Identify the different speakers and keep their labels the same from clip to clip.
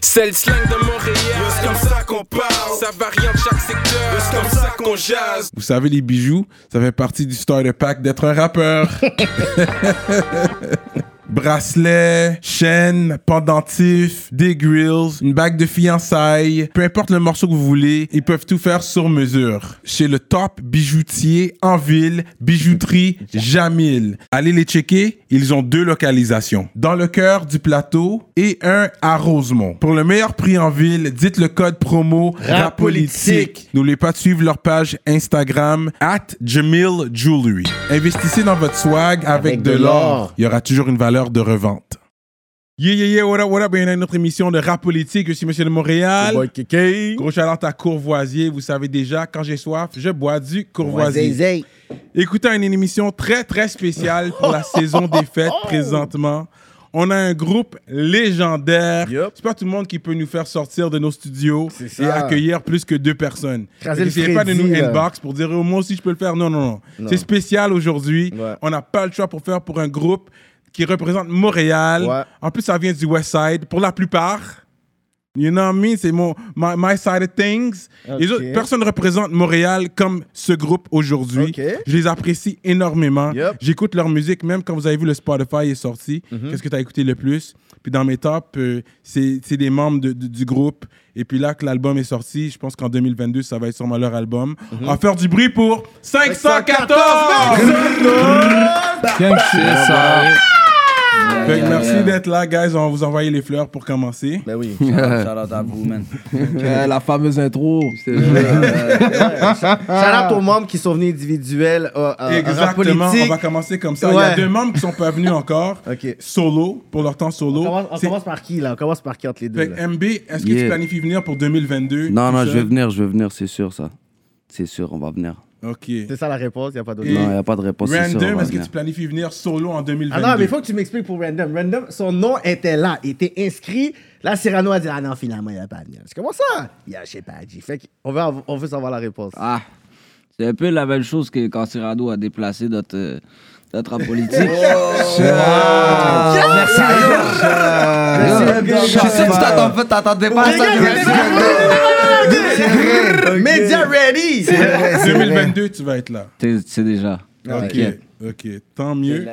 Speaker 1: C'est le slang de Montréal.
Speaker 2: C'est comme ça qu'on parle.
Speaker 1: Ça varie en chaque secteur.
Speaker 2: C'est comme ça qu'on jase.
Speaker 3: Vous savez, les bijoux, ça fait partie du starter pack d'être un rappeur. Bracelet, chaîne, pendentif, des grills, une bague de fiançailles, peu importe le morceau que vous voulez, ils peuvent tout faire sur mesure. Chez le top bijoutier en ville, bijouterie Jamil. Allez les checker, ils ont deux localisations, dans le cœur du plateau et un à Rosemont. Pour le meilleur prix en ville, dites le code promo RAPOLITIQUE. N'oubliez pas de suivre leur page Instagram at Jamil Jewelry. Investissez dans votre swag avec,
Speaker 4: Avec
Speaker 3: de
Speaker 4: de
Speaker 3: l'or.
Speaker 4: l'or.
Speaker 3: Il y aura toujours une valeur de revente. Yeah, yeah, yeah, what up, what up? Bienvenue à notre émission de rap politique. Je suis Monsieur de Montréal. Gros chaleur à Courvoisier. Vous savez déjà, quand j'ai soif, je bois du Courvoisier.
Speaker 4: Zay,
Speaker 3: Écoutez une émission très, très spéciale pour la saison des fêtes présentement. On a un groupe légendaire.
Speaker 2: Yup.
Speaker 3: C'est pas tout le monde qui peut nous faire sortir de nos studios et
Speaker 4: ça.
Speaker 3: accueillir plus que deux personnes.
Speaker 4: Craser le
Speaker 3: N'essayez pas de nous
Speaker 4: Freddy, là.
Speaker 3: inbox pour dire, oh, moi aussi je peux le faire. Non, non, non. C'est spécial aujourd'hui.
Speaker 4: Ouais.
Speaker 3: On n'a pas le choix pour faire pour un groupe qui représente Montréal.
Speaker 4: Ouais.
Speaker 3: En plus, ça vient du West Side pour la plupart. You know what I mean? C'est mon my, my side of things. Les
Speaker 4: Ok.
Speaker 3: autres, personne ne représente Montréal comme ce groupe aujourd'hui.
Speaker 4: Ok.
Speaker 3: Je les apprécie énormément.
Speaker 2: Yep.
Speaker 3: J'écoute leur musique, même quand vous avez vu le Spotify est sorti.
Speaker 4: Mhm.
Speaker 3: Qu'est-ce que tu as écouté le plus? Puis dans mes tops, euh, c'est c'est des membres de- de- du groupe. Et puis là que l'album est sorti, je pense qu'en 2022, ça va être sûrement leur album. On
Speaker 4: Mhm.
Speaker 3: va faire du bruit pour 514! Fait que merci d'être là, guys. On va vous envoyer les fleurs pour commencer.
Speaker 4: ben oui.
Speaker 5: Shout-out à vous, man.
Speaker 6: Euh, la fameuse intro.
Speaker 4: Ah. Shout out aux membres qui sont venus individuels euh, euh,
Speaker 3: Exactement, on
Speaker 4: politique.
Speaker 3: va commencer comme ça. Il y a
Speaker 4: Ouais.
Speaker 3: deux membres qui sont pas venus encore.
Speaker 4: Ok.
Speaker 3: Solo, pour leur temps solo.
Speaker 4: On commence, on
Speaker 3: C'est-
Speaker 4: commence par qui là On commence par qui entre les deux
Speaker 3: Fait
Speaker 4: là?
Speaker 3: que euh, MB, est-ce que tu
Speaker 5: Yeah.
Speaker 3: planifies venir pour 2022
Speaker 5: Non,
Speaker 3: tout
Speaker 5: non, je vais
Speaker 3: seul?
Speaker 5: venir, je vais venir, c'est sûr, ça. C'est sûr, on va venir.
Speaker 3: Ok.
Speaker 4: C'est ça la réponse, y a pas d'autre.
Speaker 3: Et-
Speaker 5: Non, il a pas de réponse, c'est sûr, on
Speaker 3: Random,
Speaker 5: va
Speaker 3: est-ce que
Speaker 5: venir.
Speaker 3: tu planifies venir solo en 2022
Speaker 4: Ah non, mais il faut que tu m'expliques pour Random. Random, son nom était là, il était inscrit. Là, Cyrano a dit Ah non, finalement, il va pas venir. C'est comment ça Il a, je sais pas, dit. Fait qu'on veut, av- on veut savoir la réponse.
Speaker 5: Ah, c'est un peu la même chose que quand Cyrano a déplacé notre, euh, notre rap politique.
Speaker 4: Merci,
Speaker 6: Je
Speaker 4: Random.
Speaker 6: suis sûr que tu t'attends pas- t'attendais pas à ça.
Speaker 4: Les gars, les gars, Media ready
Speaker 3: 2022, tu vas être là.
Speaker 5: C'est c'est déjà.
Speaker 3: Ok. Ok, tant mieux.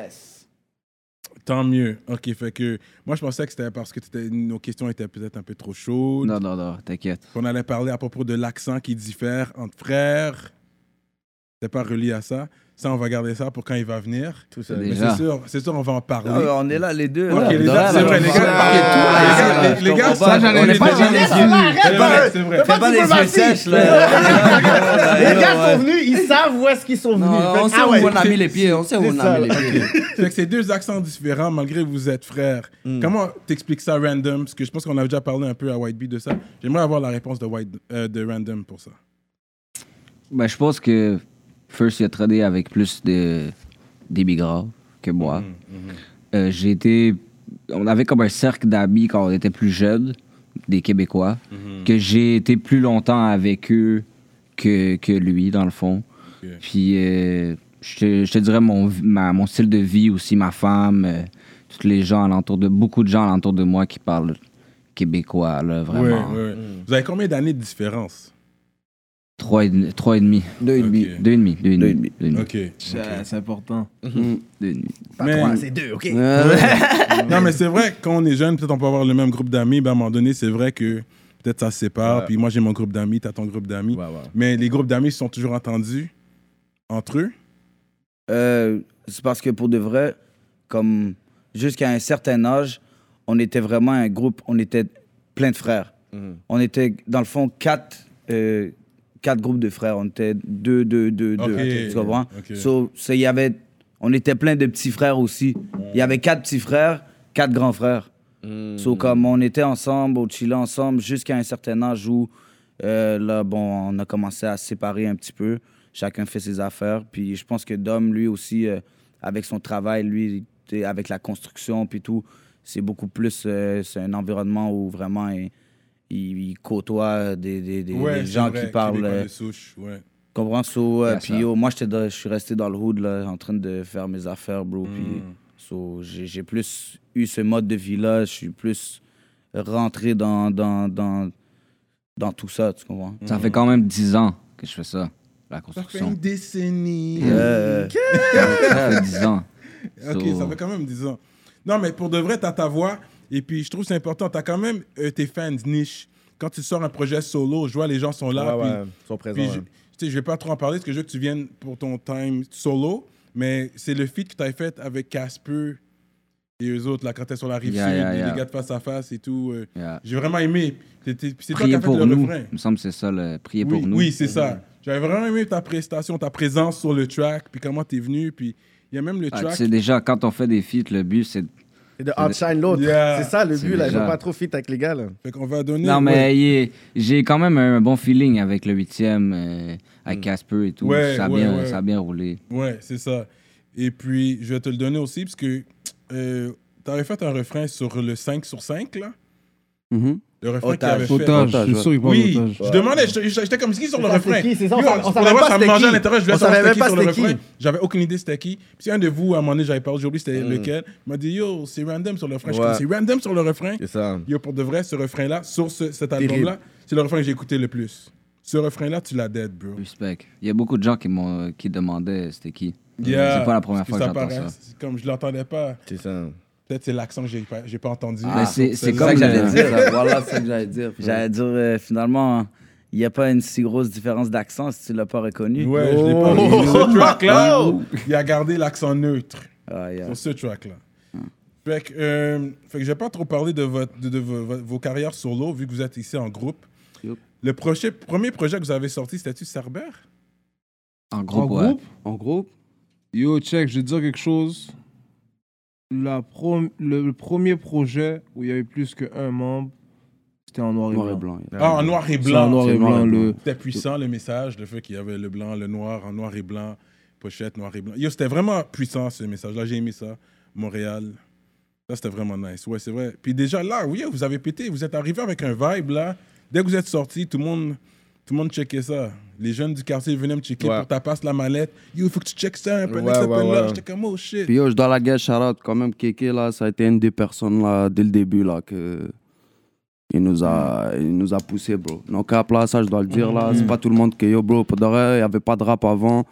Speaker 3: Tant mieux. Ok, fait que moi, je pensais que c'était parce que t'étais- nos questions étaient peut-être un peu trop chaudes.
Speaker 5: Non, non, non, t'inquiète.
Speaker 3: On allait parler à propos de l'accent qui diffère entre frères. C'est pas relié à ça. Ça, on va garder ça pour quand il va venir.
Speaker 4: Tout ça.
Speaker 5: C'est
Speaker 3: Mais
Speaker 5: déjà.
Speaker 3: c'est sûr, c'est sûr, on va en parler.
Speaker 6: Ah, On est là, les deux.
Speaker 3: Ok, les
Speaker 5: Ouais,
Speaker 3: gars, c'est
Speaker 5: ouais,
Speaker 3: vrai,
Speaker 5: ouais,
Speaker 3: les
Speaker 5: ouais.
Speaker 6: Ah,
Speaker 3: gars. Les gars, les- les gars,
Speaker 6: Ça, j'en ai
Speaker 3: on est
Speaker 6: pas
Speaker 3: déjà
Speaker 6: parlé,
Speaker 3: initiés.
Speaker 6: ça va,
Speaker 3: C'est vrai, c'est vrai.
Speaker 6: Fais pas des yeux sèches, là.
Speaker 4: Les gars sont venus, ils savent où est-ce qu'ils sont venus. Fait que,
Speaker 6: On sait
Speaker 4: ah
Speaker 6: où
Speaker 4: ouais.
Speaker 6: on a mis les pieds. On sait où
Speaker 4: C'est
Speaker 6: on
Speaker 4: ça,
Speaker 6: a mis les
Speaker 4: là.
Speaker 6: pieds.
Speaker 3: Fait que c'est deux accents différents malgré que vous êtes frères.
Speaker 7: Mm.
Speaker 3: Comment t'expliques ça random Parce que je pense qu'on a déjà parlé un peu à White Bee de ça. J'aimerais avoir la réponse de, White, euh, de random pour ça.
Speaker 5: Ben, je pense que First, il a tradé avec plus de- d'immigrants que moi.
Speaker 3: Mhm,
Speaker 5: Euh, J'ai été. On avait comme un cercle d'amis quand on était plus jeunes, des Québécois,
Speaker 3: Mhm.
Speaker 5: que j'ai été plus longtemps avec eux que, que lui, dans le fond. Puis, euh, je, te, je te dirais, mon, vi- ma- mon style de vie aussi, ma femme, euh, toutes les gens alentour de. Beaucoup de gens alentour de moi qui parlent québécois, là, vraiment.
Speaker 3: Ouais, ouais.
Speaker 7: Mm.
Speaker 3: Vous avez combien d'années de différence
Speaker 5: Trois, et demi- trois et demi.
Speaker 6: Deux et demi.
Speaker 3: Ok.
Speaker 5: Deux et demi. Deux et demi. Deux et demi.
Speaker 3: Ok.
Speaker 6: C'est important.
Speaker 5: Deux et demi.
Speaker 3: Mais-
Speaker 4: Ouais, C'est deux, ok.
Speaker 3: non, mais c'est vrai, quand on est jeune, peut-être on peut avoir le même groupe d'amis. Ben, à un moment donné, c'est vrai que peut-être ça se sépare. Puis moi, j'ai mon groupe d'amis, t'as ton groupe d'amis. Mais les groupes d'amis se sont toujours entendus entre eux.
Speaker 7: Euh, c'est parce que pour de vrai, comme jusqu'à un certain âge, on était vraiment un groupe, on était plein de frères. On était, dans le fond, quatre, euh, quatre groupes de frères. On était deux, deux, deux,
Speaker 3: Ok.
Speaker 7: deux. Tu comprends?
Speaker 3: Ok.
Speaker 7: So, so, il y avait, on était plein de petits frères aussi. Il y avait quatre petits frères, quatre grands frères. So, comme on était ensemble, au Chili ensemble, jusqu'à un certain âge où, euh, là, bon, on a commencé à se séparer un petit peu. Chacun fait ses affaires. Puis je pense que Dom, lui aussi, euh, avec son travail, lui, t'sais, avec la construction, puis tout, c'est beaucoup plus. euh, c'est un environnement où vraiment il, il- il côtoie des, des- des- des
Speaker 3: c'est
Speaker 7: gens
Speaker 3: vrai,
Speaker 7: qui parlent.
Speaker 3: Québécois
Speaker 7: euh,
Speaker 3: de souche, ouais.
Speaker 7: Comprends? So, euh,
Speaker 5: Yeah,
Speaker 7: puis
Speaker 5: ça.
Speaker 7: yo, moi, j'étais dans- je suis resté dans le hood, là, en train de faire mes
Speaker 5: Hmm.
Speaker 7: affaires, bro. Puis, so, j'ai j'ai plus eu ce mode de vie-là. Je suis plus
Speaker 8: rentrer dans, dans, dans, dans tout ça, tu comprends?
Speaker 5: Hmm.
Speaker 1: Ça
Speaker 3: Mhm.
Speaker 1: fait quand même 10 ans que je fais ça, la
Speaker 3: Ça fait une
Speaker 1: construction.
Speaker 3: décennie.
Speaker 8: Euh,
Speaker 1: Ça fait 10 ans.
Speaker 3: Ok,
Speaker 1: So-
Speaker 3: ça fait quand même 10 ans. Non, mais pour de vrai, t'as ta voix. Et puis, je trouve que c'est important. T'as quand même euh, tes fans niche. Quand tu sors un projet solo, je vois les gens sont là.
Speaker 9: Ah,
Speaker 4: Ouais,
Speaker 3: puis-
Speaker 4: ouais, ils sont présents.
Speaker 3: Puis, je,
Speaker 4: ouais.
Speaker 3: tu sais, je vais pas trop en parler parce que je veux que tu viennes pour ton time solo, mais c'est le feat que tu as fait avec Casper et eux autres, là, quand t'es sur la rive
Speaker 1: Yeah,
Speaker 3: sud,
Speaker 1: yeah,
Speaker 3: les-
Speaker 1: yeah.
Speaker 3: les gars de face à face et tout. euh,
Speaker 1: Yeah.
Speaker 3: J'ai vraiment aimé. T'étais- puis C'est toi qui
Speaker 1: Priez
Speaker 3: as fait
Speaker 1: pour
Speaker 3: le
Speaker 1: nous.
Speaker 3: refrain.
Speaker 1: Il me semble que c'est ça, le prier
Speaker 3: oui,
Speaker 1: pour nous.
Speaker 3: oui, c'est ça. J'avais vraiment aimé ta prestation, ta présence sur le track, puis comment t'es venu, puis il y a même le
Speaker 1: Ah, tu
Speaker 3: track.
Speaker 1: sais, déjà, quand on fait des feats, le but, c'est.
Speaker 4: Et de outshine l'autre.
Speaker 3: Yeah.
Speaker 4: C'est ça le
Speaker 1: C'est
Speaker 4: but, là. Je veux
Speaker 1: déjà-
Speaker 4: pas trop fit avec les gars, là.
Speaker 3: Fait qu'on va donner.
Speaker 1: Non,
Speaker 3: ouais.
Speaker 1: mais il est- j'ai quand même un bon feeling avec le 8e, euh, avec Casper et tout.
Speaker 3: Mm. Ouais,
Speaker 1: ça, a
Speaker 3: ouais,
Speaker 1: bien,
Speaker 3: ouais.
Speaker 1: ça a bien roulé.
Speaker 3: Ouais, c'est ça. Et puis, je vais te le donner aussi, parce que euh, t'avais fait un refrain sur le 5 sur 5, là.
Speaker 1: Mm-hmm.
Speaker 9: Mhm.
Speaker 3: Le refrain qu'il
Speaker 4: Otage.
Speaker 3: avait fait.
Speaker 9: Otage, je suis sûr qu'il parle
Speaker 3: Oui,
Speaker 9: d'otage.
Speaker 3: je demandais, j'étais- j'étais comme ski sur le
Speaker 4: C'est ça,
Speaker 3: refrain.
Speaker 4: c'est qui, c'est ça, on
Speaker 3: Yo,
Speaker 4: savait- on
Speaker 3: pour
Speaker 4: savait
Speaker 3: la
Speaker 4: pas
Speaker 3: vraie, ça me
Speaker 4: c'était
Speaker 3: mangeait à
Speaker 4: qui.
Speaker 3: l'intérieur, je voulais
Speaker 4: On
Speaker 3: savoir
Speaker 4: savait
Speaker 3: c'était qui
Speaker 4: pas
Speaker 3: sur le
Speaker 4: c'était qui.
Speaker 3: refrain. J'avais aucune idée c'était qui. Puis un de vous, à un moment donné, j'avais parlé aujourd'hui,
Speaker 1: Mm.
Speaker 3: c'était lequel. Il m'a dit, yo, c'est random sur le refrain. Je
Speaker 4: Ouais.
Speaker 3: dis, c'est random sur le refrain.
Speaker 4: C'est ça.
Speaker 3: Yo, pour de vrai, ce refrain-là, sur ce- cet
Speaker 4: Terrible.
Speaker 3: album-là, c'est le refrain que j'ai écouté le plus. Ce refrain-là, tu l'as dead, bro.
Speaker 1: Respect. Il y a beaucoup de gens qui, m'ont, qui demandaient c'était qui. Euh,
Speaker 3: Yeah.
Speaker 1: C'est pas la première
Speaker 3: Parce
Speaker 1: fois que j'entends
Speaker 3: paraît-
Speaker 1: ça.
Speaker 3: c'est Comme je l'entendais pas,
Speaker 4: C'est ça.
Speaker 3: peut-être c'est l'accent que j'ai pas, j'ai pas entendu.
Speaker 1: Ah, Mais c'est, c'est
Speaker 3: ça
Speaker 1: comme
Speaker 7: ça que
Speaker 1: le-
Speaker 7: j'allais dire. Voilà, c'est ça que j'allais dire.
Speaker 8: J'allais dire, euh, finalement, il n'y a pas une si grosse différence d'accent si tu l'as pas reconnu. Oh!
Speaker 3: Ouais, je l'ai pas
Speaker 1: Oh,
Speaker 3: entendu. Ce track-là, il a gardé l'accent neutre.
Speaker 8: Ah, yeah.
Speaker 3: Sur ce track-là. Fait que, euh, fait que j'ai pas trop parlé de, votre, de, de vo- vo- vos carrières solo, vu que vous êtes ici en groupe.
Speaker 9: Yup.
Speaker 3: Le projet, premier projet que vous avez sorti, c'était-tu Cerber?
Speaker 1: En
Speaker 9: En
Speaker 1: groupe,
Speaker 10: euh,
Speaker 1: ouais.
Speaker 9: groupe En groupe Yo, check, je vais te dire quelque chose. La pro- le, le premier projet où il y avait plus qu'un membre, c'était en noir et
Speaker 7: Noir et
Speaker 9: blanc.
Speaker 7: blanc.
Speaker 3: Ah, en noir et
Speaker 9: C'est en
Speaker 3: blanc.
Speaker 9: noir et
Speaker 7: c'est noir
Speaker 9: blanc.
Speaker 7: et blanc.
Speaker 9: Le...
Speaker 3: C'était puissant le message, le fait qu'il y avait le blanc, le noir, en noir et blanc, pochette, noir et blanc. Yo, c'était vraiment puissant ce message-là, j'ai aimé ça. Montréal. Ça, c'était vraiment nice. Ouais, c'est vrai. Puis déjà là, oui, vous avez pété, vous êtes arrivé avec un vibe là. Dès que vous êtes sorti, tout le monde. Tout le monde checkait ça. Les jeunes du quartier venaient me checker
Speaker 4: Ouais.
Speaker 3: pour ta passe la mallette. Yo, faut que tu checkes ça un peu.
Speaker 4: Ouais,
Speaker 3: next up
Speaker 4: ouais,
Speaker 3: and là.
Speaker 4: ouais.
Speaker 3: J'étais comme, oh shit.
Speaker 9: Puis yo, je dois la gueule, Charlotte. Quand même, Kéké, là, ça a été une des personnes, là, dès le début, là, que. Il nous a, il nous a poussé, bro. Donc, à plat, ça, je dois le dire, là. C'est pas tout le monde que yo, bro. Pour de vrai, il n'y avait pas de rap avant.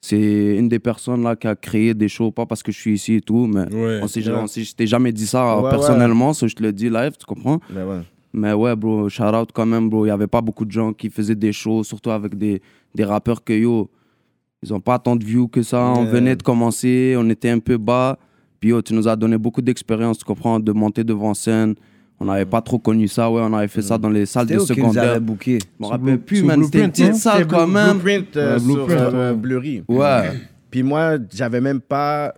Speaker 9: C'est une des personnes, là, qui a créé des shows, pas parce que je suis ici et tout, mais.
Speaker 3: Ouais.
Speaker 9: On s'est, on s'est- je t'ai jamais dit ça euh,
Speaker 4: Ouais,
Speaker 9: personnellement, ça, je te le dis live, tu comprends?
Speaker 4: Mais ouais.
Speaker 9: Mais Ben ouais, bro, shout out quand même, bro. Il n'y avait pas beaucoup de gens qui faisaient des shows, surtout avec des, des rappeurs que yo, ils n'ont pas tant de views que ça. On
Speaker 4: Yeah.
Speaker 9: venait de commencer, on était un peu bas. Puis yo, tu nous as donné beaucoup d'expérience, tu comprends, de monter devant scène. On n'avait pas trop connu ça, ouais, on avait fait ça dans les salles
Speaker 8: C'était
Speaker 9: de
Speaker 8: où qu'ils nous
Speaker 9: secondaire.
Speaker 8: avaient booké?
Speaker 9: Je me
Speaker 7: Sous
Speaker 9: rappelle
Speaker 7: Blue-
Speaker 9: plus,
Speaker 7: sous
Speaker 9: man. C'était une
Speaker 7: Blueprint,
Speaker 9: petite
Speaker 7: hein?
Speaker 9: salle quand même.
Speaker 4: Blueprint, euh,
Speaker 9: Ouais,
Speaker 4: sur
Speaker 9: Blueprint,
Speaker 4: euh, Blurry.
Speaker 9: Ouais,
Speaker 4: Puis moi, j'avais même pas...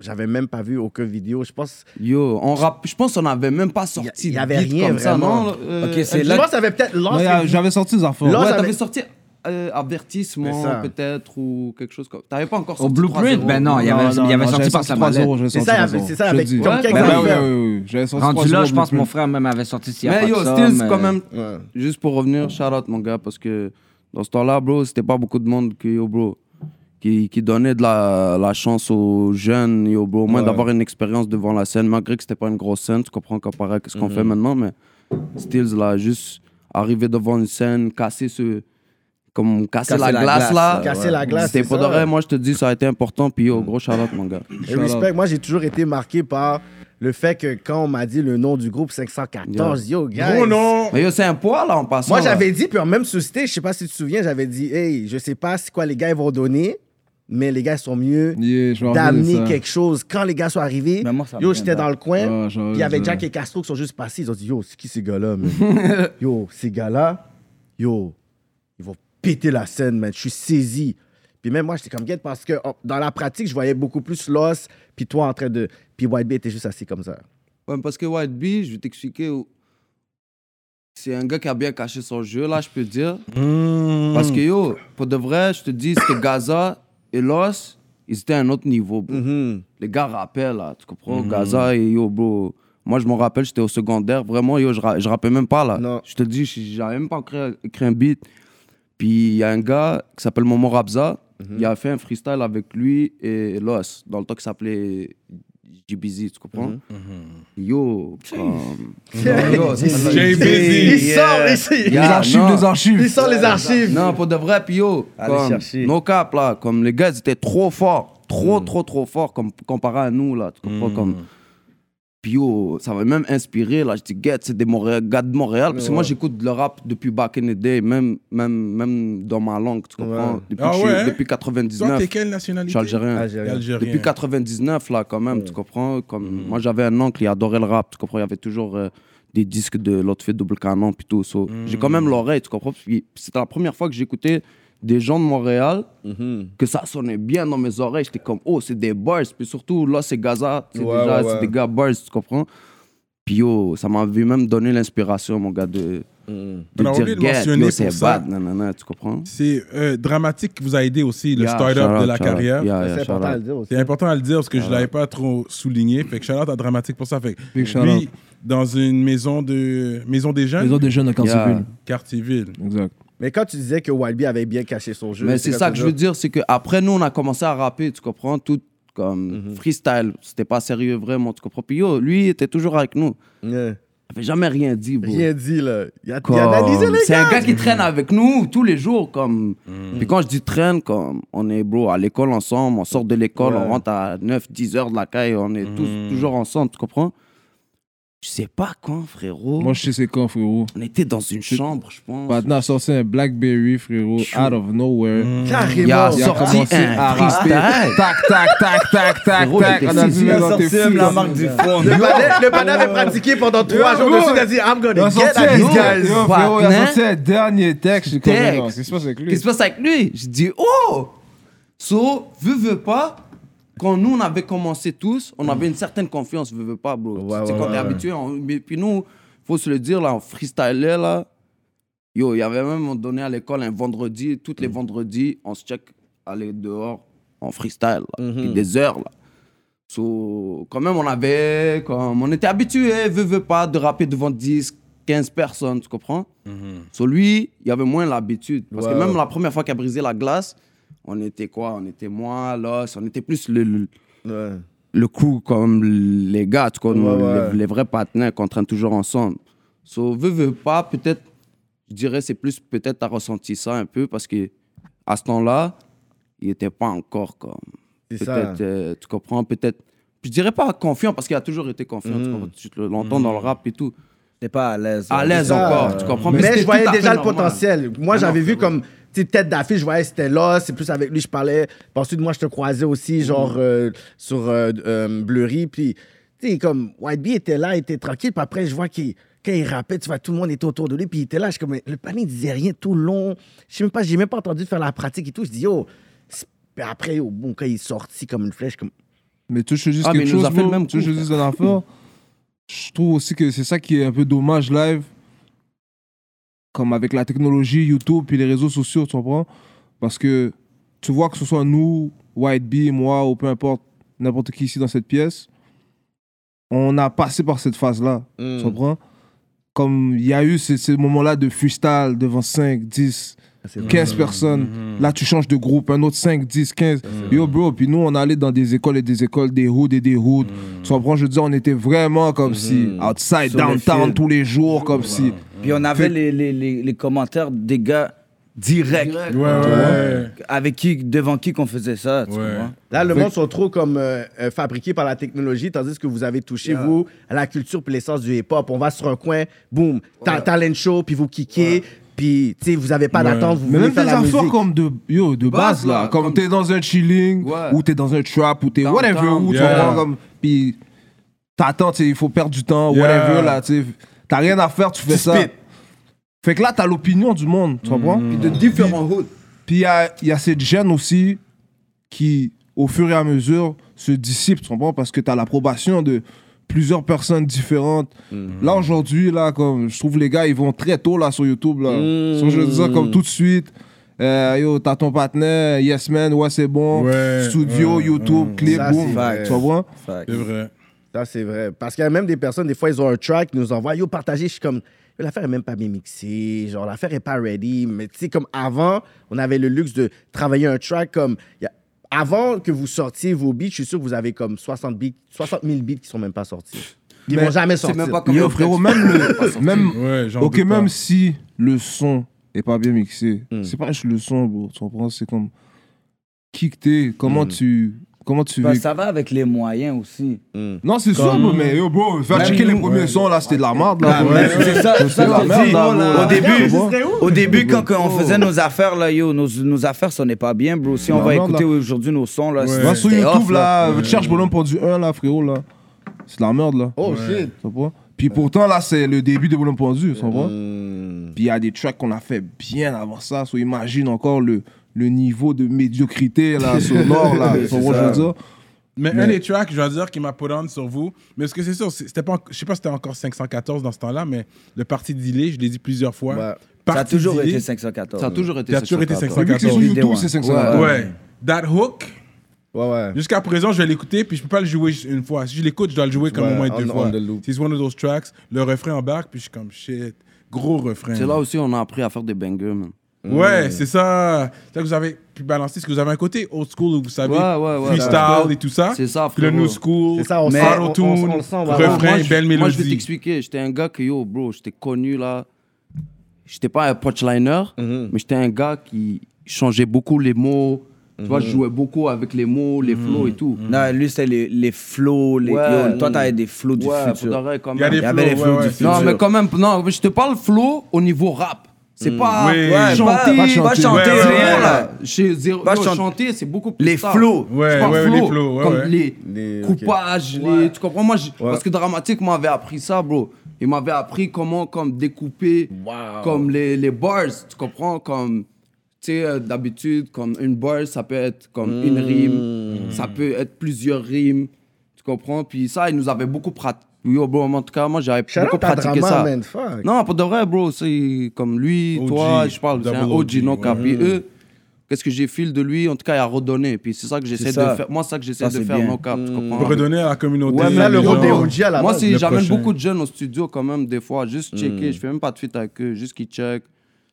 Speaker 4: J'avais même pas vu aucune vidéo. Je pense...
Speaker 9: yo, on rap... je pense qu'on n'avait même pas sorti.
Speaker 4: Il y
Speaker 9: de
Speaker 4: avait
Speaker 9: beat
Speaker 4: rien,
Speaker 9: comme ça,
Speaker 4: vraiment.
Speaker 9: non, euh,
Speaker 8: Ok, c'est
Speaker 4: Je
Speaker 8: là-
Speaker 4: pense que ça avait peut-être
Speaker 9: Ouais,
Speaker 4: Lost.
Speaker 9: j'avais sorti des affaires.
Speaker 4: Ah, Là,
Speaker 9: ouais,
Speaker 4: ça avait-
Speaker 9: t'avais sorti euh,
Speaker 4: C'est ça.
Speaker 9: avertissement peut-être ou quelque chose comme. T'avais pas encore
Speaker 1: Au
Speaker 9: sorti
Speaker 1: Blueprint,
Speaker 9: 3-0.
Speaker 1: ben non, il y avait,
Speaker 7: Non,
Speaker 1: il y avait
Speaker 7: non,
Speaker 1: sorti
Speaker 7: j'avais
Speaker 1: par la
Speaker 7: sorti
Speaker 1: mallette.
Speaker 7: 3-0, j'avais
Speaker 4: C'est
Speaker 7: sorti
Speaker 4: ça,
Speaker 7: 3-0.
Speaker 4: avec- c'est ça,
Speaker 9: Je
Speaker 4: avec
Speaker 9: te dis.
Speaker 4: comme
Speaker 9: Ouais,
Speaker 4: quelques
Speaker 9: ben
Speaker 4: affaires.
Speaker 9: ouais, ouais, ouais, ouais. J'avais sorti
Speaker 1: Rendu
Speaker 9: 3-0
Speaker 1: là, je pense que mon
Speaker 9: Blueprint.
Speaker 1: frère même avait sorti s'il y a
Speaker 9: Mais
Speaker 1: pas
Speaker 9: yo,
Speaker 1: de
Speaker 9: Stills,
Speaker 1: somme,
Speaker 9: quand
Speaker 1: euh,
Speaker 9: même,
Speaker 4: Ouais.
Speaker 9: juste pour revenir, shout out mon gars, parce que dans ce temps-là, bro, c'était pas beaucoup de monde que, yo, bro, qui, qui donnait de la, la chance aux jeunes, yo, bro, au moins
Speaker 4: Ouais.
Speaker 9: d'avoir une expérience devant la scène, malgré que c'était pas une grosse scène, tu comprends, comparé à ce qu'on fait maintenant, mais Stills, là, juste arriver devant une scène, casser ce. Comme casser,
Speaker 8: Casser
Speaker 9: la,
Speaker 8: la
Speaker 9: glace,
Speaker 8: glace,
Speaker 9: là.
Speaker 8: ouais.
Speaker 4: Casser la glace,
Speaker 9: C'était
Speaker 4: c'est
Speaker 9: pour de
Speaker 4: ça.
Speaker 9: vrai, moi, je te dis, ça a été important, puis yo, gros shout out, mon gars.
Speaker 4: Et respect, moi j'ai toujours été marqué par le fait que quand on m'a dit le nom du groupe 514, yo, guys.
Speaker 3: Gros nom.
Speaker 9: Mais yo, c'est un poids, là, en passant.
Speaker 4: Moi
Speaker 9: là.
Speaker 4: j'avais dit, puis en même société, je sais pas si tu te souviens, j'avais dit, hey, je sais pas c'est quoi les gars ils vont donner, mais les gars sont mieux
Speaker 7: Yeah, je me rappelle de
Speaker 4: d'amener
Speaker 7: ça.
Speaker 4: quelque chose. Quand les gars sont arrivés,
Speaker 8: Mais moi, ça me
Speaker 4: yo,
Speaker 8: vient
Speaker 4: j'étais
Speaker 8: de là. Oh,
Speaker 4: dans le coin,
Speaker 7: Ah,
Speaker 4: puis
Speaker 7: j'en
Speaker 4: il y avait
Speaker 7: veux
Speaker 4: Jack
Speaker 7: dire.
Speaker 4: et Castro qui sont juste passés, ils ont dit, yo, c'est qui ces gars-là, man? Yo, ces gars-là, yo, ils vont péter la scène, man. Je suis saisi. Puis même moi, j'étais comme guette parce que oh, dans la pratique, je voyais beaucoup plus Loss, puis toi en train de. Puis White Bay était juste assis comme ça.
Speaker 9: Ouais, parce que White Bee, je vais t'expliquer. où- C'est un gars qui a bien caché son jeu, là, je peux te dire. Parce que yo, pour de vrai, je te dis, c'était Gaza et Los, ils étaient à un autre niveau. bro. Les gars rappaient, là, tu comprends? Gaza et yo, bro. Moi, je m'en rappelle, j'étais au secondaire. Vraiment, yo, je, ra- je rappais même pas, là.
Speaker 4: Non.
Speaker 9: Je te dis, j- j'avais même pas créé, écrit un beat. Puis il y a un gars qui s'appelle Momo Rabza. Il a fait un freestyle avec lui et Los, dans le temps qui s'appelait j'ai busy, tu comprends? Yo, comme- Yo, c'est-
Speaker 3: J'ai busy.
Speaker 8: Yeah.
Speaker 4: sort ici.
Speaker 9: Yeah, non.
Speaker 4: Il sort les archives.
Speaker 9: Non, pour de vrai, puis yo,
Speaker 8: Allez
Speaker 9: comme,
Speaker 8: chercher.
Speaker 9: nos caps, là, comme les gars, ils étaient trop forts,
Speaker 3: Mm.
Speaker 9: trop, trop, trop forts, comme, comparé à nous, là, tu comprends, comme... Puis yo, ça m'a même inspiré, là, je dis, get, c'est des Montréal- gars de Montréal, parce que moi, j'écoute le rap depuis back in the day, même, même, même dans ma langue, tu comprends,
Speaker 4: Ouais.
Speaker 9: depuis,
Speaker 3: Ah
Speaker 9: que je suis-
Speaker 3: ouais?
Speaker 9: depuis
Speaker 3: Toi,
Speaker 9: 99,
Speaker 3: t'es quelle
Speaker 9: je
Speaker 3: nationalité?
Speaker 9: suis algérien.
Speaker 4: Algérien.
Speaker 3: Algérien.
Speaker 9: Depuis 99, là, quand même, tu comprends, comme,
Speaker 3: Mhm.
Speaker 9: moi, j'avais un oncle, il adorait le rap, tu comprends, il y avait toujours... euh, des disques de l'Outfit Double Canon, puis tout. so, J'ai quand
Speaker 3: Mhm.
Speaker 9: même l'oreille, tu comprends? Puis C'était la première fois que j'écoutais des gens de Montréal,
Speaker 3: Mhm.
Speaker 9: que ça sonnait bien dans mes oreilles. J'étais comme, oh, c'est des bars. Puis surtout, là, c'est Gaza. C'est
Speaker 4: Ouais,
Speaker 9: déjà
Speaker 4: ouais, ouais.
Speaker 9: c'est des gars bars, tu comprends? Puis yo, ça m'avait même donné l'inspiration, mon gars, de, de
Speaker 3: Mhm. On a oublié
Speaker 9: dire,
Speaker 3: de
Speaker 9: get,
Speaker 3: mentionner
Speaker 9: yo,
Speaker 3: pour
Speaker 9: c'est
Speaker 3: ça.
Speaker 9: bad, nanana, tu comprends?
Speaker 3: C'est euh, dramatique qui vous a aidé aussi, le
Speaker 9: Yeah, shout
Speaker 3: start-up de
Speaker 9: out,
Speaker 3: la
Speaker 9: shout out.
Speaker 3: carrière.
Speaker 9: Yeah, Ah, yeah,
Speaker 4: C'est
Speaker 9: shout
Speaker 4: important à
Speaker 9: out.
Speaker 4: le dire aussi.
Speaker 3: C'est important à le dire parce que je l'avais pas trop souligné. Fait que shout-out à Dramatique pour ça. Fait que
Speaker 10: Big
Speaker 3: lui, dans une maison, de... maison des jeunes,
Speaker 10: Les autres des jeunes de Cartierville.
Speaker 3: Cartierville.
Speaker 10: Exact.
Speaker 4: Mais quand tu disais que Wilby avait bien caché son jeu.
Speaker 9: Mais c'est ça que je veux dire, c'est qu'après nous, on a commencé à rapper, tu comprends, tout comme
Speaker 4: Mm-hmm.
Speaker 9: freestyle. C'était pas sérieux vraiment, tu comprends. Puis yo, lui, il était toujours avec nous.
Speaker 4: dire.
Speaker 9: Il avait jamais rien dit, bro.
Speaker 4: Rien dit, là. Il a, il
Speaker 9: Comme,
Speaker 4: a analysé les
Speaker 9: C'est
Speaker 4: gars. Mm.
Speaker 9: un gars qui traîne avec nous tous les jours. Comme. Puis quand je dis traîne, comme, on est bro, à l'école ensemble, on sort de l'école, on rentre à 9, 10 heures de la caille, on est
Speaker 3: Mhm.
Speaker 9: tous toujours ensemble, tu comprends? Je sais pas quand, frérot.
Speaker 10: Moi, je sais c'est quand, frérot.
Speaker 9: on était dans une chambre, je pense.
Speaker 10: Maintenant, a sorti un Blackberry, frérot, out of nowhere.
Speaker 3: Mm.
Speaker 4: Mmh.
Speaker 9: Il a
Speaker 4: Carrément.
Speaker 10: Il a
Speaker 9: sorti
Speaker 10: commencé
Speaker 9: un
Speaker 10: à rapper.
Speaker 9: freestyle.
Speaker 10: Tac, tac, tac, tac, tac,
Speaker 9: Frérot, il
Speaker 10: tac.
Speaker 9: était
Speaker 10: On a
Speaker 9: fou.
Speaker 10: vu
Speaker 4: Il a
Speaker 10: dans tes
Speaker 4: sorti même
Speaker 10: fils.
Speaker 4: la
Speaker 10: marque du fond.
Speaker 4: Le panel, le panel avait pratiqué pendant trois jours dessus. Il a dit, I'm
Speaker 10: Il a
Speaker 4: gonna get
Speaker 10: sorti
Speaker 4: at
Speaker 10: un
Speaker 4: these
Speaker 10: dernier-
Speaker 4: guys.
Speaker 10: Yo, frérot, il a
Speaker 9: Partner.
Speaker 10: sorti un dernier texte. Je
Speaker 9: Texte.
Speaker 10: comprends. Qu'est-ce qui se passe avec lui?
Speaker 9: Qu'est-ce qui se passe avec lui Je dis oh So, veux, veux pas, quand nous on avait commencé tous, on avait une certaine confiance, veux, veux pas, bro.
Speaker 4: Mm. Ouais,
Speaker 9: tu sais,
Speaker 4: ouais,
Speaker 9: quand
Speaker 4: ouais,
Speaker 9: t'es
Speaker 4: ouais.
Speaker 9: habitué, on- mais puis nous, faut se le dire, là, on freestylait, là. Yo, il y avait même, on donnait à l'école un vendredi, tous
Speaker 4: Mm.
Speaker 9: les vendredis, on se check, aller dehors, en freestyle, là,
Speaker 4: Mm-hmm.
Speaker 9: puis des heures, là. So, quand même, on avait, comme, on était habitué, veux, veux pas, de rapper devant 10, 15 personnes, tu comprends? So, lui, il avait moins l'habitude. Parce que
Speaker 4: Mhm. Ouais.
Speaker 9: même la première fois qu'il a brisé la glace, on était quoi On était moi, Los, on était plus le, le,
Speaker 4: Ouais.
Speaker 9: le crew comme les gars, tu vois,
Speaker 4: Ouais,
Speaker 9: nos-
Speaker 4: ouais.
Speaker 9: Les, les vrais partenaires qu'on traîne toujours ensemble. So, veux, veux pas, peut-être, je dirais, c'est plus peut-être t'as ressenti ça un peu parce que à ce temps-là, il était pas encore comme
Speaker 4: C'est ça.
Speaker 9: peut-être, euh, tu comprends, peut-être. Je dirais pas confiant parce qu'il a toujours été confiant. tu comprends, Tu te l'entends
Speaker 3: Mhm.
Speaker 9: dans le rap et tout.
Speaker 8: T'es pas à l'aise. Ah,
Speaker 9: À l'aise
Speaker 4: ça.
Speaker 9: encore, tu comprends.
Speaker 4: Mais,
Speaker 9: c'était
Speaker 4: je voyais
Speaker 9: tout à
Speaker 4: déjà
Speaker 9: fait
Speaker 4: le
Speaker 9: normal.
Speaker 4: potentiel. Moi,
Speaker 9: Ah non,
Speaker 4: j'avais vu
Speaker 9: frérot.
Speaker 4: comme tu sais, tête d'affiche, je voyais c'était là, c'est plus avec lui je parlais. Puis ensuite, moi, je te croisais aussi, genre
Speaker 9: Mm.
Speaker 4: euh, sur euh, euh, Bleury. Puis, tu sais, comme White Bee était là, il était tranquille. Puis après, je vois qu'il. Quand il rappait, tu vois, tout le monde était autour de lui, puis il était là. Je suis comme, mais le panier, il disait rien tout le long. Je sais même pas, j'ai même pas entendu faire la pratique et tout. Je dis, yo. c'est- Puis après, au bon, quand il est sorti comme une flèche, comme.
Speaker 10: Mais tu juste
Speaker 9: Ah, mais
Speaker 10: quelque
Speaker 9: il nous
Speaker 10: chose,
Speaker 9: a fait le
Speaker 10: bro.
Speaker 9: même
Speaker 10: Tu
Speaker 9: coup.
Speaker 10: juste un affaire. Je trouve aussi que c'est ça qui est un peu dommage live. Comme avec la technologie, YouTube, puis les réseaux sociaux, tu comprends? Parce que tu vois que ce soit nous, White Bee, moi, ou peu importe, n'importe qui ici dans cette pièce, on a passé par cette phase-là,
Speaker 9: Hmm.
Speaker 10: tu comprends? Comme il y a eu ces, ces moments-là de freestyle devant 5, 10, 15 personnes. Là, tu changes de groupe, un autre 5, 10, 15. Yo, bro, puis nous, on allait dans des écoles et des écoles, des hoods et des hoods. Tu comprends, je veux dire, on était vraiment comme si, outside,
Speaker 8: Sur le
Speaker 10: downtown,
Speaker 8: fil.
Speaker 10: tous les jours, comme si.
Speaker 8: Puis on avait les, les, les, les commentaires des gars directs.
Speaker 3: Ouais, ouais.
Speaker 8: Avec qui, devant qui qu'on faisait ça,
Speaker 3: Ouais.
Speaker 8: tu comprends?
Speaker 4: Là, le monde sont trop comme euh, euh, fabriqués par la technologie, tandis que vous avez touché, vous, à la culture puis l'essence du hip-hop. On va sur un coin, boum, ta- talent show, puis vous kickez, puis, tu sais, vous avez pas d'attente, vous
Speaker 10: Mais
Speaker 4: voulez
Speaker 10: même des
Speaker 4: faire la
Speaker 10: affaires
Speaker 4: musique.
Speaker 10: comme de, yo, de base,
Speaker 9: Base,
Speaker 10: là.
Speaker 9: là,
Speaker 10: Comme,
Speaker 9: comme-
Speaker 10: t'es dans un chilling,
Speaker 9: Ouais.
Speaker 10: ou t'es dans un trap, ou t'es
Speaker 9: Downtown.
Speaker 10: whatever, ou tu
Speaker 3: Yeah.
Speaker 10: comprends, comme. Puis t'attends, tu sais, il faut perdre du temps,
Speaker 3: Yeah.
Speaker 10: whatever, là, tu sais. T'as rien à faire, tu fais ça.
Speaker 4: spit.
Speaker 10: Fait que là, t'as l'opinion du monde, tu comprends? Puis de
Speaker 9: Différents hoods.
Speaker 10: Puis il y a, il y a cette gêne aussi qui, au fur et à mesure, se dissipe, tu comprends? Parce que tu as l'approbation de plusieurs personnes différentes.
Speaker 9: Mhm.
Speaker 10: Là, aujourd'hui, là, comme je trouve les gars, ils vont très tôt là sur YouTube. Là.
Speaker 9: Mhm.
Speaker 10: So, je veux dire, comme tout de suite. Euh, yo, t'as ton partenaire, yes man, ouais c'est bon,
Speaker 3: Ouais,
Speaker 10: studio,
Speaker 3: ouais,
Speaker 10: YouTube, clip,
Speaker 4: Ça,
Speaker 10: boom,
Speaker 4: c'est vrai.
Speaker 10: tu vois.
Speaker 3: C'est vrai.
Speaker 4: Ça, c'est vrai. Parce qu'il y a même des personnes, des fois, ils ont un track, ils nous envoient, yo, partagez. Je suis comme, Yo, l'affaire est même pas bien mixée, genre, l'affaire est pas ready. Mais tu sais, comme avant, on avait le luxe de travailler un track comme, y a- avant que vous sortiez vos beats, je suis sûr que vous avez comme 60, beats, 60 000 beats qui sont même pas sortis. Qui
Speaker 10: Mais
Speaker 4: vont jamais
Speaker 9: C'est
Speaker 4: sortir.
Speaker 9: même pas
Speaker 10: Yo,
Speaker 9: comme
Speaker 10: frérot, même le. même,
Speaker 3: Ouais, j'en
Speaker 10: ok,
Speaker 3: doute pas.
Speaker 10: même si le son est pas bien mixé,
Speaker 9: Hmm.
Speaker 10: c'est pas juste le son, bro. Tu comprends? C'est comme. Qui que t'es? Comment
Speaker 9: Hmm.
Speaker 10: tu. Comment tu
Speaker 9: Bah,
Speaker 8: Ben,
Speaker 10: vis?
Speaker 8: ça va avec les moyens aussi.
Speaker 10: Non, c'est sûr, bro, mais yo, bro, faire checker les premiers sons, là, c'était de la merde, là. bro.
Speaker 8: Mais c'est ça, c'est ça
Speaker 10: la
Speaker 8: que je
Speaker 10: merde,
Speaker 8: dis.
Speaker 10: là,
Speaker 8: Au
Speaker 10: voilà.
Speaker 8: début,
Speaker 10: Tu vois
Speaker 8: au début quand, quand on faisait nos affaires, là, yo, nos, nos affaires, ça n'est pas bien, bro. Si on
Speaker 10: La
Speaker 8: va
Speaker 10: merde,
Speaker 8: écouter
Speaker 10: là.
Speaker 8: aujourd'hui nos sons, là, c'est
Speaker 10: Va sur
Speaker 8: c'était
Speaker 10: YouTube,
Speaker 8: off,
Speaker 10: là, cherche Bonhomme Pendu 1, là, frérot, là. C'est de la merde, là.
Speaker 4: Oh shit.
Speaker 10: Tu vois? Puis pourtant, là, c'est le début de Bonhomme Pendu, tu
Speaker 4: Hein?
Speaker 10: vois?
Speaker 4: Euh.
Speaker 10: Puis il y a des tracks qu'on a fait bien avant ça. So, imagine encore le, le niveau de médiocrité, là, sonore, là. Tu vois, je veux dire?
Speaker 3: Mais un des tracks, je vais dire, qui m'a put on sur vous, mais ce que c'est sûr, c'est- c'était pas, en- je sais pas si c'était encore 514 dans ce temps-là, mais le parti d'Ilé, je l'ai dit plusieurs fois.
Speaker 4: Ouais.
Speaker 8: Ça a
Speaker 3: Parti
Speaker 8: toujours
Speaker 3: d'Ilé,
Speaker 8: été 514.
Speaker 9: Ça a toujours été
Speaker 3: Ça a toujours été
Speaker 9: 514.
Speaker 10: Mais vu que c'est sur
Speaker 3: 14
Speaker 10: YouTube,
Speaker 8: vidéos,
Speaker 10: c'est
Speaker 8: hein.
Speaker 10: 500.
Speaker 3: Ouais. That hook,
Speaker 4: Ouais, ouais.
Speaker 3: jusqu'à présent, je vais l'écouter, puis je peux pas le jouer une fois. Si je l'écoute, je dois le jouer comme
Speaker 4: Ouais,
Speaker 3: au moins
Speaker 4: on-
Speaker 3: deux
Speaker 4: on
Speaker 3: fois.
Speaker 4: the loop.
Speaker 3: C'est one of those tracks, le refrain embarque, puis je suis comme shit. Gros refrain.
Speaker 9: C'est là aussi on a appris à faire des bangers, man.
Speaker 4: Mm.
Speaker 3: Ouais, c'est ça. C'est là que vous avez pu balancer. Est-ce que vous avez un côté old school où vous savez
Speaker 9: Ouais, ouais, ouais.
Speaker 3: freestyle et tout ça
Speaker 9: C'est ça,
Speaker 3: Puis le
Speaker 9: frérot.
Speaker 3: new school,
Speaker 4: C'est ça, on
Speaker 3: auto-tune,
Speaker 4: sent- on- on- on le sent, voilà.
Speaker 3: refrain,
Speaker 9: Moi, je-
Speaker 3: belle
Speaker 9: Moi, je vais
Speaker 3: mélodie.
Speaker 9: t'expliquer. J'étais un gars que, yo, bro, j'étais connu là. J'étais pas un punchliner, mais j'étais un gars qui changeait beaucoup les mots. Tu vois, je jouais beaucoup avec les mots, les flows et tout.
Speaker 3: Mhm.
Speaker 8: Non, lui, c'était les, les flows. Les,
Speaker 9: Ouais.
Speaker 8: yo, toi, t'avais des flows
Speaker 7: Mm-hmm.
Speaker 8: du
Speaker 9: Ouais, pour de
Speaker 8: futur.
Speaker 9: vrai, quand
Speaker 3: Il y a
Speaker 9: même.
Speaker 3: des
Speaker 8: Il y avait
Speaker 3: flows,
Speaker 8: les
Speaker 3: ouais,
Speaker 8: flows
Speaker 3: ouais.
Speaker 8: du
Speaker 3: Non,
Speaker 8: futur.
Speaker 9: Non, mais quand même, non, je te parle flow au niveau rap. C'est pas
Speaker 3: Mm. Oui.
Speaker 9: ouais,
Speaker 8: chanter,
Speaker 9: pas-
Speaker 8: pas chanter,
Speaker 3: ouais, ouais,
Speaker 9: zéro,
Speaker 3: ouais.
Speaker 9: là. Chez zéro,
Speaker 8: Pas
Speaker 9: yo,
Speaker 8: chanter.
Speaker 9: chanter, c'est beaucoup plus
Speaker 8: Les
Speaker 9: tard.
Speaker 8: flows.
Speaker 3: Ouais,
Speaker 9: Je parle
Speaker 3: ouais, les flows, ouais,
Speaker 9: comme
Speaker 3: ouais.
Speaker 9: les,
Speaker 4: Les- ok.
Speaker 9: coupages, les, tu comprends moi, je- parce que dramatique m'avait appris ça, bro. Il m'avait appris comment comme découper, comme les, les bars, tu comprends, comme tu sais euh, d'habitude comme une bar ça peut être comme
Speaker 4: Hmm.
Speaker 9: une rime, ça peut être plusieurs rimes, tu comprends. Puis ça, il nous avait beaucoup pratiqué. Yo, bro, en tout cas, moi j'avais beaucoup
Speaker 4: Shout-out à
Speaker 9: pratiqué
Speaker 4: Drama,
Speaker 9: ça.
Speaker 4: man. Fuck.
Speaker 9: Non, pour de vrai, bro, c'est comme lui,
Speaker 3: OG,
Speaker 9: toi, je parle, c'est un
Speaker 3: double
Speaker 9: OG, non
Speaker 3: OG,
Speaker 9: cap.
Speaker 3: ouais.
Speaker 9: Et eux, qu'est-ce que j'ai fil de lui, en tout cas, il a redonné. Puis c'est ça que j'essaie de
Speaker 8: C'est ça.
Speaker 9: faire. Moi, c'est ça que j'essaie
Speaker 8: Ça,
Speaker 9: de
Speaker 8: c'est
Speaker 9: faire,
Speaker 8: bien.
Speaker 9: non cap, tu comprends?
Speaker 3: Mm. Redonner à la communauté.
Speaker 9: Ouais, mais
Speaker 4: Là, le
Speaker 3: les
Speaker 4: rôle des
Speaker 3: gens.
Speaker 4: OG à la
Speaker 9: Moi,
Speaker 4: base.
Speaker 9: si
Speaker 3: Le
Speaker 9: j'amène
Speaker 3: prochain.
Speaker 9: beaucoup de jeunes au studio quand même, des fois, juste
Speaker 3: Mm.
Speaker 9: checker, je fais même pas de feat avec eux, juste qu'ils check,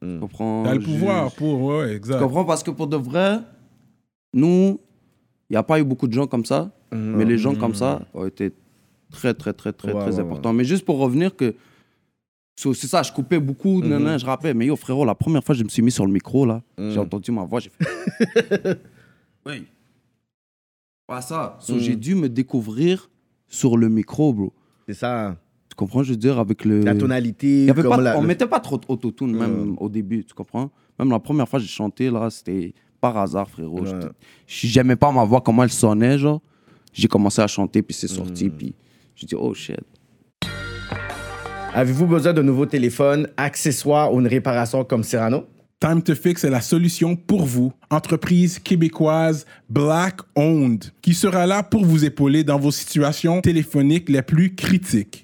Speaker 9: tu comprends?
Speaker 3: T'as le
Speaker 9: je-
Speaker 3: pouvoir pour, ouais, exact.
Speaker 9: Tu comprends? Parce que pour de vrai, nous, il n'y a pas eu beaucoup de gens comme ça, mais les gens comme ça ont été très, très, très, très,
Speaker 4: Mhm. Ouais,
Speaker 9: très
Speaker 4: ouais,
Speaker 9: importants. Mais juste pour revenir que. so- C'est ça, je coupais beaucoup,
Speaker 4: Mhm.
Speaker 9: nanana, je rappais. Mais yo, frérot, la première fois que je me suis mis sur le micro, là,
Speaker 4: Mhm.
Speaker 9: j'ai entendu ma voix, j'ai fait. oui. Pas ça.
Speaker 4: Mhm.
Speaker 9: So, J'ai dû me découvrir sur le micro, bro.
Speaker 4: C'est ça.
Speaker 9: Tu comprends, je veux dire, avec le.
Speaker 4: La tonalité.
Speaker 9: Il y avait
Speaker 4: comme
Speaker 9: pas-
Speaker 4: la-
Speaker 9: on
Speaker 4: le-
Speaker 9: mettait pas trop d'autotune même au début, tu comprends Même la première fois que j'ai chanté, là, c'était par hasard, frérot.
Speaker 4: Ouais.
Speaker 9: J'étais- je J'aimais pas ma voix, comment elle sonnait, genre. J'ai commencé à chanter, puis c'est sorti, puis j'ai dit, oh shit.
Speaker 4: Avez-vous besoin d'un nouveau téléphone, accessoires ou une réparation comme Cyrano?
Speaker 3: Time to Fix est la solution pour vous, entreprise québécoise Black Owned, qui sera là pour vous épauler dans vos situations téléphoniques les plus critiques.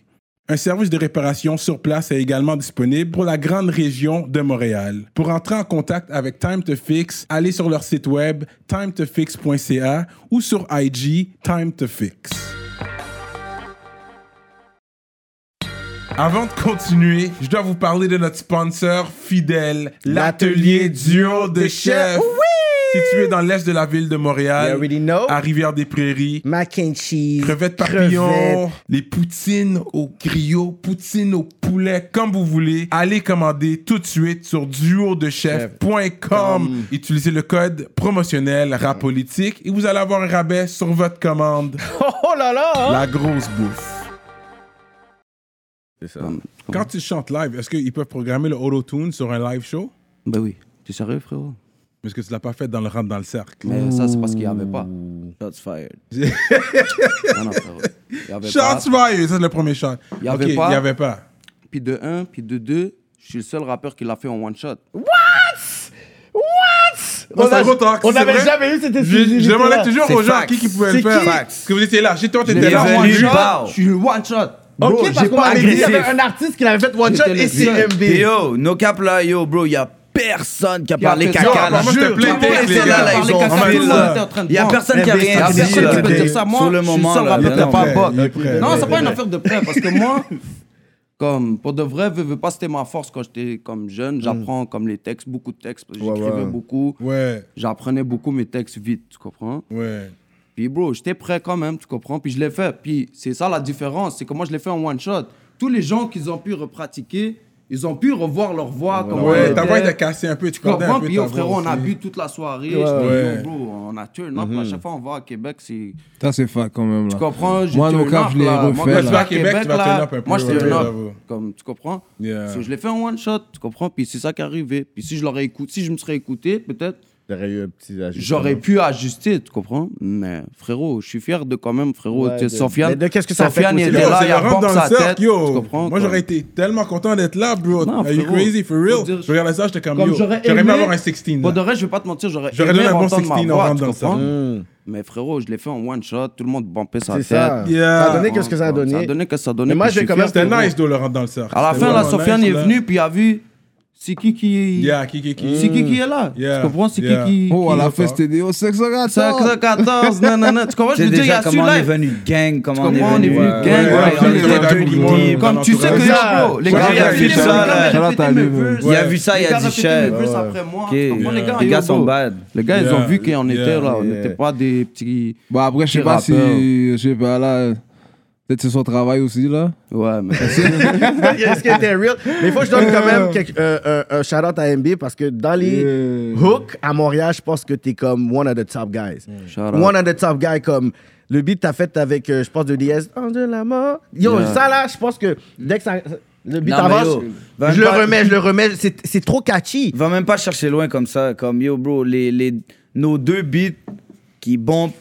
Speaker 3: Un service de réparation sur place est également disponible pour la grande région de Montréal. Pour entrer en contact avec Time to Fix, allez sur leur site web timetofix.ca ou sur IG Time to Fix. Avant de continuer, je dois vous parler de notre sponsor fidèle, l'atelier duo de chef. Situé dans l'est de la ville de
Speaker 4: You
Speaker 3: Montréal,
Speaker 4: already know.
Speaker 3: à Rivière-des-Prairies.
Speaker 4: Mac and cheese.
Speaker 3: Crevettes papillons,
Speaker 4: crevettes.
Speaker 3: les poutines au griot, poutines au poulet, comme vous voulez. Allez commander tout de suite sur duodechef.com. Utilisez le code promotionnel rapolitique et vous allez avoir un rabais sur votre commande.
Speaker 4: Oh là là!
Speaker 3: La grosse bouffe.
Speaker 4: C'est ça.
Speaker 9: Comme-
Speaker 3: Quand tu chantes live, est-ce qu'ils peuvent programmer le auto-tune sur un live show?
Speaker 9: Ben oui. T'es sérieux, frérot
Speaker 3: Parce que tu l'as pas fait dans le rentre dans le cercle.
Speaker 9: Mais ça, c'est parce qu'il y avait pas.
Speaker 8: Shots fired.
Speaker 9: Non, non, frérot. Il y avait pas.
Speaker 3: Shots fired! Ça, c'est le premier shot.
Speaker 9: Y avait
Speaker 3: Ok,
Speaker 9: pas.
Speaker 3: y avait pas.
Speaker 9: Puis de 1, puis de 2, je suis le seul rappeur qui l'a fait en one shot.
Speaker 3: Non, c'est un gros talk,
Speaker 4: on
Speaker 3: c'est
Speaker 4: n'avait
Speaker 3: vrai.
Speaker 4: jamais eu cette
Speaker 3: Je, je
Speaker 4: exclusivité.
Speaker 3: demandais toujours aux gens à qui, qui pouvait le
Speaker 4: C'est
Speaker 3: faire.
Speaker 4: qui?
Speaker 3: Parce Que vous étiez là. J'ai toi, t'étais
Speaker 9: J'étais
Speaker 3: là.
Speaker 9: le
Speaker 3: Moi,
Speaker 9: one
Speaker 3: je-
Speaker 9: shot. Je suis le one shot. Bro,
Speaker 4: Ok, parce
Speaker 9: j'ai
Speaker 4: qu'on
Speaker 9: pas
Speaker 4: m'avait dit qu'il y avait
Speaker 9: agressif.
Speaker 4: un artiste qui l'avait fait one shot
Speaker 9: J'étais
Speaker 4: et
Speaker 9: le
Speaker 8: Puis
Speaker 4: CMB.
Speaker 8: yo, no cap là, yo, bro, y a personne qui a
Speaker 9: Y a
Speaker 8: parlé
Speaker 9: personne.
Speaker 8: caca là.
Speaker 3: Yo, moi, je te
Speaker 8: Jure,
Speaker 3: plains,
Speaker 8: y a
Speaker 3: les
Speaker 8: personne,
Speaker 3: gars.
Speaker 8: là, ils
Speaker 3: Parlez
Speaker 8: ont
Speaker 3: caca,
Speaker 8: fait
Speaker 3: tout le
Speaker 8: là.
Speaker 3: monde était en
Speaker 8: Y a personne qui a rien
Speaker 9: Il
Speaker 8: dit,
Speaker 9: y a personne
Speaker 8: là.
Speaker 9: qui peut dire ça. Moi,
Speaker 8: Sur le
Speaker 9: je suis le
Speaker 8: moment,
Speaker 9: seul
Speaker 8: là,
Speaker 9: rappeur qui
Speaker 8: il est
Speaker 9: a pas
Speaker 8: prêt,
Speaker 9: bot.
Speaker 3: il est prêt,
Speaker 9: Non,
Speaker 3: il est
Speaker 9: c'est pas une affaire de prêt parce que moi, Comme, pour de vrai, veux, veux pas, c'était ma force quand j'étais comme jeune. J'apprends comme les textes, beaucoup de textes. parce que
Speaker 4: Ouais,
Speaker 9: J'écrivais
Speaker 4: ouais.
Speaker 9: beaucoup.
Speaker 3: Mm. Ouais,
Speaker 9: J'apprenais beaucoup mes textes vite, tu comprends?
Speaker 3: ouais.
Speaker 9: Puis, bro, j'étais prêt quand même, tu comprends? Puis, je l'ai fait. Puis, c'est ça la différence. C'est que moi, je l'ai fait en one shot. Tous les gens qu'ils ont pu repratiquer, ils ont pu revoir leur voix. comment
Speaker 3: Ouais,
Speaker 9: elle
Speaker 3: ta voix
Speaker 9: était.
Speaker 3: était cassée un peu, tu
Speaker 9: Tu
Speaker 3: perdais
Speaker 9: comprends?
Speaker 3: un peu
Speaker 9: Puis,
Speaker 3: ta
Speaker 9: yo, frérot,
Speaker 3: voix
Speaker 9: on a
Speaker 3: aussi.
Speaker 9: bu toute la soirée. Je
Speaker 3: Ouais. Mm-hmm.
Speaker 9: dis, yo, bro, on a turn up. À chaque fois, on va à Québec, c'est.
Speaker 10: Ça, c'est fat quand même. Là.
Speaker 9: Tu comprends? J'ai
Speaker 10: Moi,
Speaker 9: turn
Speaker 10: le cap,
Speaker 9: up,
Speaker 10: je l'ai
Speaker 9: là.
Speaker 10: refait.
Speaker 9: Moi, quand
Speaker 10: là.
Speaker 9: je vais
Speaker 3: à Québec, tu vas
Speaker 9: là,
Speaker 3: turn up un peu,
Speaker 9: Moi, je
Speaker 3: ouais,
Speaker 9: turn up.
Speaker 3: j'avoue.
Speaker 9: Comme, tu comprends?
Speaker 3: Yeah.
Speaker 9: So, je l'ai fait en one shot, tu comprends? Puis, c'est ça qui est arrivé. Puis, si je l'aurais écouté, si je me serais écouté, peut-être.
Speaker 4: J'aurais eu un petit ajustement.
Speaker 9: J'aurais pu ajuster, tu comprends Mais frérot, je suis fier de quand même, frérot.
Speaker 4: Ouais,
Speaker 9: tu sais,
Speaker 4: de-
Speaker 9: Sofiane,
Speaker 4: mais de qu'est-ce que ça
Speaker 9: Sofiane,
Speaker 4: fait que
Speaker 9: il
Speaker 4: vous
Speaker 9: était
Speaker 3: Yo,
Speaker 4: étiez
Speaker 9: là,
Speaker 3: c'est
Speaker 9: il a
Speaker 3: le rentre
Speaker 9: bombé
Speaker 3: dans
Speaker 9: sa
Speaker 3: le
Speaker 9: tête.
Speaker 3: cercle,
Speaker 9: Tu
Speaker 3: yo.
Speaker 9: comprends
Speaker 3: Moi,
Speaker 9: comme-
Speaker 3: j'aurais été tellement content d'être là, bro.
Speaker 9: Non,
Speaker 3: Are you
Speaker 9: frérot.
Speaker 3: crazy, for real?
Speaker 9: Faut dire-
Speaker 3: Je regardais ça, j'étais comme,
Speaker 9: Comme
Speaker 3: yo,
Speaker 9: j'aurais
Speaker 3: j'aurais aimé
Speaker 9: aimé-
Speaker 3: avoir un 16.
Speaker 9: Bon,
Speaker 3: là.
Speaker 9: de vrai, je vais pas te mentir, j'aurais
Speaker 3: J'aurais
Speaker 9: aimé
Speaker 3: donné un bon
Speaker 9: entendre ma
Speaker 3: 16 en
Speaker 9: voix,
Speaker 3: rentre
Speaker 9: tu
Speaker 3: dans le
Speaker 9: comprends?
Speaker 3: cercle.
Speaker 9: Mais frérot, je l'ai fait en one shot, tout le monde bombait sa
Speaker 4: Hmm. C'est
Speaker 9: tête.
Speaker 4: ça.
Speaker 3: Yeah.
Speaker 4: Ça a donné qu'est-ce que ça a
Speaker 9: Ça a
Speaker 4: donné.
Speaker 9: donné que ça a donné.
Speaker 4: Mais moi,
Speaker 9: puis
Speaker 4: je vais
Speaker 9: suis
Speaker 4: quand même-
Speaker 9: fier,
Speaker 3: C'était
Speaker 9: frérot.
Speaker 3: nice, though, le rentre dans le cercle.
Speaker 9: À la
Speaker 3: C'était
Speaker 9: fin, la
Speaker 3: vraiment
Speaker 9: Sofiane
Speaker 3: nice,
Speaker 9: est
Speaker 3: là.
Speaker 9: venue, puis il a vu. C'est qui qui est.
Speaker 3: Yeah, qui, qui, qui.
Speaker 9: C'est qui qui est là
Speaker 3: Yeah.
Speaker 9: Tu comprends C'est qui
Speaker 3: Yeah.
Speaker 9: qui.
Speaker 10: Oh, à
Speaker 9: qui-
Speaker 10: la fin, c'était des 514.
Speaker 9: 514, non, non, non. Tu comprends
Speaker 8: C'est
Speaker 9: Je veux dire, il y
Speaker 8: déjà
Speaker 9: a
Speaker 8: comment on est
Speaker 9: celui-là.
Speaker 8: venu gang, comment on est
Speaker 9: Tu comprends, on est
Speaker 8: venu
Speaker 9: venu
Speaker 8: ouais.
Speaker 9: gang,
Speaker 8: Ouais,
Speaker 9: on
Speaker 8: ouais,
Speaker 9: est
Speaker 8: on
Speaker 9: venu
Speaker 8: était
Speaker 9: gang.
Speaker 8: dirty
Speaker 3: Tout le monde.
Speaker 8: deep.
Speaker 9: Comme tu sais que yo, bro, les
Speaker 3: Ouais,
Speaker 9: gars, il y a
Speaker 3: ouais,
Speaker 9: Philippe,
Speaker 3: ouais.
Speaker 9: les gars,
Speaker 8: Shout
Speaker 9: ils
Speaker 8: out
Speaker 9: répétaient
Speaker 8: à
Speaker 9: mes
Speaker 8: lui,
Speaker 9: verses.
Speaker 8: Il a vu ça, il
Speaker 9: Les gars
Speaker 8: a dit
Speaker 9: répétaient
Speaker 8: shit.
Speaker 9: mes verses après moi. Tu
Speaker 8: Ok.
Speaker 9: comprends, les gars,
Speaker 8: Les
Speaker 9: yo,
Speaker 8: gars sont
Speaker 9: bro.
Speaker 8: bad.
Speaker 9: Les gars, ils
Speaker 3: Yeah.
Speaker 9: ont vu qu'on était là, on
Speaker 4: Yeah.
Speaker 9: n'était pas des petits.
Speaker 10: Bah après, je sais
Speaker 9: Petit
Speaker 10: pas si,
Speaker 9: rappeur.
Speaker 10: je sais pas là, peut-être c'est son travail aussi là.
Speaker 9: Ouais, mais.
Speaker 4: Est-ce qu'il était real? Mais il faut que je donne quand même quelque- euh, euh, un shout-out à MB parce que dans les hooks à Montréal, je pense que t'es comme one of the top guys.
Speaker 9: Shout out.
Speaker 4: One of the top guys comme le beat t'as fait avec, euh, je pense, de DS, Ange de la mort. Yo,
Speaker 9: Yeah.
Speaker 4: ça là, je pense que dès que ça, le beat
Speaker 8: Non, mais
Speaker 4: avance,
Speaker 8: yo, va
Speaker 4: je le
Speaker 8: pas-
Speaker 4: remets, je le remets. C'est c'est trop catchy.
Speaker 8: Va même pas chercher loin comme ça. Comme yo, bro, les, les, nos deux beats qui bombent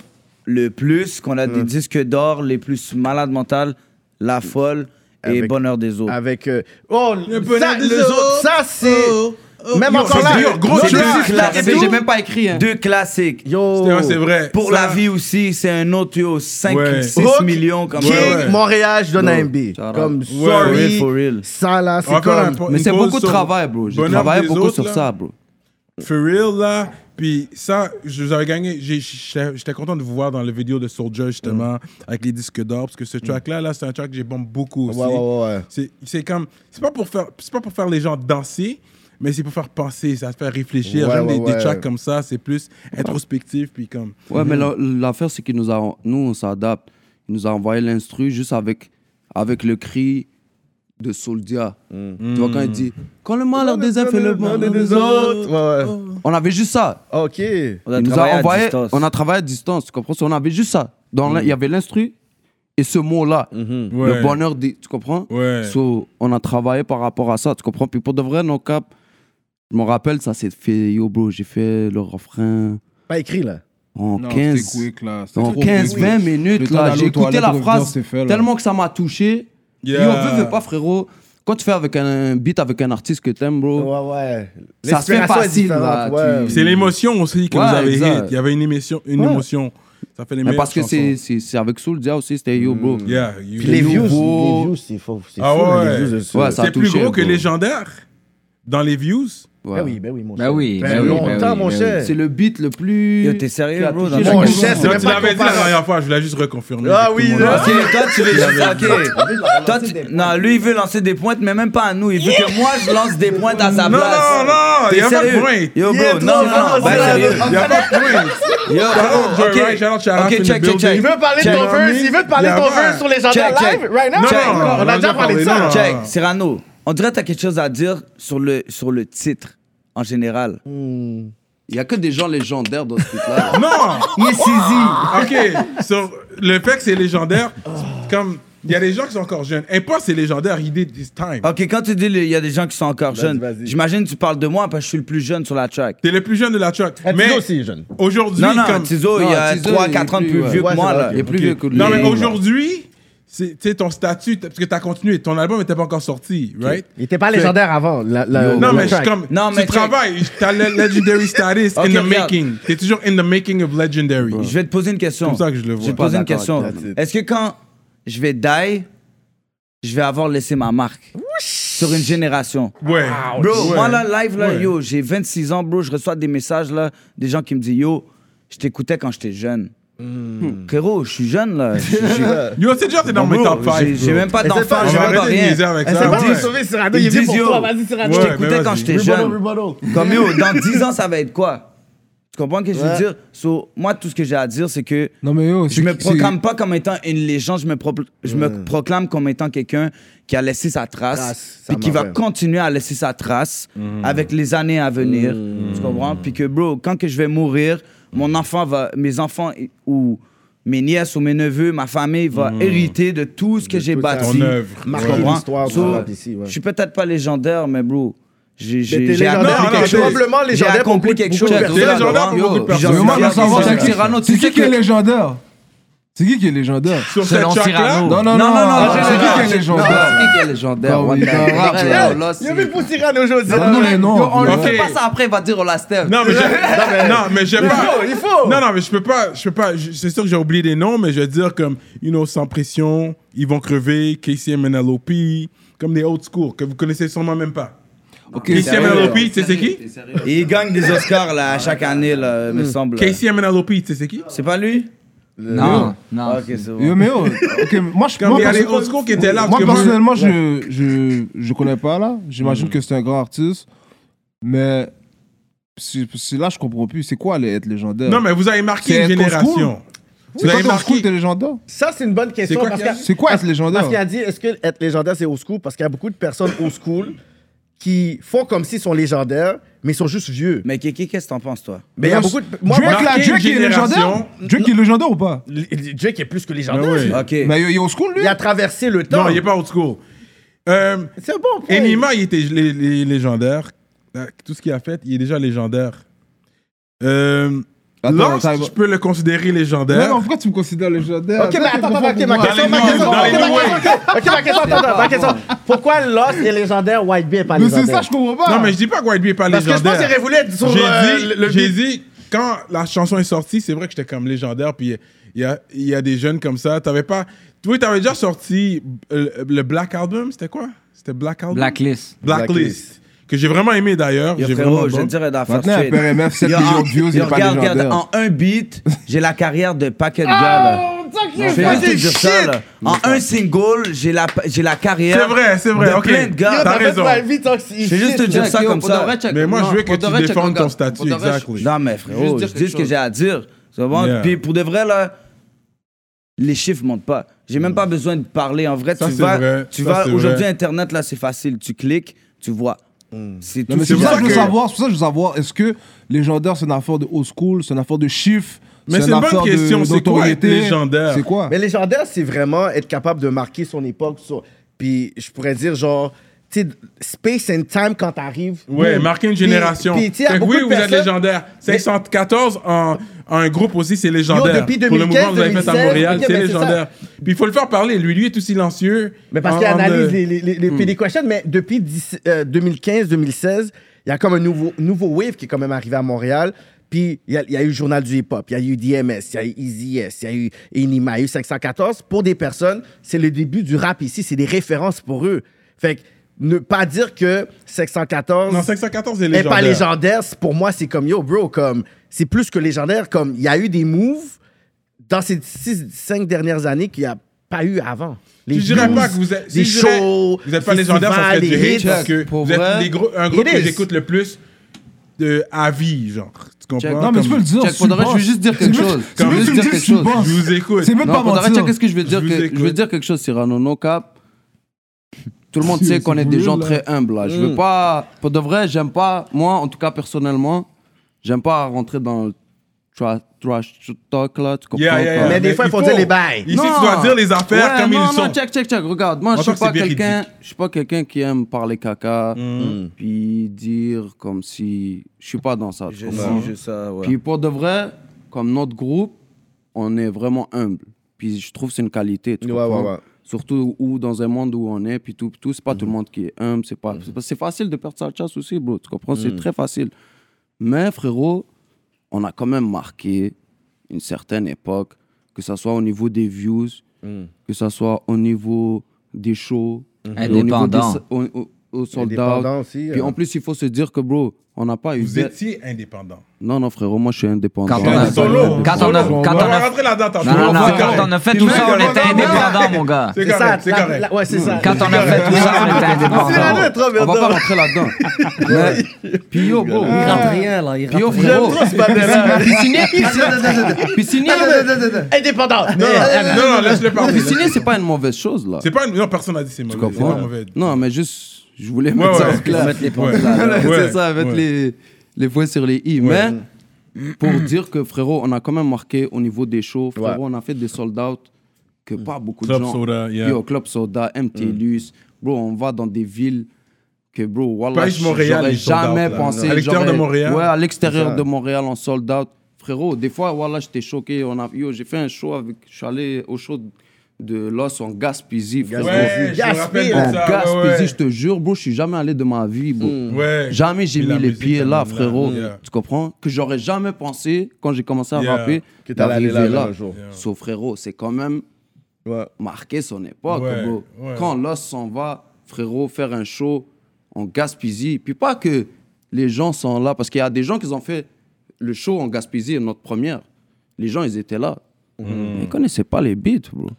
Speaker 8: le plus, qu'on a des disques d'or, les plus malades mentales, La Folle et
Speaker 4: Avec-
Speaker 8: Bonheur des autres.
Speaker 4: Avec. euh, oh, ça,
Speaker 3: bonheur des
Speaker 4: les
Speaker 3: autres.
Speaker 4: autres, ça c'est. Même
Speaker 3: Oh, Yo,
Speaker 4: encore
Speaker 3: ça,
Speaker 4: là.
Speaker 3: c'est- yo, gros
Speaker 4: l'autre
Speaker 8: C'est
Speaker 3: track.
Speaker 4: là,
Speaker 8: deux classiques.
Speaker 9: J'ai même pas écrit, hein.
Speaker 8: Deux classiques.
Speaker 4: Yo.
Speaker 3: Ouais, c'est vrai.
Speaker 8: Pour
Speaker 3: Ça-
Speaker 8: la vie aussi, c'est un autre, yo, 5,
Speaker 3: Ouais.
Speaker 8: 6
Speaker 4: Hook,
Speaker 8: millions comme
Speaker 4: King,
Speaker 8: ça.
Speaker 3: Ouais, ouais.
Speaker 4: Montréal, je donne à MB.
Speaker 9: out.
Speaker 4: Comme
Speaker 3: Ouais,
Speaker 4: sorry,
Speaker 8: for real, for real.
Speaker 4: ça là,
Speaker 3: On va
Speaker 4: c'est
Speaker 3: faire un
Speaker 4: comme.
Speaker 3: po-
Speaker 9: Mais
Speaker 3: une
Speaker 9: c'est
Speaker 3: pause
Speaker 9: beaucoup de
Speaker 3: sur
Speaker 9: travail, bro. J'ai
Speaker 3: Bonheur
Speaker 9: travaillé
Speaker 3: des
Speaker 9: beaucoup
Speaker 3: autres,
Speaker 9: sur
Speaker 3: là.
Speaker 9: ça, bro.
Speaker 3: For real, là. Puis ça, je vous avais gagné. J'ai- J'étais j'étais content de vous voir dans la vidéo de Soldier, justement,
Speaker 9: Mm.
Speaker 3: avec les disques d'or. Parce que ce track-là, là, c'est un track que j'ai bombe beaucoup aussi.
Speaker 4: Ouais, ouais, ouais, ouais.
Speaker 3: C'est- C'est comme. C'est pas, pour faire- c'est pas pour faire les gens danser, mais c'est pour faire penser, ça te fait réfléchir.
Speaker 4: Ouais,
Speaker 3: J'aime
Speaker 4: ouais,
Speaker 3: des, des
Speaker 4: ouais.
Speaker 3: tracks comme ça, c'est plus introspectif. Puis comme.
Speaker 9: Ouais, mais la- l'affaire, c'est qu'il nous a. Nous, on s'adapte. Il nous a envoyé l'instru juste avec, avec le cri de Soldia.
Speaker 8: Mhm.
Speaker 9: Tu vois, quand il dit Quand le malheur des uns fait le
Speaker 4: Non,
Speaker 9: bonheur
Speaker 4: des-
Speaker 9: des
Speaker 4: des
Speaker 9: autres.
Speaker 4: autres. Ouais,
Speaker 9: On avait juste ça.
Speaker 4: ouais. Ok.
Speaker 8: On a
Speaker 9: Il nous
Speaker 8: travaillé
Speaker 9: a
Speaker 8: à
Speaker 9: envoyé-
Speaker 8: distance. Mhm.
Speaker 9: on a travaillé à distance, tu comprends? So, On avait juste ça. Dans la- Il y avait l'instru et ce mot-là.
Speaker 3: Ouais.
Speaker 9: Mm. Le bonheur des. Tu comprends?
Speaker 3: Ouais.
Speaker 9: So, on a travaillé par rapport à ça, tu comprends? Puis pour de vrai, nos caps, je me rappelle, ça s'est fait. Yo, bro, j'ai fait le refrain
Speaker 4: Pas écrit là.
Speaker 9: en
Speaker 10: Non, c'était
Speaker 9: 15.
Speaker 10: quick là. c'était
Speaker 9: En
Speaker 10: trop
Speaker 9: 15,
Speaker 10: quick.
Speaker 9: 20
Speaker 10: Le
Speaker 9: minutes,
Speaker 10: temps
Speaker 9: là,
Speaker 10: d'aller
Speaker 9: j'ai
Speaker 10: aux
Speaker 9: écouté
Speaker 10: toilettes
Speaker 9: la
Speaker 10: pour
Speaker 9: phrase
Speaker 10: revenir, c'est fait, là.
Speaker 9: tellement que ça m'a touché.
Speaker 3: Yeah.
Speaker 9: Et on veut, veut pas, frérot. Quand tu fais avec un beat, avec un artiste que t'aimes, bro,
Speaker 4: Ouais, ouais.
Speaker 9: Oh. ça se fait
Speaker 4: L'inspiration est
Speaker 9: facile, là.
Speaker 4: différente, ouais.
Speaker 9: tu-
Speaker 3: C'est l'émotion aussi que
Speaker 9: Ouais,
Speaker 3: vous avez
Speaker 9: exact.
Speaker 3: hit. Il y avait une émotion. Une
Speaker 9: Ouais.
Speaker 3: émotion. Ça fait les
Speaker 9: Mais
Speaker 3: meilleures
Speaker 9: parce que c'est-
Speaker 3: chansons.
Speaker 9: c'est c'est avec Soulja aussi, c'était yo, bro.
Speaker 3: Mm. Yeah, you-
Speaker 4: Puis les views,
Speaker 9: nouveaux.
Speaker 4: les views, c'est faux. C'est
Speaker 3: Ah
Speaker 4: fou, là,
Speaker 3: ouais.
Speaker 4: les views de ce-
Speaker 9: Ouais, ça-
Speaker 3: C'est
Speaker 9: a
Speaker 3: plus
Speaker 9: touché,
Speaker 3: gros que
Speaker 9: bro.
Speaker 3: légendaire dans les views.
Speaker 9: Ouais.
Speaker 4: Ben
Speaker 8: Eh
Speaker 4: oui, ben oui, mon
Speaker 1: Ben
Speaker 4: cher.
Speaker 1: oui, ben oui, ben
Speaker 4: longtemps,
Speaker 1: oui,
Speaker 4: mon
Speaker 1: ben
Speaker 4: cher.
Speaker 9: C'est le beat le plus.
Speaker 8: Yo, t'es sérieux,
Speaker 9: qui a
Speaker 8: bro,
Speaker 9: touché
Speaker 8: dans
Speaker 9: le
Speaker 4: Mon
Speaker 9: plus
Speaker 4: cher,
Speaker 9: grand
Speaker 4: c'est
Speaker 3: Toi,
Speaker 4: même
Speaker 3: tu
Speaker 4: pas
Speaker 3: l'avais dit la
Speaker 4: comparable.
Speaker 3: dernière fois, je voulais juste reconfirmer.
Speaker 4: Ah
Speaker 3: avec
Speaker 4: oui,
Speaker 3: tout le monde.
Speaker 4: là.
Speaker 8: Ok, toi, tu veux juste. Ok. Toi, tu- Non, lui, il veut lancer des pointes, mais même pas à nous. Il veut que moi, je lance des pointes à sa
Speaker 3: Non,
Speaker 8: place.
Speaker 3: non, non,
Speaker 8: Ah, T'es
Speaker 3: y a pas de
Speaker 8: sérieux?
Speaker 3: pointe.
Speaker 8: Yo,
Speaker 4: Il est
Speaker 8: bro,
Speaker 4: trop
Speaker 8: non,
Speaker 4: grand,
Speaker 8: non,
Speaker 4: c'est
Speaker 8: ben
Speaker 4: la-
Speaker 8: sérieux.
Speaker 3: Il n'y a pas de point.
Speaker 8: Yo,
Speaker 3: out Joy Ryan, shout out Sharon
Speaker 8: ok,
Speaker 3: in the
Speaker 8: check, check,
Speaker 3: building.
Speaker 8: check.
Speaker 4: Il veut parler de
Speaker 8: Check.
Speaker 4: ton verse, il veut parler de ton
Speaker 3: Yeah, man.
Speaker 4: verse sur les gens
Speaker 8: Check,
Speaker 4: live,
Speaker 8: check.
Speaker 4: right now?
Speaker 8: Check.
Speaker 4: Non, on a déjà parlé de ça.
Speaker 3: non.
Speaker 8: Check, Cyrano, on dirait que t'as quelque chose à dire sur le, sur le titre en général.
Speaker 9: Il y a que des gens légendaires dans ce truc-là.
Speaker 3: Non!
Speaker 8: Il est saisi.
Speaker 3: OK, sur le fait que c'est légendaire, comme il y a des gens qui sont encore jeunes. Impost, c'est légendaire, he did this time.
Speaker 8: Ok, quand tu dis il y a des gens qui sont encore jeunes,
Speaker 4: vas-y.
Speaker 8: j'imagine que tu parles de moi parce que je suis le plus jeune sur la track.
Speaker 3: T'es le plus jeune de la track.
Speaker 4: Ah,
Speaker 3: Mais
Speaker 4: Tizo aussi, jeune.
Speaker 3: aujourd'hui,
Speaker 8: Eh, non, non,
Speaker 3: comme...
Speaker 8: Tizo, il y a
Speaker 9: Non, Tizo,
Speaker 8: 3-4
Speaker 9: il est
Speaker 8: ans de
Speaker 9: plus,
Speaker 8: plus
Speaker 9: ouais.
Speaker 8: vieux que
Speaker 4: Ouais,
Speaker 8: moi,
Speaker 4: c'est
Speaker 8: là.
Speaker 4: vrai,
Speaker 9: Il est plus vieux que lui.
Speaker 3: Non, mais aujourd'hui, c'est tu sais, ton statut, t- parce que t'as continué, ton album n'était pas encore sorti, right?
Speaker 4: Il était pas légendaire avant. la- la-
Speaker 3: Non,
Speaker 4: le
Speaker 3: mais je
Speaker 4: track.
Speaker 3: suis comme,
Speaker 8: Non, mais
Speaker 3: tu
Speaker 8: check.
Speaker 3: travailles, t'as le legendary status in
Speaker 8: Ok,
Speaker 3: the
Speaker 8: regarde.
Speaker 3: making. T'es toujours in the making of legendary.
Speaker 8: Je vais te poser une question.
Speaker 3: C'est comme ça que je le vois.
Speaker 8: Je vais te poser
Speaker 9: Pas
Speaker 8: une
Speaker 9: d'accord
Speaker 8: question.
Speaker 9: avec
Speaker 8: Est-ce que quand je vais die, je vais avoir laissé ma marque sur une génération?
Speaker 3: Ouais.
Speaker 8: Bro,
Speaker 3: Ouais.
Speaker 8: moi là, live, là,
Speaker 3: Ouais.
Speaker 8: yo, j'ai 26 ans, bro, je reçois des messages, là, des gens qui me disent, yo, je t'écoutais quand j'étais jeune.
Speaker 3: Hmm.
Speaker 7: Frérot, je suis jeune, là. Je- je-
Speaker 3: Yo, c'est déjà, t'es dans mes
Speaker 7: Bro,
Speaker 3: top 5.
Speaker 7: j'ai- J'ai même pas
Speaker 4: Essaie pas,
Speaker 7: d'enfant, j'ai
Speaker 4: on va
Speaker 7: même pas
Speaker 3: arrêter de niaiser
Speaker 7: rien.
Speaker 3: avec
Speaker 7: Essaie
Speaker 3: ça,
Speaker 7: pas de
Speaker 3: ouais.
Speaker 7: me sauver.
Speaker 4: Cyrano,
Speaker 7: Ils
Speaker 4: il est venu
Speaker 7: disent,
Speaker 4: pour
Speaker 7: yo.
Speaker 4: toi, vas-y Cyrano.
Speaker 3: Ouais,
Speaker 7: Je
Speaker 3: mais
Speaker 7: t'écoutais
Speaker 3: vas-y.
Speaker 7: quand j'étais jeune. Comme yo, dans 10 ans, ça va être quoi? Tu comprends ce que je veux
Speaker 4: Ouais.
Speaker 7: dire? So, moi, tout ce que j'ai à dire, c'est que
Speaker 10: Non, mais yo,
Speaker 7: je me proclame pas comme étant une légende, je me, pro- je me proclame comme étant quelqu'un qui a laissé sa
Speaker 4: Trace,
Speaker 7: trace,
Speaker 4: ça
Speaker 7: puis qui
Speaker 4: m'a
Speaker 7: va
Speaker 4: fait.
Speaker 7: continuer à laisser sa trace
Speaker 3: Mm.
Speaker 7: avec les années à venir.
Speaker 4: Mm.
Speaker 7: Tu comprends? Puis que, bro, quand que je vais mourir, mon enfant va, mes enfants i- ou mes nièces ou mes neveux, ma famille va hériter de tout ce que j'ai
Speaker 4: tout ça.
Speaker 7: bâti.
Speaker 3: Mm. Ton œuvre.
Speaker 7: Tu
Speaker 4: Marquer
Speaker 7: comprends?
Speaker 4: l'histoire de
Speaker 7: So,
Speaker 4: la rap ici, ouais.
Speaker 7: Je suis peut-être pas légendaire, mais bro, j'ai j'ai-
Speaker 4: t'es
Speaker 7: j'ai
Speaker 4: légendaire.
Speaker 7: accompli
Speaker 3: Non, non,
Speaker 7: quelque
Speaker 3: t'es
Speaker 7: chose.
Speaker 4: probablement
Speaker 7: J'ai
Speaker 4: légendaire pour
Speaker 7: accompli
Speaker 4: Oh, beaucoup-
Speaker 7: quelque
Speaker 4: beaucoup
Speaker 7: chose.
Speaker 4: de
Speaker 3: T'es
Speaker 4: personne,
Speaker 3: légendaire pour
Speaker 9: yo.
Speaker 3: beaucoup de
Speaker 9: J'en
Speaker 10: Mais
Speaker 3: personnes.
Speaker 10: moi, je veux savoir, c'est
Speaker 7: Cyrano,
Speaker 10: qui Cyrano? C'est qui qui est légendaire? C'est qui qui est légendaire?
Speaker 3: Sur cette
Speaker 8: Selon
Speaker 3: track-là,
Speaker 8: Cyrano.
Speaker 10: Non, non, non,
Speaker 7: Non, non, non,
Speaker 3: Ah,
Speaker 10: c'est
Speaker 7: non,
Speaker 10: qui qui est légendaire?
Speaker 9: qui est légendaire?
Speaker 10: Non,
Speaker 9: One
Speaker 10: mais
Speaker 9: time.
Speaker 10: il va rap,
Speaker 9: Yo,
Speaker 10: là.
Speaker 9: là,
Speaker 4: Il y
Speaker 9: c'est-
Speaker 4: avait pour Cyrano aujourd'hui.
Speaker 10: Non, non, mais non.
Speaker 9: Yo, on
Speaker 3: Ok.
Speaker 9: lui fait pas ça après, il va dire on la step.
Speaker 3: Non, mais j'ai- non, mais j'ai pas.
Speaker 4: faut, il faut.
Speaker 3: Non, non, mais je peux pas. Je peux pas. je- C'est sûr que j'ai oublié des noms, mais je vais dire comme, you know, sans pression, ils vont crever, KCM NLOP, comme des old school que vous connaissez sûrement même pas.
Speaker 10: Ok,
Speaker 3: KCM
Speaker 10: sérieux.
Speaker 3: NLOP, tu sais c'est qui
Speaker 7: Il gagne des Oscars là, à chaque année, là, me semble.
Speaker 3: KCM NLOP, tu sais c'est qui
Speaker 7: C'est pas lui?
Speaker 8: Non, non.
Speaker 7: Ok, c'est bon.
Speaker 10: Yo, mais yo, ok, moi, je
Speaker 3: Comme
Speaker 10: moi,
Speaker 3: il y a les
Speaker 10: perso-
Speaker 3: old school qui étaient là.
Speaker 10: Moi,
Speaker 3: parce que
Speaker 10: personnellement, je, je, je connais pas, là. J'imagine
Speaker 3: Mm.
Speaker 10: que c'est un grand artiste. Mais c'est c'est là, je comprends plus. C'est quoi les- être légendaire?
Speaker 3: Non, mais vous avez
Speaker 10: C'est
Speaker 3: marqué une
Speaker 10: être old
Speaker 3: génération. Vous
Speaker 10: c'est quoi
Speaker 3: avez
Speaker 10: ton school, t'es
Speaker 3: marqué.
Speaker 10: légendaire?
Speaker 4: Ça, c'est une bonne question.
Speaker 3: quoi
Speaker 4: parce
Speaker 3: qu'il y a?
Speaker 4: que-
Speaker 10: C'est quoi être
Speaker 4: Parce qu'il
Speaker 10: légendaire?
Speaker 4: a dit, est-ce que être légendaire, c'est au school? Parce qu'il y a beaucoup de personnes au school qui font comme s'ils sont légendaires, mais ils sont juste vieux.
Speaker 7: Mais Kiki, qu'est-ce que t'en penses, toi?
Speaker 4: Mais il y a beaucoup de. Moi,
Speaker 10: Drake, là,
Speaker 3: marquer une
Speaker 10: Drake, il est légendaire?
Speaker 3: génération-
Speaker 10: Drake, il est légendaire ou pas?
Speaker 4: Drake- Drake est plus que légendaire.
Speaker 3: Ah ouais.
Speaker 7: Ok.
Speaker 10: Mais yo, il est au school, lui?
Speaker 4: Il a traversé le temps.
Speaker 3: Non, il est pas old school. Euh,
Speaker 4: C'est un bon. point.
Speaker 3: Enima, il était lé- lé- légendaire. Euh, Tout ce qu'il a fait, il est déjà légendaire. Euh,
Speaker 10: Attends,
Speaker 3: Lost,
Speaker 10: attends,
Speaker 3: je peux le considérer légendaire.
Speaker 10: Non, non, pourquoi tu me considères légendaire?
Speaker 4: Ok, mais attends, attends, ok, ma question, ma
Speaker 3: Dans les
Speaker 4: question, ok,
Speaker 3: noms,
Speaker 4: ma
Speaker 3: dans les
Speaker 4: question, ok, ok, ma question, attends, attends, ma question. Pourquoi Lost est légendaire, White Bee est pas
Speaker 10: Mais c'est
Speaker 4: légendaire?
Speaker 10: ça, je comprends pas.
Speaker 3: Non, mais je dis pas que White Bee est pas
Speaker 4: ah. Parce que je
Speaker 3: légendaire.
Speaker 4: pense qu'il aurait voulu être sur
Speaker 3: J'ai
Speaker 4: euh,
Speaker 3: dit,
Speaker 4: le- le
Speaker 3: j'ai
Speaker 4: beat.
Speaker 3: dit, quand la chanson est sortie, c'est vrai que j'étais comme légendaire, puis il y a, il y a des jeunes comme ça. T'avais pas. Oui, t'avais déjà sorti euh, le Black Album, c'était quoi C'était Black Album
Speaker 8: Blacklist.
Speaker 3: Blacklist. Que j'ai vraiment aimé d'ailleurs.
Speaker 7: Yo,
Speaker 3: J'ai
Speaker 7: frérot,
Speaker 3: vraiment.
Speaker 7: je vais
Speaker 3: bon.
Speaker 7: te dire une affaire
Speaker 10: Maintenant, un
Speaker 7: straight.
Speaker 10: PRMF, 7
Speaker 7: Yo,
Speaker 10: millions
Speaker 7: en-
Speaker 10: de views, il
Speaker 7: yo,
Speaker 10: est pas
Speaker 7: regarde, regarde,
Speaker 10: légendaire.
Speaker 7: en un beat, j'ai la carrière de paquet de gars, là. Je vais juste te dire ça, là. En un single, j'ai la, j'ai la carrière.
Speaker 3: C'est vrai, c'est vrai,
Speaker 7: de
Speaker 3: ok.
Speaker 7: plein de
Speaker 4: Yo,
Speaker 7: gars.
Speaker 3: T'as
Speaker 4: t'as fait
Speaker 3: raison.
Speaker 4: ma vie, tant que c'est-
Speaker 7: Je vais juste te dire ça
Speaker 9: Yo,
Speaker 7: comme
Speaker 9: pour
Speaker 7: ça.
Speaker 9: de vrai, check-
Speaker 3: Mais moi, je
Speaker 9: non,
Speaker 3: veux que
Speaker 9: pour de vrai,
Speaker 3: tu
Speaker 9: check
Speaker 3: défendes
Speaker 9: un
Speaker 3: ton
Speaker 9: gars.
Speaker 3: statut.
Speaker 9: Pour de vrai,
Speaker 3: Exact,
Speaker 9: je-
Speaker 3: oui.
Speaker 7: Non, mais
Speaker 9: Juste
Speaker 7: frérot,
Speaker 9: dire
Speaker 7: je
Speaker 9: quelque
Speaker 7: dis ce que
Speaker 9: chose.
Speaker 7: j'ai à dire. C'est bon?
Speaker 3: Yeah.
Speaker 7: Puis pour de vrai, là, les chiffres montent pas. J'ai même pas besoin de parler. En vrai,
Speaker 3: Ça,
Speaker 7: tu
Speaker 3: c'est
Speaker 7: vas,
Speaker 3: vrai.
Speaker 7: tu
Speaker 3: Ça,
Speaker 7: vas
Speaker 3: c'est
Speaker 7: aujourd'hui,
Speaker 3: vrai.
Speaker 7: Internet, là, c'est facile. Tu cliques, tu vois. C'est
Speaker 10: Non,
Speaker 7: tout.
Speaker 10: mais c'est
Speaker 3: Hmm. C'est
Speaker 10: pour ça
Speaker 3: vrai
Speaker 10: que je veux
Speaker 3: que-
Speaker 10: savoir, c'est pour ça que je veux savoir, est-ce que légendaire, c'est une affaire de old school, c'est une affaire de chiffres,
Speaker 3: Mais c'est une bonne
Speaker 10: affaire de-
Speaker 3: question, c'est quoi être
Speaker 10: d'autorité,
Speaker 3: légendaire
Speaker 10: C'est quoi
Speaker 4: Mais légendaire, c'est vraiment être capable de marquer son époque. sur- Puis je pourrais dire, genre, tu sais, space and time quand t'arrives.
Speaker 3: Ouais,
Speaker 4: boum.
Speaker 3: marquer une
Speaker 4: Puis-
Speaker 3: génération.
Speaker 4: Puis, tu sais, il y a
Speaker 3: Fait que
Speaker 4: beaucoup
Speaker 3: oui,
Speaker 4: de
Speaker 3: vous êtes
Speaker 4: personnes-
Speaker 3: légendaire. 514 en, en un groupe aussi, c'est légendaire.
Speaker 4: Yo, depuis
Speaker 3: Pour le mouvement
Speaker 4: 2015,
Speaker 3: que vous avez fait à
Speaker 4: 2016,
Speaker 3: Montréal,
Speaker 4: ok,
Speaker 3: c'est
Speaker 4: ben, c'est
Speaker 3: légendaire. Puis il faut le faire parler. Lui, lui est tout silencieux.
Speaker 4: Mais parce
Speaker 3: En-
Speaker 4: qu'il
Speaker 3: en,
Speaker 4: analyse
Speaker 3: euh,
Speaker 4: les, les, les, les PD questions, mais depuis euh, 2015-2016, il y a comme un nouveau, nouveau wave qui est quand même arrivé à Montréal. Puis il y, a- il y a eu le Journal du Hip Hop, il y a eu DMS, il y a eu Easy S, il y a eu Enima, il y a eu 514. Pour des personnes, c'est le début du rap ici, c'est des références pour eux. Fait que ne pas dire que 514
Speaker 3: Non, 514 est
Speaker 4: est
Speaker 3: légendaire.
Speaker 4: pas légendaire, c'est- pour moi, c'est comme yo, bro, comme c'est plus que légendaire. Comme il y a eu des moves dans ces six, cinq dernières années qu'il n'y a pas eu avant. Les
Speaker 3: Je dirais
Speaker 4: views,
Speaker 3: pas que vous êtes.
Speaker 4: des
Speaker 3: si je dirais-
Speaker 4: shows,
Speaker 3: Vous êtes pas
Speaker 4: des
Speaker 3: légendaire, ça serait
Speaker 4: festivals,
Speaker 3: du
Speaker 4: des
Speaker 3: hate
Speaker 4: hits.
Speaker 3: parce que
Speaker 9: Pour
Speaker 3: vous êtes
Speaker 9: vrai.
Speaker 3: des gros- un groupe
Speaker 4: It
Speaker 3: que
Speaker 4: is.
Speaker 3: j'écoute le plus de, à vie, genre. Tu comprends?
Speaker 9: Check. Non,
Speaker 10: Non, mais tu peux le dire.
Speaker 9: Check, pour de vrai, je vais juste dire quelque chose.
Speaker 10: C'est mieux
Speaker 9: Je
Speaker 10: que
Speaker 9: vais
Speaker 10: tu
Speaker 9: juste
Speaker 10: me
Speaker 9: dire
Speaker 10: dises
Speaker 9: quelque
Speaker 10: tu
Speaker 9: chose.
Speaker 10: penses.
Speaker 3: Je vous écoute.
Speaker 10: C'est même
Speaker 9: Non,
Speaker 10: pas
Speaker 9: pour de vrai,
Speaker 10: mentir.
Speaker 9: check, qu'est-ce que je veux dire?
Speaker 3: Je
Speaker 9: que-
Speaker 3: vous
Speaker 9: je veux
Speaker 3: écoute.
Speaker 9: dire quelque chose, Cyrano, no cap. Tout le monde
Speaker 10: Si,
Speaker 9: sait
Speaker 10: si
Speaker 9: qu'on est
Speaker 10: vous
Speaker 9: des
Speaker 10: voulez,
Speaker 9: gens
Speaker 10: là.
Speaker 9: très humbles, là. Je
Speaker 3: Hmm.
Speaker 9: veux pas... Pour de vrai, j'aime pas... Moi, en tout cas, personnellement, j'aime pas rentrer dans le tra- trash talk, là. Tu comprends?
Speaker 3: Yeah, yeah, yeah.
Speaker 9: quoi.
Speaker 4: Mais des fois, il faut dire les bails.
Speaker 3: Ici, tu dois dire les affaires
Speaker 9: Ouais,
Speaker 3: comme
Speaker 9: non,
Speaker 3: ils sont.
Speaker 9: Non, check, check, check. Regarde, moi,
Speaker 3: En
Speaker 9: je
Speaker 3: tant
Speaker 9: suis
Speaker 3: que
Speaker 9: pas
Speaker 3: c'est
Speaker 9: quelqu'un,
Speaker 3: véridique. Hmm.
Speaker 9: je suis pas quelqu'un qui aime parler caca, puis dire comme si je suis pas dans ça. tu
Speaker 7: Je
Speaker 9: comprends?
Speaker 7: sais, je sais, ouais.
Speaker 9: Puis pour de vrai, comme notre groupe, on est vraiment humble. Puis je trouve que c'est une qualité. tu
Speaker 4: Ouais,
Speaker 9: comprends?
Speaker 4: ouais, Mhm. ouais.
Speaker 9: Surtout où, dans un monde où on est, puis tout, puis tout. C'est pas tout le monde qui est humble. C'est pas,
Speaker 4: Mhm.
Speaker 9: c'est pas- c'est facile de perdre sa chasse aussi, bro. Tu comprends? C'est très facile. Mais frérot, on a quand même marqué une certaine époque, que ce soit au niveau des
Speaker 4: Mhm.
Speaker 9: views, que ce soit au niveau des shows, au niveau des-
Speaker 8: Indépendant.
Speaker 9: au- au- aux soldats.
Speaker 4: Indépendant aussi.
Speaker 9: Puis
Speaker 4: euh,
Speaker 9: en plus, il faut se dire que, bro, on n'a pas eu
Speaker 3: Vous
Speaker 9: d'aide.
Speaker 3: étiez indépendant.
Speaker 9: Non, non, frérot, moi, je suis indépendant.
Speaker 1: Quand on a-
Speaker 3: Solo.
Speaker 1: Quand on a-
Speaker 3: Solo.
Speaker 1: quand
Speaker 3: on
Speaker 1: on
Speaker 3: va
Speaker 1: a-
Speaker 3: rentrer là-dedans. tantôt.
Speaker 1: Non, non, non,
Speaker 3: C'est
Speaker 1: quand
Speaker 3: correct.
Speaker 1: on a fait
Speaker 3: C'est
Speaker 1: tout ça, on
Speaker 3: correct.
Speaker 1: était indépendants, mon gars.
Speaker 3: C'est
Speaker 4: C'est ça,
Speaker 3: correct, c'est
Speaker 4: la-
Speaker 3: correct.
Speaker 4: la- Ouais, c'est ça.
Speaker 1: Quand on a fait tout ça, on était
Speaker 4: C'est la
Speaker 1: indépendants.
Speaker 4: lettre, hein,
Speaker 9: On va pas
Speaker 4: merde.
Speaker 9: rentrer là-dedans. Mais- Puis yo, bro.
Speaker 7: Il
Speaker 3: Ah.
Speaker 4: Ah.
Speaker 7: rentre rien, là. Il rentre
Speaker 9: Puis yo,
Speaker 7: rien.
Speaker 9: frérot.
Speaker 7: Piscinier, piscinier,
Speaker 9: Piscinier,
Speaker 4: Indépendant.
Speaker 3: Non, non, non, non, laisse-le parler.
Speaker 9: piscinier, c'est pas une mauvaise chose, là.
Speaker 3: C'est pas une... Non, personne n'a dit c'est mauvais.
Speaker 9: Tu
Speaker 3: C'est
Speaker 9: comprends?
Speaker 3: pas mauvais.
Speaker 9: Non, mais juste, je voulais
Speaker 3: Ouais,
Speaker 9: mettre ça
Speaker 3: ouais.
Speaker 9: au clair.
Speaker 3: Mettre les points
Speaker 9: Voilà,
Speaker 3: Ouais,
Speaker 9: c'est ça, mettre
Speaker 3: ouais.
Speaker 9: les, les points sur les i. Mais pour dire que, frérot, on a quand même marqué au niveau des shows, frérot,
Speaker 4: Ouais.
Speaker 9: on a fait des sold-out que pas beaucoup
Speaker 3: Club
Speaker 9: de gens.
Speaker 3: Soda, yeah.
Speaker 9: Yo, Club Soda,
Speaker 4: Mm.
Speaker 9: MTLUS. Bro, on va dans des villes que, bro, voilà,
Speaker 3: Page Montréal,
Speaker 9: j'aurais
Speaker 3: ils sold out,
Speaker 9: jamais
Speaker 3: là.
Speaker 9: pensé.
Speaker 3: À l'extérieur
Speaker 9: j'aurais-
Speaker 3: de Montréal.
Speaker 9: Ouais, à l'extérieur
Speaker 4: ça.
Speaker 9: de Montréal, en sold-out. Frérot, des fois, voilà, j'étais choqué. On a, yo, j'ai fait un show avec. Je suis allé au show de Los en Gaspésie, frérot.
Speaker 3: Ouais, je me rappelle
Speaker 4: Gaspé,
Speaker 3: de
Speaker 4: là.
Speaker 9: En
Speaker 3: ça.
Speaker 9: Gaspésie,
Speaker 3: ouais, ouais.
Speaker 9: je te jure, bro, je suis jamais allé de ma vie, bro.
Speaker 4: Mm.
Speaker 3: Ouais.
Speaker 9: Jamais j'ai
Speaker 3: Puis la
Speaker 9: mis les
Speaker 3: musique,
Speaker 9: pieds
Speaker 3: elle
Speaker 9: là,
Speaker 3: est là,
Speaker 9: frérot.
Speaker 3: yeah.
Speaker 9: Tu comprends Que j'aurais jamais pensé, quand j'ai commencé à
Speaker 3: Yeah.
Speaker 9: rapper,
Speaker 4: Que t'allais aller là,
Speaker 9: d'arriver
Speaker 4: là, un jour.
Speaker 3: Yeah.
Speaker 9: Sauf frérot, c'est quand même
Speaker 4: Ouais.
Speaker 9: marqué son époque,
Speaker 3: Ouais,
Speaker 9: bro.
Speaker 3: ouais.
Speaker 9: Quand Lost s'en va, frérot, faire un show en Gaspésie, puis pas que les gens sont là, parce qu'il y a des gens qui ont fait le show en Gaspésie, notre première. Les gens, ils étaient là.
Speaker 4: Mm.
Speaker 9: Ils connaissaient pas les beats, bro.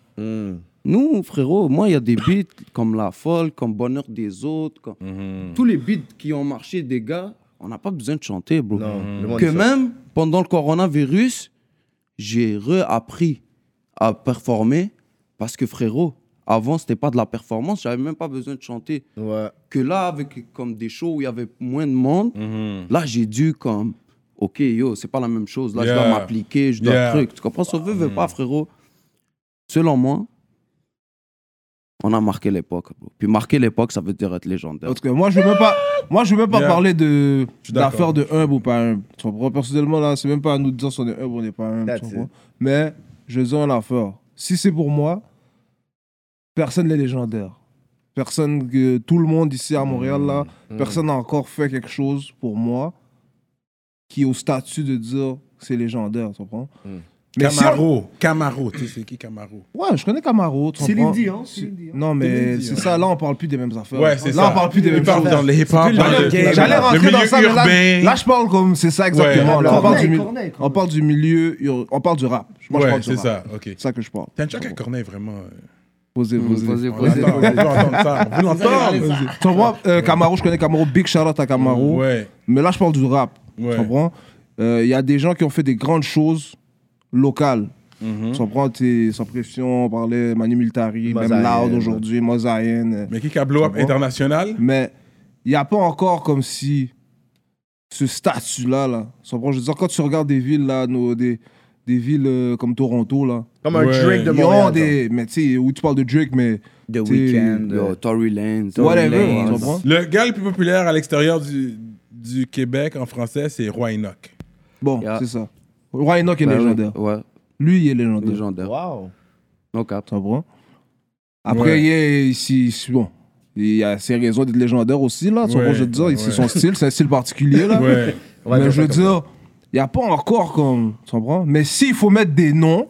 Speaker 9: Nous, frérot, moi, il y a des beats comme La Folle, comme Bonheur des Autres, comme...
Speaker 4: Mm.
Speaker 9: tous les beats qui ont marché des gars, on n'a pas besoin de chanter, bro.
Speaker 4: Non, le monde
Speaker 9: Que
Speaker 4: est
Speaker 9: même pendant le coronavirus, j'ai reappris à performer parce que, frérot, avant, c'était pas de la performance, j'avais même pas besoin de chanter.
Speaker 4: ça. Ouais.
Speaker 9: Que là, avec comme des shows où il y avait moins de monde, là, j'ai dû comme, OK, yo, c'est pas la même chose. Là, je
Speaker 3: Yeah.
Speaker 9: dois m'appliquer, je dois
Speaker 3: Yeah.
Speaker 9: truc. Tu comprends? Sauf veut, veut pas, frérot. Selon moi, on a marqué l'époque. bro. Puis marquer l'époque, ça veut dire être légendaire.
Speaker 10: En tout cas, moi, je veux même pas, moi, je veux même pas
Speaker 3: Yeah.
Speaker 10: parler de,
Speaker 3: suis d'accord.
Speaker 10: d'affaire de humble ou pas humble. Tu comprends? Personnellement, là, c'est même pas à nous de dire si on est humble ou on n'est pas humble. tu
Speaker 4: That's it.
Speaker 10: comprends? Mais je dis en l'affaire. Si c'est pour moi, personne n'est légendaire. Personne que tout le monde ici
Speaker 3: Hmm.
Speaker 10: à Montréal, là, personne n'a encore fait quelque chose pour moi qui est au statut de dire c'est légendaire. Tu comprends? Mais si on-
Speaker 3: Camaro. Camaro. Tu sais, c'est qui Camaro?
Speaker 10: Ouais, je connais Camaro. tu
Speaker 7: C'est
Speaker 10: comprends?
Speaker 7: Lindy, hein,
Speaker 10: C'est-
Speaker 7: c'est Lindy, hein.
Speaker 10: Non, mais
Speaker 3: Lindy,
Speaker 10: c'est
Speaker 3: ouais.
Speaker 10: ça. Là, on parle plus des mêmes affaires.
Speaker 3: Ouais, c'est ça.
Speaker 10: Là, on parle plus des
Speaker 3: Il
Speaker 10: mêmes
Speaker 3: parle
Speaker 10: affaires.
Speaker 3: dans le hip-hop,
Speaker 10: Plus
Speaker 3: dans
Speaker 10: le
Speaker 3: hein. le,
Speaker 10: game. J'allais
Speaker 3: le
Speaker 10: rentrer dans
Speaker 3: milieu
Speaker 10: ça, mais là,
Speaker 3: urbain.
Speaker 10: là, je parle comme c'est ça exactement.
Speaker 3: Ouais.
Speaker 10: Là, on, parle
Speaker 7: Corneille,
Speaker 10: du, mi-
Speaker 7: Corneille, Corneille.
Speaker 10: on parle du milieu, ur- on parle du rap. Moi, je
Speaker 3: ouais,
Speaker 10: parle du
Speaker 3: c'est
Speaker 10: rap.
Speaker 3: ça. OK.
Speaker 10: C'est ça que je parle.
Speaker 3: T'as une chaque à Corneille, vraiment. euh,
Speaker 10: Posez, posez.
Speaker 3: On l'entend, on veut entendre ça.
Speaker 10: Ah,
Speaker 3: On veut l'entendre.
Speaker 10: Tu comprends euh, Camaro, je connais Camaro, big shout out à Camaro.
Speaker 3: Ouais.
Speaker 10: Mais là, je parle du rap.
Speaker 3: Ouais.
Speaker 10: Tu comprends Il y a des gens qui ont fait des grandes choses locales.
Speaker 3: Mhm.
Speaker 10: Tu comprends T'es Sans pression, on parlait Manu Militari, même
Speaker 4: Mosaïen,
Speaker 10: Loud
Speaker 4: ouais.
Speaker 10: aujourd'hui, Mosaïen. euh,
Speaker 3: Mais qui a blow up
Speaker 10: Comprends?
Speaker 3: international?
Speaker 10: Mais il n'y a pas encore comme si ce statut-là, là. Tu comprends? Je veux dire, quand tu regardes des villes, là, nos- des, des villes euh, comme Toronto, là,
Speaker 4: Comme un
Speaker 3: Ouais.
Speaker 4: Drake de
Speaker 10: ils ont
Speaker 4: Montréal.
Speaker 10: des. Mais tu sais, où tu parles de Drake, mais.
Speaker 8: The
Speaker 10: tu sais,
Speaker 8: Weeknd,
Speaker 9: Yo,
Speaker 8: euh,
Speaker 9: Tory Lanez.
Speaker 10: Whatever.
Speaker 9: Tory Lanez.
Speaker 10: Tu comprends?
Speaker 3: Le gars le plus populaire à l'extérieur du, du Québec en français, c'est Roy Enoch.
Speaker 10: Bon,
Speaker 9: Yeah.
Speaker 10: c'est ça. Roy Enoch est
Speaker 9: Ouais,
Speaker 10: légendaire.
Speaker 9: Ouais,
Speaker 10: Lui, il est légendaire.
Speaker 9: légendaire.
Speaker 4: Wow.
Speaker 9: No cap.
Speaker 10: Tu comprends? Après,
Speaker 3: Ouais.
Speaker 10: il est ici. c'est Bon. Il y a ses raisons d'être légendaire aussi, là. Tu
Speaker 3: Ouais,
Speaker 10: comprends, je veux dire,
Speaker 3: ouais.
Speaker 10: c'est son style, c'est un style particulier, là.
Speaker 3: Ouais.
Speaker 4: Ouais,
Speaker 10: mais
Speaker 4: je
Speaker 10: je veux
Speaker 4: vois comme
Speaker 10: dire, il n'y a pas encore comme. Tu comprends? Mais s'il faut mettre des noms,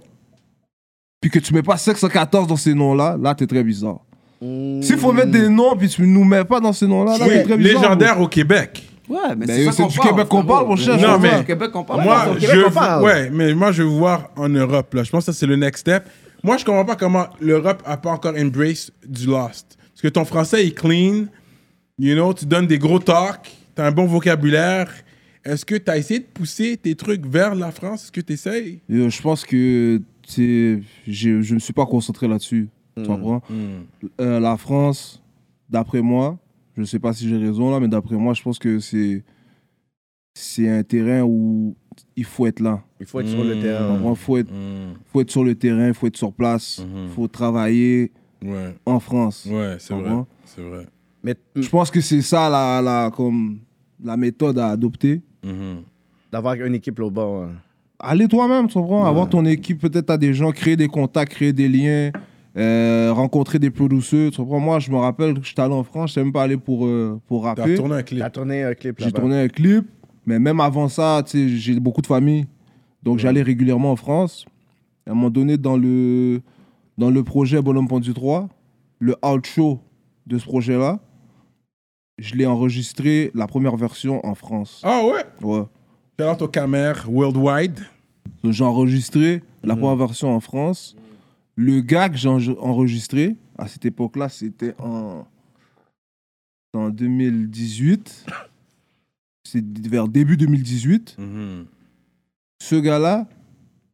Speaker 10: puis que tu mets pas 514 dans ces noms-là, là, t'es très bizarre. S'il faut mettre des noms, puis tu nous mets pas dans ces noms-là, là, t'es
Speaker 3: Hmm. Oui,
Speaker 10: très bizarre.
Speaker 3: légendaire au Québec.
Speaker 9: Ouais, mais
Speaker 10: Ben, c'est du Québec qu'on parle, mon cher,
Speaker 3: Non, mais-
Speaker 9: Du Québec qu'on parle.
Speaker 3: Moi, je
Speaker 4: au Québec, on parle.
Speaker 3: veux- ouais, mais moi, je veux voir en Europe. Là. Je pense que ça, c'est le next step. Moi, je comprends pas comment l'Europe a pas encore embrace du Lost. Parce que ton français est clean, you know, tu donnes des gros talks, tu as un bon vocabulaire. Est-ce que tu as essayé de pousser tes trucs vers la France? Est-ce que tu essayes?
Speaker 10: Euh, je pense que c'est- j'ai- je ne me suis pas concentré là-dessus.
Speaker 3: Hmm.
Speaker 10: Tu comprends
Speaker 3: Mm,
Speaker 10: Euh, La France, d'après moi, je ne sais pas si j'ai raison là, mais d'après moi, je pense que c'est c'est un terrain où il faut être là.
Speaker 4: Il faut être sur le
Speaker 3: Hmm.
Speaker 4: terrain. hein.
Speaker 10: Il faut être,
Speaker 3: mm.
Speaker 10: faut être sur le terrain, il faut être sur place, il faut travailler
Speaker 3: Ouais,
Speaker 10: en France.
Speaker 3: ouais, c'est
Speaker 10: Ah
Speaker 3: vrai.
Speaker 10: bon?
Speaker 3: C'est vrai.
Speaker 4: Mais
Speaker 10: Je pense que c'est ça la, la, comme, la méthode à adopter.
Speaker 4: d'avoir une équipe là-bas. hein.
Speaker 10: Allez toi-même, tu comprends? Avoir ton équipe, peut-être à des gens, créer des contacts, créer des liens, euh, rencontrer des producteurs, tu comprends? Moi, je me rappelle que j'étais allé en France, je même pas allé pour, euh, pour
Speaker 3: Tu
Speaker 10: rapper.
Speaker 3: tourné un clip.
Speaker 4: T'as tourné un euh, clip
Speaker 10: J'ai
Speaker 4: là-bas.
Speaker 10: tourné un clip, mais même avant ça, tu sais, j'ai beaucoup de famille. Donc, j'allais régulièrement en France. À un moment donné, dans le, dans le projet Bonhomme Pendu 3, le out show de ce projet-là, je l'ai enregistré, la première version, en France.
Speaker 3: Ah ouais?
Speaker 10: Ouais.
Speaker 3: T'es dans ton caméra worldwide.
Speaker 10: Donc, j'ai enregistré la
Speaker 3: Mhm.
Speaker 10: première version en France. Le gars que j'ai en- enregistré à cette époque-là, c'était en, c'était en 2018. C'est vers début 2018.
Speaker 3: Mhm.
Speaker 10: Ce gars-là,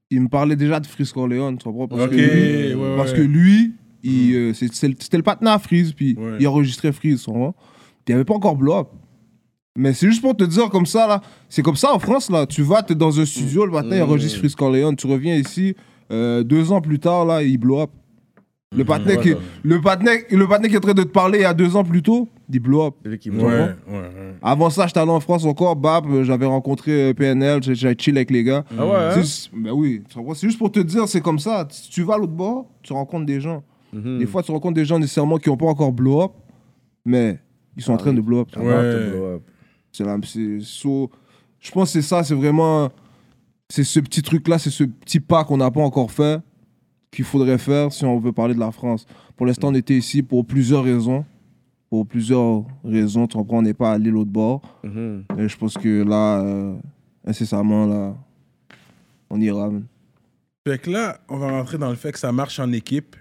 Speaker 10: il me parlait déjà de Frisk Orléans, tu comprends Parce
Speaker 3: Ok,
Speaker 10: que lui,
Speaker 3: ouais,
Speaker 10: parce
Speaker 3: ouais.
Speaker 10: que lui, il, euh, c'est- c'est le- c'était le patin à Freeze, puis
Speaker 3: Ouais.
Speaker 10: il enregistrait Freeze, tu comprends Puis il n'y avait pas encore blow up. Mais c'est juste pour te dire comme ça, là. C'est comme ça en France, là. Tu vas, t'es dans un studio le matin, il enregistre Frisk Orléans. Tu reviens ici, euh, deux ans plus tard, là, il blow up. Le patinet, qui, le, patinet, le patinet qui est en train de te parler il y a deux ans plus tôt, il blow up.
Speaker 4: C'est lui qui
Speaker 10: Tu comprends Avant ça, j'étais allé en France encore, bap, euh, j'avais rencontré euh, PNL, j'ai- j'ai chill avec les gars.
Speaker 3: Ah ouais, hein?
Speaker 10: C'est juste- ben oui, tu comprends? c'est juste pour te dire, c'est comme ça. Si tu vas à l'autre bord, tu rencontres des gens.
Speaker 3: Mhm.
Speaker 10: Des fois, tu rencontres des gens nécessairement qui n'ont pas encore blow up, mais ils sont en train de blow up. tu comprends?
Speaker 4: Ouais.
Speaker 10: C'est la- c'est- so, je pense que c'est ça, c'est vraiment. C'est ce petit truc-là, c'est ce petit pas qu'on n'a pas encore fait, qu'il faudrait faire si on veut parler de la France. Pour l'instant, on était ici pour plusieurs raisons. Pour plusieurs raisons, tu comprends, on n'est pas allé l'autre bord. Et je pense que là, euh, incessamment, là, on ira. man.
Speaker 3: Fait que là, on va rentrer dans le fait que ça marche en équipe.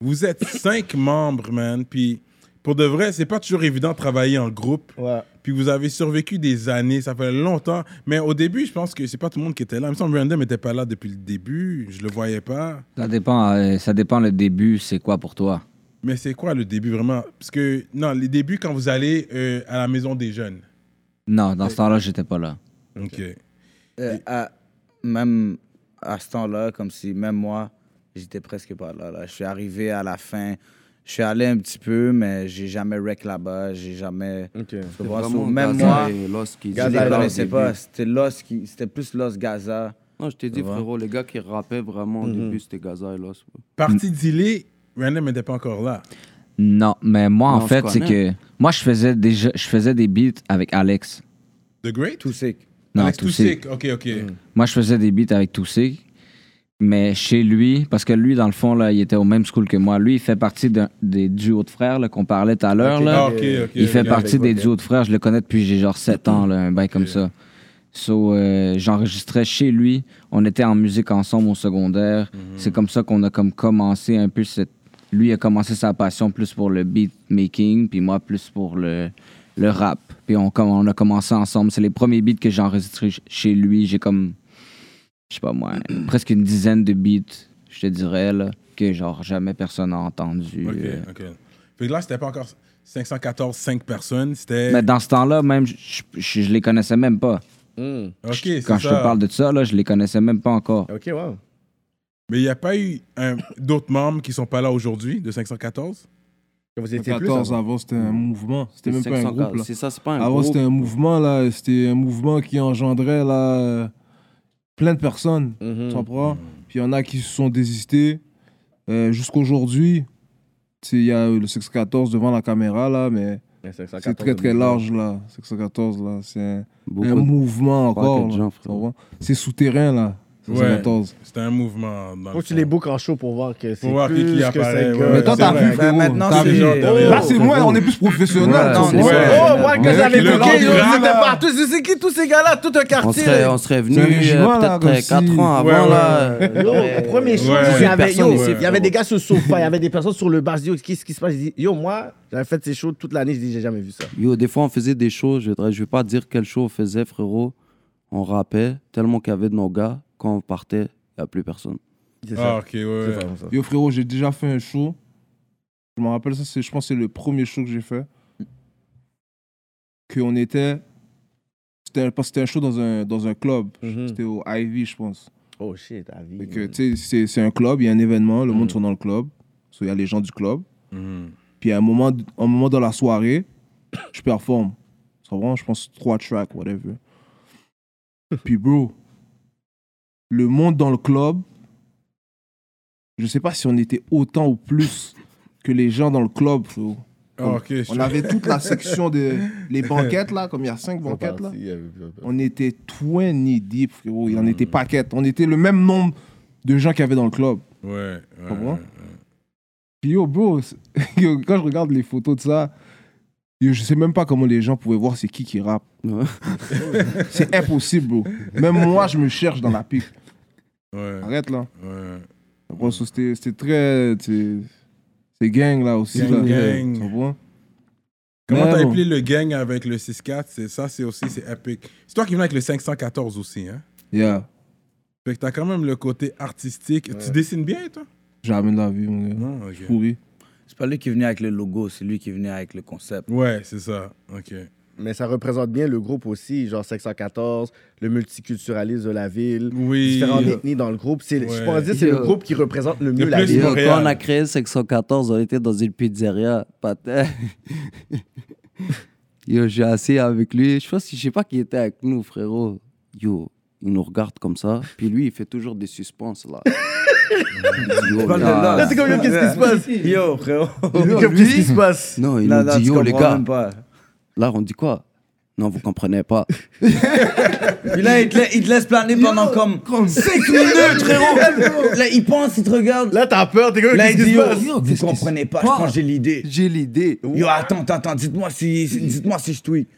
Speaker 3: Vous êtes cinq membres, man. Puis pour de vrai, c'est pas toujours évident de travailler en groupe.
Speaker 4: Ouais.
Speaker 3: Puis vous avez survécu des années, ça fait longtemps. Mais au début, je pense que c'est pas tout le monde qui était là. Même si Random n'était pas là depuis le début, je le voyais pas.
Speaker 8: Ça dépend, euh, ça dépend le début, c'est quoi pour toi.
Speaker 3: Mais c'est quoi le début vraiment Parce que, non, les débuts quand vous allez euh, à la maison des jeunes.
Speaker 8: Non, dans ce temps-là, j'étais pas là.
Speaker 3: Ok.
Speaker 7: Euh, à- même à ce temps-là, comme si même moi, j'étais presque pas là, là. Je suis arrivé à la fin. Je suis allé un petit peu, mais j'ai jamais rec là-bas. J'ai jamais.
Speaker 4: Ok.
Speaker 7: Tu vois, so,
Speaker 9: Vraiment,
Speaker 7: même
Speaker 9: Gaza
Speaker 7: moi,
Speaker 9: et Los qui-
Speaker 7: je
Speaker 4: Gaza
Speaker 7: les
Speaker 4: et Los
Speaker 7: connaissais
Speaker 4: début.
Speaker 7: pas. C'était Los qui- c'était plus Los Gaza.
Speaker 9: Non, je t'ai dit,
Speaker 7: vois?
Speaker 9: frérot, les gars qui rappaient vraiment au début, c'était Gaza et Los. bro.
Speaker 3: Parti d'Ilé, Random n'était pas encore là.
Speaker 8: Non, mais moi,
Speaker 9: Mais on
Speaker 8: en fait,
Speaker 9: se
Speaker 8: c'est que. Moi, je faisais, déjà, je faisais des beats avec Alex.
Speaker 3: The Great
Speaker 7: Tout sec.
Speaker 8: Non, Mm.
Speaker 3: Alex
Speaker 8: Toussé.
Speaker 3: Toussic. Ok, ok.
Speaker 8: Moi, je faisais des beats avec Toussé, mais chez lui, parce que lui, dans le fond, là, il était au même school que moi. Lui, il fait partie d'un- des duos de frères là, qu'on parlait tout à l'heure. là.
Speaker 3: Ah, ok, ok.
Speaker 8: il fait
Speaker 3: ok.
Speaker 8: partie des duos de frères. Je le connais depuis j'ai genre 7 ans, là, un bail comme ça. So, euh, j'enregistrais chez lui. On était en musique ensemble au secondaire.
Speaker 3: Mhm.
Speaker 8: C'est comme ça qu'on a comme commencé un peu cette... Lui a commencé sa passion plus pour le beat making, puis moi plus pour le, le rap. Puis on, com- on a commencé ensemble. C'est les premiers beats que j'ai enregistrés ch- chez lui. J'ai comme, je sais pas moi, presque une dizaine de beats, je te dirais, là, que genre jamais personne n'a entendu.
Speaker 3: Ok,
Speaker 8: euh,
Speaker 3: ok. Fait que là, c'était pas encore 514, 5 personnes, c'était.
Speaker 8: Mais dans ce temps-là, même, je, je, je les connaissais même pas.
Speaker 3: Ok,
Speaker 8: Je-
Speaker 3: c'est
Speaker 8: quand je te
Speaker 3: ça.
Speaker 8: parle de ça, là, je les connaissais même pas encore.
Speaker 4: Ok, wow.
Speaker 3: Mais il n'y a pas eu un- d'autres membres qui sont pas là aujourd'hui de 514
Speaker 4: Vous étiez plus
Speaker 10: 14
Speaker 4: avant.
Speaker 10: avant, c'était un mouvement. C'était même pas un
Speaker 9: 500
Speaker 10: groupe. là.
Speaker 9: C'est ça, c'est pas un
Speaker 10: Avant,
Speaker 9: groupe.
Speaker 10: c'était un mouvement, là. C'était un mouvement qui engendrait, là, euh, plein de personnes.
Speaker 9: Mm-hmm.
Speaker 10: Tu comprends? Puis il y en a qui se sont désistés. Euh, Jusqu'aujourd'hui, tu sais, il y a le 614 devant la caméra, là, mais c'est très, très large, là. 614, là. C'est un, un
Speaker 9: Beaucoup de-
Speaker 10: mouvement
Speaker 9: Pas que
Speaker 10: encore.
Speaker 9: de
Speaker 10: là,
Speaker 9: gens,
Speaker 10: tu
Speaker 9: frère.
Speaker 10: comprends? C'est souterrain, là. 614.
Speaker 3: C'était un mouvement. Dans
Speaker 4: Faut
Speaker 3: le
Speaker 4: que
Speaker 3: fond.
Speaker 4: tu Oh, les bookes en show pour voir que c'est
Speaker 3: Pour voir qui
Speaker 4: plus
Speaker 3: qui
Speaker 4: que
Speaker 3: apparaît,
Speaker 4: cinq
Speaker 3: ouais.
Speaker 4: gars.
Speaker 10: Mais toi,
Speaker 3: c'est
Speaker 10: t'as
Speaker 3: vrai. Bah,
Speaker 10: vu, frérot.
Speaker 7: maintenant,
Speaker 10: T'as
Speaker 7: c'est-
Speaker 10: vu.
Speaker 3: Oh,
Speaker 10: Là, c'est moins, on est plus professionnel.
Speaker 7: non,
Speaker 10: tu
Speaker 7: on est-
Speaker 10: comprends?
Speaker 3: Ouais.
Speaker 4: Oh, ouais,
Speaker 10: Mais
Speaker 4: que j'avais
Speaker 3: le
Speaker 4: bloqué,
Speaker 3: gars,
Speaker 4: yo,
Speaker 3: il
Speaker 4: ils étaient
Speaker 3: grave.
Speaker 4: partout. C'est c'est qui tous ces gars-là, tout un
Speaker 9: On
Speaker 4: quartier?
Speaker 9: serait, on serait venu
Speaker 10: C'est un jugement,
Speaker 9: euh,
Speaker 10: là, comme
Speaker 9: peut-être
Speaker 10: si-
Speaker 9: 4 ans avant,
Speaker 3: Ouais, ouais,
Speaker 9: là. euh,
Speaker 4: Yo,
Speaker 9: ouais.
Speaker 4: premier show,
Speaker 3: Ouais.
Speaker 4: il y avait, yo,
Speaker 9: Personne ici,
Speaker 4: il y avait
Speaker 9: frérot.
Speaker 4: des gars sur le sofa, il y avait des personnes sur le bar. Je dis, yo, qu'est-ce qui se passe? Je dis, yo, moi, j'avais fait ces shows toute l'année, je dis, j'ai jamais vu ça.
Speaker 9: Yo, des fois, on faisait des shows, je ne vais pas dire quel show on faisait, frérot. On rappait tellement qu'il y avait de nos gars, quand on partait, il n'y a plus personne.
Speaker 4: C'est ça.
Speaker 3: Ah, ok, ouais. ouais.
Speaker 4: C'est vraiment ça.
Speaker 10: Yo frérot, j'ai déjà fait un show. Je me rappelle ça, c'est, je pense que c'est le premier show que j'ai fait. Que on était, c'était parce que c'était un show dans un dans un club. C'était au Ivy, je pense.
Speaker 4: Mhm. Oh shit, la vie.
Speaker 10: Fait que, tu sais, c'est, c'est un club, il y a un événement, le monde sont dans le club, So, il y a les gens du club.
Speaker 3: Mhm.
Speaker 10: Puis à un moment, un moment dans la soirée, je performe. Ça vraiment, je pense, trois tracks, whatever. Puis, bro, le monde dans le club, je sais pas si on était autant ou plus que les gens dans le club, frérot.
Speaker 3: Ah, ok, je-
Speaker 10: On avait toute la section des les banquettes, là, comme il y a cinq banquettes, là. On était 20 deep, frérot. Il y en était paquet. On était le même nombre de gens qu'il y avait dans le club.
Speaker 3: Ouais, ouais.
Speaker 10: Comprends? Puis yo, bro, c'est- yo, quand je regarde les photos de ça, Yo, je sais même pas comment les gens pouvaient voir c'est qui qui rappe.
Speaker 11: Ouais.
Speaker 10: c'est impossible, bro. Même moi, je me cherche dans la pique.
Speaker 3: Ouais,
Speaker 10: Arrête là.
Speaker 3: ouais.
Speaker 10: Bro, so C'était c'était très. C'est c'est gang là aussi.
Speaker 3: Gang,
Speaker 10: là.
Speaker 3: gang.
Speaker 10: Tu comprends?
Speaker 3: Comment
Speaker 10: Mais
Speaker 3: t'as
Speaker 10: bon.
Speaker 3: appelé le gang avec le 6-4 c'est- Ça, c'est aussi, c'est épique. C'est toi qui viens avec le 514 aussi, hein
Speaker 10: Yeah.
Speaker 3: Fait que t'as quand même le côté artistique. Tu dessines bien, toi
Speaker 10: Jamais de la vie, mon gars.
Speaker 3: Non, ok.
Speaker 10: Pourri.
Speaker 7: C'est pas lui qui venait avec le logo, c'est lui qui venait avec le concept.
Speaker 3: Ouais, c'est ça. Ok.
Speaker 4: Mais ça représente bien le groupe aussi, genre 514, le multiculturalisme de la ville,
Speaker 3: Oui.
Speaker 4: différentes ethnies dans le groupe. C'est, Je
Speaker 3: Ouais.
Speaker 4: pense que c'est le
Speaker 9: Yo.
Speaker 4: groupe qui représente le mieux
Speaker 3: Le
Speaker 4: la
Speaker 3: plus
Speaker 9: Yo,
Speaker 4: ville.
Speaker 3: Montréal.
Speaker 9: quand on a créé 514, on était dans une pizzeria. Patin. Yo, j'ai assis avec lui. Je pense, je sais pas qui était avec nous, frérot. Yo, il nous regarde comme ça. Puis lui, il fait toujours des suspens là. Yo,
Speaker 7: parles de
Speaker 9: gars.
Speaker 7: là,
Speaker 4: Là, c'est comme, yo, qu'est-ce qui se passe?
Speaker 7: Ah. Yo, frérot.
Speaker 9: Yo,
Speaker 4: Comme,
Speaker 9: lui-
Speaker 4: qu'est-ce qui se passe?
Speaker 9: Non, il
Speaker 7: Là,
Speaker 9: nous
Speaker 7: là,
Speaker 9: dit,
Speaker 7: tu
Speaker 9: yo, les
Speaker 7: comprends
Speaker 9: gars,
Speaker 7: même pas.
Speaker 9: là, on dit quoi Non, vous comprenez pas.
Speaker 7: Puis là, il te, la- il te laisse planer pendant comme 5 minutes, frérot. Là, il pense, il te regarde.
Speaker 4: Là, t'as peur, t'es comme,
Speaker 7: Là,
Speaker 4: qu'est-ce
Speaker 7: il
Speaker 4: qui
Speaker 7: dit,
Speaker 4: se
Speaker 7: yo,
Speaker 4: passe?
Speaker 7: vous comprenez pas, je pense que j'ai l'idée.
Speaker 9: J'ai l'idée.
Speaker 7: Yo, attends, attends, attends, dites-moi si, si- dites-moi si je tweet.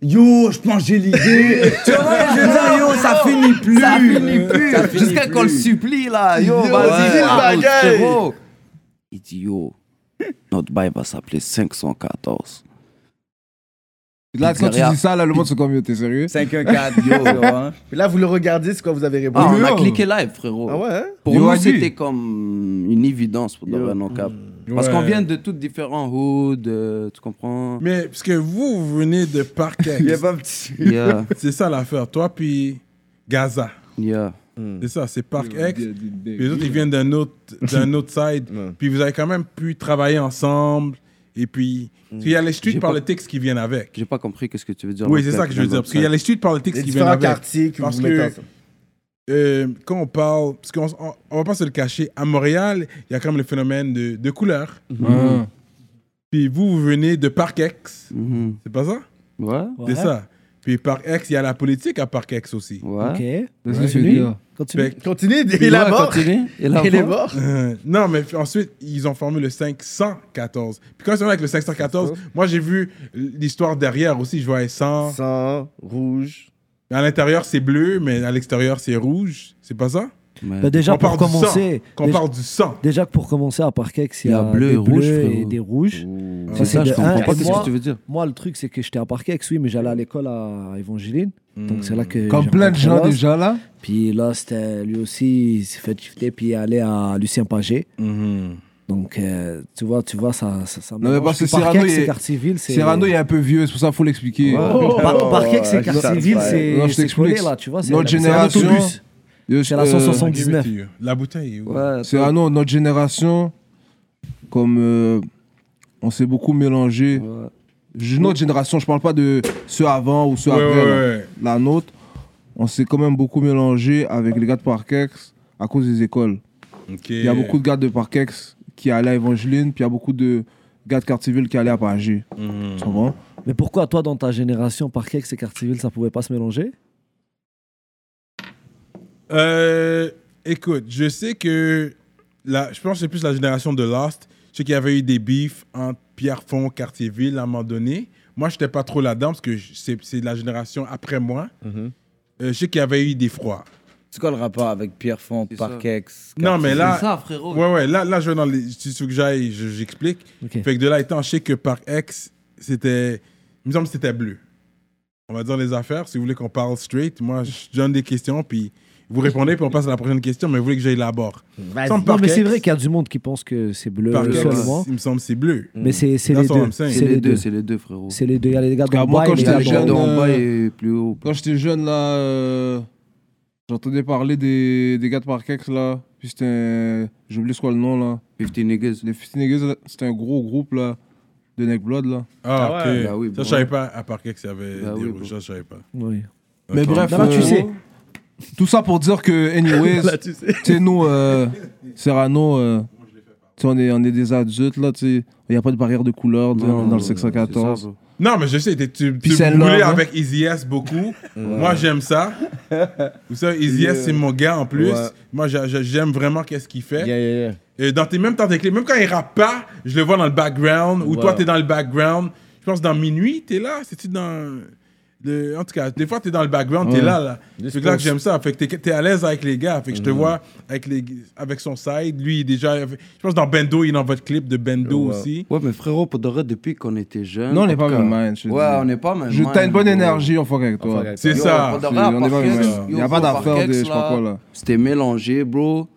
Speaker 7: Yo, je pense que j'ai l'idée. tu vois, je veux dire, yo, ça finit plus. Ça finit plus.
Speaker 9: Jusqu'à qu'on le supplie, là. Yo,
Speaker 4: vas-y,
Speaker 9: vas-y,
Speaker 4: dis le
Speaker 9: arrose,
Speaker 4: bagage.
Speaker 9: frérot. Il dit, yo, notre bail va s'appeler 514.
Speaker 10: Là, quand tu
Speaker 9: Pizzeria.
Speaker 10: dis ça, là, le monde se comme yo, t'es sérieux?
Speaker 7: 5-1-4, yo, hein. tu vois.
Speaker 4: Puis Là, vous le regardez, c'est quoi vous avez
Speaker 9: Ah,
Speaker 4: répondu?
Speaker 9: on a cliqué live, frérot.
Speaker 4: Ah ouais? hein?
Speaker 9: Pour
Speaker 10: Yo,
Speaker 9: nous,
Speaker 10: Adi.
Speaker 9: c'était comme une évidence pour de vrai, non cap. Parce
Speaker 3: Mm. Ouais.
Speaker 9: qu'on vient de toutes différents hoods, euh, tu comprends
Speaker 3: Mais parce que vous, vous venez de Parquet.
Speaker 7: Il est pas petit.
Speaker 9: Yeah,
Speaker 3: c'est ça l'affaire. Toi, puis Gaza.
Speaker 9: yeah.
Speaker 3: C'est ça, c'est Park X.
Speaker 10: Yo, des- des-
Speaker 3: Puis les autres, ils viennent d'un autre, d'un autre side. Puis vous avez quand même pu travailler ensemble. Et puis, parce qu'il y a les streets
Speaker 9: Hmm. J'ai
Speaker 3: par
Speaker 9: pas-
Speaker 3: le texte qui viennent avec.
Speaker 9: J'ai pas compris qu'est-ce que tu veux dire.
Speaker 3: Oui,
Speaker 9: avec
Speaker 3: c'est
Speaker 9: la-
Speaker 3: ça que je veux dire. Parce qu'il y a les streets par le texte
Speaker 4: Les
Speaker 3: qui viennent
Speaker 4: différents
Speaker 3: avec.
Speaker 4: quartiers que
Speaker 3: Parce
Speaker 4: vous mettez
Speaker 3: que-
Speaker 4: ensemble.
Speaker 3: Euh, quand on parle, parce qu'on on, on va pas se le cacher, à Montréal, il y a quand même le phénomène de, de couleur.
Speaker 10: Ah.
Speaker 3: Puis vous, vous venez de Park X.
Speaker 9: Mhm.
Speaker 3: C'est pas ça?
Speaker 9: Ouais,
Speaker 3: C'est ça. Puis Park X, il y a la politique à Park X aussi.
Speaker 9: ouais.
Speaker 10: That's what you do.
Speaker 3: Fait
Speaker 9: Continue.
Speaker 3: que,
Speaker 4: Continue, il est
Speaker 9: Ouais,
Speaker 4: mort.
Speaker 9: continue. Et là,
Speaker 4: Il est
Speaker 9: bon.
Speaker 4: mort.
Speaker 3: euh, non, mais puis ensuite, ils ont formé le 514. Puis quand ils sont avec le 514, moi, j'ai vu l'histoire derrière aussi. Je voyais 100.
Speaker 4: Sang, rouge.
Speaker 3: À l'intérieur, c'est bleu, mais à l'extérieur, c'est rouge. C'est pas ça?
Speaker 9: Mais-
Speaker 12: Bah, déjà,
Speaker 3: On
Speaker 12: pour
Speaker 3: parle du
Speaker 12: commencer,
Speaker 3: sang. Qu'on
Speaker 12: déjà,
Speaker 3: parle du sang.
Speaker 12: déjà que pour commencer à Parkex, il y a, bleu, des
Speaker 9: et rouge,
Speaker 12: bleus et
Speaker 9: frérot.
Speaker 12: des rouges.
Speaker 9: C'est ça,
Speaker 12: de
Speaker 9: je
Speaker 12: un.
Speaker 9: comprends pas
Speaker 12: Et
Speaker 9: qu'est-ce
Speaker 12: moi-
Speaker 9: que tu veux dire.
Speaker 12: Moi, le truc, c'est que j'étais à Parkex, oui, mais j'allais à l'école à Evangeline. Donc, c'est là que.
Speaker 10: Mmh. Comme
Speaker 12: j'ai
Speaker 10: plein de
Speaker 12: rencontré
Speaker 10: gens
Speaker 12: Lost.
Speaker 10: déjà là.
Speaker 12: Puis là, c'était lui aussi, il s'est fait shifter, puis il est allé à Lucien Pagé. Donc, euh, tu vois, tu vois, ça. ça, ça
Speaker 10: Mmh. Non, mais
Speaker 12: mélange.
Speaker 10: parce que
Speaker 12: Puis Parkex,
Speaker 10: Cyrano, il est-
Speaker 12: c'est quartier ville. c'est-
Speaker 10: Cyrano, il est un peu vieux, c'est pour ça qu'il faut l'expliquer.
Speaker 12: Oh, par- Parkex, c'est
Speaker 4: Ouais, ça,
Speaker 12: quartier ville,
Speaker 4: ouais.
Speaker 10: Non,
Speaker 12: c'est.
Speaker 10: je
Speaker 12: c'est
Speaker 10: t'explique.
Speaker 12: collé, là, tu vois. c'est-
Speaker 10: Notre
Speaker 12: c'est un
Speaker 10: génération,
Speaker 12: autobus.
Speaker 10: Yo,
Speaker 12: C'est la
Speaker 10: euh,
Speaker 12: 160.
Speaker 3: Give it
Speaker 12: 19.
Speaker 3: to you. La bouteille est où?
Speaker 9: Ouais,
Speaker 10: C'est ah non, notre génération, comme euh, on s'est beaucoup mélangé. Je- Notre génération, je parle pas de ceux avant ou ceux
Speaker 3: Ouais,
Speaker 10: après.
Speaker 3: ouais,
Speaker 10: là.
Speaker 3: ouais.
Speaker 10: La nôtre, on s'est quand même beaucoup mélangé avec les gars de Parkex à cause des écoles.
Speaker 3: Ok.
Speaker 10: Il y a beaucoup de gars de Parkex qui allaient à Evangeline, puis il y a beaucoup de gars de Cartierville qui allaient à Pagé.
Speaker 3: Mhm.
Speaker 10: Tu comprends
Speaker 12: Mais pourquoi, toi, dans ta génération, Parkex et quartier ville, ça pouvait pas se mélanger
Speaker 3: Euh, écoute, je sais que la, je pense que c'est plus la génération de Lost. Je sais qu'il y avait eu des beefs entre Pierrefonds, Cartierville à un moment donné. Moi, je n'étais pas trop là-dedans parce que je- c'est c'est la génération après moi. Euh, je sais qu'il y avait eu des froids.
Speaker 7: C'est quoi le rapport avec Pierrefonds,
Speaker 11: ça.
Speaker 7: Parkex
Speaker 3: Non, mais là,
Speaker 9: C'est ça, frérot.
Speaker 3: ouais, ouais, là, là, je vais dans les. Si tu veux que j'aille, je- j'explique.
Speaker 12: Ok.
Speaker 3: Fait que de là étant, je sais que par ex, c'était. Il me semble que c'était bleu. On va dire les affaires. Si vous voulez qu'on parle straight, moi, je donne des questions, puis vous répondez, puis on passe à la prochaine question, mais vous voulez que j'aille là-bas.
Speaker 4: Vas-y.
Speaker 3: Sans
Speaker 12: Non, mais
Speaker 3: Parkex.
Speaker 12: c'est vrai qu'il y a du monde qui pense que c'est bleu
Speaker 3: Par ex,
Speaker 12: seulement.
Speaker 3: il me semble que c'est bleu.
Speaker 12: Mais c'est c'est les
Speaker 3: That's what
Speaker 12: deux.
Speaker 3: I'm saying.
Speaker 12: C'est les deux.
Speaker 9: c'est les deux, frérot.
Speaker 12: C'est les deux. Il y a les gars
Speaker 10: Car
Speaker 12: d'en
Speaker 10: moi,
Speaker 12: bas et
Speaker 10: quand
Speaker 12: les
Speaker 10: j'étais
Speaker 12: gars
Speaker 9: Les
Speaker 10: jeune,
Speaker 9: gens de
Speaker 12: d'en haut.
Speaker 10: euh,
Speaker 9: en bas et plus haut.
Speaker 10: Quand j'étais jeune, là, euh, j'entendais parler des, des gars de Parkex, là. Puis c'était. un- J'ai oublié c'est quoi le nom, là.
Speaker 9: 50 niggas.
Speaker 3: hein,
Speaker 10: Les Fifty Niggas, là, c'était un gros groupe, là, de Neck Blood, là.
Speaker 3: Ah, ok.
Speaker 4: Ah ouais.
Speaker 9: Bah oui,
Speaker 3: ça,
Speaker 9: bon.
Speaker 3: je savais pas, à part ex, il y avait
Speaker 9: Bah
Speaker 3: des
Speaker 9: oui,
Speaker 3: rouges.
Speaker 9: bon.
Speaker 3: Ça, je savais pas.
Speaker 12: Oui.
Speaker 10: Mais bref,
Speaker 12: Là, tu
Speaker 10: euh,
Speaker 12: sais.
Speaker 10: tout ça pour dire que, anyways, tu sais, nous, euh, Serrano, euh, tu sais, on est, on est des adultes, là, tu sais. Il n'y a pas de barrière de couleur tu sais,
Speaker 9: Non,
Speaker 10: dans le
Speaker 9: non, non, c'est
Speaker 10: 614.
Speaker 9: ça,
Speaker 3: Non, mais je sais, t'es- tu, tu
Speaker 10: Peace and
Speaker 3: brûlais
Speaker 10: love, hein.
Speaker 3: avec Easy S beaucoup. Moi, j'aime ça. Vous savez, Easy S, c'est mon gars en plus.
Speaker 4: Ouais.
Speaker 3: Moi, j'a- j'a- j'aime vraiment qu'est-ce qu'il fait.
Speaker 4: Yeah, yeah, yeah.
Speaker 3: Et dans tes, même temps tes clés, même quand il rappe pas, je le vois dans le background, ou toi,
Speaker 4: Ouais.
Speaker 3: t'es dans le background. Je pense dans Minuit, t'es là. C'est-tu dans. le- en tout cas, des fois, t'es dans le background, t'es là. là.
Speaker 4: Just
Speaker 3: C'est là que
Speaker 4: post.
Speaker 3: j'aime ça. Fait que t'es t'es à l'aise avec les gars. Fait que je te vois avec, les, avec son side. Lui, il est déjà. Je pense dans Bendo, il est dans votre clip de Bendo
Speaker 4: Ouais.
Speaker 3: aussi.
Speaker 9: Ouais, mais frérot, pour de vrai, depuis qu'on était jeunes.
Speaker 10: Non, on
Speaker 9: en
Speaker 10: n'est
Speaker 9: tout
Speaker 10: pas
Speaker 9: cas-
Speaker 10: même mind. je te
Speaker 9: Ouais,
Speaker 10: dis.
Speaker 9: on n'est pas même
Speaker 10: Je-
Speaker 9: mind,
Speaker 10: T'as une bonne
Speaker 9: bro.
Speaker 10: énergie, on fuck avec toi.
Speaker 4: Fuck avec
Speaker 3: C'est
Speaker 4: toi.
Speaker 9: Yo,
Speaker 3: ça.
Speaker 9: pour de
Speaker 10: C'est-
Speaker 9: vrai, à
Speaker 10: on est pas
Speaker 9: Parkex,
Speaker 10: même-
Speaker 9: yo,
Speaker 10: y a pas
Speaker 9: bro,
Speaker 10: d'affaire de-
Speaker 9: Parkex,
Speaker 10: je sais pas quoi, là.
Speaker 9: C'était mélangé, bro.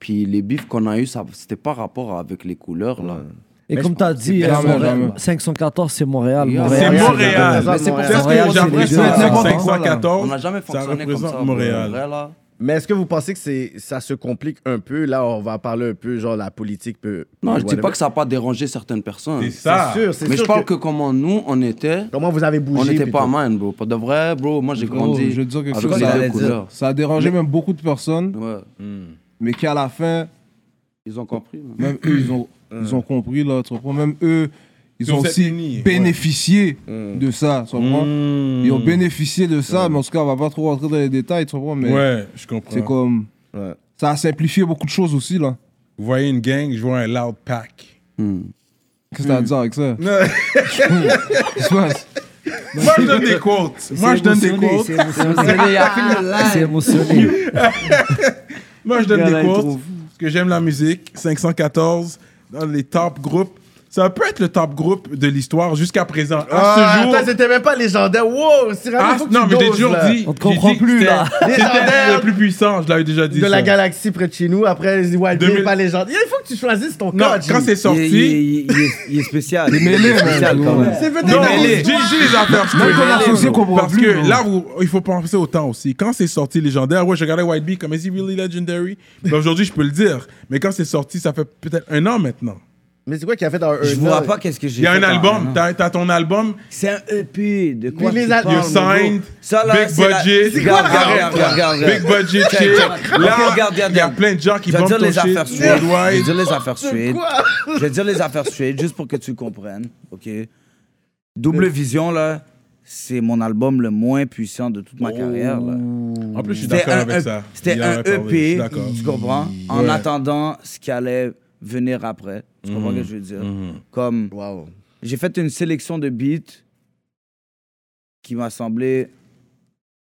Speaker 9: Puis les bifs qu'on a eu, ça c'était pas rapport avec les couleurs, là.
Speaker 12: Et comme tu as dit,
Speaker 10: c'est
Speaker 12: euh,
Speaker 10: jamais,
Speaker 12: Montréal-
Speaker 10: jamais.
Speaker 12: 514, c'est Montréal.
Speaker 9: Yeah.
Speaker 12: Montréal.
Speaker 3: C'est
Speaker 4: Montréal.
Speaker 3: Montréal.
Speaker 4: Mais Ah, c'est pour
Speaker 3: C'est
Speaker 4: ça
Speaker 3: ce que
Speaker 12: que
Speaker 3: j'apprécie
Speaker 12: c'est
Speaker 3: avec
Speaker 12: n'importe quoi,
Speaker 10: là.
Speaker 9: On
Speaker 3: 514.
Speaker 9: n'a jamais
Speaker 3: Ça
Speaker 9: fonctionné comme ça.
Speaker 3: représente
Speaker 9: bro. En
Speaker 3: Montréal.
Speaker 9: vrai, là.
Speaker 4: Mais est-ce que vous pensez que c'est, ça se complique un peu? Là, on va parler un peu, genre, la politique peut...
Speaker 9: Non, je dis
Speaker 4: whatever.
Speaker 9: pas que ça n'a pas dérangé certaines personnes.
Speaker 3: C'est ça.
Speaker 4: C'est sûr, c'est
Speaker 9: Mais je
Speaker 4: sûr
Speaker 9: parle
Speaker 4: que-
Speaker 9: que comment nous, on était.
Speaker 4: Comment vous avez bougé?
Speaker 9: On n'était
Speaker 4: puis
Speaker 9: pas
Speaker 4: tout.
Speaker 9: man, bro. Pour de vrai, bro, moi j'ai
Speaker 10: Gros,
Speaker 9: grandi
Speaker 10: je veux dire quelque
Speaker 9: avec
Speaker 10: chose,
Speaker 9: les
Speaker 10: ça-
Speaker 9: deux couleurs.
Speaker 10: Ça a dérangé même beaucoup de personnes,
Speaker 9: Ouais.
Speaker 10: mais qui à la fin,
Speaker 9: Ils ont compris. man.
Speaker 10: même eux, ils ont,
Speaker 3: Mm.
Speaker 10: ils ont compris, là, tu comprends? Même eux, ils
Speaker 3: Sur
Speaker 10: ont
Speaker 3: cette
Speaker 10: aussi
Speaker 3: lignée, ouais. Mm.
Speaker 10: bénéficié de ça, tu comprends? Ils ont bénéficié de ça, mais en tout cas, on va pas trop rentrer dans les détails, tu comprends? Mais
Speaker 3: Ouais, je comprends.
Speaker 10: c'est comme.
Speaker 4: Ouais.
Speaker 10: Ça a simplifié beaucoup de choses aussi, là.
Speaker 3: Vous voyez une gang, je vois un loud pack.
Speaker 10: Qu'est-ce que
Speaker 3: Mm.
Speaker 10: t'as à dire avec ça? Qu'est-ce qui se passe?
Speaker 3: Moi, je donne des quotes. Moi, je donne des quotes.
Speaker 12: C'est émotionné. Ah, C'est émotionné.
Speaker 3: Moi, je donne
Speaker 9: Gars, là,
Speaker 3: des
Speaker 9: il
Speaker 3: quotes.
Speaker 9: trouve.
Speaker 3: Parce que j'aime la musique. 514, dans les top groupes. Ça peut être le top groupe de l'histoire jusqu'à présent.
Speaker 4: Ah,
Speaker 3: À ce jour.
Speaker 4: attends, c'était même pas légendaire. Wow, c'est
Speaker 3: à-
Speaker 4: vraiment faut que
Speaker 3: non,
Speaker 4: tu
Speaker 3: mais j'ai
Speaker 4: doses,
Speaker 3: toujours
Speaker 4: là.
Speaker 3: dit.
Speaker 12: On te comprend
Speaker 3: j'ai dit que
Speaker 12: plus, là.
Speaker 3: c'était- C'était
Speaker 4: Légendaire.
Speaker 3: le plus puissant, je l'avais déjà dit.
Speaker 4: De la
Speaker 3: ça.
Speaker 4: galaxie près de chez nous, après, les Wild
Speaker 3: 2000.
Speaker 4: Bill, pas légendaire. Il faut que tu choisisses ton
Speaker 3: Non,
Speaker 4: code.
Speaker 3: quand c'est
Speaker 7: Il, est- il est-
Speaker 3: sorti.
Speaker 7: il est- il est spécial.
Speaker 10: Les mêlées,
Speaker 7: il est
Speaker 10: man,
Speaker 7: spécial
Speaker 10: gros.
Speaker 7: quand même.
Speaker 4: C'est peut-être
Speaker 3: Non,
Speaker 4: la
Speaker 3: j'ai
Speaker 4: raison.
Speaker 3: j'ai les affaires
Speaker 10: Même
Speaker 3: straight.
Speaker 10: ton associé comprend
Speaker 3: Parce
Speaker 10: plus,
Speaker 3: que
Speaker 10: bro.
Speaker 3: là, vous- il faut penser au temps aussi. Quand c'est sorti légendaire, ouais, je regardais White Bee comme Is he really legendary? Mais Aujourd'hui, je peux le dire. Mais quand c'est sorti, ça fait peut-être un an maintenant.
Speaker 4: Mais c'est quoi qui a fait dans un
Speaker 10: Euh,
Speaker 7: Je vois pas qu'est-ce que j'ai
Speaker 3: Il y a
Speaker 7: fait
Speaker 3: un
Speaker 7: quand
Speaker 3: album,
Speaker 7: même.
Speaker 3: t'as t'as ton album,
Speaker 7: C'est un EP. De quoi
Speaker 4: Puis les
Speaker 7: tu
Speaker 4: al-
Speaker 7: parles,
Speaker 3: You're
Speaker 7: mon gros?
Speaker 3: signed,
Speaker 7: Ça, là,
Speaker 3: big
Speaker 7: c'est la-
Speaker 3: budget.
Speaker 7: C'est quoi la-
Speaker 3: Regarde,
Speaker 7: Regarde,
Speaker 3: regarde,
Speaker 7: regarde,
Speaker 3: big
Speaker 7: regarde.
Speaker 3: budget shit.
Speaker 7: Check, check.
Speaker 3: Là,
Speaker 7: Ok, regarde, regarde,
Speaker 3: il y a
Speaker 7: regarde.
Speaker 3: plein de gens qui
Speaker 7: Je vais
Speaker 3: vendent
Speaker 7: dire
Speaker 3: ton
Speaker 7: les
Speaker 3: shit
Speaker 7: affaires suivantes. Je vais
Speaker 3: worldwide.
Speaker 7: dire les affaires suivantes. Je vais dire les affaires suivantes juste pour que tu comprennes. OK? Double Vision, là, c'est mon album le moins puissant de toute ma
Speaker 3: Oh.
Speaker 7: carrière. là.
Speaker 3: En plus, je suis
Speaker 7: C'était
Speaker 3: d'accord
Speaker 7: un,
Speaker 3: avec
Speaker 7: EP
Speaker 3: ça.
Speaker 7: C'était
Speaker 3: Il y en
Speaker 7: un E
Speaker 3: a parlé, je suis
Speaker 7: EP,
Speaker 3: d'accord.
Speaker 7: tu comprends? En
Speaker 3: Ouais.
Speaker 7: attendant ce qui allait venir après. Tu comprends
Speaker 3: Mm.
Speaker 7: ce que je veux dire?
Speaker 9: Mhm.
Speaker 7: Comme,
Speaker 4: Wow.
Speaker 7: j'ai fait une sélection de beats qui m'a semblé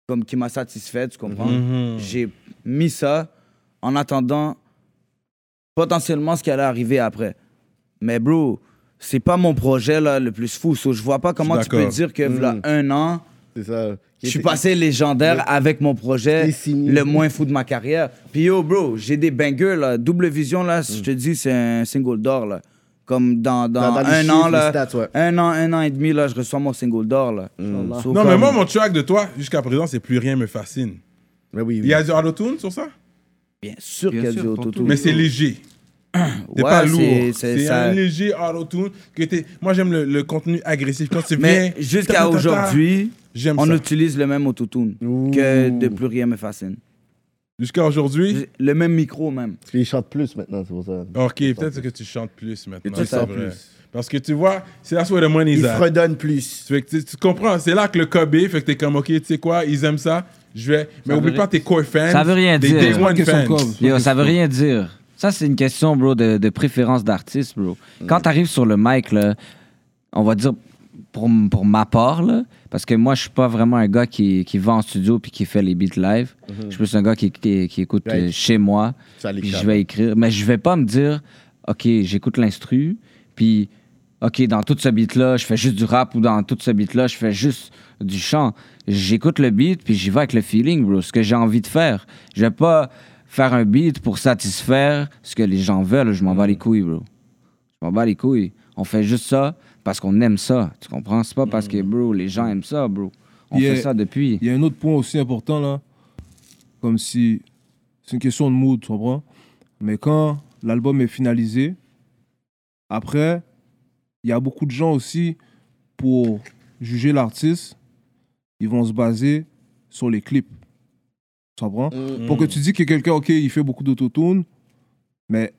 Speaker 7: comme qui m'a satisfait, tu comprends? J'ai mis ça en attendant potentiellement ce qui allait arriver après. Mais bro, c'est pas mon projet là, le plus fou. So, je vois pas comment tu peux
Speaker 3: d'accord.
Speaker 7: dire que voilà
Speaker 4: Mhm.
Speaker 7: un an,
Speaker 4: C'est ça.
Speaker 7: je suis passé légendaire avec mon projet
Speaker 4: Qui est signé.
Speaker 7: le moins fou de ma carrière. Puis yo, bro, j'ai des bangers, là. Double Vision, là, je te dis, c'est un single d'or, là. Comme dans, dans,
Speaker 4: Hmm. Dans- dans les
Speaker 7: un
Speaker 4: chiffres,
Speaker 7: an,
Speaker 4: les
Speaker 7: là.
Speaker 4: stats, ouais. Hmm.
Speaker 7: Un an, un an et demi, là, je reçois mon single d'or, là. So,
Speaker 3: Non,
Speaker 7: comme-
Speaker 3: mais moi, mon track de toi, jusqu'à présent, c'est plus rien me fascine.
Speaker 4: Mais oui,
Speaker 3: Il y a du autotune sur ça?
Speaker 7: Bien sûr
Speaker 9: Bien
Speaker 7: qu'il y a
Speaker 9: sûr,
Speaker 7: du
Speaker 9: pour
Speaker 7: autotune.
Speaker 9: tout.
Speaker 3: Mais c'est léger. C'est
Speaker 7: Ouais,
Speaker 3: pas lourd.
Speaker 7: c'est- c'est-
Speaker 3: C'est
Speaker 7: ça-
Speaker 3: un léger auto-tune. que t'es- Moi, j'aime le, le contenu agressif. Quand c'est
Speaker 7: Mais
Speaker 3: bien, ta- ta-
Speaker 7: jusqu'à
Speaker 3: ta-
Speaker 7: aujourd'hui,
Speaker 3: J'aime
Speaker 7: on
Speaker 3: ça.
Speaker 7: utilise le même autotune que de plus rien me fascine.
Speaker 3: Jusqu'à aujourd'hui,
Speaker 7: Le même micro, même.
Speaker 4: Parce qu'il chante plus maintenant, c'est pour ça.
Speaker 3: ok, peut-être que tu chantes plus maintenant.
Speaker 4: tu
Speaker 3: c'est
Speaker 4: sors
Speaker 3: vrai.
Speaker 4: plus.
Speaker 3: Parce que tu vois, c'est là où le money's
Speaker 4: Il
Speaker 3: at.
Speaker 4: fredonne plus.
Speaker 3: Fait que tu, tu comprends, c'est là que le Kobe, fait que t'es comme, ok, tu sais quoi, ils aiment ça, je vais. Mais oublie pas tes core fans.
Speaker 8: Ça veut rien
Speaker 3: des
Speaker 8: dire.
Speaker 3: Day
Speaker 8: C'est pas
Speaker 3: One
Speaker 10: question de
Speaker 3: fans.
Speaker 10: com.
Speaker 8: Yo, ça veut rien dire. Ça, c'est une question, bro, de, de préférence d'artiste, bro.
Speaker 9: Mm.
Speaker 8: Quand t'arrives sur le mic, là, on va dire pour, m- pour ma part, là, parce que moi, je suis pas vraiment un gars qui, qui va en studio puis qui fait les beats live.
Speaker 9: Mm-hmm.
Speaker 8: Je suis plus un gars qui, qui, qui écoute
Speaker 4: Ouais.
Speaker 8: euh, chez moi.
Speaker 4: Ça les
Speaker 8: Puis
Speaker 4: calme.
Speaker 8: je vais écrire. Mais je vais pas me dire, OK, j'écoute l'instru, puis OK, dans tout ce beat-là, je fais juste du rap ou dans tout ce beat-là, je fais juste du chant. J'écoute le beat, puis j'y vais avec le feeling, bro, ce que j'ai envie de faire. Je vais pas faire un beat pour satisfaire ce que les gens veulent. Je m'en bats les couilles, bro. Je m'en bats les couilles. On fait juste ça parce qu'on aime ça. Tu comprends? C'est pas parce que, bro, les gens aiment ça, bro. On
Speaker 10: Yeah.
Speaker 8: fait ça depuis.
Speaker 10: Il y a un autre point aussi important là, comme si c'est une question de mood, tu comprends Mais quand l'album est finalisé, après, il y a beaucoup de gens aussi pour juger l'artiste, ils vont se baser sur les clips, tu comprends Pour que tu dis que quelqu'un, ok, il fait beaucoup d'autotune, mais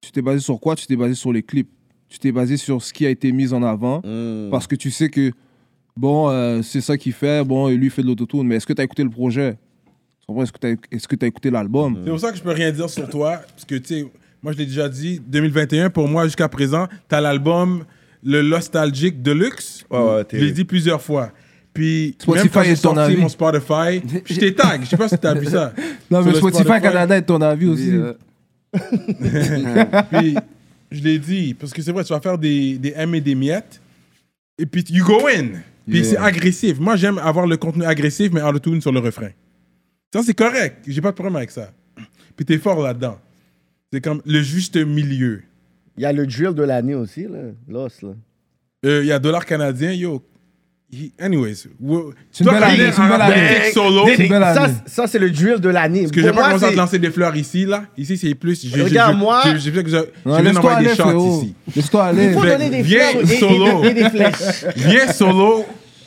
Speaker 10: tu t'es basé sur quoi Tu t'es basé sur les clips, tu tu t'es basé sur ce qui a été mis en avant parce que tu sais que, bon, euh, c'est ça qu'il fait, bon, et lui il fait de l'autotune, mais est-ce que tu as écouté le projet Tu comprends? Est-ce que tu as, écouté l'album
Speaker 3: C'est pour ça que je peux rien dire sur toi, parce que, tu sais, moi, je l'ai déjà dit, 2021, pour moi, jusqu'à présent, t'as l'album Le Nostalgique Deluxe.
Speaker 4: Ouais, ouais,
Speaker 3: je l'ai
Speaker 4: terrible.
Speaker 3: dit plusieurs fois. Puis,
Speaker 10: Spotify
Speaker 3: même quand j'ai
Speaker 10: est ton
Speaker 3: sorti
Speaker 10: avis.
Speaker 3: mon Spotify, je t'ai tag, je sais pas si t'as vu ça.
Speaker 10: Non,
Speaker 3: Sur
Speaker 10: mais
Speaker 3: le
Speaker 10: Spotify, Canada est ton avis aussi.
Speaker 7: euh,
Speaker 3: Puis, je l'ai dit, parce que c'est vrai, tu vas faire des, des M et des miettes, et puis you go in. Puis c'est agressif. Moi, j'aime avoir le contenu agressif, mais en tune sur le refrain. Ça, c'est correct. J'ai pas de problème avec ça. Puis t'es fort là-dedans. C'est comme le juste milieu.
Speaker 4: Il y a le drill de l'année aussi, là. L'os, là.
Speaker 3: Il Euh, y a dollar canadien, yo. He- anyways, wo-
Speaker 10: C'est une
Speaker 3: toi,
Speaker 10: belle
Speaker 3: t'as
Speaker 10: année,
Speaker 3: dit
Speaker 10: c'est une belle
Speaker 3: en
Speaker 10: année.
Speaker 3: musique solo.
Speaker 10: C'est une belle
Speaker 4: Ça,
Speaker 10: année.
Speaker 4: c'est- ça, c'est le drill de l'année.
Speaker 3: Parce que j'ai pas commencé à te lancer des fleurs ici, là. Ici, c'est plus. je- je-
Speaker 4: Regarde,
Speaker 3: je-
Speaker 4: moi-
Speaker 3: Je, je, je- je- je-
Speaker 10: Ouais,
Speaker 3: je viens
Speaker 10: Laisse-toi
Speaker 3: d'envoyer
Speaker 10: aller,
Speaker 3: des shots
Speaker 10: frérot.
Speaker 3: ici.
Speaker 10: Laisse-toi aller.
Speaker 4: Il faut
Speaker 3: Ben,
Speaker 4: donner des
Speaker 3: viens
Speaker 4: fleurs et- et-
Speaker 3: solo.
Speaker 4: et, et des flèches.
Speaker 3: Viens solo.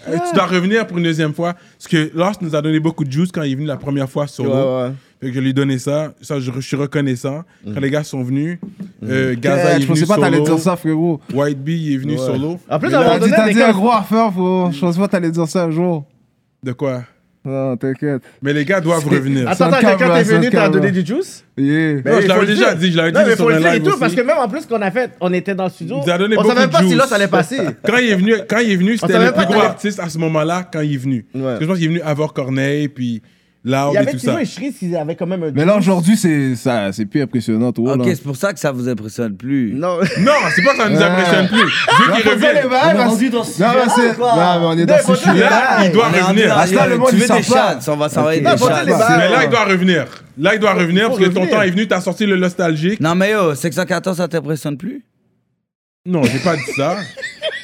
Speaker 3: euh, Tu dois revenir pour une deuxième fois. Parce que Lost nous a donné beaucoup de juice quand il est venu la première fois solo. Fait que je lui ai donné ça. Ça, je, je suis reconnaissant.
Speaker 4: Mm.
Speaker 3: Quand les gars sont venus, euh, Gaza
Speaker 10: Eh,
Speaker 3: il est
Speaker 10: Je
Speaker 3: venu
Speaker 10: pensais pas t'allais
Speaker 3: solo.
Speaker 10: dire ça, frérot.
Speaker 3: White Bee est venu solo.
Speaker 4: En plus,
Speaker 3: Mais
Speaker 4: à un
Speaker 3: là,
Speaker 4: moment
Speaker 10: T'as dit,
Speaker 4: donné,
Speaker 10: t'as
Speaker 4: avec
Speaker 10: dit un
Speaker 4: un-
Speaker 10: gros affaire, frérot. Je pensais pas t'allais dire ça un jour.
Speaker 3: De quoi
Speaker 10: Non, t'inquiète.
Speaker 3: Mais les gars doivent revenir.
Speaker 4: Attends, attends,
Speaker 10: Sans
Speaker 4: quelqu'un t'est
Speaker 10: câble, sans
Speaker 4: venu, t'as
Speaker 10: câble.
Speaker 4: donné du juice?
Speaker 10: Yeah.
Speaker 3: Non, je
Speaker 4: il faut
Speaker 3: l'avais
Speaker 4: le
Speaker 3: déjà
Speaker 4: dire.
Speaker 3: dit, je l'avais
Speaker 4: Non,
Speaker 3: dit
Speaker 4: mais
Speaker 3: sur
Speaker 4: faut
Speaker 3: le
Speaker 4: le dire et
Speaker 3: live
Speaker 4: tout, parce
Speaker 3: aussi.
Speaker 4: que même en plus qu'on a fait, on était dans le studio.
Speaker 3: Il nous a donné
Speaker 4: on
Speaker 3: beaucoup
Speaker 4: savait même
Speaker 3: de
Speaker 4: pas si
Speaker 3: juice. Ah,
Speaker 4: là, ça allait passer.
Speaker 3: Quand il est venu, quand il est venu, c'était
Speaker 4: savait
Speaker 3: le
Speaker 4: pas
Speaker 3: plus gros
Speaker 4: t'allais-
Speaker 3: artiste à ce moment-là quand il est venu.
Speaker 4: Ouais.
Speaker 3: Parce que je pense qu'il est venu avant Corneille, puis
Speaker 4: Il
Speaker 3: Loud
Speaker 4: y
Speaker 3: et
Speaker 4: avait
Speaker 3: tout
Speaker 4: toujours
Speaker 3: ça.
Speaker 4: et Chris, ils avaient quand même un
Speaker 10: Mais là, aujourd'hui, c'est ça- c'est plus impressionnant, tout.
Speaker 8: Ok,
Speaker 10: là.
Speaker 8: c'est pour ça que ça vous impressionne plus.
Speaker 4: Non,
Speaker 3: Non, c'est pas que ça nous impressionne plus. Je veux qu'il revienne.
Speaker 10: on est rendu dans ce sujet. Non, mais c'est- non, mais on est dans ce sujet.
Speaker 3: Là, il doit
Speaker 8: Mais on est
Speaker 3: revenir.
Speaker 8: dans-
Speaker 10: À ce temps, le monde,
Speaker 8: tu
Speaker 10: il
Speaker 8: veux
Speaker 10: s'en
Speaker 8: des
Speaker 10: parle.
Speaker 8: chats, on va s'envoyer
Speaker 4: Non,
Speaker 8: des
Speaker 4: faut dire bah, les
Speaker 8: chats.
Speaker 4: barres.
Speaker 3: Mais Ah, là, il doit revenir. Là, il doit revenir parce que ton
Speaker 4: revenir.
Speaker 3: temps est venu, t'as sorti le nostalgique.
Speaker 8: Non, mais yo, 614, ça t'impressionne plus?
Speaker 3: Non, j'ai pas dit ça.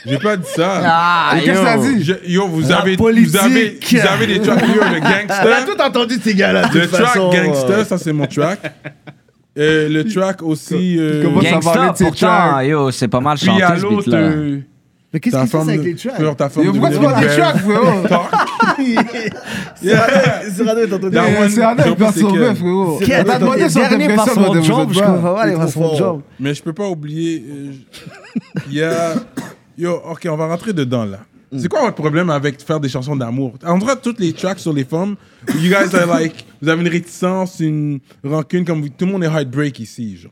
Speaker 3: J'ai pas dit ça.
Speaker 10: Ah, Qu'est-ce que ça dit
Speaker 3: Je- yo, vous
Speaker 10: La
Speaker 3: avez, vous
Speaker 10: politique.
Speaker 3: avez, vous avez des tracks. Yo, le
Speaker 4: on a
Speaker 3: gangster.
Speaker 4: tout entendu de ces gars-là. de
Speaker 3: Le
Speaker 4: toute
Speaker 3: track
Speaker 4: façon,
Speaker 3: gangster,
Speaker 4: euh,
Speaker 3: ça c'est mon track. Euh, le track aussi. Euh,
Speaker 10: Comment ça va
Speaker 1: Gangsta,
Speaker 10: aller de ces
Speaker 1: pourtant,
Speaker 10: tracks
Speaker 1: yo, c'est pas mal
Speaker 3: puis
Speaker 1: chanté
Speaker 3: à
Speaker 1: ce
Speaker 3: l'autre.
Speaker 1: beat-là.
Speaker 3: euh,
Speaker 12: Mais qu'est-ce
Speaker 3: ta
Speaker 12: qui se passe
Speaker 3: forme
Speaker 12: avec
Speaker 3: de-
Speaker 12: les tracks
Speaker 3: sur ta forme
Speaker 10: Yo,
Speaker 3: de
Speaker 10: pourquoi tu parles des
Speaker 3: William
Speaker 10: tracks, frérot
Speaker 3: Talk. Yeah.
Speaker 4: Cyrano est entendu.
Speaker 3: Dans
Speaker 10: Eh,
Speaker 3: one-
Speaker 10: C'est un
Speaker 3: Yo,
Speaker 10: mec
Speaker 3: c'est que-
Speaker 10: perturbé, frérot. On
Speaker 12: Quel
Speaker 10: t'a demandé si on
Speaker 12: dernier
Speaker 10: t'impressionne, on
Speaker 12: par son
Speaker 10: t'impressionne
Speaker 12: job, je
Speaker 10: pas.
Speaker 12: comprends pas, il va
Speaker 4: trop
Speaker 12: son
Speaker 4: fort.
Speaker 12: job.
Speaker 3: Mais je peux pas oublier. euh, Il y a. Yo, ok, on va rentrer dedans là. C'est quoi votre problème avec faire des chansons d'amour En vrai, toutes les tracks sur les femmes, you guys are like, vous avez une réticence, une rancune, comme vous- tout le monde est heartbreak ici, genre.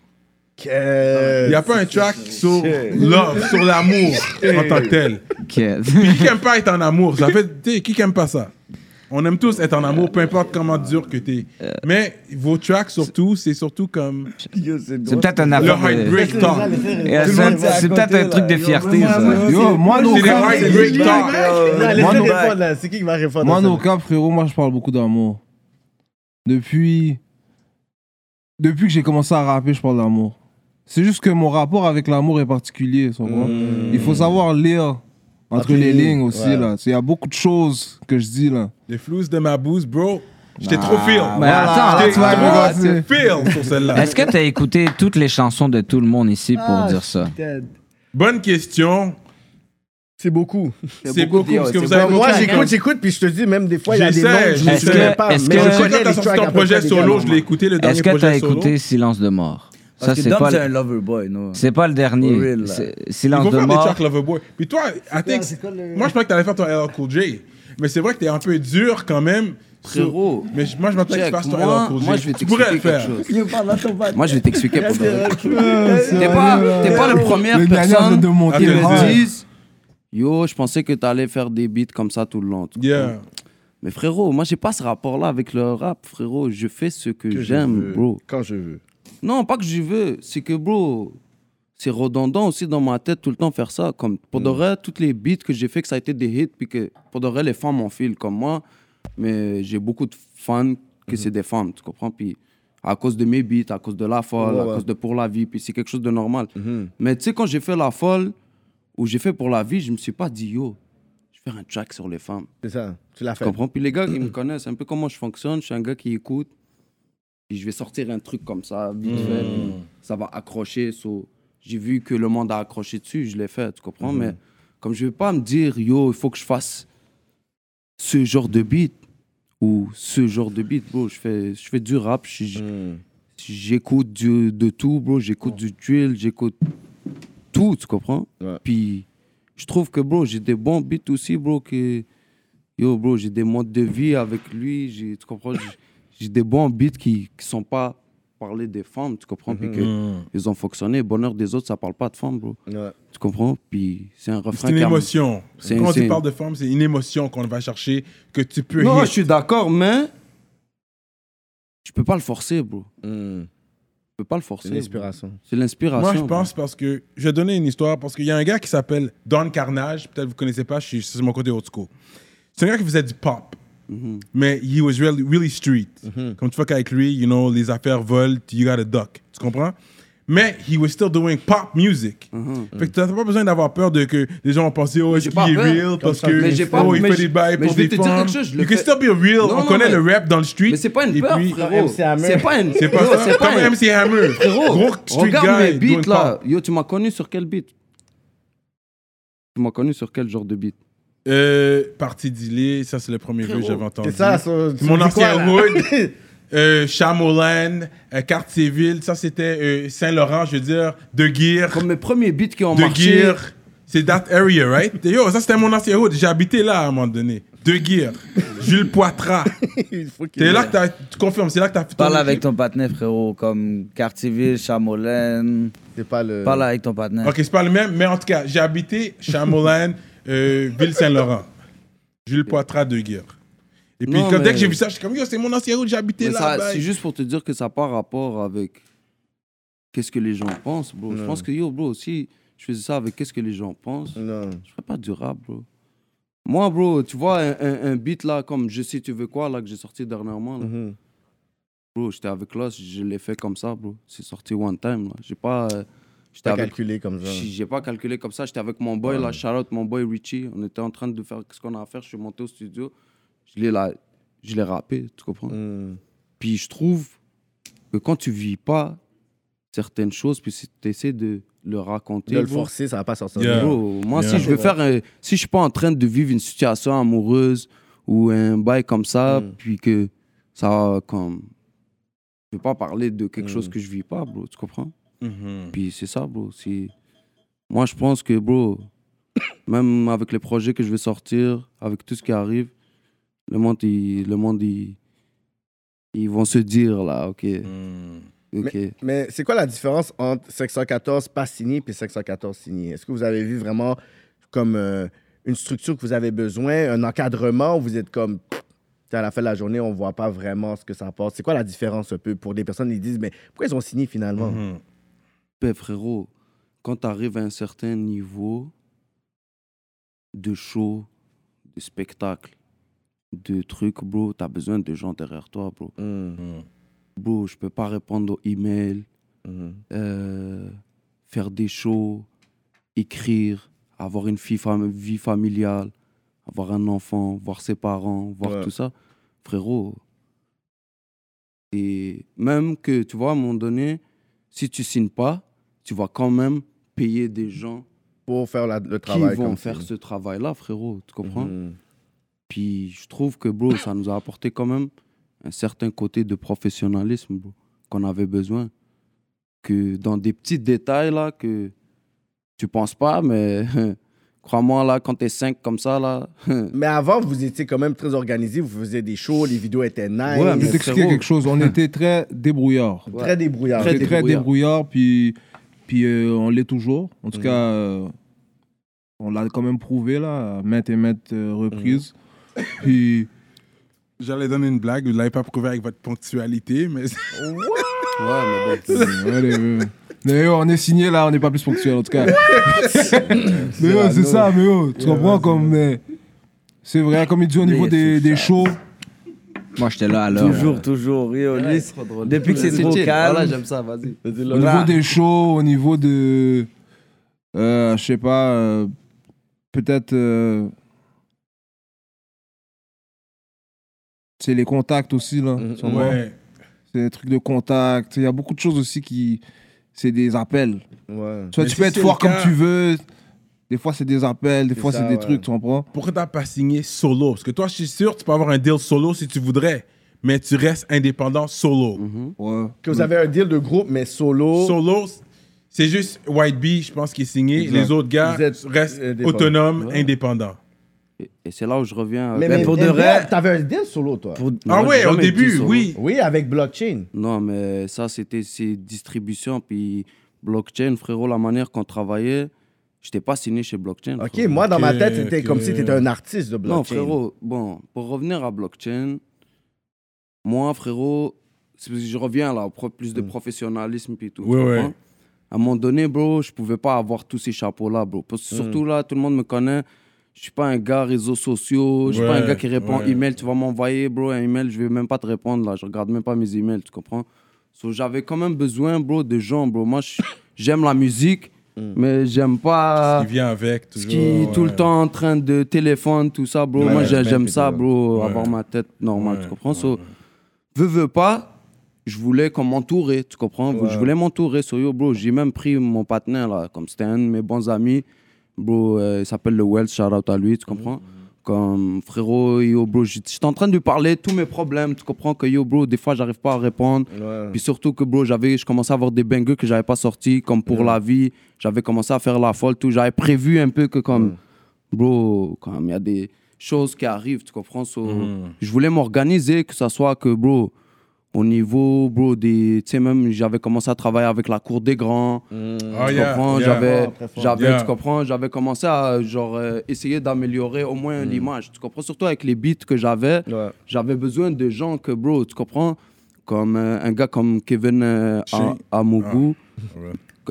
Speaker 3: Il n'y a pas un track sur love, sur l'amour en tant que tel. Puis qui aime pas être en amour, ça fait, tu sais, qui aime pas ça On aime tous être en amour, peu importe comment dur que t'es. Mais vos tracks surtout, c'est surtout comme
Speaker 1: C'est peut-être un
Speaker 3: le
Speaker 1: affaire de-
Speaker 4: euh,
Speaker 3: heartbreak talk.
Speaker 1: Yeah,
Speaker 4: Tout le monde
Speaker 1: C'est c'est peut-être un truc de fierté, ça.
Speaker 10: Yo, moi, nos
Speaker 3: C'est des
Speaker 10: cas,
Speaker 3: heartbreak
Speaker 4: lui,
Speaker 3: talk.
Speaker 4: Là,
Speaker 10: Moi,
Speaker 4: Laissez
Speaker 10: non.
Speaker 4: répondre, là. C'est qui qui va répondre
Speaker 10: moi,
Speaker 4: à
Speaker 10: nos
Speaker 4: ça?
Speaker 10: cas, frérot, moi, je parle beaucoup d'amour. Depuis. Depuis que j'ai commencé à rapper, je parle d'amour. C'est juste que mon rapport avec l'amour est particulier, tu comprends? Il faut savoir lire entre
Speaker 4: Entre
Speaker 10: les
Speaker 4: les
Speaker 10: lignes
Speaker 4: lignes,
Speaker 10: aussi,
Speaker 4: ouais.
Speaker 10: là. Il y a beaucoup de choses que je dis, là.
Speaker 3: Les flous de ma bouse, bro. J'étais trop feel.
Speaker 1: Mais attends, là,
Speaker 3: J'étais
Speaker 1: tu vas
Speaker 3: trop
Speaker 1: me
Speaker 10: gâter.
Speaker 3: feel sur celle-là.
Speaker 1: Est-ce que t'as écouté toutes les chansons de tout le monde ici pour dire ça?
Speaker 3: Bonne question.
Speaker 4: C'est beaucoup.
Speaker 3: C'est beaucoup parce que vous
Speaker 4: Ben,
Speaker 3: avez
Speaker 4: moi,
Speaker 3: beaucoup-
Speaker 4: j'écoute, j'écoute, puis je te dis, même des fois, il y a des noms
Speaker 3: J'essaie,
Speaker 4: que je ne
Speaker 1: est-ce
Speaker 4: connais
Speaker 1: que-
Speaker 4: pas.
Speaker 1: est-ce
Speaker 4: mais
Speaker 1: que-
Speaker 4: je
Speaker 3: Quand
Speaker 4: connais
Speaker 3: t'as
Speaker 4: les
Speaker 3: sorti
Speaker 4: tracks à
Speaker 3: ton
Speaker 4: peu près
Speaker 3: projet
Speaker 4: des
Speaker 3: solo,
Speaker 4: gars,
Speaker 3: je l'ai écouté, le
Speaker 1: Est-ce
Speaker 3: dernier
Speaker 1: que t'as
Speaker 3: projet solo.
Speaker 1: écouté Silence de mort? Ça,
Speaker 8: Parce que
Speaker 1: c'est
Speaker 8: Dom,
Speaker 1: pas,
Speaker 8: c'est un lover boy, non?
Speaker 1: c'est pas le
Speaker 8: For
Speaker 1: dernier.
Speaker 8: real, là.
Speaker 1: C'est-
Speaker 3: Il
Speaker 1: Silence
Speaker 3: faut
Speaker 1: de
Speaker 3: faire des
Speaker 1: mort.
Speaker 3: tracks Loverboy. Puis toi, I think-
Speaker 12: c'est quoi le-
Speaker 3: moi je pensais que t'allais faire ton LL Cool J. Mais c'est vrai que t'es un peu dur quand même. sur-
Speaker 9: Frérot.
Speaker 3: Mais je- moi je m'attendais que tu
Speaker 9: Check,
Speaker 3: fasses ton
Speaker 9: moi-
Speaker 3: LL Cool J.
Speaker 9: moi, je vais
Speaker 3: Tu pourrais le
Speaker 9: t'expliquer quelque
Speaker 3: faire.
Speaker 9: chose.
Speaker 12: Il parle à ton bac.
Speaker 9: Moi, je vais t'expliquer pour de vrai.
Speaker 10: T'es
Speaker 9: Euh, T'es pas, t'es pas la première
Speaker 10: Le dernier
Speaker 9: personne
Speaker 10: de monter
Speaker 9: qui
Speaker 3: le
Speaker 9: me
Speaker 3: hall.
Speaker 9: dise Yo, je pensais que t'allais faire des beats comme ça tout le long. tu
Speaker 3: Yeah.
Speaker 9: comprends? Mais frérot, moi, j'ai pas ce rapport-là avec le rap, frérot. Je fais ce que, j'aime, bro.
Speaker 4: Quand je veux.
Speaker 9: Non, pas que je veux. C'est que, bro, c'est redondant aussi dans ma tête tout le temps faire ça. Comme pour
Speaker 4: Mm.
Speaker 9: de vrai, toutes les beats que j'ai fait, que ça a été des hits, puis que pour de vrai, les femmes en filent comme moi. Mais j'ai beaucoup de fans
Speaker 4: Mm-hmm.
Speaker 9: que c'est des femmes, tu comprends? Puis à cause de mes beats, à cause de La Folle,
Speaker 4: Ouais,
Speaker 9: à
Speaker 4: ouais. Mm-hmm.
Speaker 9: cause de Pour la Vie, puis c'est quelque chose de normal. Mais tu sais, quand j'ai fait La Folle, ou j'ai fait Pour la Vie, je me suis pas dit, yo, je vais faire un track sur les femmes.
Speaker 4: C'est ça. Tu l'as fait.
Speaker 9: Tu comprends? Puis les gars qui me connaissent un peu comment je fonctionne, je suis un gars qui écoute. Puis je vais sortir un truc comme ça, vite fait. puis Ça va accrocher. so, J'ai vu que le monde a accroché dessus, je l'ai fait, tu comprends? Mais comme je ne vais pas me dire, yo, il faut que je fasse ce genre de beat ou ce genre de beat, bro. Je fais, je fais du rap, je- je- j'écoute du- de tout, bro. J'écoute du drill, j'écoute tout, tu comprends? Puis je trouve que, bro, j'ai des bons beats aussi, bro, que... Yo, bro, j'ai des modes de vie avec lui, j'ai- tu comprends? J'ai- J'ai des bons beats qui, qui sont pas parler des femmes, tu comprends? Puis que
Speaker 3: Mhm.
Speaker 9: ils ont fonctionné. Bonheur des autres, ça parle pas de femmes, bro. Tu comprends? Puis c'est un refrain
Speaker 3: C'est une
Speaker 9: qui a-
Speaker 3: émotion.
Speaker 9: C'est
Speaker 3: Quand
Speaker 9: c'est-
Speaker 3: tu parles de forme, c'est une émotion qu'on va chercher, que tu peux
Speaker 9: Non,
Speaker 3: hit.
Speaker 9: je suis d'accord, mais je peux pas le forcer, bro.
Speaker 3: Hmm.
Speaker 9: Je peux pas le forcer.
Speaker 4: C'est l'inspiration.
Speaker 9: bro. C'est l'inspiration.
Speaker 3: Moi, je
Speaker 9: bro.
Speaker 3: pense parce que. Je vais donner une histoire parce qu'il y a un gars qui s'appelle Don Carnage. Peut-être vous ne connaissez pas, je suis- c'est mon côté old school. C'est un gars qui faisait du pop.
Speaker 9: Mhm.
Speaker 3: Mais he was really, really street. Comme tu vois qu'avec lui, you know, les affaires volent, you gotta duck. Tu comprends? Mais he was still doing pop music. Fait que t'as pas besoin d'avoir peur de que les gens vont penser, oh, est-ce
Speaker 9: Mhm. pas
Speaker 3: qu'il est
Speaker 9: peur.
Speaker 3: real?
Speaker 9: Comme
Speaker 3: Parce
Speaker 9: ça,
Speaker 3: que,
Speaker 9: mais j'ai pas-
Speaker 3: oh, il
Speaker 9: mais
Speaker 3: fait
Speaker 9: je-
Speaker 3: des bails
Speaker 9: mais
Speaker 3: pour
Speaker 9: je vais
Speaker 3: des
Speaker 9: te dire
Speaker 3: femmes.
Speaker 9: quelque chose, je le
Speaker 3: You can
Speaker 9: fais-
Speaker 3: still be real.
Speaker 9: Non,
Speaker 3: On
Speaker 9: non,
Speaker 3: connaît
Speaker 9: mais-
Speaker 3: le rap dans le street.
Speaker 9: Mais c'est pas une
Speaker 3: Et
Speaker 9: peur,
Speaker 3: puis-
Speaker 9: frérot.
Speaker 4: MC Hammer.
Speaker 9: C'est pas une.
Speaker 3: C'est pas
Speaker 9: Yo,
Speaker 3: ça.
Speaker 9: c'est pas
Speaker 3: Comme
Speaker 9: une-
Speaker 3: MC Hammer.
Speaker 9: Frérot,
Speaker 3: Gros street
Speaker 9: Oh, regarde
Speaker 3: guy
Speaker 9: mes
Speaker 3: doing
Speaker 9: beats là.
Speaker 3: pop.
Speaker 9: Yo, tu m'as connu sur quel beat Tu m'as connu sur quel genre de beat
Speaker 3: Euh, Parti d'Ilé, ça c'est le premier vœu que j'avais entendu.
Speaker 4: C'est ça, ça- tu
Speaker 3: Mon
Speaker 4: dis quoi,
Speaker 3: ancien
Speaker 4: là?
Speaker 3: hood, euh, Chamolan, euh, Cartierville, ça c'était euh, Saint-Laurent, je veux dire, De Geer.
Speaker 9: Comme mes premiers beats qui ont
Speaker 3: De
Speaker 9: marché.
Speaker 3: Geer, c'est that area, right? Yo, ça c'était mon ancien hood, j'ai habité là à un moment donné. De Geer, Jules Poitras. C'est là que t'as, tu confirmes, c'est là que t'as fait
Speaker 8: Parle avec ton partenaire, frérot, comme Cartierville, Chamolène.
Speaker 4: C'est pas le.
Speaker 8: Parle avec ton partenaire.
Speaker 3: Ok, c'est pas le même, mais en tout cas, j'ai habité Chamolan, euh, Ville-Saint-Laurent. Jules Poitras, De Geer. Et puis,
Speaker 9: Non,
Speaker 3: quand- dès
Speaker 9: mais-
Speaker 3: que j'ai vu ça, je suis comme, yo, c'est mon ancien hood, j'ai habité
Speaker 9: Mais
Speaker 3: là.
Speaker 9: ça-
Speaker 3: bye.
Speaker 9: c'est juste pour te dire que ça n'a pas rapport avec qu'est-ce que les gens pensent, bro. Je pense que yo, bro, si je faisais ça avec qu'est-ce que les gens pensent,
Speaker 3: Mm.
Speaker 4: Non.
Speaker 9: je ferais pas du rap, bro. Moi, bro, tu vois, un, un- un beat là, comme Je sais, tu veux quoi, là, que j'ai sorti dernièrement, là.
Speaker 4: Mhm.
Speaker 3: Mm-hmm.
Speaker 9: Bro, j'étais avec Lost, je l'ai fait comme ça, bro. C'est sorti one time, là. J'ai pas. euh, j'étais
Speaker 4: T'as
Speaker 9: avec.
Speaker 4: calculé comme ça.
Speaker 9: J'ai j'ai pas calculé comme ça. J'étais avec mon boy, là, shout out, mon boy Richie. On était en train de faire ce qu'on a à faire. Je suis monté au studio. Je l'ai là. Je l'ai rappé, tu comprends?
Speaker 4: Hmm.
Speaker 9: Puis je trouve que quand tu vis pas certaines choses, puis tu essaies de le raconter.
Speaker 4: De le
Speaker 9: bro,
Speaker 4: forcer, ça va pas sortir.
Speaker 3: Yeah.
Speaker 9: bro, moi,
Speaker 3: Yeah.
Speaker 9: si je veux faire. un- si je suis pas en train de vivre une situation amoureuse ou un bail comme ça,
Speaker 3: Hmm.
Speaker 9: puis que ça. Comme, je veux pas parler de
Speaker 3: Hmm.
Speaker 9: quelque chose que je vis pas, bro, tu comprends? Puis c'est ça, bro. c'est- Moi, je pense que, bro, même avec les projets que je vais sortir, avec tout ce qui arrive, le monde, il- le monde il- ils vont se dire, là, OK.
Speaker 3: Hmm.
Speaker 9: OK.
Speaker 4: Mais c'est quoi la différence entre 514 pas signé et 514 signé? Est-ce que vous avez vu vraiment comme euh, une structure que vous avez besoin, un encadrement où vous êtes comme. T'sais, À la fin de la journée, on voit pas vraiment ce que ça apporte. C'est quoi la différence un peu pour des personnes qui disent, mais pourquoi ils ont signé
Speaker 9: Mhm.
Speaker 4: finalement?
Speaker 3: Mhm.
Speaker 9: Ben, frérot, quand tu arrives à un certain niveau de show, de spectacle, de trucs, bro, tu as besoin de gens derrière toi, bro.
Speaker 4: Mhm.
Speaker 9: Bro, je peux pas répondre aux emails,
Speaker 4: Mhm.
Speaker 9: euh, faire des shows, écrire, avoir une fille fam- vie familiale, avoir un enfant, voir ses parents, voir
Speaker 4: Ouais.
Speaker 9: tout ça. Frérot, et même que, tu vois, à un moment donné, si tu signes pas, tu vas quand même payer des gens
Speaker 4: Pour faire la- le
Speaker 9: qui
Speaker 4: travail.
Speaker 9: vont
Speaker 4: comme
Speaker 9: faire
Speaker 4: ça.
Speaker 9: ce travail-là, frérot. Tu comprends
Speaker 4: Mhm.
Speaker 9: Puis je trouve que, bro, ça nous a apporté quand même un certain côté de professionnalisme bro, qu'on avait besoin. Que dans des petits détails, là, que tu penses pas, mais crois-moi, là, quand t'es 5 comme ça, là...
Speaker 4: Mais avant, vous étiez quand même très organisé, vous faisiez des shows, les vidéos étaient nice,
Speaker 9: Ouais,
Speaker 10: Je vais
Speaker 9: mais-
Speaker 10: t'expliquer
Speaker 9: frérot.
Speaker 10: quelque chose. On était très débrouillards.
Speaker 4: très débrouillard.
Speaker 10: On était très
Speaker 9: débrouillards.
Speaker 10: débrouillards, puis, puis euh, on l'est toujours. En tout cas, euh, on l'a quand même prouvé, là, à maintes et maintes euh, reprises. Puis...
Speaker 3: J'allais donner une blague, vous ne l'avez pas prouvé avec votre ponctualité, mais
Speaker 9: ouais, mais bon,
Speaker 10: Allez, ouais. euh. Mais yo, on est signé là, on n'est pas plus ponctuel en tout cas. mais yo,
Speaker 4: la
Speaker 10: c'est
Speaker 4: no.
Speaker 10: ça, mais yo, tu comprends comme. mais C'est vrai, comme il dit au niveau des, des shows,
Speaker 7: Moi, j'étais là à l'heure.
Speaker 8: Toujours, toujours. Yo, lui, depuis que c'est trop
Speaker 9: chill.
Speaker 8: calme.
Speaker 9: Voilà, j'aime ça, vas-y.
Speaker 10: au niveau des shows, au niveau de. euh, je sais pas, euh, peut-être. euh, c'est les contacts aussi là. tu comprends?
Speaker 3: ouais.
Speaker 10: C'est des trucs de contact. Il y a beaucoup de choses aussi qui. C'est des appels.
Speaker 4: Ouais.
Speaker 10: Soit
Speaker 3: Mais
Speaker 10: tu
Speaker 3: si
Speaker 10: peux être
Speaker 3: c'est
Speaker 10: fort
Speaker 3: le cas-
Speaker 10: comme tu veux. Des fois, c'est des appels, des
Speaker 4: C'est
Speaker 10: fois,
Speaker 4: ça,
Speaker 10: c'est des
Speaker 4: ouais.
Speaker 10: trucs, tu comprends?
Speaker 3: Pourquoi t'as pas signé solo Parce que toi, je suis sûr, tu peux avoir un deal solo si tu voudrais, mais tu
Speaker 9: Mhm.
Speaker 3: restes indépendant solo.
Speaker 9: Mm. Oh.
Speaker 4: Que vous avez un deal de groupe, mais solo.
Speaker 3: Solo, C'est juste White Bee, je pense, qui est signé. Les autres gars
Speaker 4: Vous êtes
Speaker 3: restent
Speaker 4: indépendants.
Speaker 3: autonomes, indépendants.
Speaker 9: Et, et c'est là où je reviens.
Speaker 4: Mais,
Speaker 9: Ben,
Speaker 4: mais
Speaker 7: pour
Speaker 4: pour
Speaker 7: de
Speaker 4: de
Speaker 7: vrai-
Speaker 4: T'avais un deal solo, toi.
Speaker 9: pour-
Speaker 3: Ah
Speaker 9: moi, j'ai
Speaker 3: ouais, au
Speaker 9: jamais été
Speaker 3: début,
Speaker 9: solo.
Speaker 3: oui.
Speaker 4: Oui, avec blockchain.
Speaker 9: Non, mais ça, c'était c'est distribution, puis blockchain, frérot, la manière qu'on travaillait, je n'étais pas signé chez blockchain.
Speaker 4: Ok,
Speaker 9: frérot.
Speaker 4: moi, dans ma tête, c'était
Speaker 3: ok.
Speaker 4: comme si t'étais un artiste de
Speaker 9: Non,
Speaker 4: blockchain.
Speaker 9: frérot, bon, pour revenir à blockchain, moi, frérot, c'est parce que je reviens là, au pro- plus de professionnalisme puis tout. tu
Speaker 3: Mm. Ouais, ouais.
Speaker 9: comprends? À un moment donné, bro, je pouvais pas avoir tous ces chapeaux-là, bro. Parce
Speaker 3: Mm.
Speaker 9: que surtout là, tout le monde me connaît. Je suis pas un gars réseaux sociaux, je suis pas
Speaker 3: Ouais,
Speaker 9: un gars qui répond
Speaker 3: ouais.
Speaker 9: email, tu vas m'envoyer, bro, un email, je vais même pas te répondre là, je regarde même pas mes emails, tu comprends? So, j'avais quand même besoin, bro, de gens, bro. Moi, je- j'aime la musique,
Speaker 3: Mm.
Speaker 9: mais j'aime pas
Speaker 3: Il vient avec
Speaker 9: Ah. ce
Speaker 3: toujours.
Speaker 9: qui tout le
Speaker 3: ouais.
Speaker 9: temps en train de téléphone, tout ça, bro.
Speaker 4: Ouais,
Speaker 9: Moi,
Speaker 4: ouais,
Speaker 9: j'ai-
Speaker 4: ouais,
Speaker 9: j'aime ça,
Speaker 4: plutôt.
Speaker 9: bro.
Speaker 3: Ouais.
Speaker 9: Avoir ma tête normale,
Speaker 3: Ouais,
Speaker 9: tu comprends? So, veux, veux pas, je voulais comme m'entourer, tu comprends? Je voulais m'entourer, so yo, bro. J'ai même pris mon partenaire, là, comme c'était un de mes bons amis, bro. euh, il s'appelle le Wells, shout out à lui, tu
Speaker 3: Mm,
Speaker 9: comprends? Comme frérot, yo, bro, je j'étais en train de lui parler de tous mes problèmes, tu comprends? Que yo, bro, des fois, j'arrive pas à répondre.
Speaker 3: Euh.
Speaker 4: Ouais.
Speaker 9: Puis surtout que, bro, j'avais, je commençais à avoir des bangers que j'avais pas sortis, comme
Speaker 3: Euh.
Speaker 9: pour la vie. J'avais commencé à faire la folle, tout. J'avais prévu un peu que, comme,
Speaker 3: Euh.
Speaker 9: bro, comme il y a des choses qui arrivent, tu comprends? So,
Speaker 3: Mm.
Speaker 9: Je voulais m'organiser, que ça soit que, bro, au niveau, bro, des. Tu sais, même, j'avais commencé à travailler avec la cour des grands.
Speaker 3: Ah,
Speaker 9: tu
Speaker 3: yeah,
Speaker 9: comprends?
Speaker 3: yeah. Ah,
Speaker 9: J'avais,
Speaker 4: Très fort.
Speaker 9: j'avais,
Speaker 3: Yeah.
Speaker 9: tu comprends? J'avais commencé à, genre, euh, essayer d'améliorer au moins
Speaker 3: Mm.
Speaker 9: l'image. Tu comprends? Surtout avec les beats que j'avais
Speaker 4: Ouais.
Speaker 9: j'avais besoin de gens que, bro, tu comprends, comme euh, un gars comme Kevin euh,
Speaker 3: Shea.
Speaker 9: à, à Mougou,
Speaker 3: Ah,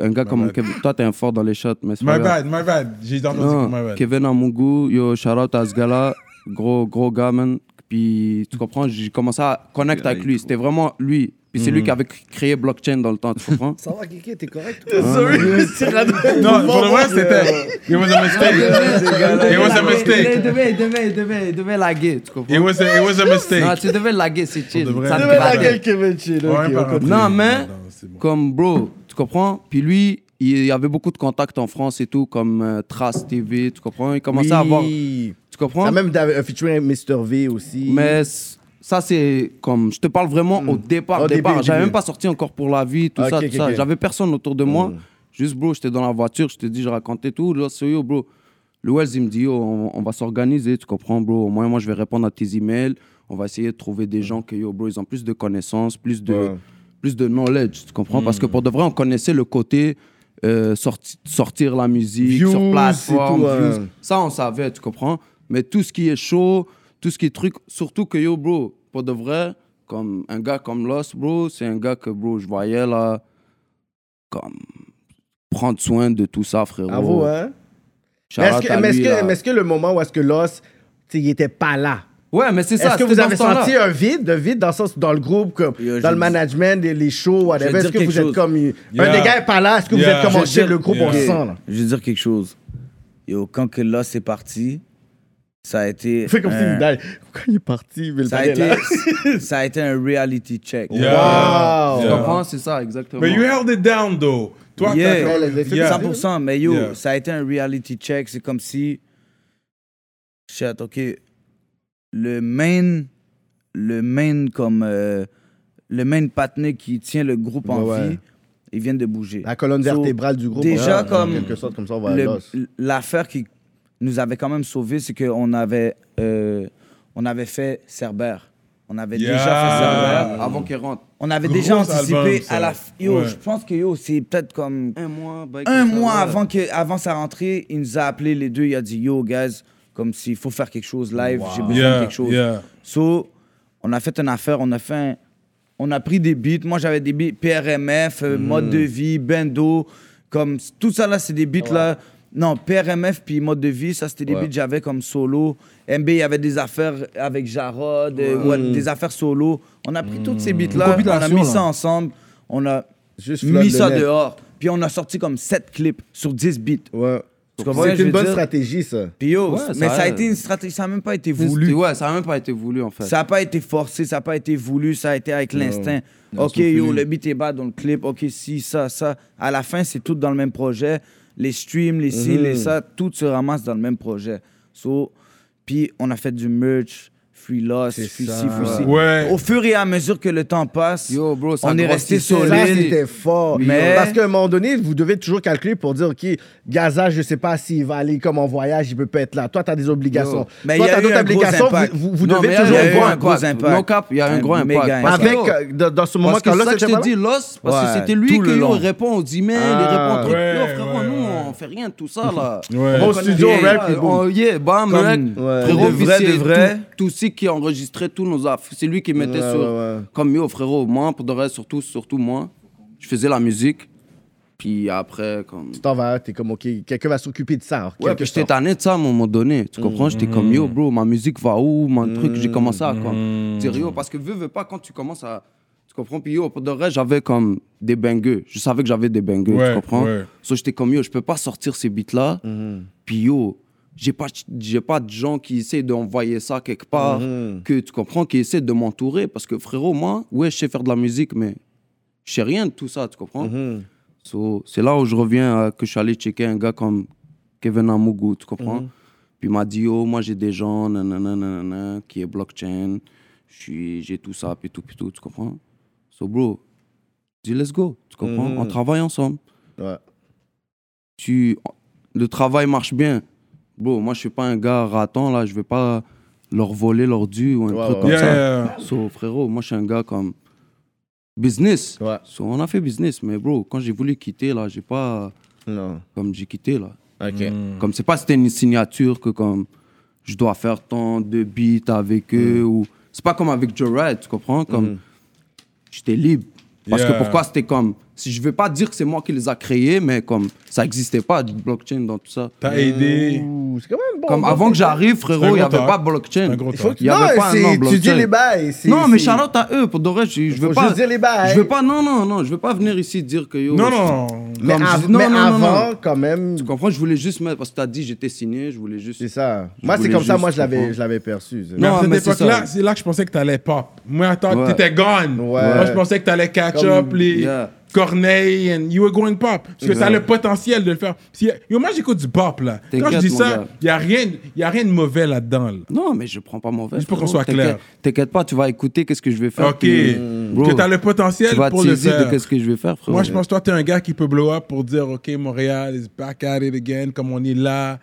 Speaker 3: Ouais.
Speaker 9: un gars comme
Speaker 3: bad.
Speaker 9: Kevin. Toi, t'es un fort dans les shots, mais c'est pas
Speaker 3: My
Speaker 9: grave.
Speaker 3: bad, my bad. J'ai entendu
Speaker 9: Non,
Speaker 3: que my bad.
Speaker 9: Kevin à Mougou, yo, shout out à ce gars-là, gros, gros gars, man. Puis, tu comprends, j'ai commencé à connecter avec lui. C'était vraiment lui. Puis
Speaker 3: Mm.
Speaker 9: c'est lui qui avait créé blockchain dans le temps, tu comprends?
Speaker 12: Ça va, Kiki, t'es correct
Speaker 3: Non, pour le vrai, c'était. It was a mistake. It was a
Speaker 9: Tu
Speaker 3: mistake.
Speaker 9: devais, tu devais, tu devais, tu devais laguer, tu comprends?
Speaker 3: It was a, it was a
Speaker 9: Non,
Speaker 3: mistake.
Speaker 9: tu devais laguer, c'est chill.
Speaker 3: de vrai.
Speaker 9: Ça te
Speaker 3: Tu devais
Speaker 9: grattait.
Speaker 3: laguer,
Speaker 4: Ah, bah, ok,
Speaker 3: Ouais, par contre,
Speaker 9: Non,
Speaker 3: c'est-
Speaker 9: mais-
Speaker 3: c'est bon.
Speaker 9: comme bro, tu comprends Puis lui, il y avait beaucoup de contacts en France et tout, comme euh, Trace TV, tu comprends Il commençait à avoir, tu
Speaker 4: Oui.
Speaker 9: comprends
Speaker 4: T'as même t'avais un featuring avec Mr. V aussi.
Speaker 9: Mais c- ça c'est comme, je te parle vraiment au départ,
Speaker 4: Hmm. Au début,
Speaker 9: départ.
Speaker 4: début.
Speaker 9: J'avais même pas sorti encore pour la vie, tout
Speaker 4: Ok,
Speaker 9: ça,
Speaker 4: ok,
Speaker 9: tout ça.
Speaker 4: ok. Hmm.
Speaker 9: J'avais personne autour de moi. Juste bro, j'étais dans la voiture, je te dis, je racontais tout. Là, c'est yo bro. Le Wells, il me dit, yo, on, on va s'organiser, tu comprends, bro. Au moins, moi, je vais répondre à tes emails. On va essayer de trouver des gens que, yo, bro, ils ont plus de connaissances, plus de,
Speaker 4: Hmm. Ouais.
Speaker 9: plus de knowledge, tu comprends? Parce que pour de vrai, on connaissait le côté euh, sorti- sortir la musique
Speaker 4: Views
Speaker 9: sur plateforme,
Speaker 4: et tout,
Speaker 9: views.
Speaker 4: ouais.
Speaker 9: euh, Ça, on savait, tu comprends? Mais tout ce qui est chaud, tout ce qui est truc, surtout que yo, bro, pour de vrai, comme un gars comme Lost, bro, c'est un gars que, bro, je voyais là, comme prendre soin de tout ça, frérot.
Speaker 4: À vous, hein?
Speaker 9: Oh. Shout
Speaker 4: Mais est-ce
Speaker 9: out
Speaker 4: que,
Speaker 9: à
Speaker 4: mais est-ce
Speaker 9: lui,
Speaker 4: que-
Speaker 9: là.
Speaker 4: mais est-ce que le moment où est-ce que Lost, tu sais, il était pas là?
Speaker 9: Ouais, mais c'est ça.
Speaker 4: Est-ce que vous
Speaker 9: c'était dans
Speaker 4: avez
Speaker 9: ce temps-là.
Speaker 4: senti un vide, un vide dans le sens, dans le groupe, comme,
Speaker 7: Yo, je
Speaker 4: dans le
Speaker 7: dis-
Speaker 4: management, les, les shows,
Speaker 7: Je
Speaker 4: whatever?
Speaker 7: vais
Speaker 4: Est-ce
Speaker 7: dire
Speaker 4: que vous
Speaker 7: quelque
Speaker 4: êtes
Speaker 7: chose.
Speaker 4: comme.
Speaker 3: Yeah.
Speaker 4: Un des gars est pas là, est-ce que vous
Speaker 3: Yeah.
Speaker 4: êtes comme
Speaker 3: Je
Speaker 4: on
Speaker 3: vais
Speaker 4: chez
Speaker 7: dire-
Speaker 4: le groupe, on le
Speaker 7: Ok.
Speaker 4: sent, là?
Speaker 7: Je vais dire quelque chose. Yo, quand que Lost est parti, ça a été.
Speaker 4: Il fait comme si
Speaker 7: un-
Speaker 4: il died. Pourquoi il est parti? Mais le
Speaker 7: ça a,
Speaker 4: band est
Speaker 7: été,
Speaker 4: là.
Speaker 7: ça a été un reality check.
Speaker 4: Wow!
Speaker 9: Tu
Speaker 3: Yeah.
Speaker 9: comprends? C'est ça, exactement.
Speaker 3: But you held it down, though. Toi,
Speaker 7: Yeah.
Speaker 3: t'as quand-
Speaker 4: Elle, elle a fait
Speaker 3: Yeah.
Speaker 7: 100%, mais yo,
Speaker 3: Yeah.
Speaker 7: ça a été un reality check. C'est comme si. Shit, ok. Le main. Le main comme. euh, le main partner qui tient le groupe en
Speaker 4: Ouais, ouais.
Speaker 7: vie, ils viennent de bouger.
Speaker 4: La colonne
Speaker 7: So,
Speaker 4: vertébrale du groupe.
Speaker 7: déjà,
Speaker 4: en
Speaker 7: comme
Speaker 4: quelque sorte, comme ça, on va à
Speaker 7: Le-
Speaker 4: Lost.
Speaker 7: L'affaire qui nous avait quand même sauvés, c'est qu'on avait, euh, on avait fait Cerbère. On avait
Speaker 3: Yeah.
Speaker 7: déjà fait Cerbère.
Speaker 9: Euh, Avant qu'il rentre.
Speaker 7: On avait
Speaker 3: Gros
Speaker 7: déjà anticipé
Speaker 3: album, ça.
Speaker 7: à la. f- Yo,
Speaker 3: Ouais.
Speaker 7: je pense que yo, c'est peut-être comme
Speaker 9: Un mois, bah,
Speaker 7: un
Speaker 9: écoute, ça,
Speaker 7: mois
Speaker 9: ouais.
Speaker 7: avant, que, avant sa rentrée, il nous a appelé les deux. Il a dit Yo, guys, comme s'il faut faire quelque chose live, j'ai besoin de
Speaker 3: Yeah,
Speaker 7: quelque chose.
Speaker 3: yeah.
Speaker 7: So, on a fait une affaire, on a fait un- On a pris des beats. Moi, j'avais des beats PRMF, euh, mode de vie, bendo. Comme tout ça, là, c'est des beats, là. Non, PRMF puis mode de vie, ça, c'était des beats que j'avais comme solo. MB, il y avait des affaires avec Jarod, euh, ouais, des affaires solo. On a pris toutes ces beats-là, on a
Speaker 13: compilation,
Speaker 7: mis
Speaker 13: là.
Speaker 7: ça ensemble. On a
Speaker 4: Juste flotte
Speaker 7: mis
Speaker 4: de
Speaker 7: ça
Speaker 4: net.
Speaker 7: dehors. Puis on a sorti comme 7 clips sur 10 beats.
Speaker 4: Ouais.
Speaker 7: Tu comprends ce que
Speaker 4: C'est
Speaker 7: je
Speaker 4: une
Speaker 7: veux
Speaker 4: bonne
Speaker 7: dire?
Speaker 4: stratégie, ça.
Speaker 7: Puis yo,
Speaker 9: Ouais,
Speaker 7: mais
Speaker 9: ça
Speaker 7: ça, a
Speaker 9: a-
Speaker 7: été une stratégie, ça n'a même pas été
Speaker 9: C'était-
Speaker 7: voulu.
Speaker 9: Ouais, ça a même pas été voulu, en fait.
Speaker 7: Ça n'a pas été forcé, ça n'a pas été voulu, ça a été avec l'instinct. Ok, yo, le beat est bad dans le clip, ok, si, ça, ça. À la fin, c'est tout dans le même projet. Les streams, les ci, les ça, tout se ramasse dans le même projet. So, puis on a fait du merch.
Speaker 8: free loss,
Speaker 4: C'est
Speaker 8: free
Speaker 4: ça.
Speaker 8: ci, free ci.
Speaker 3: Ouais.
Speaker 8: Au fur et à mesure que le temps passe,
Speaker 7: Yo, bro, ça
Speaker 8: on est resté
Speaker 7: grossissait.
Speaker 4: Ça,
Speaker 8: solide.
Speaker 4: c'était fort.
Speaker 8: Mais-
Speaker 4: Parce qu'à un moment donné, vous devez toujours calculer pour dire, OK, Gaza, je sais pas s'il va aller comme en voyage, il peut pas être là. Toi, tu as des obligations.
Speaker 8: Mais
Speaker 4: Toi,
Speaker 8: il y a
Speaker 4: t'as
Speaker 8: eu un gros impact.
Speaker 4: Vous, vous- vous
Speaker 7: Non,
Speaker 4: devez
Speaker 7: mais
Speaker 4: toujours
Speaker 7: il y a eu
Speaker 4: voir.
Speaker 7: un gros impact. No cap, il y a un gros
Speaker 8: méga
Speaker 7: impact.
Speaker 4: Avec,
Speaker 8: impact.
Speaker 4: euh, dans, dans ce moment
Speaker 7: Parce que
Speaker 4: là
Speaker 7: c'est ça que je te dis, l'os, parce
Speaker 8: Ouais,
Speaker 7: que c'était
Speaker 8: tout
Speaker 7: lui
Speaker 8: le
Speaker 7: qui
Speaker 8: long.
Speaker 7: nous répond, on dit, man, il répond
Speaker 4: Ah.
Speaker 7: au truc.
Speaker 3: Ouais,
Speaker 7: Yo, frérot,
Speaker 3: ouais,
Speaker 7: nous,
Speaker 3: ouais.
Speaker 7: on fait rien de tout ça, là.
Speaker 3: Ouais.
Speaker 4: Au studio,
Speaker 7: Yeah,
Speaker 4: rap, et boum.
Speaker 7: on- yeah, bam,
Speaker 8: Comme-
Speaker 7: rec.
Speaker 4: Ouais.
Speaker 7: Frérot,
Speaker 8: De
Speaker 7: puis
Speaker 8: vrai, de
Speaker 7: c'est
Speaker 8: vrai.
Speaker 7: Tout, tout ce qui enregistrait tous nos affres. C'est lui qui mettait
Speaker 4: Ouais,
Speaker 7: sur.
Speaker 4: ouais, ouais.
Speaker 7: Comme yo, frérot, moi, pour de vrai, surtout, surtout moi, je faisais la musique. Puis après, comme.
Speaker 4: Tu t'en vas, t'es comme, OK, quelqu'un va s'occuper de ça.
Speaker 7: Ouais, puis j'étais tanné de ça à un moment donné. Tu comprends? J'étais comme, yo, bro, ma musique va où? Mon truc, j'ai commencé à comme, dire, yo, parce que veux, veux pas, quand tu commences à. Tu comprends? Puis yo, pour de vrai, j'avais comme des bangers. Je savais que j'avais des bangers,
Speaker 3: Ouais,
Speaker 7: tu comprends?
Speaker 3: ouais.
Speaker 7: So, j'étais comme, yo, je peux pas sortir ces beats-là. Puis yo, j'ai pas, j'ai pas de gens qui essaient d'envoyer ça quelque part, que tu comprends, qui essaient de m'entourer. Parce que frérot, moi, ouais, je sais faire de la musique, mais je sais rien de tout ça, tu comprends? So, c'est là où je reviens, euh, que je suis allé checker un gars comme Kevin Amougou, tu comprends? Puis il m'a dit, oh, moi j'ai des gens, nanana, nanana, qui est blockchain, je suis- j'ai tout ça, puis tout, puis tout, tu comprends? So, bro, je dis, let's go, tu comprends? On travaille ensemble.
Speaker 4: Ouais.
Speaker 7: Tu, le travail marche bien. Bro, moi je suis pas un gars raton, là, je vais pas leur voler leur dû ou un
Speaker 4: Ouais,
Speaker 7: truc
Speaker 4: ouais,
Speaker 7: comme
Speaker 3: Yeah,
Speaker 7: ça.
Speaker 3: yeah.
Speaker 7: So, frérot, moi, je suis un gars comme business.
Speaker 4: Ouais.
Speaker 7: So, on a fait business, mais bro, quand j'ai voulu quitter, là, j'ai pas.
Speaker 4: Non.
Speaker 7: Comme j'ai quitté, là.
Speaker 4: OK.
Speaker 7: Comme c'est pas c'était une signature que comme je dois faire tant de beats
Speaker 4: Mm.
Speaker 7: avec eux ou. C'est pas comme avec Joe Wright, tu comprends? Comme
Speaker 4: Mm-hmm.
Speaker 7: j'étais libre. Parce
Speaker 3: Yeah.
Speaker 7: que pourquoi c'était comme. Si je veux pas dire que c'est moi qui les a créés, mais comme ça existait pas, de blockchain dans tout ça.
Speaker 3: T'as aidé.
Speaker 4: Ouh, C'est quand même bon.
Speaker 7: Mm. Comme avant que j'arrive,
Speaker 3: C'est un
Speaker 7: frérot, il y
Speaker 3: gros
Speaker 7: avait
Speaker 3: talk.
Speaker 7: pas
Speaker 3: C'est
Speaker 7: blockchain.
Speaker 3: un gros
Speaker 4: Il faut que
Speaker 7: Il y avait pas un
Speaker 4: non,
Speaker 7: nom
Speaker 4: c'est- tu dis
Speaker 7: blockchain.
Speaker 4: les bails. c'est-
Speaker 7: Non, mais
Speaker 4: c'est-
Speaker 7: Charlotte à eux, pour de vrai, je, je veux
Speaker 4: Faut
Speaker 7: pas.
Speaker 4: juste dire les bails.
Speaker 7: Je veux pas, non, non, non, je veux pas venir ici dire que yo.
Speaker 3: Non,
Speaker 7: je-
Speaker 3: non.
Speaker 4: Mais,
Speaker 7: Comme je-
Speaker 4: av-
Speaker 7: non,
Speaker 4: mais
Speaker 7: non, non, non.
Speaker 4: avant, quand même,
Speaker 7: Tu comprends, je voulais juste mettre. Parce que t'as dit, j'étais signé, je voulais juste.
Speaker 4: c'est ça. Moi, c'est
Speaker 7: voulais
Speaker 4: comme ça,
Speaker 7: juste
Speaker 4: moi, je l'avais
Speaker 7: comprendre.
Speaker 4: je l'avais perçu. c'est-
Speaker 3: Mais à
Speaker 7: Non,
Speaker 3: cette
Speaker 7: Ah, mais c'est
Speaker 3: époque-là,
Speaker 7: ça.
Speaker 3: c'est là que je pensais que t'allais pop. Moi, attends,
Speaker 7: Ouais.
Speaker 3: t'étais gone.
Speaker 4: Ouais.
Speaker 3: Moi, je pensais que t'allais catch up les
Speaker 7: Yeah.
Speaker 3: Corneille and you were going pop. Parce que t'as le potentiel de le faire. Si- yo, moi, j'écoute du pop, là. Quand je
Speaker 7: T'inquiète,
Speaker 3: dis
Speaker 7: mon
Speaker 3: ça,
Speaker 7: gars.
Speaker 3: il n'y a, rien- y a rien de mauvais là-dedans. là.
Speaker 7: Non, mais je prends pas mauvais.
Speaker 3: Juste pour qu'on
Speaker 7: frérot,
Speaker 3: soit clair.
Speaker 7: t'inquiète- T'inquiète pas, tu vas écouter qu'est-ce que je vais faire.
Speaker 3: OK.
Speaker 7: puis, mm. bro,
Speaker 3: que t'as le potentiel
Speaker 7: Tu vas
Speaker 3: pour le
Speaker 7: teaser
Speaker 3: faire.
Speaker 7: de qu'est-ce que je vais faire, frérot.
Speaker 3: Moi, je pense que toi, t'es un gars qui peut blow up pour dire, OK, Montréal is back at it again, comme on est là.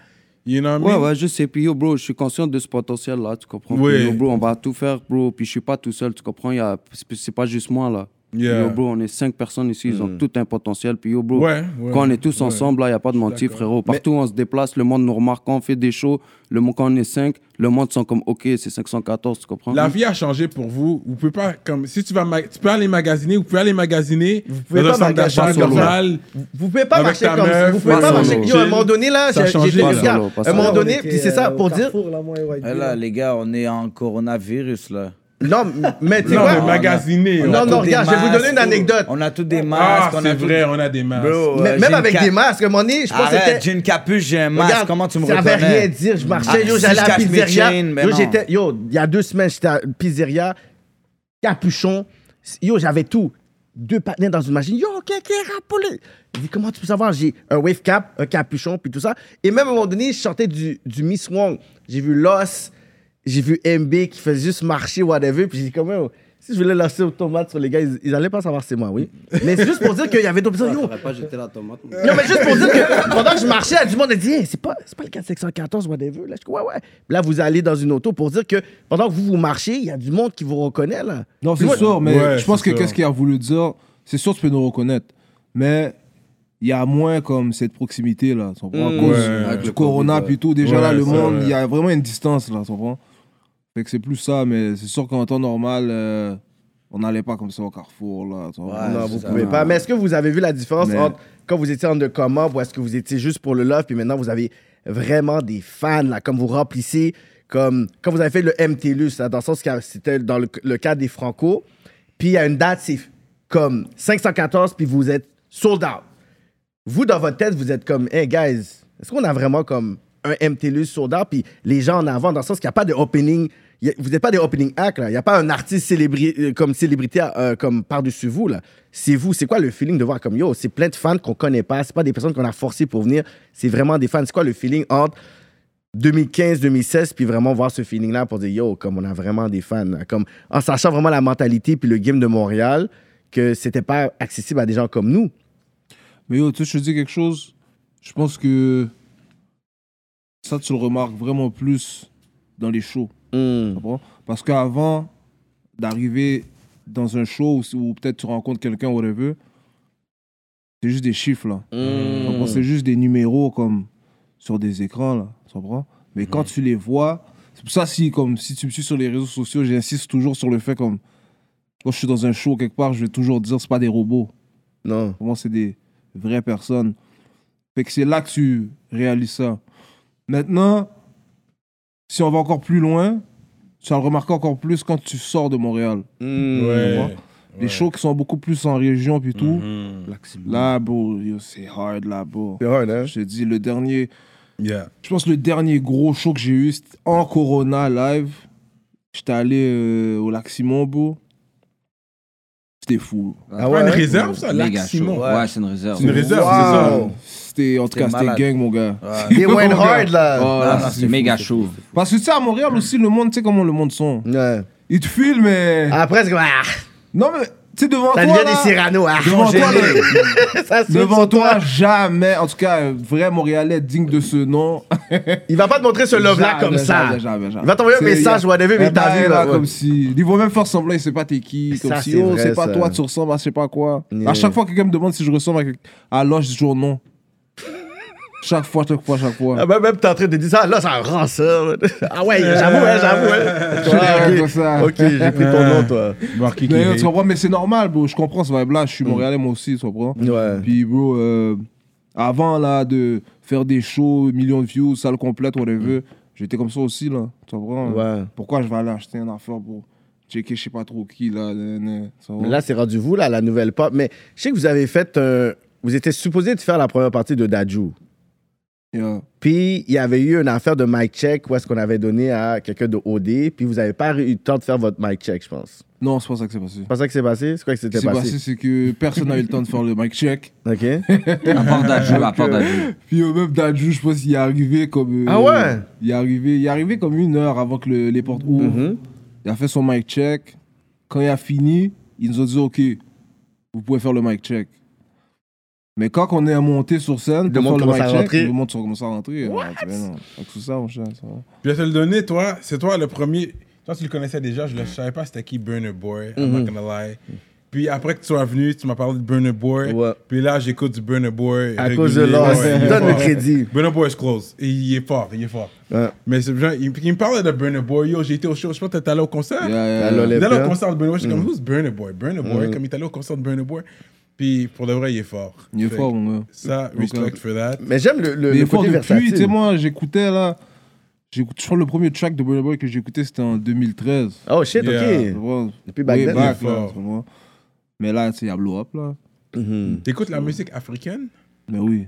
Speaker 3: You know what I
Speaker 7: Ouais,
Speaker 3: mean?
Speaker 7: ouais, je sais. Puis yo, bro, je suis conscient de ce potentiel-là, tu comprends?
Speaker 3: Ouais.
Speaker 7: Puis, yo, bro, on va tout faire, bro. Puis je suis pas tout seul, tu comprends? Il y a- c'est- C'est pas juste moi, là.
Speaker 3: Yeah. Hmm.
Speaker 7: Yo, bro, on est cinq personnes ici, ils ont tout un potentiel. Puis yo, bro,
Speaker 3: Ouais, ouais,
Speaker 7: quand on est tous ensemble, là, il n'y a pas de menti, frérot. Partout où on se déplace, le monde nous remarque. Quand on fait des shows, le monde, quand on est cinq, le monde sont comme, OK, c'est 514, tu
Speaker 4: Mhm.
Speaker 7: comprends? Hmm.
Speaker 3: La vie a changé pour vous. Vous pouvez pas, comme, si tu vas, ma- tu peux aller magasiner, vous pouvez aller magasiner
Speaker 4: pouvez
Speaker 3: dans un
Speaker 4: pas
Speaker 3: centre d'achat
Speaker 4: magasiner comme ça.
Speaker 3: normal.
Speaker 4: Vous pouvez pas
Speaker 3: Avec
Speaker 4: marcher
Speaker 3: ta
Speaker 4: comme ça.
Speaker 3: meuf,
Speaker 4: Vous pouvez
Speaker 7: pas
Speaker 4: pas
Speaker 7: solo.
Speaker 4: marcher. Yo, à un
Speaker 3: Chill.
Speaker 4: moment donné, là,
Speaker 3: Ça a
Speaker 4: j'ai
Speaker 3: changé,
Speaker 4: j'étais
Speaker 7: pas
Speaker 4: regarde,
Speaker 7: solo,
Speaker 4: À
Speaker 7: pas
Speaker 4: un
Speaker 7: solo.
Speaker 4: moment
Speaker 14: On
Speaker 4: donné,
Speaker 14: était,
Speaker 4: puis c'est
Speaker 14: euh,
Speaker 4: ça,
Speaker 14: au
Speaker 4: pour dire.
Speaker 14: Carrefour, là, moi et White
Speaker 8: Eh
Speaker 14: Bee,
Speaker 8: Là,
Speaker 14: là.
Speaker 8: les gars, on est en coronavirus, là.
Speaker 4: Non, mais tu
Speaker 3: Non,
Speaker 4: vois.
Speaker 3: mais magasiner.
Speaker 4: Non,
Speaker 3: on-
Speaker 4: non,
Speaker 8: Des
Speaker 4: regarde, je vais vous
Speaker 8: masques,
Speaker 4: donner une anecdote.
Speaker 8: On a tous des
Speaker 3: Ah,
Speaker 8: masques. on a
Speaker 3: c'est
Speaker 8: tous-
Speaker 3: vrai, on a des masques.
Speaker 8: Bro,
Speaker 4: Mais-
Speaker 8: euh, j'ai
Speaker 4: Même
Speaker 8: une
Speaker 4: avec
Speaker 8: ca-
Speaker 4: des masques, à un moment donné, je pense que
Speaker 8: Arrête,
Speaker 4: c'était.
Speaker 8: j'ai une capuche, j'ai un masque.
Speaker 4: Regarde,
Speaker 8: Comment tu me
Speaker 4: ça
Speaker 8: reconnais?
Speaker 4: veut rien dire. Je marchais,
Speaker 8: Ah,
Speaker 4: yo,
Speaker 8: si
Speaker 4: j'allais
Speaker 8: je
Speaker 4: à la
Speaker 8: cache mes
Speaker 4: pizzeria.
Speaker 8: chaînes, mais
Speaker 4: yo,
Speaker 8: non.
Speaker 4: j'étais, yo, il y a deux semaines, j'étais à la pizzeria, capuchon. Yo, j'avais tout. Deux patinets dans une machine. Yo, ok, ok, rapolé. Il dit, comment tu peux savoir? J'ai un wave cap, un capuchon, puis tout ça. Et même à un moment donné, je sortais du, du Miss Wong. J'ai vu Loss, j'ai vu MB qui faisait juste marcher, whatever. Puis j'ai dit, comment, yo, si je voulais lancer aux tomates sur les gars, ils, ils allaient pas savoir c'est moi, oui. Mais c'est juste pour dire qu'il y avait d'autres personnes. Yo,
Speaker 7: pas jeter la tomate.
Speaker 4: non, mais juste pour dire que pendant que je marchais, du monde a dit Hey, c'est pas, c'est pas le 414 whatever. Là, je dis Ouais, ouais. Puis Là, vous allez dans une auto pour dire que pendant que vous vous marchez, il y a du monde qui vous reconnaît, là.
Speaker 10: Non,
Speaker 4: Puis
Speaker 10: c'est
Speaker 4: moi-
Speaker 10: sûr, mais
Speaker 3: Ouais,
Speaker 10: je pense
Speaker 3: c'est
Speaker 10: que
Speaker 3: sûr.
Speaker 10: qu'est-ce qu'il a voulu dire, c'est sûr, tu peux nous reconnaître. Mais il y a moins comme cette proximité là, tu comprends, à cause
Speaker 3: Hmm. Ouais.
Speaker 10: du corona puis tout. Déjà
Speaker 3: Ouais,
Speaker 10: là, le
Speaker 3: c'est
Speaker 10: monde,
Speaker 3: vrai.
Speaker 10: il y a vraiment une distance là, tu comprends. Fait que c'est plus ça, mais c'est sûr qu'en temps normal, euh, on n'allait pas comme ça au carrefour là. tu comprends.
Speaker 4: non, vous
Speaker 8: c'est
Speaker 4: pouvez
Speaker 8: ça.
Speaker 4: pas. Mais est-ce que vous avez vu la différence
Speaker 10: Mais-
Speaker 4: entre quand vous étiez en de comment ou est-ce que vous étiez juste pour le love, puis maintenant vous avez vraiment des fans, là, comme vous remplissez, comme quand vous avez fait le MTLUS, là, dans le sens que c'était dans le, le cas des Franco, puis à une date, c'est comme 514, puis vous êtes sold out. Vous, dans votre tête, vous êtes comme, hey guys, est-ce qu'on a vraiment comme un MTLUS sold out, puis les gens en avant, dans le sens qu'il n'y a pas de opening. il y a- Vous n'êtes pas des opening acts, là. Il n'y a pas un artiste célébri- euh, comme célébrité euh, comme par-dessus vous, là. C'est vous. C'est quoi le feeling de voir comme, yo, c'est plein de fans qu'on connaît pas. C'est pas des personnes qu'on a forcé pour venir. C'est vraiment des fans. C'est quoi le feeling entre 2015-2016, puis vraiment voir ce feeling-là pour dire yo, comme on a vraiment des fans. là. Comme, en sachant vraiment la mentalité puis le game de Montréal, que c'était pas accessible à des gens comme nous.
Speaker 10: Mais yo, tu sais, je te dis quelque chose. Je pense que ça, tu le remarques vraiment plus dans les shows. tu comprends? Parce qu'avant d'arriver dans un show où- où peut-être tu rencontres quelqu'un, whatever, c'est juste des chiffres, là. Tu
Speaker 7: Mm.
Speaker 10: comprends? C'est juste des numéros, comme, sur des écrans, là. Tu comprends? Mais quand tu les vois... C'est pour ça, si, comme, si tu me suis sur les réseaux sociaux, j'insiste toujours sur le fait, comme... Quand je suis dans un show quelque part, je vais toujours dire, c'est pas des robots.
Speaker 4: Non.
Speaker 10: Pour moi, c'est des vraies personnes. Fait que c'est là que tu réalises ça. Maintenant, si on va encore plus loin, tu vas le remarquer encore plus quand tu sors de Montréal. Tu vois? Les shows qui sont beaucoup plus en région puis tout. Là, bro, yo, c'est hard là, bro.
Speaker 4: C'est hard, hein?
Speaker 10: Je te dis, le dernier,
Speaker 3: Yeah.
Speaker 10: je pense que le dernier gros show que j'ai eu, c'était en Corona live. J'étais allé euh, au Lac Simon, bro. C'était fou.
Speaker 4: Ah
Speaker 3: Pas une
Speaker 4: ouais?
Speaker 3: réserve, ça, Lac
Speaker 1: Méga
Speaker 3: Simon.
Speaker 1: chaud. Ouais, c'est une réserve.
Speaker 3: C'est une réserve,
Speaker 4: Wow.
Speaker 10: C'était, en tout cas, c'était
Speaker 8: malade.
Speaker 10: gang, mon gars.
Speaker 4: They went hard, là.
Speaker 10: Oh,
Speaker 1: Ah,
Speaker 10: là,
Speaker 1: non,
Speaker 10: c'est
Speaker 1: c'est
Speaker 10: fou.
Speaker 1: méga chaud.
Speaker 10: Parce que tu sais, à Montréal aussi, le monde, tu sais comment le monde sont.
Speaker 4: Ouais.
Speaker 10: Ils te filment, mais.
Speaker 4: Après, c'est comme, ah,
Speaker 10: Non, mais, tu sais, devant
Speaker 4: ça
Speaker 10: toi.
Speaker 4: devient des
Speaker 10: Là,
Speaker 4: Cyrano. Ah,
Speaker 10: devant toi,
Speaker 4: Angélil.
Speaker 10: le-
Speaker 4: Ça se
Speaker 10: devant
Speaker 4: sur
Speaker 10: toi, jamais. En tout cas, un vrai Montréalais digne de ce nom.
Speaker 4: Il va pas te montrer ce love-là
Speaker 10: Jamais,
Speaker 4: comme ça.
Speaker 10: jamais, jamais, jamais.
Speaker 4: Il va t'envoyer un
Speaker 10: C'est- Eh
Speaker 4: message,
Speaker 10: y a-
Speaker 4: whatever, mais
Speaker 10: y a
Speaker 4: t'as
Speaker 10: pas
Speaker 4: vu, là.
Speaker 10: un, là.
Speaker 4: ouais.
Speaker 10: Comme si. Ils vont même faire semblant, ils savent pas t'es qui. Comme
Speaker 4: Ça,
Speaker 10: si,
Speaker 4: c'est
Speaker 10: oh,
Speaker 4: vrai,
Speaker 10: c'est pas
Speaker 4: ça.
Speaker 10: toi, tu ressembles à je sais pas quoi.
Speaker 4: Yeah.
Speaker 10: À chaque fois que quelqu'un me demande si je ressemble à quelqu'un, alors je dis toujours non. chaque fois, chaque fois, chaque fois.
Speaker 4: Ah, Même, même t'es en train de dire ça, là, ça rend ça. Ah ouais, j'avoue, hein, j'avoue. hein.
Speaker 10: Tu vois, comme ça.
Speaker 4: Ok, j'ai pris ton nom, toi.
Speaker 3: Marquis qui
Speaker 10: Mais,
Speaker 3: est-
Speaker 10: tu comprends, mais c'est normal, bro. Je comprends ce vibe-là. Je suis Montréalais, moi aussi, tu comprends.
Speaker 4: Mm. Ouais.
Speaker 10: Puis, bro, euh, avant là, de faire des shows, millions de views, salle complète, whatever, j'étais comme ça aussi, là. Tu comprends
Speaker 4: Mm. Ouais.
Speaker 10: Pourquoi je vais aller acheter un affaire pour checker, je sais pas trop qui, là. né, né, tu comprends?
Speaker 4: Mais là, c'est rendu vous, là, la nouvelle pop. Mais je sais que vous avez fait un. Vous étiez supposé de faire la première partie de Dajou.
Speaker 10: Yeah.
Speaker 4: Puis, il y avait eu une affaire de mic check où est-ce qu'on avait donné à quelqu'un de OD. Puis, vous avez pas eu le temps de faire votre mic check, je pense.
Speaker 10: Non, c'est pas ça que c'est passé.
Speaker 4: C'est pas ça qui s'est passé? C'est quoi qui
Speaker 10: Ce qui
Speaker 4: s'était
Speaker 10: s'est
Speaker 4: passé?
Speaker 10: passé, c'est que personne n'a eu le temps de faire le mic check.
Speaker 4: OK.
Speaker 1: À part d'Adjou, à part d'Adjou.
Speaker 10: Puis au même Dadju, je pense qu'il est arrivé comme. euh,
Speaker 4: Ah ouais?
Speaker 10: Il est arrivé, il est arrivé comme une heure avant que le- les portes ouvrent.
Speaker 4: Mhm.
Speaker 10: Il a fait son mic check. Quand il a fini, ils nous ont dit OK, vous pouvez faire le mic check. Mais quand on est monté sur scène,
Speaker 4: Le
Speaker 10: pour
Speaker 4: monde
Speaker 10: faire
Speaker 4: commence à
Speaker 10: le mic
Speaker 4: rentrer.
Speaker 10: check, le monde commence à rentrer. Ah, tu vois, non. Avec tout ça, mon chien, ça va.
Speaker 3: Je vais te le donner, toi. C'est toi le premier. Toi, tu le connaissais déjà. Je ne savais pas c'était qui Burner Boy. I'm
Speaker 4: Mhm.
Speaker 3: not gonna lie. Puis après que tu sois venu, tu m'as parlé de Burner Boy.
Speaker 4: Ouais.
Speaker 3: Puis là, j'écoute du Burner Boy.
Speaker 4: À cause de l'os.
Speaker 3: l'os.
Speaker 4: Donne le crédit.
Speaker 3: Burner Boy is close. Et il est fort, il est fort.
Speaker 4: Ouais.
Speaker 3: Mais c'est genre, il, il me parlait de Burner Boy. Yo, j'ai été au show. Je pense que t'es allé au concert.
Speaker 10: Yeah, yeah, Mm.
Speaker 4: Alors, les-
Speaker 10: yeah.
Speaker 3: Il est allé
Speaker 4: Bien.
Speaker 3: au concert de Burner Boy. Je suis comme, who's Burner Boy? Burner Boy. Comme il est allé au concert de Burner Boy. Puis pour de vrai, il est fort.
Speaker 10: Il est
Speaker 3: Fait
Speaker 10: fort,
Speaker 3: que
Speaker 10: mon gars.
Speaker 3: Ça, respect for that.
Speaker 10: Mm.
Speaker 4: Mais j'aime le, le,
Speaker 10: Mais il
Speaker 4: le
Speaker 10: est fort
Speaker 4: côté
Speaker 10: depuis. Tu sais,
Speaker 4: versatile.
Speaker 10: moi, j'écoutais là. j'écoute- Je crois que le premier track de Burna Boy que j'écoutais, c'était en 2013.
Speaker 4: Oh shit,
Speaker 3: Yeah.
Speaker 4: OK.
Speaker 10: Tu vois,
Speaker 4: Depuis back
Speaker 10: way
Speaker 4: then,
Speaker 10: back,
Speaker 3: il est
Speaker 10: là,
Speaker 3: fort.
Speaker 10: tu vois. Mais là, tu sais, il y a Blow Up, là.
Speaker 4: Mhm.
Speaker 3: T'écoutes la musique africaine?
Speaker 10: Mais oui.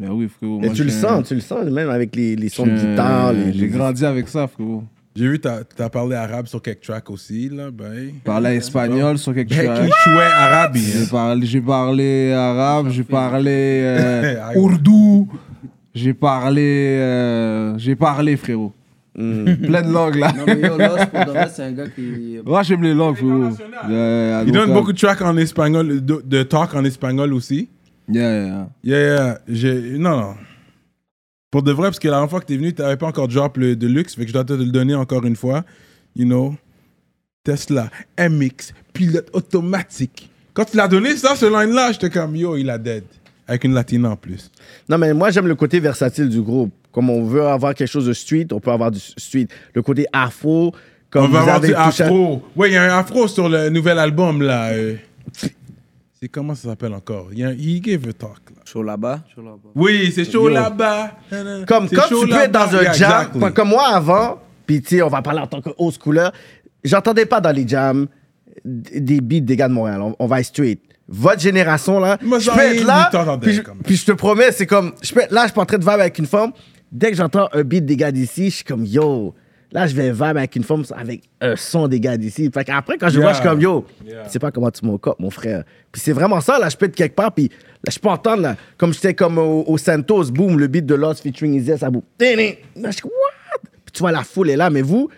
Speaker 10: Mais oui, frérot.
Speaker 4: Et
Speaker 10: moi,
Speaker 4: tu le
Speaker 10: j'ai un-
Speaker 4: sens, tu le sens, même avec les, les sons de
Speaker 10: j'ai un-
Speaker 4: guitare. Les,
Speaker 10: Hmm. J'ai
Speaker 4: les-
Speaker 10: grandi avec ça, frérot.
Speaker 3: J'ai vu, t'as as parlé arabe sur quelques tracks aussi, là, ben.
Speaker 10: parlais espagnol sur quelque
Speaker 3: Becky
Speaker 10: chose.
Speaker 3: Chouet arabe.
Speaker 10: J'ai parlé, j'ai parlé arabe, j'ai parlé euh,
Speaker 3: Aïe.
Speaker 10: ourdou, j'ai parlé, euh, j'ai parlé frérot. Plein de langues là.
Speaker 7: Non, mais yo, Lost, pour de vrai, c'est un gars qui.
Speaker 10: Moi j'aime les langues frérot. Yeah, yeah,
Speaker 3: Il donne
Speaker 10: donc,
Speaker 3: beaucoup de tracks en espagnol, de, de talk en espagnol aussi.
Speaker 10: Yeah, yeah.
Speaker 3: Yeah, yeah, j'ai... Non, non. Pour de vrai, parce que la dernière fois que t'es venu, t'avais pas encore drop le Deluxe, fait que je dois te le donner encore une fois. You know, Tesla, MX, pilote automatique. Quand tu l'as donné, ça, ce line-là, j'étais comme, yo, il a dead. Avec une latina en plus.
Speaker 4: Non, mais moi, j'aime le côté versatile du groupe. Comme on veut avoir quelque chose de street, on peut avoir du street. Le côté afro, comme
Speaker 3: On va
Speaker 4: vous
Speaker 3: avoir
Speaker 4: avez
Speaker 3: du
Speaker 4: touché à-
Speaker 3: afro. Ouais, il y a un afro sur le nouvel album, là. euh. C'est comment ça s'appelle encore? Il y a un He Gave a Talk, là.
Speaker 8: Chaud là-bas.
Speaker 3: Oui, c'est chaud là-bas.
Speaker 4: Comme
Speaker 3: C'est
Speaker 4: quand
Speaker 3: chaud
Speaker 4: tu peux être
Speaker 3: là-bas.
Speaker 4: dans un
Speaker 3: Yeah,
Speaker 4: jam,
Speaker 3: exactly.
Speaker 4: pas comme moi avant, puis tu sais, on va parler en tant que haute schooler, j'entendais pas dans les jams d- des beats des gars de Montréal. On, on va être straight. Votre génération, là,
Speaker 3: Moi,
Speaker 4: je
Speaker 3: ça
Speaker 4: peux
Speaker 3: arrive,
Speaker 4: être là,
Speaker 3: mais t'entendais
Speaker 4: puis je,
Speaker 3: quand même.
Speaker 4: puis je te promets, c'est comme, je peux être là, je suis pas en train de vibe avec une femme. Dès que j'entends un beat des gars d'ici, je suis comme, yo, Là, je vais vibe avec une forme, avec un son des gars d'ici. Fait qu'après, quand je
Speaker 3: Yeah.
Speaker 4: vois, je suis comme yo, Oh, tu sais pas comment tu m'en copes, mon frère. Puis c'est vraiment ça, là, je pète quelque part, puis là, je peux entendre, là, comme j'étais comme au, au Santos, boom, le beat de Lost featuring Izzy, ça boum. Tini. Là, je suis comme, what? Puis tu vois, la foule est là, mais vous,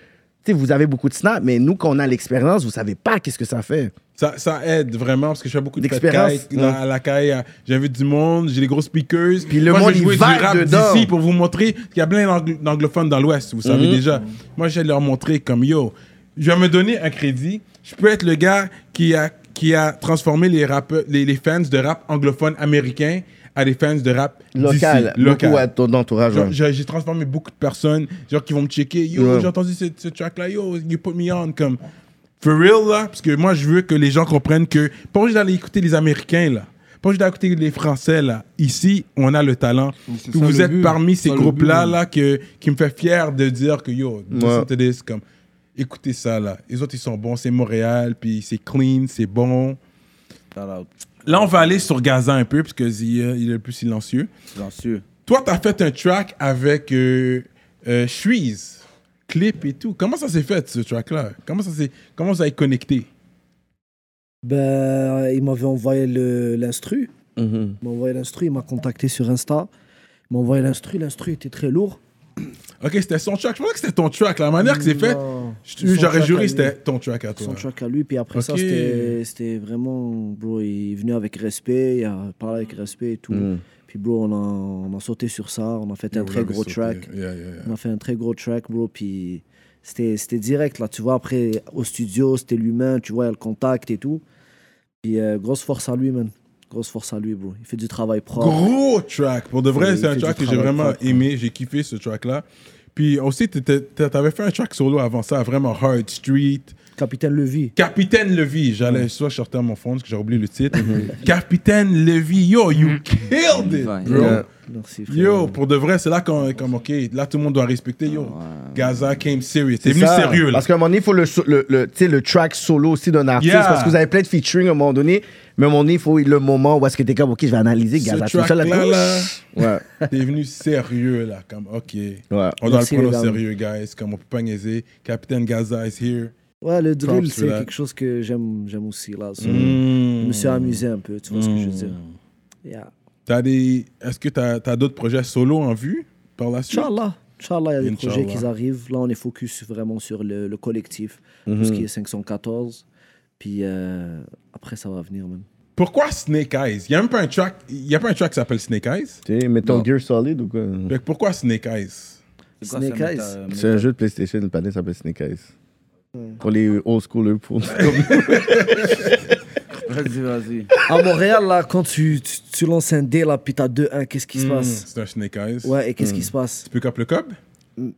Speaker 4: tu sais, vous avez beaucoup de snaps, mais nous, quand on a l'expérience, vous savez pas qu'est-ce que ça fait.
Speaker 3: Ça, ça aide vraiment parce que je fais beaucoup de
Speaker 4: D'expérience,
Speaker 3: podcasts dans- à la caille. à- J'invite du monde, j'ai des gros speakers.
Speaker 4: Puis le
Speaker 3: Moi,
Speaker 4: monde,
Speaker 3: j'ai
Speaker 4: il
Speaker 3: joué du
Speaker 4: vibe
Speaker 3: rap
Speaker 4: dedans. Mhm.
Speaker 3: d'ici pour vous montrer qu'il y a plein d'ang- d'anglophones dans l'Ouest, vous savez déjà. Moi, je vais leur montrer comme yo, je vais me donner un crédit. Je peux être le gars qui a, qui a transformé les, rappeurs- les, les fans de rap anglophones américains à des fans de rap d'ici,
Speaker 4: Local,
Speaker 3: local.
Speaker 4: beaucoup à ton entourage.
Speaker 3: Genre,
Speaker 4: ouais.
Speaker 3: J'ai j'ai transformé beaucoup de personnes, genre qui vont me checker. Yo,
Speaker 4: Ouais.
Speaker 3: j'ai entendu ce, ce track-là, yo, you put me on, comme. For real, là, parce que moi, je veux que les gens comprennent que. Pas obligé d'aller écouter les Américains, là. Pas obligé d'aller écouter les Français, là. Ici, on a le talent.
Speaker 10: c'est
Speaker 3: Puis
Speaker 10: ça
Speaker 3: vous
Speaker 10: le
Speaker 3: êtes
Speaker 10: but.
Speaker 3: parmi
Speaker 10: C'est
Speaker 3: ces
Speaker 10: ça le
Speaker 3: groupes-là,
Speaker 10: but.
Speaker 3: là, que, qui me fait fier de dire que yo, listen to this, comme. Écoutez ça, là. Les autres, ils sont bons, c'est Montréal, puis c'est clean, c'est bon. Là, on va aller sur Gaza un peu, parce que Zia, il est le plus silencieux.
Speaker 8: Silencieux.
Speaker 3: Toi, t'as fait un track avec euh, euh, Shreeze, clip et tout. Comment ça s'est fait, ce track-là Comment ça s'est... Comment ça est connecté
Speaker 12: Ben, il m'avait envoyé le- l'instru.
Speaker 4: Mhm.
Speaker 12: Il m'a envoyé l'instru, il m'a contacté sur Insta. Il m'a envoyé l'instru, l'instru était très lourd.
Speaker 3: Ok, c'était son track. Je pensais que c'était ton track. La manière que c'est fait,
Speaker 12: Non,
Speaker 3: je-
Speaker 12: son
Speaker 3: j'aurais
Speaker 12: track à
Speaker 3: juré
Speaker 12: lui.
Speaker 3: que c'était ton track à toi.
Speaker 12: Son track à lui, puis après ça,
Speaker 3: Ok.
Speaker 12: c'était- c'était vraiment. Bro, il est venu avec respect, il a parlé avec respect et tout. Puis, bro, on a, on a sauté sur ça, on a fait un
Speaker 3: Vous
Speaker 12: très
Speaker 3: l'avez
Speaker 12: gros
Speaker 3: sauté.
Speaker 12: track.
Speaker 3: Yeah, yeah, yeah.
Speaker 12: On a fait un très gros track, bro. Puis c'était, c'était direct, là, tu vois. Après, au studio, c'était l'humain, tu vois, il y a le contact et tout. Puis euh, grosse force à lui, man. Grosse force à lui, bro. Il fait du travail propre.
Speaker 3: Gros track. Pour de vrai,
Speaker 12: Il
Speaker 3: c'est un
Speaker 12: fait du
Speaker 3: track que j'ai
Speaker 12: travail
Speaker 3: vraiment
Speaker 12: propre, hein.
Speaker 3: aimé. J'ai kiffé ce track-là. Puis aussi, t'étais- t'a- t'avais fait un track solo avant ça, vraiment Hard Street.
Speaker 12: Capitaine Levy.
Speaker 3: Capitaine Levy, j'allais soit sortir mon fond parce que j'ai oublié le titre.
Speaker 12: Mhm.
Speaker 3: Capitaine Levy, yo, you killed it,
Speaker 1: Ouais.
Speaker 3: bro.
Speaker 1: Yeah.
Speaker 12: Merci, frère.
Speaker 3: Yo, pour de vrai, c'est là qu'on est comme, OK, là, tout le monde doit respecter, yo.
Speaker 12: Ah,
Speaker 3: Gaza came serious. T'es venu
Speaker 4: ça.
Speaker 3: sérieux, là.
Speaker 4: Parce qu'à un moment donné, il faut le, so- le, le, tu sais, le track solo aussi d'un artiste.
Speaker 3: Yeah.
Speaker 4: Parce que vous avez plein de featuring à un moment donné. Mais à un moment donné, il faut le moment où est-ce que t'es comme, OK, je vais analyser
Speaker 3: Ce
Speaker 4: Gaza tout
Speaker 3: track-là,
Speaker 4: seul.
Speaker 3: là,
Speaker 4: Ouais.
Speaker 3: t'es venu sérieux, là, comme, OK.
Speaker 4: Ouais.
Speaker 3: On doit
Speaker 12: Merci,
Speaker 3: le
Speaker 12: les
Speaker 3: prendre
Speaker 12: gars.
Speaker 3: au sérieux, guys, comme on peut pas niaiser. Capitaine Gaza is here.
Speaker 12: Ouais, le
Speaker 3: Props
Speaker 12: drill,
Speaker 3: to
Speaker 12: c'est
Speaker 3: that.
Speaker 12: quelque chose que j'aime, j'aime aussi, là. So,
Speaker 3: Mm.
Speaker 12: Je me suis amusé un peu, tu vois ce que je veux dire. Yeah.
Speaker 3: T'as des... Est-ce que t'as as, d'autres projets solo en vue par la suite?
Speaker 12: Inch'Allah. Inch'Allah, il y a des
Speaker 3: Inch'Allah.
Speaker 12: projets qui arrivent. Là, on est focus vraiment sur le, le collectif, tout
Speaker 3: Mm-hmm.
Speaker 12: ce qui est 514. Puis euh, après, ça va venir, même.
Speaker 3: Pourquoi Snake Eyes? Y a même pas un track... Y a pas un track qui s'appelle Snake Eyes?
Speaker 4: Tu sais, Metal Gear Solid ou quoi
Speaker 3: Fait que pourquoi Snake Eyes?
Speaker 8: C'est quoi,
Speaker 12: Snake
Speaker 8: ça,
Speaker 12: Eyes.
Speaker 8: méta-
Speaker 4: C'est un jeu de PlayStation, le panel s'appelle Snake Eyes. Pour les old schoolers, pour.
Speaker 8: Vas-y, vas-y.
Speaker 12: À Montréal, là, quand tu, tu, tu lances un dé, là, puis t'as 2-1, qu'est-ce
Speaker 10: Mm.
Speaker 12: qui se passe
Speaker 3: Hmm, C'est un Snake Eyes.
Speaker 12: Ouais, et qu'est-ce qui se passe
Speaker 3: Pick up le cob?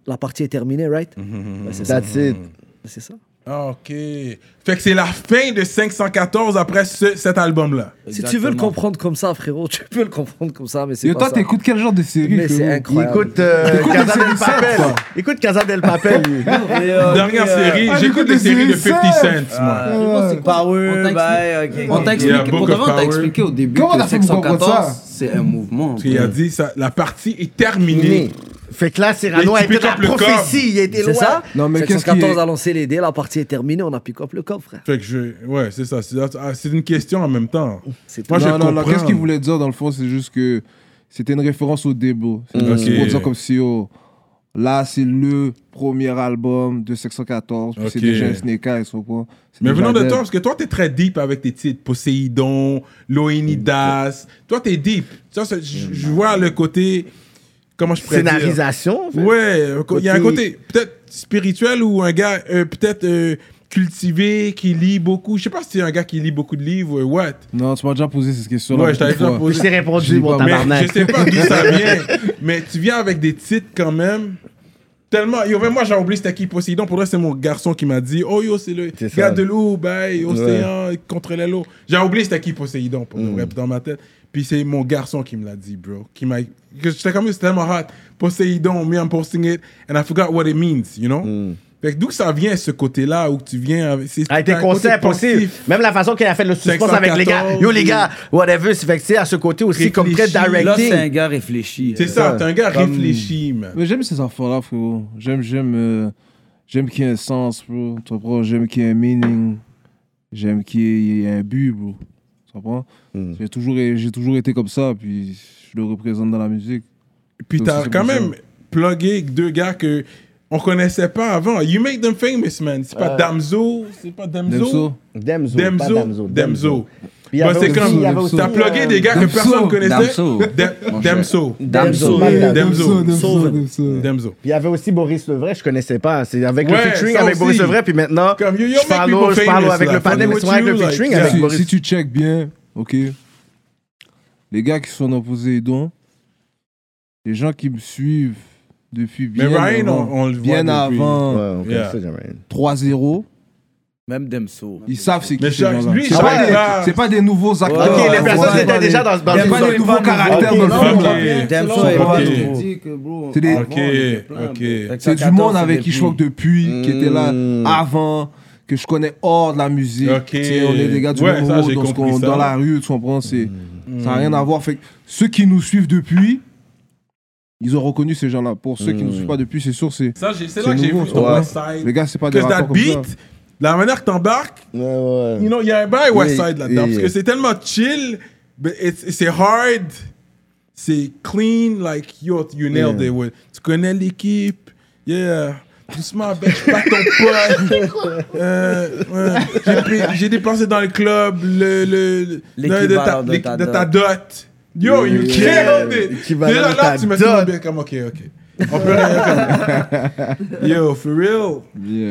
Speaker 12: La partie est terminée, right
Speaker 10: Mm,
Speaker 12: Ouais, C'est ça.
Speaker 4: That's it.
Speaker 12: C'est ça.
Speaker 3: Ah, OK. Fait que c'est la fin de 514 après ce- cet album-là.
Speaker 12: Si tu veux le comprendre comme ça, frérot, tu peux le comprendre comme ça, mais c'est
Speaker 10: Yo,
Speaker 12: pas
Speaker 10: toi,
Speaker 12: ça.
Speaker 10: t'écoutes quel genre de série
Speaker 12: Mais c'est
Speaker 10: frérot
Speaker 4: Il
Speaker 12: incroyable.
Speaker 4: écoute euh, Casa del Papel. Écoute Casa del Papel, lui.
Speaker 3: Dernière série,
Speaker 10: ah,
Speaker 3: j'écoute
Speaker 10: j'écoute
Speaker 3: les
Speaker 10: les
Speaker 3: séries de 50
Speaker 10: séries
Speaker 3: cents, moi.
Speaker 8: Ah,
Speaker 10: Euh,
Speaker 8: Power, bye, ok.
Speaker 9: On t'a expliqué,
Speaker 3: Yeah, Book
Speaker 9: pour
Speaker 3: of
Speaker 9: de vrai, on t'a
Speaker 3: Power.
Speaker 9: expliqué au début
Speaker 10: Comment on
Speaker 9: que
Speaker 10: a fait pour comprendre
Speaker 9: 514,
Speaker 10: ça
Speaker 9: c'est un mouvement.
Speaker 3: Parce qu'il a dit, ça, la partie est terminée.
Speaker 4: Né. Fait que là, Cyrano
Speaker 3: Et tu
Speaker 4: a été
Speaker 3: pick
Speaker 4: la
Speaker 3: up le corps.
Speaker 4: prophétie. Il a été
Speaker 12: C'est
Speaker 4: loin.
Speaker 12: ça
Speaker 10: Non, mais euh, qu'est-ce qui
Speaker 12: 714
Speaker 10: est-
Speaker 12: a lancé les dés, la partie est terminée, on a pick up le coffre, frère.
Speaker 3: Fait que je. Ouais, c'est ça. C'est ah, c'est une question en même temps.
Speaker 12: C'est
Speaker 3: Moi,
Speaker 12: tout.
Speaker 3: je
Speaker 10: non, non, non,
Speaker 3: comprends.
Speaker 10: qu'est-ce qu'il voulait dire dans le fond, c'est juste que c'était une référence au début. C'est
Speaker 3: Mm.
Speaker 10: c'est pour
Speaker 3: Ok.
Speaker 10: dire comme si, oh, là, c'est le premier album de 614, puis c'est
Speaker 3: Ok.
Speaker 10: déjà un Snake Eyes, au point.
Speaker 3: Mais venant de toi, parce que toi, t'es très deep avec tes titres. Poséidon, Loénidas. Toi, t'es deep. Ça, c'est- je
Speaker 10: Mm.
Speaker 3: je vois le côté. Comment je pourrais dire?
Speaker 4: Scénarisation. en fait.
Speaker 3: Ouais, euh, il y a un
Speaker 4: Côté-
Speaker 3: côté peut-être spirituel ou un gars euh, peut-être euh, cultivé qui lit beaucoup. Je sais pas si c'est un gars qui lit beaucoup de livres ou what.
Speaker 10: Non, tu m'as déjà posé cette question-là.
Speaker 3: Ouais, je t'avais déjà
Speaker 4: Je t'ai
Speaker 3: posé.
Speaker 4: répondu, mon
Speaker 3: Mais je
Speaker 4: tabarnak.
Speaker 3: sais pas d'où ça vient. Mais tu viens avec des titres quand même. Tellement. Yo, mais moi, j'ai oublié c'était qui Poséidon. Pour vrai, c'est mon garçon qui m'a dit Oh yo, c'est le
Speaker 4: C'est ça.
Speaker 3: gars de l'eau, bye, océan, contre les lots. J'ai oublié c'était qui Poséidon pour de vrai,
Speaker 4: Mm.
Speaker 3: dans ma tête. Puis c'est mon garçon qui me l'a dit, bro. Qui m'a. que J'étais comme c'est tellement hot. Poséidon, me, I'm posting it. And I forgot what it means, you know?
Speaker 4: Mm.
Speaker 3: Fait que d'où que ça vient ce côté-là où tu viens avec. c'est-
Speaker 4: A été
Speaker 3: t'as un côté
Speaker 4: concept Ah, aussi.
Speaker 3: pensif.
Speaker 4: Même la façon qu'elle a fait le suspense avec les gars.
Speaker 3: 514,
Speaker 4: Yo, les gars, whatever. C'est fait que c'est à ce côté aussi, comme très
Speaker 3: Réfléchi.
Speaker 8: Là, c'est un
Speaker 4: directing.
Speaker 8: gars réfléchi. Euh,
Speaker 3: C'est ça, t'es un gars réfléchi, man.
Speaker 10: Mais j'aime ces enfants-là, frérot. J'aime, j'aime. euh, J'aime qu'il y ait un sens, bro. Tu comprends? J'aime qu'il y ait un meaning. J'aime qu'il y ait un but, bro. Tu comprends?
Speaker 3: Hmm.
Speaker 4: Mm.
Speaker 10: J'ai toujours, j'ai toujours été comme ça, puis je le représente dans la musique.
Speaker 3: Puis
Speaker 10: Donc,
Speaker 3: t'as
Speaker 10: ça, c'est
Speaker 3: quand
Speaker 10: pour ça.
Speaker 3: même plugué avec deux gars que on connaissait pas avant. You make them famous, man. C'est pas Damso, c'est pas Damso.
Speaker 10: Damso.
Speaker 4: Demzo. Euh, pas
Speaker 3: Damso, Damso.
Speaker 4: Puis il y
Speaker 3: Bah,
Speaker 4: avait
Speaker 3: c'est
Speaker 4: aussi-
Speaker 3: comme-
Speaker 4: il y avait
Speaker 10: Damso.
Speaker 4: aussi,
Speaker 3: T'as
Speaker 4: euh,
Speaker 3: plugué des gars que
Speaker 10: Damso.
Speaker 3: personne connaissait.
Speaker 1: Damso.
Speaker 3: Da-
Speaker 1: Mon cher.
Speaker 3: Damso.
Speaker 4: Damso.
Speaker 12: Damso.
Speaker 3: Damso.
Speaker 12: Sauve.
Speaker 10: Mm.
Speaker 3: Damso.
Speaker 4: Puis il y avait aussi Boris Levray, je connaissais pas. C'est avec le
Speaker 3: Ouais,
Speaker 4: featuring
Speaker 3: ça
Speaker 4: avec
Speaker 3: aussi.
Speaker 4: Boris Levray, puis maintenant,
Speaker 3: Comme, yo, yo,
Speaker 4: je
Speaker 3: make
Speaker 4: parle
Speaker 3: people
Speaker 4: je parle
Speaker 3: famous,
Speaker 4: avec
Speaker 3: là.
Speaker 4: le panel,
Speaker 3: Fuck
Speaker 4: mais
Speaker 3: with
Speaker 4: souvent avec
Speaker 3: you,
Speaker 4: le
Speaker 3: like,
Speaker 4: featuring
Speaker 3: yeah.
Speaker 4: avec
Speaker 10: si,
Speaker 4: Boris.
Speaker 10: si tu check bien, ok, les gars qui sont dans Poséidon, les gens qui me suivent depuis
Speaker 3: Mais
Speaker 10: bien
Speaker 3: Ryan,
Speaker 10: avant,
Speaker 3: on, on le voit.
Speaker 10: bien
Speaker 3: depuis.
Speaker 10: avant
Speaker 4: Ouais, on connaît
Speaker 3: Yeah.
Speaker 4: ça, Jermaine.
Speaker 10: 3-0,
Speaker 8: Même Demso.
Speaker 10: ils savent c'est
Speaker 3: Mais
Speaker 10: qui ces
Speaker 3: Jacques-
Speaker 10: gens-là.
Speaker 3: lui,
Speaker 10: C'est
Speaker 3: Jacques-
Speaker 10: pas des-
Speaker 3: Ah.
Speaker 10: c'est pas des nouveaux acteurs.
Speaker 4: Ok, les
Speaker 10: Ouais,
Speaker 4: personnes
Speaker 10: ouais.
Speaker 4: étaient déjà dans dans
Speaker 10: Il y a
Speaker 4: le
Speaker 10: pas
Speaker 4: film.
Speaker 10: de nouveaux caractères
Speaker 4: Ok,
Speaker 10: dans
Speaker 4: non,
Speaker 10: le film.
Speaker 4: Oh, ok.
Speaker 10: là.
Speaker 8: Demso
Speaker 3: Ok.
Speaker 8: est pas
Speaker 3: Ok.
Speaker 8: nouveau.
Speaker 10: C'est des-
Speaker 3: Ok, ok.
Speaker 8: Fait que
Speaker 10: C'est du
Speaker 8: 114,
Speaker 10: monde avec
Speaker 8: c'est
Speaker 10: qui je
Speaker 8: début.
Speaker 10: choque depuis, qui était là avant, que je connais hors de la musique.
Speaker 3: Hmm. Ok.
Speaker 10: Tu sais, On est des gars du
Speaker 3: Ouais,
Speaker 10: même
Speaker 3: ça,
Speaker 10: monde,
Speaker 3: j'ai
Speaker 10: dans, ce
Speaker 3: compris
Speaker 10: qu'on-
Speaker 3: ça. Hmm.
Speaker 10: dans la rue, tu comprends c'est- Ça n'a rien à voir. Fait que ceux qui nous suivent depuis, ils ont reconnu ces gens-là. Pour ceux qui ne nous suivent pas depuis, c'est sûr, c'est.
Speaker 3: Ça, j'ai- Hmm. c'est
Speaker 10: C'est
Speaker 3: là que j'ai
Speaker 10: nouveau,
Speaker 3: vu
Speaker 10: ça.
Speaker 3: ton
Speaker 10: Ouais.
Speaker 3: West Side.
Speaker 10: Les gars, c'est pas des
Speaker 3: Parce que that
Speaker 10: rappeurs comme ça.
Speaker 3: beat, la manière que t'embarques,
Speaker 4: Ouais, ouais.
Speaker 3: you know, il y a un bail West
Speaker 4: Yeah,
Speaker 3: Side là-dedans.
Speaker 4: yeah.
Speaker 3: Parce que c'est tellement chill, but it's- c'est hard, c'est clean, like, yo, you nailed it. ouais. Tu connais l'équipe, yeah. Doucement, ben, je suis pas ton pote. Euh, ouais. J'ai pris- J'ai dépensé dans le club le, le, le-
Speaker 8: L'équivalent
Speaker 3: de, ta,
Speaker 8: de
Speaker 3: l'équ-
Speaker 8: ta
Speaker 3: de
Speaker 8: dot.
Speaker 3: ta dot. Yo, you
Speaker 4: Yeah,
Speaker 3: killed it.
Speaker 4: l'équivalent
Speaker 3: Déjà
Speaker 4: de
Speaker 3: là,
Speaker 4: ta
Speaker 3: tu me
Speaker 4: dot.
Speaker 3: dis bien comme, ok, ok. On peut rien faire. Yo, for real.
Speaker 10: Yeah,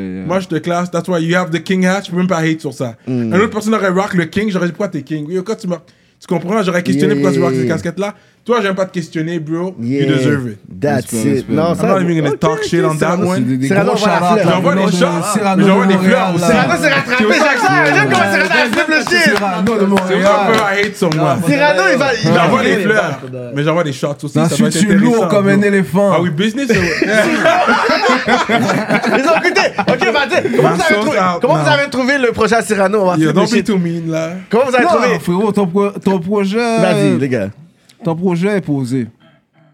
Speaker 10: Mm. yeah.
Speaker 3: Moi, je te classe. That's why you have the king hat. Je peux même pas hate sur ça. Un autre personne aurait rock le king. J'aurais dit pourquoi t'es king. Yo, quand tu marques, tu comprends. J'aurais questionné
Speaker 4: Yeah,
Speaker 3: pourquoi tu
Speaker 4: yeah,
Speaker 3: rock cette
Speaker 4: yeah.
Speaker 3: casquette là. Toi, j'aime pas te questionner, bro.
Speaker 4: Yeah.
Speaker 3: You deserve it.
Speaker 4: That's it. Non,
Speaker 3: I'm not even gonna talk shit on that
Speaker 10: Ah, C'est
Speaker 3: one.
Speaker 10: des- des
Speaker 4: C'est là
Speaker 10: gros
Speaker 4: qu'on voit la
Speaker 10: shout-outs,
Speaker 4: fleur.
Speaker 10: là,
Speaker 3: J'envoie
Speaker 10: venant
Speaker 3: des
Speaker 10: de
Speaker 3: shots,
Speaker 10: Cyrano
Speaker 3: mais
Speaker 10: de
Speaker 3: j'envoie des
Speaker 10: Montréal,
Speaker 3: fleurs aussi.
Speaker 10: là.
Speaker 4: Cyrano s'est rattrapé, Jacques Sarr. J'aime comment Cyrano a flippé le shit.
Speaker 10: Cyrano de
Speaker 3: C'est vrai qu'on peut
Speaker 10: Montréal.
Speaker 3: hate sur moi.
Speaker 4: Cyrano, il va. il va-
Speaker 3: J'envoie des fleurs, mais j'envoie des shots aussi. Ça va
Speaker 10: Ensuite,
Speaker 3: être
Speaker 10: je suis lourd
Speaker 3: intéressant.
Speaker 10: comme un
Speaker 3: bro. Ah
Speaker 10: éléphant.
Speaker 3: Are we business or
Speaker 4: Ils ont écouté. Ok, bah, dis, comment vous avez
Speaker 3: Marceau,
Speaker 4: trouvé-
Speaker 3: out,
Speaker 4: Comment vous
Speaker 3: now.
Speaker 4: avez trouvé le prochain Cyrano On va
Speaker 3: what? Yo,
Speaker 4: flipper le
Speaker 3: don't be
Speaker 4: shit.
Speaker 3: too mean là.
Speaker 4: Comment vous avez
Speaker 10: Non,
Speaker 4: trouvé
Speaker 10: frérot, ton, pro- ton projet.
Speaker 4: Vas-y, les gars.
Speaker 10: Ton projet est posé.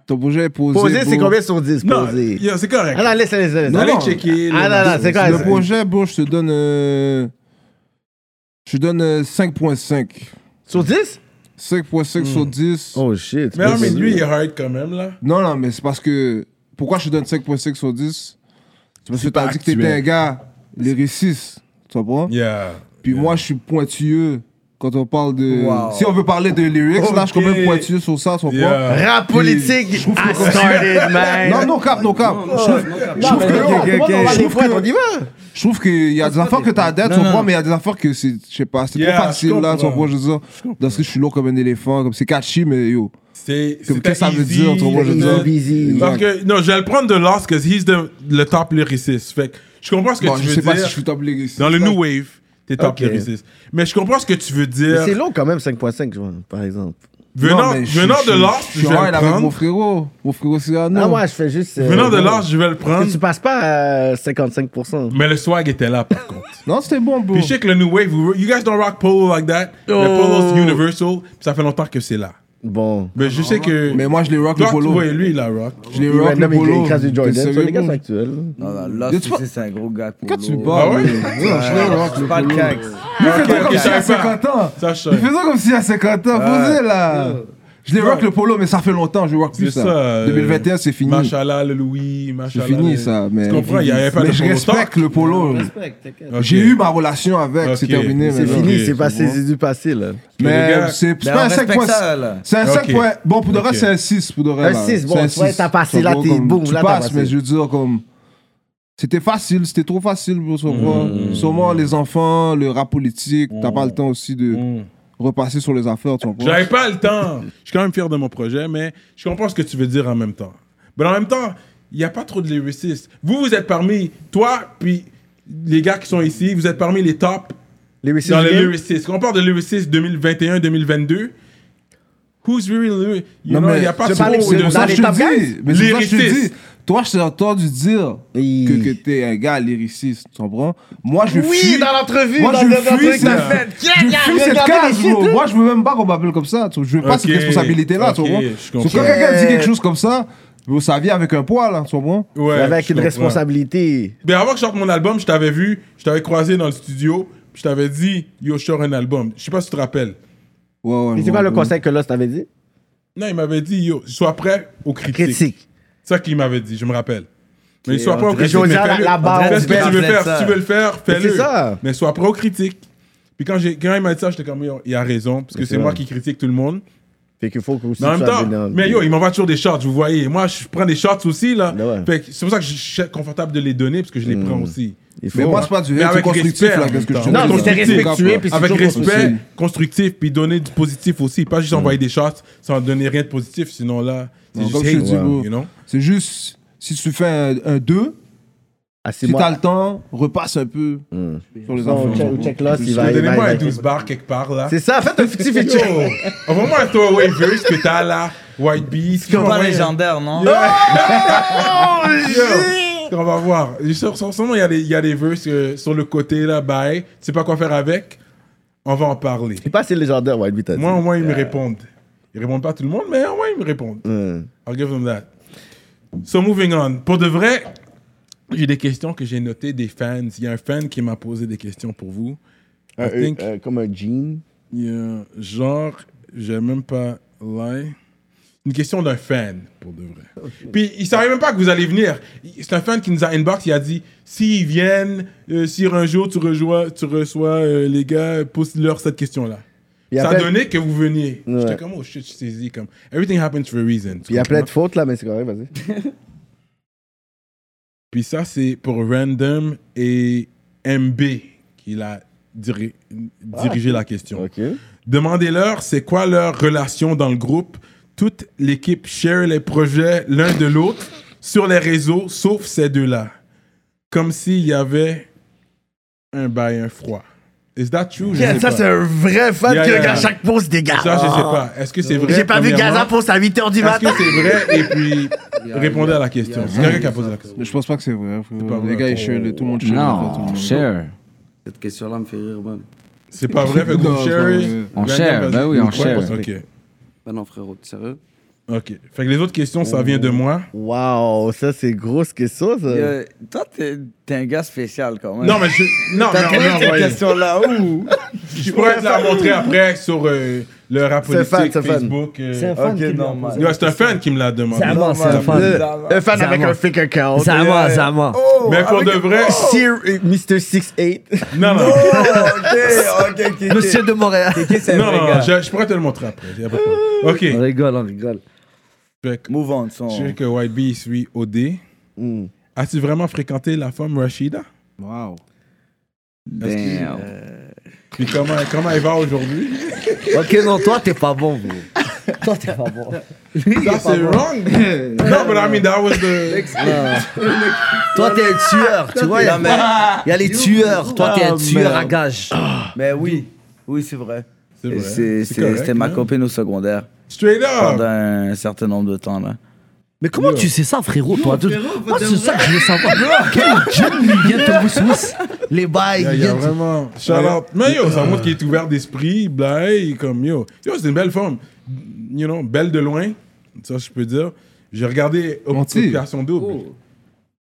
Speaker 10: Ton projet est posé.
Speaker 4: Posé, c'est
Speaker 10: bro.
Speaker 4: combien sur 10
Speaker 3: Non,
Speaker 4: Posé.
Speaker 3: yo, c'est correct.
Speaker 4: Ah non, laisse, laisse, laisse.
Speaker 3: Allez
Speaker 10: non.
Speaker 3: checker.
Speaker 4: Ah
Speaker 3: le-
Speaker 4: non, non, c'est quoi
Speaker 10: Le
Speaker 4: ça?
Speaker 10: projet, bro, je te donne. euh, je te donne euh, 5.5.
Speaker 4: Sur 10
Speaker 10: 5.5
Speaker 3: Hmm.
Speaker 10: sur 10.
Speaker 4: Oh shit.
Speaker 3: Mais non, mais lui, il est hard quand même là.
Speaker 10: Non, non, mais c'est parce que. Pourquoi je te donne 5.5 sur 10 C'est parce que
Speaker 3: C'est
Speaker 10: t'as
Speaker 3: pas
Speaker 10: dit que t'étais
Speaker 3: actuel.
Speaker 10: un gars lyriciste. Tu comprends
Speaker 3: Yeah.
Speaker 10: Puis moi, je suis pointilleux quand on parle de. Si on veut parler de lyrics, là, je suis quand même
Speaker 3: Ok.
Speaker 10: pointilleux sur ça, tu comprends
Speaker 3: Yeah.
Speaker 4: Rap politique, I started, man.
Speaker 10: Non, non cap, non cap. Je trouve- je trouve que-
Speaker 4: non,
Speaker 10: que-
Speaker 4: comment on
Speaker 10: que-
Speaker 4: va
Speaker 10: je
Speaker 4: les
Speaker 10: trouve
Speaker 4: points,
Speaker 10: que-
Speaker 4: on y va.
Speaker 10: Je trouve qu'il y a des affaires que t'as à dette, tu
Speaker 8: Non,
Speaker 10: comprends,
Speaker 8: non.
Speaker 10: mais il y a des affaires que c'est, je sais pas, c'est
Speaker 3: Yeah,
Speaker 10: trop
Speaker 3: je
Speaker 10: facile là, tu
Speaker 3: comprends.
Speaker 10: comprends, je veux dire. Parce que je suis lourd comme un éléphant, comme c'est catchy, mais yo.
Speaker 3: C'est
Speaker 10: Comme
Speaker 3: c'était
Speaker 10: qu'est-ce que ça veut
Speaker 3: easy,
Speaker 10: dire, tu vois, je veux
Speaker 3: c'était-
Speaker 10: dire.
Speaker 4: Busy.
Speaker 3: Parce que, non, je vais le prendre de Lost, parce he's the, le top lyriciste. Fait que, je comprends ce que
Speaker 10: Bon,
Speaker 3: tu
Speaker 10: je
Speaker 3: veux
Speaker 10: sais
Speaker 3: dire.
Speaker 10: pas si je suis top lyriciste.
Speaker 3: Dans le New Wave, t'es top
Speaker 4: Ok.
Speaker 3: lyriciste. Mais je comprends ce que tu veux dire.
Speaker 4: Mais c'est long quand même, 5.5, je vois, par exemple.
Speaker 3: Venant,
Speaker 10: Non, mais je-
Speaker 3: venant
Speaker 10: je-
Speaker 3: de Lost,
Speaker 10: je
Speaker 3: je,
Speaker 10: suis
Speaker 3: vais
Speaker 10: hard
Speaker 3: le
Speaker 10: avec mon
Speaker 3: prendre.
Speaker 10: frérot, mon frérot Cyrano.
Speaker 4: Ah ouais, je fais juste. euh,
Speaker 3: Venant de
Speaker 4: bon.
Speaker 3: Lost, je vais le
Speaker 4: Parce
Speaker 3: prendre.
Speaker 4: que Tu passes pas euh, à 55%.
Speaker 3: Mais le swag était là, par contre.
Speaker 10: Non, c'était bon, bro.
Speaker 3: Puis je sais que le New Wave, vous- you guys don't rock polo like that.
Speaker 10: Oh.
Speaker 3: Le polo, c'est universal. Puis ça fait longtemps que c'est là.
Speaker 4: Bon.
Speaker 3: Mais je sais que.
Speaker 10: Mais moi, je les rock le
Speaker 3: Toi,
Speaker 10: polo.
Speaker 3: ouais, lui, il a rock.
Speaker 10: Je les
Speaker 4: Il
Speaker 10: rock le
Speaker 4: random, il
Speaker 10: polo.
Speaker 4: écrase du Jordan.
Speaker 10: T'es
Speaker 4: Ça,
Speaker 10: sérieux,
Speaker 4: Les gars,
Speaker 10: bro?
Speaker 4: c'est actuel.
Speaker 7: Ah
Speaker 8: Non, non,
Speaker 10: Yo,
Speaker 8: Lost
Speaker 10: tu
Speaker 8: aussi, c'est un gros gars.
Speaker 10: Quand tu
Speaker 8: polo.
Speaker 10: parles,
Speaker 3: Ah ouais?
Speaker 10: bro? Non, je les rock
Speaker 8: Je
Speaker 10: le
Speaker 8: parle
Speaker 10: polo.
Speaker 8: cax.
Speaker 10: Il fait
Speaker 3: ok,
Speaker 10: comme
Speaker 3: je
Speaker 10: s'il a
Speaker 3: savais pas.
Speaker 10: 50 ans.
Speaker 3: Ça, je
Speaker 10: Il
Speaker 3: savais.
Speaker 10: faisait comme s'il a 50 ans, posez là. Je les rock le polo, mais ça fait longtemps, je les rock plus
Speaker 3: C'est ça,
Speaker 10: ça.
Speaker 3: euh,
Speaker 10: 2021, c'est fini.
Speaker 3: Machallah, le Louis,
Speaker 10: C'est
Speaker 3: machallah.
Speaker 10: fini
Speaker 3: le-
Speaker 10: ça, mais.
Speaker 3: Tu comprends, il y avait pas
Speaker 10: Mais
Speaker 3: de
Speaker 10: je
Speaker 3: polo
Speaker 10: respecte
Speaker 3: talk.
Speaker 10: le polo.
Speaker 3: Ok.
Speaker 10: J'ai eu ma relation avec, c'est
Speaker 3: Ok.
Speaker 10: terminé.
Speaker 3: C'est
Speaker 4: C'est
Speaker 10: maintenant.
Speaker 4: fini,
Speaker 3: ok,
Speaker 4: c'est
Speaker 10: c'est
Speaker 4: passé,
Speaker 10: bon.
Speaker 4: c'est du passé, là.
Speaker 3: Mais les
Speaker 10: Mais
Speaker 3: gars-
Speaker 10: c'est c'est
Speaker 8: Ben,
Speaker 10: pas
Speaker 8: on
Speaker 10: un
Speaker 8: respecte
Speaker 10: 5 points.
Speaker 8: ça, là.
Speaker 10: C'est un 5
Speaker 3: Ok.
Speaker 10: points. Bon, pour de
Speaker 3: Ok.
Speaker 10: vrai, c'est un 6. Pour de vrai,
Speaker 4: Un
Speaker 10: là.
Speaker 4: six, bon,
Speaker 10: C'est un
Speaker 4: ouais,
Speaker 10: six.
Speaker 4: t'as passé,
Speaker 10: Ça
Speaker 4: là,
Speaker 10: va,
Speaker 4: t'es
Speaker 10: comme-
Speaker 4: boum,
Speaker 10: Tu
Speaker 4: là, t'as
Speaker 10: passes,
Speaker 4: passé.
Speaker 10: mais je veux dire, comme. C'était facile, c'était trop facile pour ce
Speaker 3: Mmh.
Speaker 10: moment. Sûrement les enfants, le rap politique, t'as pas le temps aussi de
Speaker 3: Mmh.
Speaker 10: repasser sur les affaires, tu comprends?
Speaker 3: J'avais pas le temps. Je suis quand même fier de mon projet, mais je comprends ce que tu veux dire en même temps. Mais en même temps, il n'y a pas trop de lyricistes. Vous, vous êtes parmi, toi, puis les gars qui sont ici, vous êtes parmi les tops dans
Speaker 4: Les
Speaker 3: les
Speaker 4: Whistles
Speaker 3: lyricistes. Quand on parle de lyricistes 2021-2022, who's really lyric? You
Speaker 10: Non,
Speaker 3: know,
Speaker 10: mais
Speaker 3: il n'y a pas
Speaker 10: c'est
Speaker 3: trop
Speaker 10: pas les- c'est
Speaker 3: de
Speaker 10: pour ça
Speaker 4: dans
Speaker 10: que
Speaker 4: les
Speaker 10: je
Speaker 4: top
Speaker 10: te
Speaker 4: guys.
Speaker 10: dis. Mais c'est pour ça que je te
Speaker 3: Lyriciste.
Speaker 10: dis. Toi, je t'ai entendu dire
Speaker 4: Oui.
Speaker 10: que, que t'es un gars lyriciste, tu comprends? Moi, je
Speaker 4: Oui,
Speaker 10: fuis-
Speaker 4: dans l'entrevue,
Speaker 10: Moi,
Speaker 4: dans
Speaker 10: je
Speaker 4: le
Speaker 10: fuis
Speaker 4: truc,
Speaker 10: cette
Speaker 4: là.
Speaker 10: fête. Je fuis cette case, bro. Moi, je veux même pas qu'on m'appelle comme ça. tu vois. Je veux pas
Speaker 3: Ok,
Speaker 10: cette responsabilité-là, tu
Speaker 3: ok,
Speaker 10: vois.
Speaker 3: je comprends.
Speaker 10: Sauf quand quelqu'un dit quelque chose comme ça, Bro, ça vient avec un poids, là, tu comprends?
Speaker 3: Ouais,
Speaker 4: avec
Speaker 3: je
Speaker 4: une
Speaker 3: comprends.
Speaker 4: responsabilité.
Speaker 3: Mais avant que je sorte mon album, je t'avais vu, je t'avais croisé dans le studio, puis je t'avais dit, yo, je sors un album. Je sais pas si tu te rappelles.
Speaker 10: Ouais, ouais.
Speaker 4: Mais
Speaker 10: je
Speaker 4: c'est
Speaker 10: me
Speaker 4: quoi le
Speaker 10: rappelle.
Speaker 4: conseil que Lost t'avait dit?
Speaker 3: Non, il m'avait dit, yo, sois prêt aux critiques.
Speaker 4: Critique.
Speaker 3: C'est ça qu'il m'avait dit, je me rappelle. Mais sois prêt aux
Speaker 4: dirait
Speaker 3: critiques. mais
Speaker 4: que Josiane,
Speaker 3: fais-le.
Speaker 4: la- la barre,
Speaker 3: Fais ce
Speaker 4: on
Speaker 3: que tu veux
Speaker 8: fait
Speaker 3: faire.
Speaker 8: ça.
Speaker 3: Si tu veux le faire,
Speaker 4: Mais
Speaker 3: fais-le.
Speaker 4: c'est ça.
Speaker 3: Mais sois prêt aux critiques. Puis quand, j'ai- quand il m'a dit ça, j'étais comme, yo, il a raison, parce que c'est
Speaker 4: ça.
Speaker 3: moi qui critique tout le monde.
Speaker 4: Fait qu'il faut que aussi
Speaker 3: Mais en même
Speaker 4: tu sois
Speaker 3: temps,
Speaker 4: bonhomme.
Speaker 3: mais yo, il m'envoie toujours des shots, vous voyez. Moi, je prends des shots aussi, là.
Speaker 4: Ouais, Hmm. ouais.
Speaker 3: Fait que c'est pour ça que je suis confortable de les donner, parce que je les prends aussi.
Speaker 4: Il faut-
Speaker 10: Mais moi, c'est pas du
Speaker 3: Mais
Speaker 10: hate, c'est
Speaker 3: avec
Speaker 10: constructif,
Speaker 3: respect,
Speaker 10: là,
Speaker 3: en
Speaker 10: qu'est-ce que
Speaker 3: même
Speaker 10: je
Speaker 3: temps.
Speaker 10: trouve.
Speaker 3: Non, mais c'est
Speaker 4: respectueux, puis c'est
Speaker 3: Avec
Speaker 4: toujours
Speaker 3: respect, constructif, puis donner du positif aussi. Pas juste envoyer des shots sans donner rien de positif, sinon là, c'est
Speaker 10: Non,
Speaker 3: juste
Speaker 10: comme je
Speaker 3: hate,
Speaker 10: te dis, bro.
Speaker 3: you know?
Speaker 10: C'est juste, si tu fais un 2,
Speaker 4: Ah, c'est
Speaker 10: si
Speaker 4: moi.
Speaker 10: t'as le temps, repasse un peu sur les
Speaker 4: Non,
Speaker 10: enfants.
Speaker 4: au check- au check Lost, il va- il va-
Speaker 3: Donnez-moi un
Speaker 4: il va-
Speaker 3: 12 bar quelque part, là.
Speaker 4: C'est ça, faites un petit
Speaker 3: Yo,
Speaker 4: feature.
Speaker 3: envoie-moi un throwaway verse que t'as là, White Beast.
Speaker 8: Ils sont pas
Speaker 3: Envoie-
Speaker 8: légendaires, non?
Speaker 3: Yo, On va voir. Sur, sur, sûrement, il y a des- il y a des verses euh, sur le côté là, bye. Tu sais pas quoi faire avec. On va en parler.
Speaker 4: Il passe les légendaire, White Beat. t'as dit.
Speaker 3: Moi, au moins, ils me répondent. Ils répondent pas à tout le monde, mais au moins, ils me répondent.
Speaker 4: Hum.
Speaker 3: I'll give them that. So, moving on. Pour de vrai, j'ai des questions que j'ai notées des fans. Il y a un fan qui m'a posé des questions pour vous.
Speaker 4: Un-
Speaker 3: I think-
Speaker 4: un- Comme un jean.
Speaker 3: Il y a genre, j'ai même pas lie. Une question d'un fan, pour de vrai. Puis il savait même pas que vous allez venir. Il- C'est un fan qui nous a inbox, il a dit s'ils viennent, euh, si un jour tu, rejoins, tu reçois euh, les gars, pose-leur cette question-là.
Speaker 4: Il y a
Speaker 3: Ça a
Speaker 4: plein-
Speaker 3: donné que vous veniez.
Speaker 4: Ouais.
Speaker 3: J'étais comme, oh shit, je suis saisi. Comme, everything happens for a reason. tu
Speaker 4: Puis il y a plein de
Speaker 3: comprends?
Speaker 4: fautes là, mais c'est correct, vas-y.
Speaker 3: Puis ça, c'est pour Random et MB qu'il a diri- dirigé la question.
Speaker 4: Ah, Ok.
Speaker 3: Demandez-leur c'est quoi leur relation dans le groupe. Toute l'équipe share les projets l'un de l'autre sur les réseaux, sauf ces deux-là. Comme s'il y avait un bail, un froid. Is that true? Je sais
Speaker 4: ça,
Speaker 3: pas.
Speaker 4: c'est un vrai fan
Speaker 3: Yeah,
Speaker 4: qui
Speaker 3: yeah.
Speaker 4: regarde chaque pause des gars.
Speaker 3: Ça, je sais pas. Est-ce que c'est vrai?
Speaker 4: J'ai pas vu
Speaker 3: premièrement?
Speaker 4: Gaza poste à 8h du
Speaker 3: Est-ce
Speaker 4: matin.
Speaker 3: que c'est vrai? Et puis, répondez à la question. C'est quelqu'un qui a posé la question.
Speaker 10: Mais je pense pas que c'est vrai. frérot.
Speaker 3: pas vrai.
Speaker 10: les gars, ils share, le- tout le monde share. les affaires, tout le
Speaker 1: Non,
Speaker 10: monde.
Speaker 1: share.
Speaker 7: Cette question-là me fait rire, man.
Speaker 3: C'est pas vrai? Fait que
Speaker 10: Non,
Speaker 3: vous
Speaker 10: c'est pas
Speaker 3: share.
Speaker 10: vrai.
Speaker 1: On
Speaker 3: Random,
Speaker 1: share,
Speaker 3: vas-y.
Speaker 1: ben oui, on
Speaker 3: Ouais,
Speaker 1: share.
Speaker 3: Ok,
Speaker 7: Ben non, frérot, t'es sérieux?
Speaker 3: ok. Fait que les autres questions, ça vient de moi.
Speaker 4: Waouh, ça, c'est grosse question, ça.
Speaker 8: Yo, Euh, Toi, t'es t'es un gars spécial quand même.
Speaker 3: Non, mais je. Non, mais on
Speaker 8: T'as trouvé
Speaker 3: l'a
Speaker 8: cette
Speaker 3: envoyé.
Speaker 8: question-là où?
Speaker 3: Je pourrais te la montrer après sur euh, le rap
Speaker 4: C'est un fan,
Speaker 3: politique,
Speaker 4: c'est un fan.
Speaker 3: Facebook. euh.
Speaker 12: C'est un fan
Speaker 8: ok,
Speaker 12: qui me l'a
Speaker 8: normal.
Speaker 12: posé.
Speaker 3: Ouais, c'est un fan qui me l'a demandé.
Speaker 12: C'est à moi, c'est un fan.
Speaker 4: Le, le fan
Speaker 12: Ça
Speaker 4: avec
Speaker 12: va.
Speaker 4: un fake account.
Speaker 12: C'est à moi, c'est à moi.
Speaker 3: Mais
Speaker 8: Oh,
Speaker 3: pour de vrai,
Speaker 4: Sir euh, Mr. 68.
Speaker 3: non, non,
Speaker 8: oh,
Speaker 12: Monsieur de Montréal.
Speaker 3: non, non, non, je, je pourrais te le montrer après. y a pas de problème.
Speaker 12: On
Speaker 3: Ok.
Speaker 12: rigole, on rigole.
Speaker 3: Fait que-
Speaker 8: Move on, son.
Speaker 3: Je sais que YB suit OD.
Speaker 4: Hmm.
Speaker 3: As-tu vraiment fréquenté la femme Rashida?
Speaker 10: Wow.
Speaker 1: Damn.
Speaker 3: Puis comment, comment elle va aujourd'hui?
Speaker 12: Ok, non, toi, t'es pas bon, bro. Toi, t'es pas bon.
Speaker 3: Ça, c'est wrong. Non, but I mean, that was the...
Speaker 12: Toi, t'es un tueur, tu vois. Il y, a- y a les tueurs. Toi, t'es un tueur à gage.
Speaker 8: Mais oui, oui, c'est vrai.
Speaker 3: C'est
Speaker 8: Et
Speaker 3: vrai.
Speaker 8: c'est-
Speaker 3: C'est
Speaker 8: c'est-
Speaker 3: correct,
Speaker 8: C'était ma
Speaker 3: hein.
Speaker 8: copine au secondaire
Speaker 3: Straight
Speaker 8: pendant
Speaker 3: up.
Speaker 8: un certain nombre de temps, là.
Speaker 12: Mais comment tu sais ça, frérot, toi de- Moi, c'est ça que je veux savoir. Quel jeune lui vient de Boussouz Les bails,
Speaker 3: Yeah,
Speaker 12: il
Speaker 3: il y a
Speaker 12: vient de-
Speaker 3: vraiment. Shout out. Mais yo, ça montre qu'il est ouvert d'esprit, blague, comme yo. Yo, c'est une belle femme. You know, belle de loin. Ça, je peux dire. J'ai regardé Oc-
Speaker 10: Mentir.
Speaker 3: Occupation Double.
Speaker 8: Oh.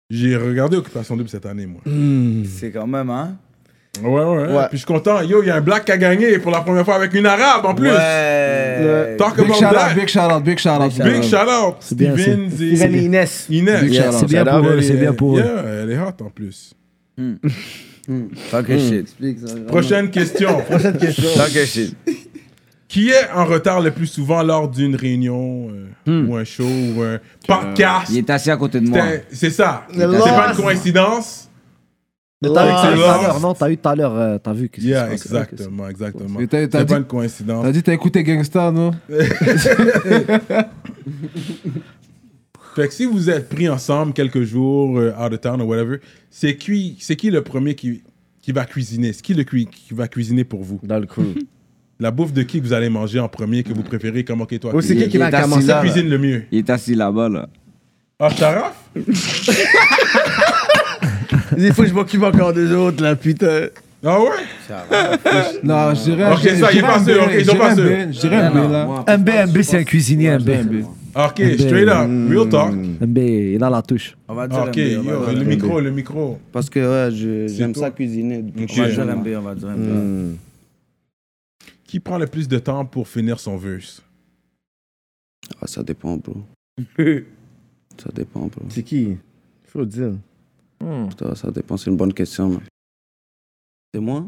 Speaker 3: J'ai regardé Occupation Double cette année, moi.
Speaker 8: C'est quand même, hein?
Speaker 3: Ouais, ouais,
Speaker 4: Ouais.
Speaker 3: Puis je suis content. Yo, il y a un black qui a gagné pour la première fois avec une arabe en plus.
Speaker 8: Ouais.
Speaker 3: Talk
Speaker 10: Big
Speaker 3: about
Speaker 10: shout
Speaker 3: that.
Speaker 10: out, big shout out, big shout out.
Speaker 3: Big shout out.
Speaker 12: C'est bien,
Speaker 3: Stevens et
Speaker 4: Steven et Inès.
Speaker 3: Inès.
Speaker 10: Big shout out.
Speaker 12: C'est bien
Speaker 4: Shout out,
Speaker 12: pour eux,
Speaker 3: Elle
Speaker 12: c'est
Speaker 3: est-
Speaker 12: bien pour eux.
Speaker 3: Yeah, elle est hot en plus.
Speaker 8: Talk
Speaker 1: Hmm.
Speaker 8: a shit.
Speaker 3: Prochaine question.
Speaker 8: Talk a shit.
Speaker 3: Qui est en retard le plus souvent lors d'une réunion euh,
Speaker 1: Hmm.
Speaker 3: ou un show ou un podcast?
Speaker 1: Il est assis à côté de moi.
Speaker 3: C'était- C'est ça. C'est
Speaker 4: Lord.
Speaker 3: pas une coïncidence.
Speaker 12: Mais t'as
Speaker 3: Ah,
Speaker 12: vu tout à
Speaker 3: c'est
Speaker 12: l'heure, non T'as eu tout à l'heure, euh, t'as vu qu'est-ce qui se
Speaker 3: Yeah,
Speaker 12: passe.
Speaker 3: exactement, exactement.
Speaker 10: Mais t'as-
Speaker 3: C'est
Speaker 10: t'as
Speaker 3: pas
Speaker 10: dit-
Speaker 3: une coïncidence.
Speaker 10: T'as dit t'as écouté Gangsta, non
Speaker 3: Fait que si vous êtes pris ensemble quelques jours, euh, out of town ou whatever, c'est qui, c'est qui le premier qui, qui va cuisiner? C'est qui le cui- qui va cuisiner pour vous?
Speaker 4: Dans le crew.
Speaker 3: La bouffe de qui que vous allez manger en premier, que vous préférez, comme ok, toi,
Speaker 4: Oh, c'est
Speaker 3: tu
Speaker 4: qui qui
Speaker 1: il
Speaker 4: va
Speaker 1: est assis
Speaker 4: commencer
Speaker 1: là,
Speaker 4: là?
Speaker 3: cuisines le mieux?
Speaker 1: Il est assis là-bas, là.
Speaker 3: Ah, Taraf?
Speaker 4: Il faut que je m'occupe encore des autres, là, putain.
Speaker 3: Ah ouais?
Speaker 10: Non, je dirais.
Speaker 3: Ok, ça, il est pas sûr, ok, ils sont pas sûrs.
Speaker 10: Je dirais un B, là.
Speaker 12: MB, MB, c'est un cuisinier, MB.
Speaker 3: Ah, Ok,
Speaker 12: Ben,
Speaker 3: straight up, real talk. Ah,
Speaker 12: MB, il a la touche.
Speaker 8: On va dire
Speaker 3: Ok,
Speaker 8: MB, on
Speaker 3: yo,
Speaker 8: va
Speaker 3: le
Speaker 8: dire
Speaker 3: micro, le micro.
Speaker 9: Parce que ouais, je-
Speaker 3: C'est
Speaker 9: j'aime
Speaker 3: toi.
Speaker 9: ça cuisiner. depuis
Speaker 3: Ok.
Speaker 9: que je suis
Speaker 8: MB,
Speaker 9: jeune.
Speaker 8: on va dire MB.
Speaker 3: Qui prend le plus de temps pour finir son verse
Speaker 9: Ah, ça dépend, bro. ça dépend, bro.
Speaker 4: C'est qui Faut le dire.
Speaker 9: Ça, ça dépend, c'est une bonne question. man. C'est moi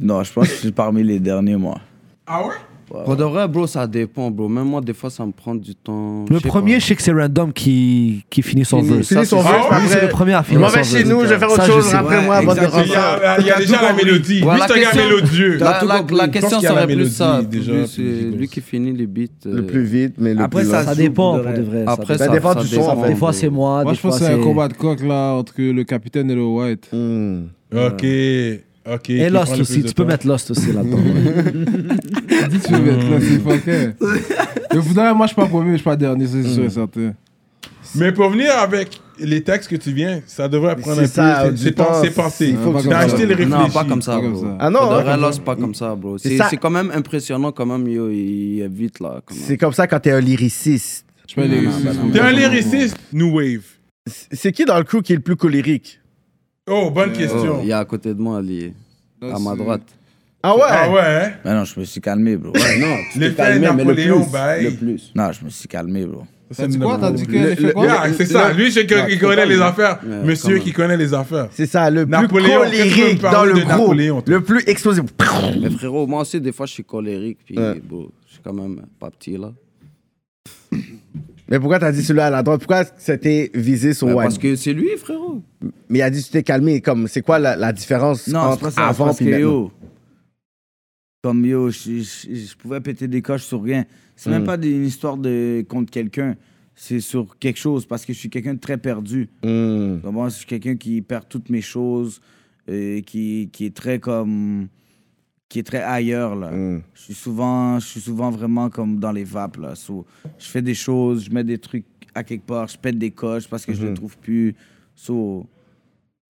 Speaker 8: Non, je pense que je suis parmi les derniers, moi.
Speaker 3: Ah ouais
Speaker 9: Euh, Pour de vrai, bro, ça dépend, bro. Même moi, des fois, ça me prend du temps.
Speaker 12: Le
Speaker 9: Je sais
Speaker 12: premier,
Speaker 9: pas.
Speaker 12: je sais que c'est random qui, qui finit son
Speaker 9: Fini,
Speaker 12: vœu.
Speaker 9: fini son
Speaker 3: verse,
Speaker 12: Lui, c'est
Speaker 4: après-
Speaker 12: le premier à
Speaker 4: Je
Speaker 12: finir
Speaker 4: m'en
Speaker 12: son
Speaker 4: vais chez
Speaker 12: verse.
Speaker 4: nous, je vais faire
Speaker 12: Ça,
Speaker 4: autre
Speaker 12: je
Speaker 4: chose
Speaker 12: sais.
Speaker 4: après
Speaker 9: Ouais,
Speaker 7: Ah,
Speaker 4: moi, bande de
Speaker 9: exactement.
Speaker 3: Il y
Speaker 4: renforts.
Speaker 3: a, il y a déjà la mélodie.
Speaker 9: Ouais,
Speaker 3: Lui,
Speaker 9: la
Speaker 3: c'est un gars
Speaker 9: question-
Speaker 3: mélodieux.
Speaker 9: La, la-
Speaker 3: compris.
Speaker 9: la
Speaker 3: Je pense
Speaker 9: question
Speaker 3: qu'il y a la
Speaker 9: serait plus euh,
Speaker 3: mélodie,
Speaker 9: ça.
Speaker 3: déjà,
Speaker 9: Lui,
Speaker 3: puis
Speaker 9: c'est
Speaker 3: du
Speaker 9: lui
Speaker 3: ghost.
Speaker 9: qui finit les beats.
Speaker 4: Le
Speaker 9: euh,
Speaker 4: plus vite, mais le
Speaker 8: Après,
Speaker 4: plus
Speaker 8: ça
Speaker 4: lent.
Speaker 12: Ça
Speaker 8: joue,
Speaker 12: dépend
Speaker 8: pour de
Speaker 12: pour de vrai. ça
Speaker 9: Après,
Speaker 12: dépend.
Speaker 9: ça,
Speaker 4: Ça dépend
Speaker 9: ça
Speaker 4: du son, en fait.
Speaker 12: Des fois, c'est moi.
Speaker 10: Moi,
Speaker 12: des
Speaker 10: je pense
Speaker 12: fois,
Speaker 10: que c'est un combat de coq, là, entre le capitaine et le white.
Speaker 4: Hmm.
Speaker 3: Ok, ok.
Speaker 12: Et Lost aussi. Tu peux mettre Lost aussi là-dedans. ouais.
Speaker 10: Dis, tu veux mettre là, c'est fucké. Le final, moi, je suis pas premier, je suis pas dernier, ça, c'est sûr et certain.
Speaker 3: Mais pour venir avec les textes que tu viens, ça devrait prendre
Speaker 4: C'est
Speaker 3: un
Speaker 4: ça,
Speaker 3: peu.
Speaker 4: du
Speaker 3: c'est- C'est
Speaker 4: temps,
Speaker 3: pen- c'est
Speaker 4: c'est-
Speaker 3: pensé.
Speaker 4: il faut
Speaker 10: que tu
Speaker 3: T'as
Speaker 10: fasses
Speaker 3: acheté
Speaker 10: ça.
Speaker 3: les réfléchis.
Speaker 9: Non, pas comme ça,
Speaker 10: Pas comme
Speaker 9: bro.
Speaker 10: ça.
Speaker 4: Ah non,
Speaker 9: Pour de
Speaker 4: hein,
Speaker 9: vrai,
Speaker 4: comme
Speaker 9: là,
Speaker 4: ça.
Speaker 9: c'est pas comme ça, bro.
Speaker 4: C'est
Speaker 9: C'est
Speaker 4: ça.
Speaker 9: c'est quand même impressionnant, quand même, yo, il est vite, là. quand même.
Speaker 4: C'est comme ça quand t'es un lyriciste.
Speaker 10: Je peux aller.
Speaker 9: Non, non, non, non.
Speaker 3: T'es un lyriciste, New Wave.
Speaker 4: C'est c'est qui dans le crew qui est le plus colérique
Speaker 3: Oh, bonne
Speaker 9: Oh,
Speaker 3: question.
Speaker 9: Il y a à côté de moi, Ali, à ma droite.
Speaker 4: Ah ouais
Speaker 3: Ah ouais, hein?
Speaker 8: Mais non, je me suis calmé, bro.
Speaker 9: Non,
Speaker 3: tu L'effet t'es calmé, mais le Napoléon, plus, bye. le
Speaker 9: plus.
Speaker 8: Non, je me suis calmé, bro.
Speaker 10: T'as dit quoi T'as dit que les
Speaker 3: Le-
Speaker 10: faits quoi
Speaker 3: Yeah, c'est ça. Lui, c'est que- il connaît les affaires.
Speaker 9: Ouais, quand
Speaker 3: Monsieur
Speaker 9: même.
Speaker 3: qui connaît les affaires.
Speaker 4: C'est ça, le
Speaker 3: Napoléon,
Speaker 4: plus
Speaker 3: qu'est-ce que tu
Speaker 4: colérique
Speaker 3: me
Speaker 4: dans
Speaker 3: parles
Speaker 4: le
Speaker 3: de
Speaker 4: groupe.
Speaker 3: Napoléon, toi?
Speaker 4: Le plus explosif.
Speaker 9: Mais frérot, moi aussi, des fois, je suis colérique, puis
Speaker 4: Ouais.
Speaker 9: bro, je suis quand même pas petit, là.
Speaker 4: Mais pourquoi t'as dit celui-là à la droite Pourquoi c'était visé sur
Speaker 9: Ben,
Speaker 4: One
Speaker 9: parce que c'est lui, frérot.
Speaker 4: Mais il a dit tu t'es calmé. Comme, c'est quoi la, la différence
Speaker 8: Non, c'est
Speaker 4: entre
Speaker 8: pas ça. c'est
Speaker 4: avant
Speaker 8: parce
Speaker 4: et
Speaker 8: que
Speaker 4: maintenant
Speaker 8: yo, comme yo, je, je- je pouvais péter des coches sur rien. C'est
Speaker 12: Hmm.
Speaker 8: même pas des- une histoire de contre quelqu'un. C'est sur quelque chose parce que je suis quelqu'un de très perdu.
Speaker 4: Hmm.
Speaker 8: Donc, Moi, je suis quelqu'un qui perd toutes mes choses, euh, qui, qui est très comme, qui est très ailleurs là.
Speaker 4: Hmm.
Speaker 8: Je suis souvent, je suis souvent vraiment comme dans les vapes là. So, je fais des choses, je mets des trucs à quelque part, je pète des coches parce que je
Speaker 4: Mm-hmm.
Speaker 8: ne trouve plus. So,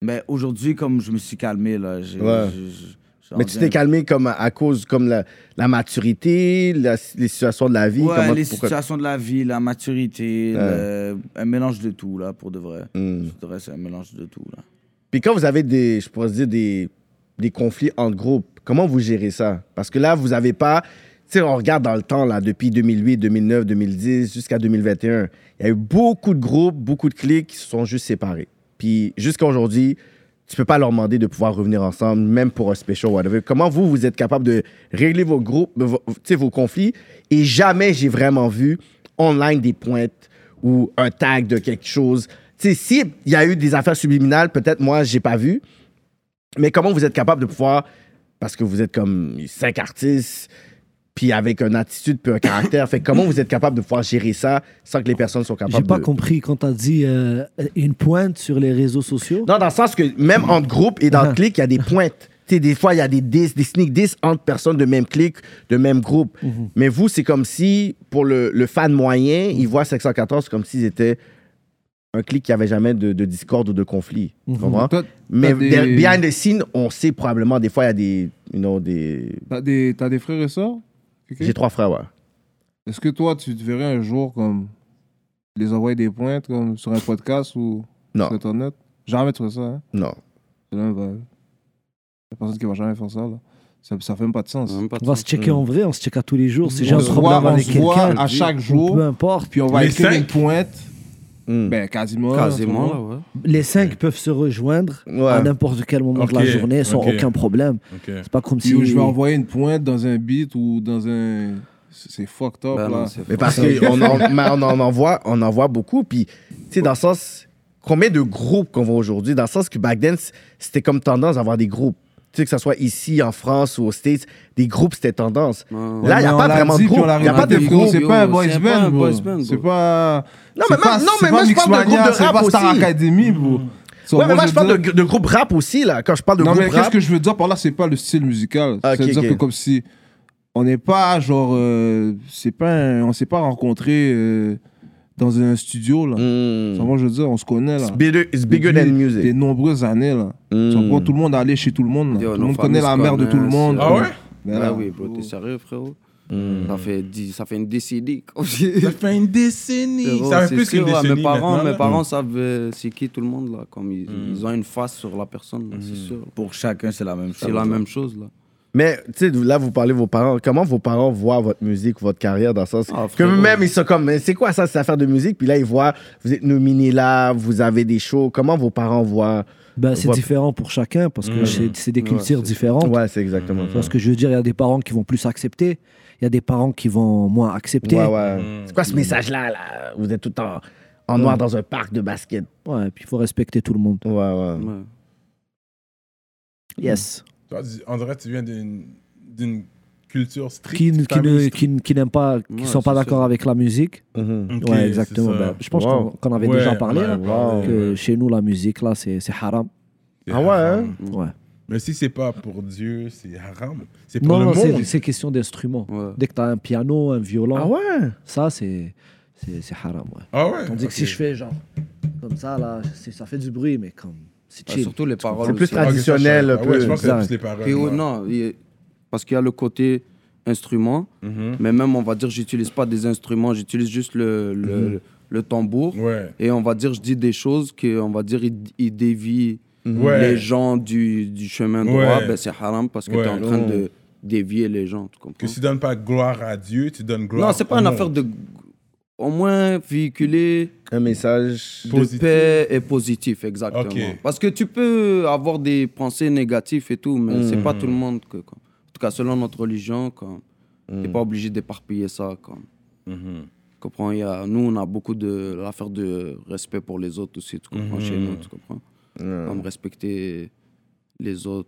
Speaker 8: mais aujourd'hui, comme je me suis calmé là, j'ai-
Speaker 4: Ouais.
Speaker 8: j'ai- j'ai- j'ai
Speaker 4: Mais tu
Speaker 8: rendu
Speaker 4: t'es
Speaker 8: un-
Speaker 4: calmé comme à, à cause comme la, la maturité, la- les situations de la vie.
Speaker 8: Ouais,
Speaker 4: comment-
Speaker 8: les
Speaker 4: pourquoi-
Speaker 8: situations de la vie, la maturité,
Speaker 4: Ouais.
Speaker 8: le- un mélange de tout là, pour de vrai.
Speaker 4: Hmm.
Speaker 8: Pour de vrai, c'est un mélange de tout là.
Speaker 4: Puis quand vous avez des, je pourrais dire, des, des conflits en groupe, comment vous gérez ça? Parce que là, vous n'avez pas... Tu sais, on regarde dans le temps, là, depuis 2008, 2009, 2010 jusqu'à 2021. Il y a eu beaucoup de groupes, beaucoup de clics qui se sont juste séparés. Puis jusqu'à aujourd'hui, tu peux pas leur demander de pouvoir revenir ensemble, même pour un special, whatever. Comment vous, vous êtes capable de régler vos groupes, vos, tu sais, vos conflits? Et jamais j'ai vraiment vu online des pointes ou un tag de quelque chose. Tu sais, s'il y a eu des affaires subliminales, peut-être moi, j'ai pas vu. Mais comment vous êtes capable de pouvoir, parce que vous êtes comme cinq artistes, puis avec une attitude, puis un caractère, fait que comment vous êtes capable de pouvoir gérer ça sans que les personnes soient capables
Speaker 12: J'ai pas
Speaker 4: de...
Speaker 12: compris quand t'as dit euh, une pointe sur les réseaux sociaux.
Speaker 4: Non, dans le sens que même entre groupes et dans
Speaker 10: Uh-huh.
Speaker 4: le clique, il y a des pointes. Tu sais, des fois, il y a des dis, des sneak dis entre personnes de même clique, de même groupe.
Speaker 10: Mm-hmm.
Speaker 4: Mais vous, c'est comme si, pour le, le fan moyen, il voit 714 comme s'ils étaient un clique qui avait jamais de, de discorde ou de conflit. Tu comprends?
Speaker 10: Toi,
Speaker 4: Mais
Speaker 10: Mm-hmm. t'as des-
Speaker 4: de- behind the scenes, on sait probablement, des fois, il y a des... You know, des...
Speaker 10: T'as des, t'as des frères et sœurs Ok.
Speaker 4: J'ai trois frères, ouais.
Speaker 10: Est-ce que toi, tu te verrais un jour comme les envoyer des pointes comme sur un podcast ou
Speaker 4: Non.
Speaker 10: sur Internet Jamais tu ferais ça, hein
Speaker 4: Non.
Speaker 10: C'est la même vibe. La personne qui va jamais faire ça, là. Ça, ça fait même pas de sens.
Speaker 9: Même pas
Speaker 12: On va se checker en vrai, on se check à tous les jours. Si j'ai
Speaker 10: on
Speaker 12: un
Speaker 10: se voit,
Speaker 12: problème
Speaker 10: on
Speaker 12: avec
Speaker 10: se voit
Speaker 12: quelqu'un,
Speaker 10: à chaque
Speaker 12: ou peu
Speaker 10: jour,
Speaker 12: importe,
Speaker 10: puis on va
Speaker 3: Les
Speaker 10: écrire
Speaker 3: cinq
Speaker 10: une pointe.
Speaker 4: Hmm.
Speaker 10: Ben, quasiment.
Speaker 9: Quasiment,
Speaker 10: tout le
Speaker 9: là,
Speaker 10: monde.
Speaker 9: ouais.
Speaker 12: les cinq peuvent se rejoindre
Speaker 4: Ouais.
Speaker 12: à n'importe quel moment de la
Speaker 3: Ok,
Speaker 12: journée sans
Speaker 3: ok.
Speaker 12: aucun problème.
Speaker 3: Ok.
Speaker 12: C'est pas comme si.
Speaker 10: Puis où je vais envoyer une pointe dans un beat ou dans un. C'est c'est fucked up, là.
Speaker 9: Ben non, c'est
Speaker 4: Mais
Speaker 9: fort.
Speaker 4: parce qu'on en, mais on en envoie, on en voit beaucoup. Puis, tu sais, dans le sens, combien de groupes qu'on voit aujourd'hui, dans le sens que back then, c- c'était comme tendance à avoir des groupes. Tu sais, que ce soit ici, en France ou aux States, des groupes, c'était tendance.
Speaker 9: Non.
Speaker 4: Là, il n'y a
Speaker 10: Mais on
Speaker 4: pas
Speaker 10: l'a
Speaker 4: vraiment
Speaker 10: dit,
Speaker 4: de
Speaker 10: puis
Speaker 4: groupe.
Speaker 10: on l'a
Speaker 4: Il n'y a pas de
Speaker 10: regardé,
Speaker 4: groupe.
Speaker 10: gros, C'est pas un
Speaker 9: yo,
Speaker 10: boys
Speaker 9: c'est pas
Speaker 10: band,
Speaker 9: un
Speaker 10: bro.
Speaker 9: boys band,
Speaker 10: C'est
Speaker 9: bro.
Speaker 10: pas.
Speaker 4: Non,
Speaker 10: c'est
Speaker 4: mais moi-
Speaker 10: pas-
Speaker 4: non,
Speaker 10: c'est
Speaker 4: mais moi, je
Speaker 10: pas
Speaker 4: parle de
Speaker 10: Mixmania,
Speaker 4: groupe de
Speaker 10: c'est
Speaker 4: rap
Speaker 10: pas
Speaker 4: aussi.
Speaker 10: Star Academy, bro. So,
Speaker 4: Ouais, mais
Speaker 10: moi,
Speaker 4: moi, je parle
Speaker 10: veux
Speaker 4: de, de groupe rap aussi, là. Quand je parle de
Speaker 10: Non,
Speaker 4: groupe
Speaker 10: mais qu'est-ce
Speaker 4: rap.
Speaker 10: que je veux dire par là, c'est pas le style musical.
Speaker 4: Ah, ok,
Speaker 10: C'est-à-dire
Speaker 4: ok.
Speaker 10: que comme si on n'est pas genre, euh, c'est pas, un- on s'est pas rencontrés euh, dans un studio là.
Speaker 4: Hmm.
Speaker 10: C'est vraiment, je veux dire, on se connaît là.
Speaker 4: It's bigger, it's bigger
Speaker 10: Depuis
Speaker 4: than
Speaker 10: Des
Speaker 4: music.
Speaker 10: nombreuses années là. Tu
Speaker 4: Hmm.
Speaker 10: comprends, tout le monde allait chez tout le monde. là.
Speaker 9: Yo,
Speaker 10: tout
Speaker 9: nos
Speaker 10: le monde
Speaker 9: familles
Speaker 10: connaît
Speaker 9: se
Speaker 10: la mère de tout le
Speaker 9: connaissent,
Speaker 10: monde.
Speaker 4: Bah
Speaker 9: euh,
Speaker 3: Ah ouais?
Speaker 10: Ben
Speaker 9: Ah
Speaker 10: là,
Speaker 9: oui, bro, t'es sérieux, frérot
Speaker 7: Ça, fait dix- ça fait une décennie. comme
Speaker 3: Ça
Speaker 7: j'ai-
Speaker 3: fait une décennie.
Speaker 7: Frérot,
Speaker 3: Ça fait
Speaker 7: c'est
Speaker 3: plus qu'une
Speaker 7: sûr, ouais,
Speaker 3: décennie.
Speaker 7: Mes parents,
Speaker 3: maintenant,
Speaker 7: mes
Speaker 3: là.
Speaker 7: parents savent euh, c'est qui tout le monde, là. Comme ils, ils ont une face sur la personne, là, c'est sûr.
Speaker 8: Pour chacun, c'est la même chose.
Speaker 7: C'est la même chose, là.
Speaker 4: Mais, tu sais, là, vous parlez de vos parents. Comment vos parents voient votre musique, votre carrière, dans le sens
Speaker 7: Ah,
Speaker 4: que
Speaker 7: frérot.
Speaker 4: même ils sont comme, Mais c'est quoi ça, cette affaire de musique? Puis là, ils voient, vous êtes nominé là, vous avez des shows. Comment vos parents voient?
Speaker 12: Ben, c'est
Speaker 4: Ouais.
Speaker 12: différent pour chacun parce que c'est c'est des cultures différentes.
Speaker 4: Ouais, c'est exactement
Speaker 12: Tu vois ce que je veux dire Il y a des parents qui vont plus accepter, il y a des parents qui vont moins accepter.
Speaker 4: ça. Ouais, ouais.
Speaker 7: Mm-hmm.
Speaker 4: C'est quoi ce message-là, là? Vous êtes tout le temps en noir dans un parc de basket.
Speaker 12: Ouais, et puis il faut respecter tout le monde.
Speaker 4: Ouais, ouais.
Speaker 7: Ouais.
Speaker 12: Yes.
Speaker 3: Toi, tu- On dirait que tu viens d'une d'une culture stricte.
Speaker 12: Qui, ne- qui,
Speaker 3: famille
Speaker 12: ne-
Speaker 3: stricte.
Speaker 12: qui, ne- qui n'aiment pas, qui
Speaker 7: Ouais,
Speaker 12: sont pas
Speaker 7: c'est
Speaker 12: d'accord
Speaker 7: ça.
Speaker 12: avec la musique.
Speaker 4: Mhm.
Speaker 3: Ok,
Speaker 12: ouais, exactement.
Speaker 3: c'est ça.
Speaker 12: Ben, je pense
Speaker 4: Wow.
Speaker 12: qu'on qu'on avait
Speaker 3: Ouais,
Speaker 12: déjà parlé.
Speaker 3: ouais,
Speaker 12: là,
Speaker 3: wow.
Speaker 12: que chez nous, la musique, là, c'est c'est haram.
Speaker 4: Ah ouais, hein?
Speaker 12: Ouais.
Speaker 3: Mais si c'est pas pour Dieu, c'est haram. C'est pour
Speaker 12: Non,
Speaker 3: le
Speaker 12: non,
Speaker 3: monde.
Speaker 12: c'est- c'est question d'instruments.
Speaker 7: Ouais.
Speaker 12: Dès que tu as un piano, un violon,
Speaker 4: Ah ouais?
Speaker 12: ça, c'est c'est- c'est haram. Ouais.
Speaker 3: Ah ouais.
Speaker 12: Tandis que si
Speaker 3: ok.
Speaker 12: je fais genre comme ça, là, c'est- ça fait du bruit, mais comme c'est
Speaker 7: Ah,
Speaker 12: chill.
Speaker 7: surtout les paroles.
Speaker 4: C'est plus
Speaker 7: aussi.
Speaker 4: traditionnel. traditionnel,
Speaker 3: Ah
Speaker 4: un
Speaker 3: ouais,
Speaker 4: peu.
Speaker 3: je pense que c'est
Speaker 12: Exact.
Speaker 3: plus les paroles.
Speaker 7: Puis, oh,
Speaker 3: ouais.
Speaker 7: non, il y a- parce qu'il y a le côté instrument, mais même, on va dire, j'utilise pas des instruments, j'utilise juste le, le, le tambour.
Speaker 3: Ouais.
Speaker 7: Et on va dire, je dis des choses que, on va dire, ils ils dévient
Speaker 3: Mhm. Ouais.
Speaker 7: les gens du, du chemin droit.
Speaker 3: Ouais.
Speaker 7: Ben, c'est haram parce que
Speaker 3: Ouais. Oh.
Speaker 7: tu es en train de dévier les gens, tu comprends?
Speaker 3: Que tu donnes pas gloire à Dieu, tu donnes gloire.
Speaker 7: Non, c'est pas
Speaker 3: au
Speaker 7: une
Speaker 3: monde.
Speaker 7: affaire de. Au moins véhiculer
Speaker 4: Un message.
Speaker 7: de
Speaker 3: Positif.
Speaker 7: paix et positif, exactement.
Speaker 3: Ok.
Speaker 7: Parce que tu peux avoir des pensées négatives et tout, mais
Speaker 3: Hmm.
Speaker 7: c'est pas tout le monde que. comme- En tout cas, selon notre religion, comme,
Speaker 3: Hmm.
Speaker 7: t'es pas obligé d'éparpiller ça. Comme.
Speaker 3: Mhm.
Speaker 7: Tu comprends? Il y a- nous, on a beaucoup de l'affaire de respect pour les autres aussi, tu comprends?
Speaker 3: Mhm.
Speaker 7: Chez nous, tu comprends? Comme respecter les autres,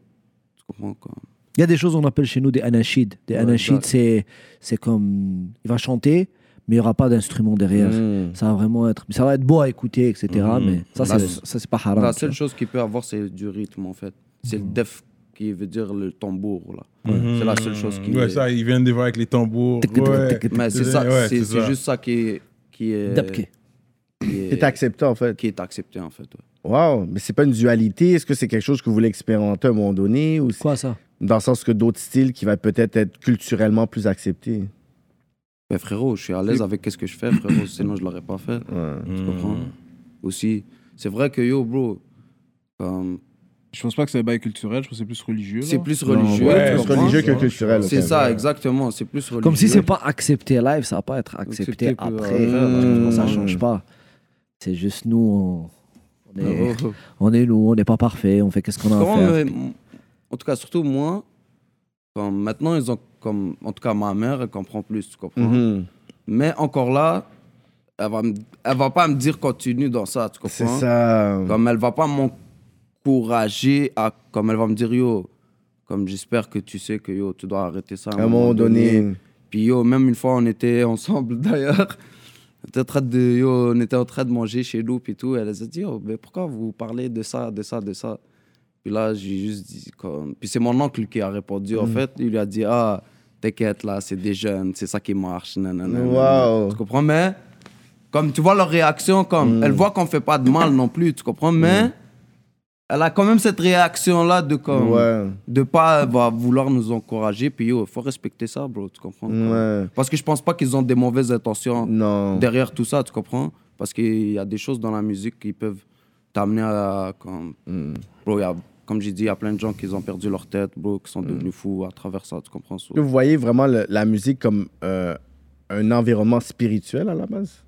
Speaker 7: tu comprends? Comme.
Speaker 12: Il y a des choses qu'on appelle chez nous des anachides. Des anachides, c'est c'est comme. Il va chanter, mais il n'y aura pas d'instrument derrière. Ça va vraiment être. Ça va être beau à écouter, etc. Mais ça,
Speaker 7: La-
Speaker 12: c'est- ça, c'est pas
Speaker 3: Ah,
Speaker 12: haram.
Speaker 7: La
Speaker 12: tu
Speaker 3: euh,
Speaker 7: seule
Speaker 12: vois.
Speaker 7: chose qu'il peut avoir, c'est du rythme, en fait. C'est
Speaker 3: Mhm.
Speaker 7: le def qui veut dire le tambour, là. C'est la seule chose qui
Speaker 3: Ouais, ça, ils viennent de voir avec les tambours. Ouais.
Speaker 7: Mais c'est ça,
Speaker 3: Ouais,
Speaker 7: c'est
Speaker 3: c'est
Speaker 7: c'est
Speaker 3: ça.
Speaker 7: juste ça qui est, qui est,
Speaker 12: Dabke.
Speaker 7: qui est-
Speaker 4: C'est accepté, en fait.
Speaker 7: qui est accepté, en fait. ouais.
Speaker 4: Wow. Mais c'est pas une dualité. Est-ce que c'est quelque chose que vous voulez expérimenter à un moment donné? Ou c'est-
Speaker 12: Quoi, ça
Speaker 4: dans le sens que d'autres styles qui va peut-être être culturellement plus accepté?
Speaker 7: Mais frérot, je suis à l'aise avec qu'est-ce que je fais, frérot, sinon je l'aurais pas fait.
Speaker 4: Ouais.
Speaker 7: Tu comprends Aussi, c'est vrai que yo, bro, comme,
Speaker 10: Je pense pas que c'est un bail culturel, je pense que c'est plus religieux.
Speaker 7: c'est
Speaker 10: là.
Speaker 7: plus religieux.
Speaker 3: ouais,
Speaker 7: tu
Speaker 4: plus
Speaker 7: comprends
Speaker 4: religieux que culturel.
Speaker 7: C'est
Speaker 4: ok.
Speaker 7: ça, exactement, c'est plus religieux.
Speaker 12: Comme si c'est pas accepté live, ça va pas être accepté,
Speaker 7: Accepté Hmm. plus euh,
Speaker 12: après. euh,
Speaker 7: après,
Speaker 12: Ça
Speaker 4: ouais.
Speaker 12: change pas. C'est juste nous, on, on est,
Speaker 7: Frérot.
Speaker 12: on est nous, on n'est pas parfait, on fait qu'est-ce qu'on a à
Speaker 7: Comment,
Speaker 12: faire.
Speaker 7: mais, m- en tout cas, surtout moi, comme maintenant, ils ont comme. En tout cas, ma mère, elle comprend plus, tu comprends.
Speaker 4: Mhm.
Speaker 7: Mais encore là, elle va, me- elle va pas me dire continue dans ça, tu
Speaker 4: C'est
Speaker 7: comprends.
Speaker 4: ça.
Speaker 7: Comme elle va pas m'encourager à. Comme elle va me dire yo, comme j'espère que tu sais que yo, tu dois arrêter ça.
Speaker 4: À un moment donné.
Speaker 7: Puis yo, même une fois, on était ensemble d'ailleurs. On était, en train de, yo, on était en train de manger chez nous, puis tout. Elle s'est dit, Yo, mais pourquoi vous parlez de ça, de ça, de ça Puis là, j'ai juste dit, comme... Puis c'est mon oncle qui a répondu,
Speaker 4: Mm.
Speaker 7: en fait. Il lui a dit, ah, t'inquiète, là, c'est des jeunes, c'est ça qui marche, nanana. nanana.
Speaker 4: Wow. Mm.
Speaker 7: Tu comprends, mais... Comme tu vois leur réaction, comme... Elle voit qu'on fait pas de mal non plus, tu comprends, mais... Elle a quand même cette réaction-là de comme...
Speaker 4: Ouais.
Speaker 7: De pas va vouloir nous encourager, puis yo, faut respecter ça, bro, tu comprends comme-
Speaker 4: Ouais.
Speaker 7: parce que je pense pas qu'ils ont des mauvaises intentions
Speaker 4: Non.
Speaker 7: derrière tout ça, tu comprends Parce qu'il y a des choses dans la musique qui peuvent t'amener à. Comme, Bro, il y a- comme j'ai dit, il y a plein de gens qui ont perdu leur tête, bro, qui sont devenus fous à travers ça, tu comprends so-
Speaker 4: Est-ce que vous voyez vraiment le- la musique comme euh, un environnement spirituel à la base?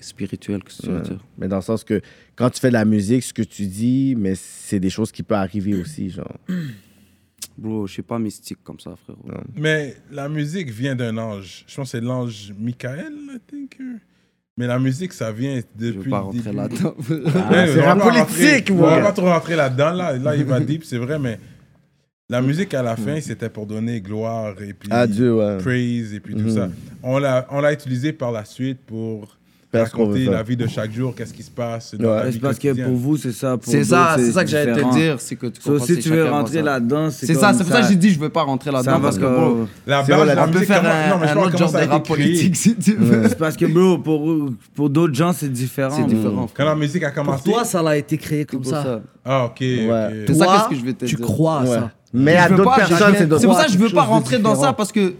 Speaker 7: Spirituel, qu'est-ce que tu veux dire
Speaker 4: Mais dans le sens que quand tu fais de la musique, ce que tu dis, mais c'est des choses qui peuvent arriver aussi, genre.
Speaker 7: Bro, je suis pas mystique comme ça, frérot.
Speaker 3: Mais la musique vient d'un ange. Je pense que c'est l'ange Michael, I think. euh. Mais la musique, ça vient
Speaker 7: Je
Speaker 3: depuis.
Speaker 7: veux pas
Speaker 3: le
Speaker 7: rentrer
Speaker 3: début.
Speaker 7: là-dedans.
Speaker 4: Ah,
Speaker 3: Ouais,
Speaker 4: c'est
Speaker 3: on va
Speaker 4: rap
Speaker 3: pas rentrer-
Speaker 4: politique,
Speaker 3: On va
Speaker 4: ouais.
Speaker 3: pas trop rentrer là-dedans. Là, là il va deep, c'est vrai, mais la musique à la fin, c'était pour donner gloire et puis
Speaker 4: Adieu, ouais.
Speaker 3: praise et puis tout
Speaker 4: Mm-hmm.
Speaker 3: ça. On l'a, on l'a utilisé par la suite pour
Speaker 4: Faire ce qu'on veut
Speaker 3: raconter
Speaker 4: faire.
Speaker 3: la vie de chaque jour, qu'est-ce qui se passe dans
Speaker 4: Ouais.
Speaker 3: la
Speaker 8: Ouais,
Speaker 3: vie
Speaker 8: C'est parce que pour
Speaker 3: quotidienne.
Speaker 8: vous, c'est ça. pour
Speaker 7: C'est
Speaker 8: d'autres,
Speaker 7: ça, c'est ça que j'allais te
Speaker 8: différent.
Speaker 7: dire. C'est que tu
Speaker 8: So,
Speaker 7: comprends,
Speaker 8: si
Speaker 7: c'est
Speaker 8: tu veux
Speaker 7: chacun voit
Speaker 8: rentrer
Speaker 7: ça.
Speaker 8: là-dedans, c'est
Speaker 7: C'est ça, c'est pour ça que j'ai dit je veux pas rentrer là-dedans.
Speaker 8: ça va
Speaker 7: Parce que, bro,
Speaker 8: comme-
Speaker 3: La
Speaker 4: C'est
Speaker 3: base
Speaker 4: vrai,
Speaker 3: de
Speaker 4: la-
Speaker 3: la
Speaker 7: on peut
Speaker 3: musique,
Speaker 7: faire
Speaker 3: comment- non, mais
Speaker 7: un
Speaker 3: je parle
Speaker 7: autre
Speaker 3: comment
Speaker 7: genre
Speaker 3: ça
Speaker 7: de
Speaker 3: a été
Speaker 7: rap
Speaker 3: créé.
Speaker 7: politique si tu veux.
Speaker 8: C'est parce que, bro, pour, pour d'autres gens, c'est différent.
Speaker 7: C'est différent.
Speaker 3: Quand la musique a
Speaker 12: Pour
Speaker 3: commencé.
Speaker 12: toi, ça l'a été créé comme ça.
Speaker 3: Ah, ok.
Speaker 4: Ouais.
Speaker 7: C'est ça
Speaker 12: Toi,
Speaker 7: qu'est-ce que je vais te
Speaker 12: tu
Speaker 7: dire.
Speaker 12: crois à
Speaker 4: Ouais.
Speaker 12: ça.
Speaker 4: Mais à
Speaker 7: Je veux
Speaker 4: d'autres
Speaker 7: pas-
Speaker 4: personnes,
Speaker 7: j'ai-
Speaker 4: c'est
Speaker 7: C'est
Speaker 4: d'autres.
Speaker 7: pour ça que je veux
Speaker 12: quelque
Speaker 7: pas
Speaker 12: chose de
Speaker 7: rentrer dans
Speaker 12: différent.
Speaker 7: ça parce que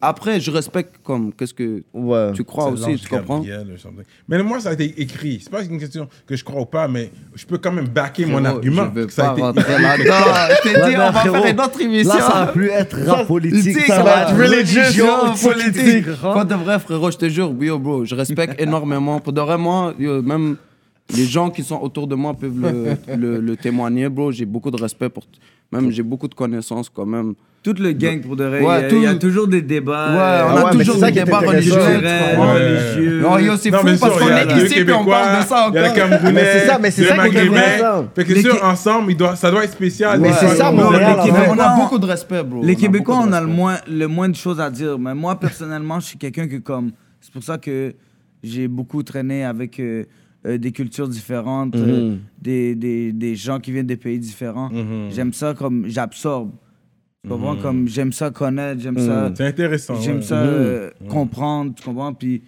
Speaker 7: Après, je respecte comme qu'est-ce que
Speaker 4: Ouais.
Speaker 7: tu crois
Speaker 3: C'est
Speaker 7: aussi,
Speaker 3: l'ange
Speaker 7: tu comprends.
Speaker 3: Gabriel or something. Mais moi, ça a été écrit. C'est pas une question que je crois ou pas, mais je peux quand même backer mon
Speaker 7: Frérot,
Speaker 3: argument.
Speaker 7: Je veux
Speaker 3: Ça
Speaker 7: pas
Speaker 3: a été
Speaker 7: rentrer là-dedans. Je t'ai dit,
Speaker 12: Là-dedans,
Speaker 7: on va
Speaker 12: frérot.
Speaker 7: faire une autre émission.
Speaker 12: Là, ça va plus être rap politique,
Speaker 7: Tu sais,
Speaker 12: ça va être religion
Speaker 7: religion,
Speaker 12: politique.
Speaker 7: Pas de vrai, frérot, je te jure, yo, bro, je respecte énormément. Pour de vrai, moi, yo, même les gens qui sont autour de moi peuvent le, le- le témoigner, bro. J'ai beaucoup de respect pour. t- Même, j'ai beaucoup de connaissances quand même.
Speaker 8: Tout le gang, pour de vrai,
Speaker 7: Ouais,
Speaker 8: il y a-
Speaker 7: tout-
Speaker 8: il y, a toujours des débats. euh,
Speaker 7: Ouais, on
Speaker 4: Ah
Speaker 7: a
Speaker 4: ouais, mais
Speaker 7: toujours
Speaker 4: c'est ça
Speaker 7: des
Speaker 4: qui est
Speaker 7: débats religieux.
Speaker 4: intéressant.
Speaker 7: tu comprends?
Speaker 3: Ouais.
Speaker 8: religieux.
Speaker 7: Non, yo, c'est
Speaker 3: Euh, Non,
Speaker 7: fou
Speaker 3: mais
Speaker 7: parce
Speaker 3: sûr,
Speaker 7: qu'on
Speaker 3: il y a
Speaker 7: est
Speaker 3: deux
Speaker 7: ici et on parle de ça
Speaker 3: Il y a
Speaker 7: encore.
Speaker 3: le Camerounais,
Speaker 4: Mais c'est ça, mais c'est
Speaker 3: le
Speaker 4: ça qu'on devrait
Speaker 3: Maghrébin.
Speaker 4: faire.
Speaker 3: Fait que
Speaker 8: Les
Speaker 3: sûr,
Speaker 8: Qué-
Speaker 3: ensemble, il doit- ça doit être spécial.
Speaker 4: Mais
Speaker 3: Ouais.
Speaker 4: c'est ça,
Speaker 3: Ouais.
Speaker 4: mon
Speaker 8: Non,
Speaker 4: Montréal,
Speaker 8: les
Speaker 4: en
Speaker 8: Québécois-
Speaker 4: fait.
Speaker 7: On a beaucoup de respect, bro.
Speaker 8: Les
Speaker 7: a
Speaker 8: Québécois,
Speaker 7: beaucoup de
Speaker 8: on a le
Speaker 7: respect.
Speaker 8: moins, le moins de choses à dire. Mais moi, personnellement, je suis quelqu'un que comme. C'est pour ça que j'ai beaucoup traîné avec euh, euh, des cultures différentes, euh,
Speaker 7: Mhm.
Speaker 8: des, des, des gens qui viennent des pays différents. J'aime ça comme. J'absorbe. Tu comprends?
Speaker 7: Mhm.
Speaker 8: Comme j'aime ça connaître, j'aime ça.
Speaker 3: C'est intéressant.
Speaker 8: J'aime
Speaker 3: ouais.
Speaker 8: ça euh, comprendre, tu comprends? Puis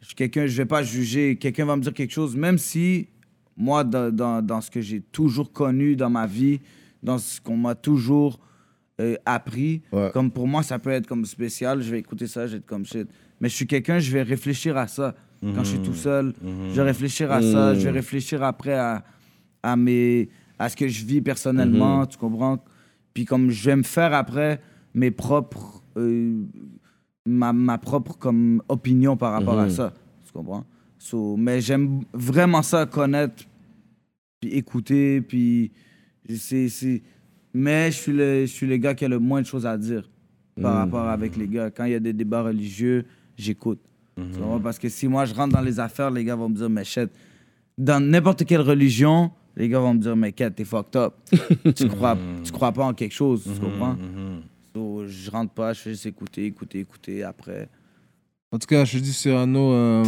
Speaker 8: je suis quelqu'un, je vais pas juger. Quelqu'un va me dire quelque chose, même si moi, dans, dans- dans ce que j'ai toujours connu dans ma vie, dans ce qu'on m'a toujours euh, appris,
Speaker 4: Ouais.
Speaker 8: comme pour moi, ça peut être comme spécial. Je vais écouter ça, je vais être comme shit. Mais je suis quelqu'un, je vais réfléchir à ça. Quand je suis
Speaker 3: Mhm.
Speaker 8: tout seul, je vais réfléchir à ça. Je vais réfléchir après à, à, mes, à ce que je vis personnellement,
Speaker 3: Mhm.
Speaker 8: tu comprends? Puis comme je vais me faire après mes propres... euh, ma, ma propre comme opinion par rapport à ça. Tu comprends? So, mais j'aime vraiment ça, connaître, puis écouter, puis. c'est- c'est- Mais je suis, le, je suis le gars qui a le moins de choses à dire par rapport avec les gars. Quand il y a des débats religieux, j'écoute. Tu comprends? Parce que si moi je rentre dans les affaires, les gars vont me dire, mais shit, dans n'importe quelle religion, les gars vont me dire, mais quête, t'es fucked up. tu, crois, tu crois pas en quelque chose, tu comprends? So, je rentre pas, je fais juste écouter, écouter, écouter. Après,
Speaker 10: En tout cas, je dis Cyrano, euh,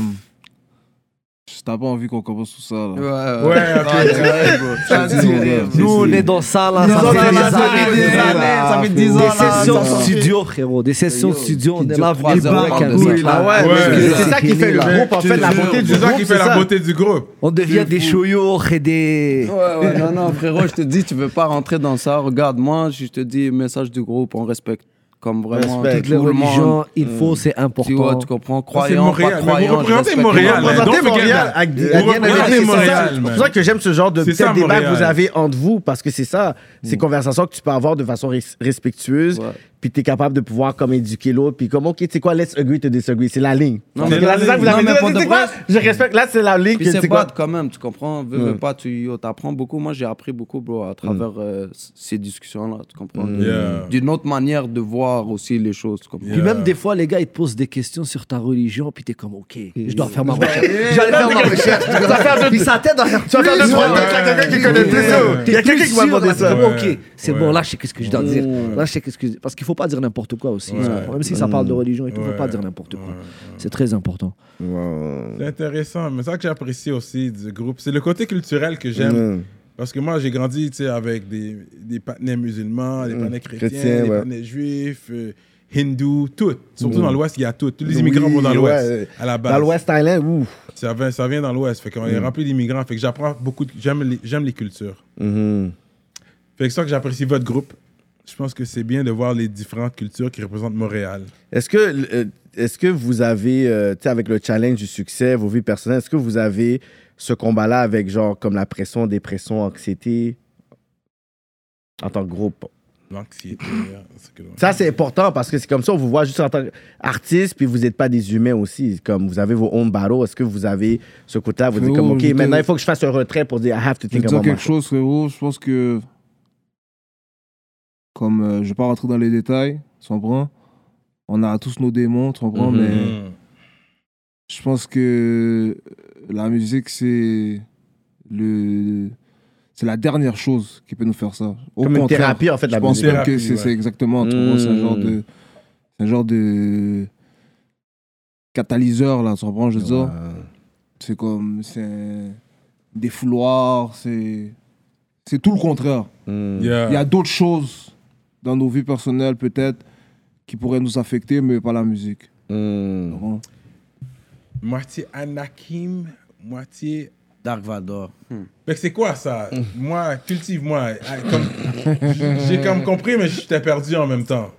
Speaker 10: t'as pas envie qu'on commence tout ça. Là.
Speaker 7: Ouais, ouais.
Speaker 3: Ouais, ok.
Speaker 7: Ça, c'est horrible.
Speaker 12: Nous, on est dans ça, là.
Speaker 7: Ça
Speaker 12: Ça
Speaker 7: fait
Speaker 12: fait
Speaker 7: des
Speaker 12: des
Speaker 7: années,
Speaker 12: années,
Speaker 4: Ah,
Speaker 12: là.
Speaker 7: ça fait dix ans,
Speaker 12: Des
Speaker 7: là,
Speaker 12: sessions
Speaker 7: ça.
Speaker 12: studio, frérot. Des sessions studio. On est
Speaker 7: dure
Speaker 12: là,
Speaker 7: trois
Speaker 12: venu
Speaker 7: heures,
Speaker 12: back
Speaker 7: on parle
Speaker 12: and
Speaker 7: de
Speaker 12: back,
Speaker 7: ça.
Speaker 12: là.
Speaker 4: Ah ouais,
Speaker 3: Ouais.
Speaker 4: mais c'est ça qui fait le
Speaker 3: Mais
Speaker 4: groupe, en
Speaker 3: tu
Speaker 4: fait, la
Speaker 3: jures,
Speaker 4: beauté du
Speaker 3: C'est ça
Speaker 4: groupe,
Speaker 3: qui
Speaker 4: c'est
Speaker 3: fait la
Speaker 4: ça.
Speaker 3: beauté du groupe.
Speaker 12: On devient des chouyours et des...
Speaker 7: Ouais, ouais, non, non, frérot, je te dis, tu veux pas rentrer dans ça. Regarde, moi, je te dis, message du groupe, on respecte. Comme vraiment,
Speaker 4: Respect.
Speaker 7: tout
Speaker 12: Les
Speaker 7: le monde.
Speaker 12: religions, il faut, c'est
Speaker 7: Tu vois,
Speaker 12: important.
Speaker 7: tu comprends,
Speaker 3: C'est
Speaker 7: croyant, pas
Speaker 3: Montréal. Mais
Speaker 7: croyant.
Speaker 3: vous
Speaker 7: je
Speaker 3: représentez
Speaker 7: respecte
Speaker 3: Montréal.
Speaker 7: énormément.
Speaker 3: man.
Speaker 4: représentez
Speaker 3: Don't forget
Speaker 4: Montréal
Speaker 3: that.
Speaker 4: avec des-
Speaker 3: Vous
Speaker 4: avec des-
Speaker 3: représentez
Speaker 4: c'est ça,
Speaker 3: Montréal,
Speaker 4: C'est
Speaker 3: man.
Speaker 4: pour ça que j'aime ce genre de
Speaker 3: C'est
Speaker 4: petit
Speaker 3: ça,
Speaker 4: débat que
Speaker 3: Montréal.
Speaker 4: vous avez entre vous, parce que c'est ça, ces conversations que tu peux avoir de façon res- respectueuse,
Speaker 7: Ouais.
Speaker 4: puis tu es capable de pouvoir comme éduquer l'autre, puis comme, OK, tu sais quoi, let's agree to disagree, c'est la ligne.
Speaker 7: Non,
Speaker 4: Parce
Speaker 7: mais
Speaker 4: que là,
Speaker 7: la
Speaker 4: c'est ça que vous
Speaker 7: ligne.
Speaker 4: avez
Speaker 7: Non,
Speaker 4: dit,
Speaker 7: mais
Speaker 4: tu sais
Speaker 7: pour
Speaker 4: quoi,
Speaker 7: de vrai,
Speaker 4: je respecte, là, c'est la ligne, que
Speaker 7: Puis
Speaker 4: tu
Speaker 7: c'est
Speaker 4: sais quoi.
Speaker 7: bad quand même, tu comprends Veux, veux pas, tu yo, t'apprends beaucoup. Moi, j'ai appris beaucoup, bro, à travers euh, c- ces discussions-là, tu comprends
Speaker 3: Yeah.
Speaker 7: D'une autre manière de voir aussi les choses, tu comprends
Speaker 3: Yeah.
Speaker 12: Puis même des fois, les gars, ils te posent des questions sur ta religion, puis t'es comme, OK, je dois faire ma recherche. J'allais faire ma recherche. Tu vas faire deux- Puis sa tête dans
Speaker 4: Tu vas faire deux, trois trucs, il y a quelqu'un qui connaît plus ça. Il y a quelqu'un qui va demander ça.
Speaker 12: OK, c'est
Speaker 3: Ouais.
Speaker 12: bon, là, je sais qu'est-ce que je dois dire. Là, je sais qu'est-ce que... Parce qu'il faut pas dire n'importe quoi aussi. tu comprends? Même si ça parle de
Speaker 3: Mm.
Speaker 12: religion et tout, faut pas dire n'importe quoi. C'est très important.
Speaker 3: C'est intéressant, mais ça que j'apprécie aussi du groupe, c'est le côté culturel que j'aime. Parce que moi, j'ai grandi tu sais, avec des, des partenaires musulmans, des partenaires chrétiens,
Speaker 4: Chrétiens,
Speaker 3: des
Speaker 4: ouais.
Speaker 3: partenaires juifs, euh, hindous, tout. Surtout dans l'Ouest, il y a tout. Tous les immigrants
Speaker 4: Oui,
Speaker 3: vont dans l'Ouest,
Speaker 4: ouais.
Speaker 3: à la base.
Speaker 4: Dans l'Ouest Island, ouf.
Speaker 3: Ça, vient, ça vient dans l'Ouest. Fait qu'on est rempli d'immigrants. Fait que j'apprends beaucoup. de- J'aime les, j'aime les cultures.
Speaker 4: Mm-hmm.
Speaker 3: Fait que c'est ça que j'apprécie votre groupe. Je pense que c'est bien de voir les différentes cultures qui représentent Montréal.
Speaker 4: Est-ce que, euh, est-ce que vous avez, euh, tu sais, avec le challenge du succès, vos vies personnelles, est-ce que vous avez ce combat-là avec genre comme la pression, dépression, anxiété en tant que groupe?
Speaker 3: L'anxiété. hein, c'est que-
Speaker 4: Ça, c'est important parce que c'est comme ça, on vous voit juste en tant qu'artiste, puis vous n'êtes pas des humains aussi. Comme vous avez vos own battles, est-ce que vous avez ce côté-là, vous dites comme,
Speaker 10: Oh,
Speaker 4: OK,
Speaker 10: je te-
Speaker 4: maintenant, il faut que je fasse un retrait pour dire, I have to
Speaker 10: Je vais
Speaker 4: think
Speaker 10: te dire
Speaker 4: about
Speaker 10: quelque
Speaker 4: myself.
Speaker 10: chose, frérot. Je pense que. Comme euh, je vais pas rentrer dans les détails, tu comprends On a tous nos démons, tu comprends Mais
Speaker 3: Mhm.
Speaker 10: je pense que euh, la musique, c'est. le C'est la dernière chose qui peut nous faire ça. Au
Speaker 4: Comme une
Speaker 10: contraire,
Speaker 4: thérapie, en fait, la
Speaker 10: je pense
Speaker 4: musique.
Speaker 10: même que
Speaker 3: Thérapie,
Speaker 10: c'est
Speaker 3: ouais.
Speaker 10: c'est exactement. tu comprends, C'est un genre
Speaker 4: Mhm.
Speaker 10: de. C'est un genre de. Catalyseur, là, tu comprends, je veux dire.
Speaker 4: Ah.
Speaker 10: C'est comme. C'est un défouloir, c'est. C'est tout le contraire.
Speaker 3: Yeah.
Speaker 10: Il y a d'autres choses dans nos vies personnelles, peut-être, qui pourraient nous affecter, mais pas la musique.
Speaker 9: Hmm.
Speaker 10: Comprends?
Speaker 3: Moitié Anakim, moitié Hmm.
Speaker 8: Dark Vador.
Speaker 3: Fait que c'est quoi ça? Moi, cultive-moi. Ah, comme- J'ai comme compris, mais j'étais perdu en même temps.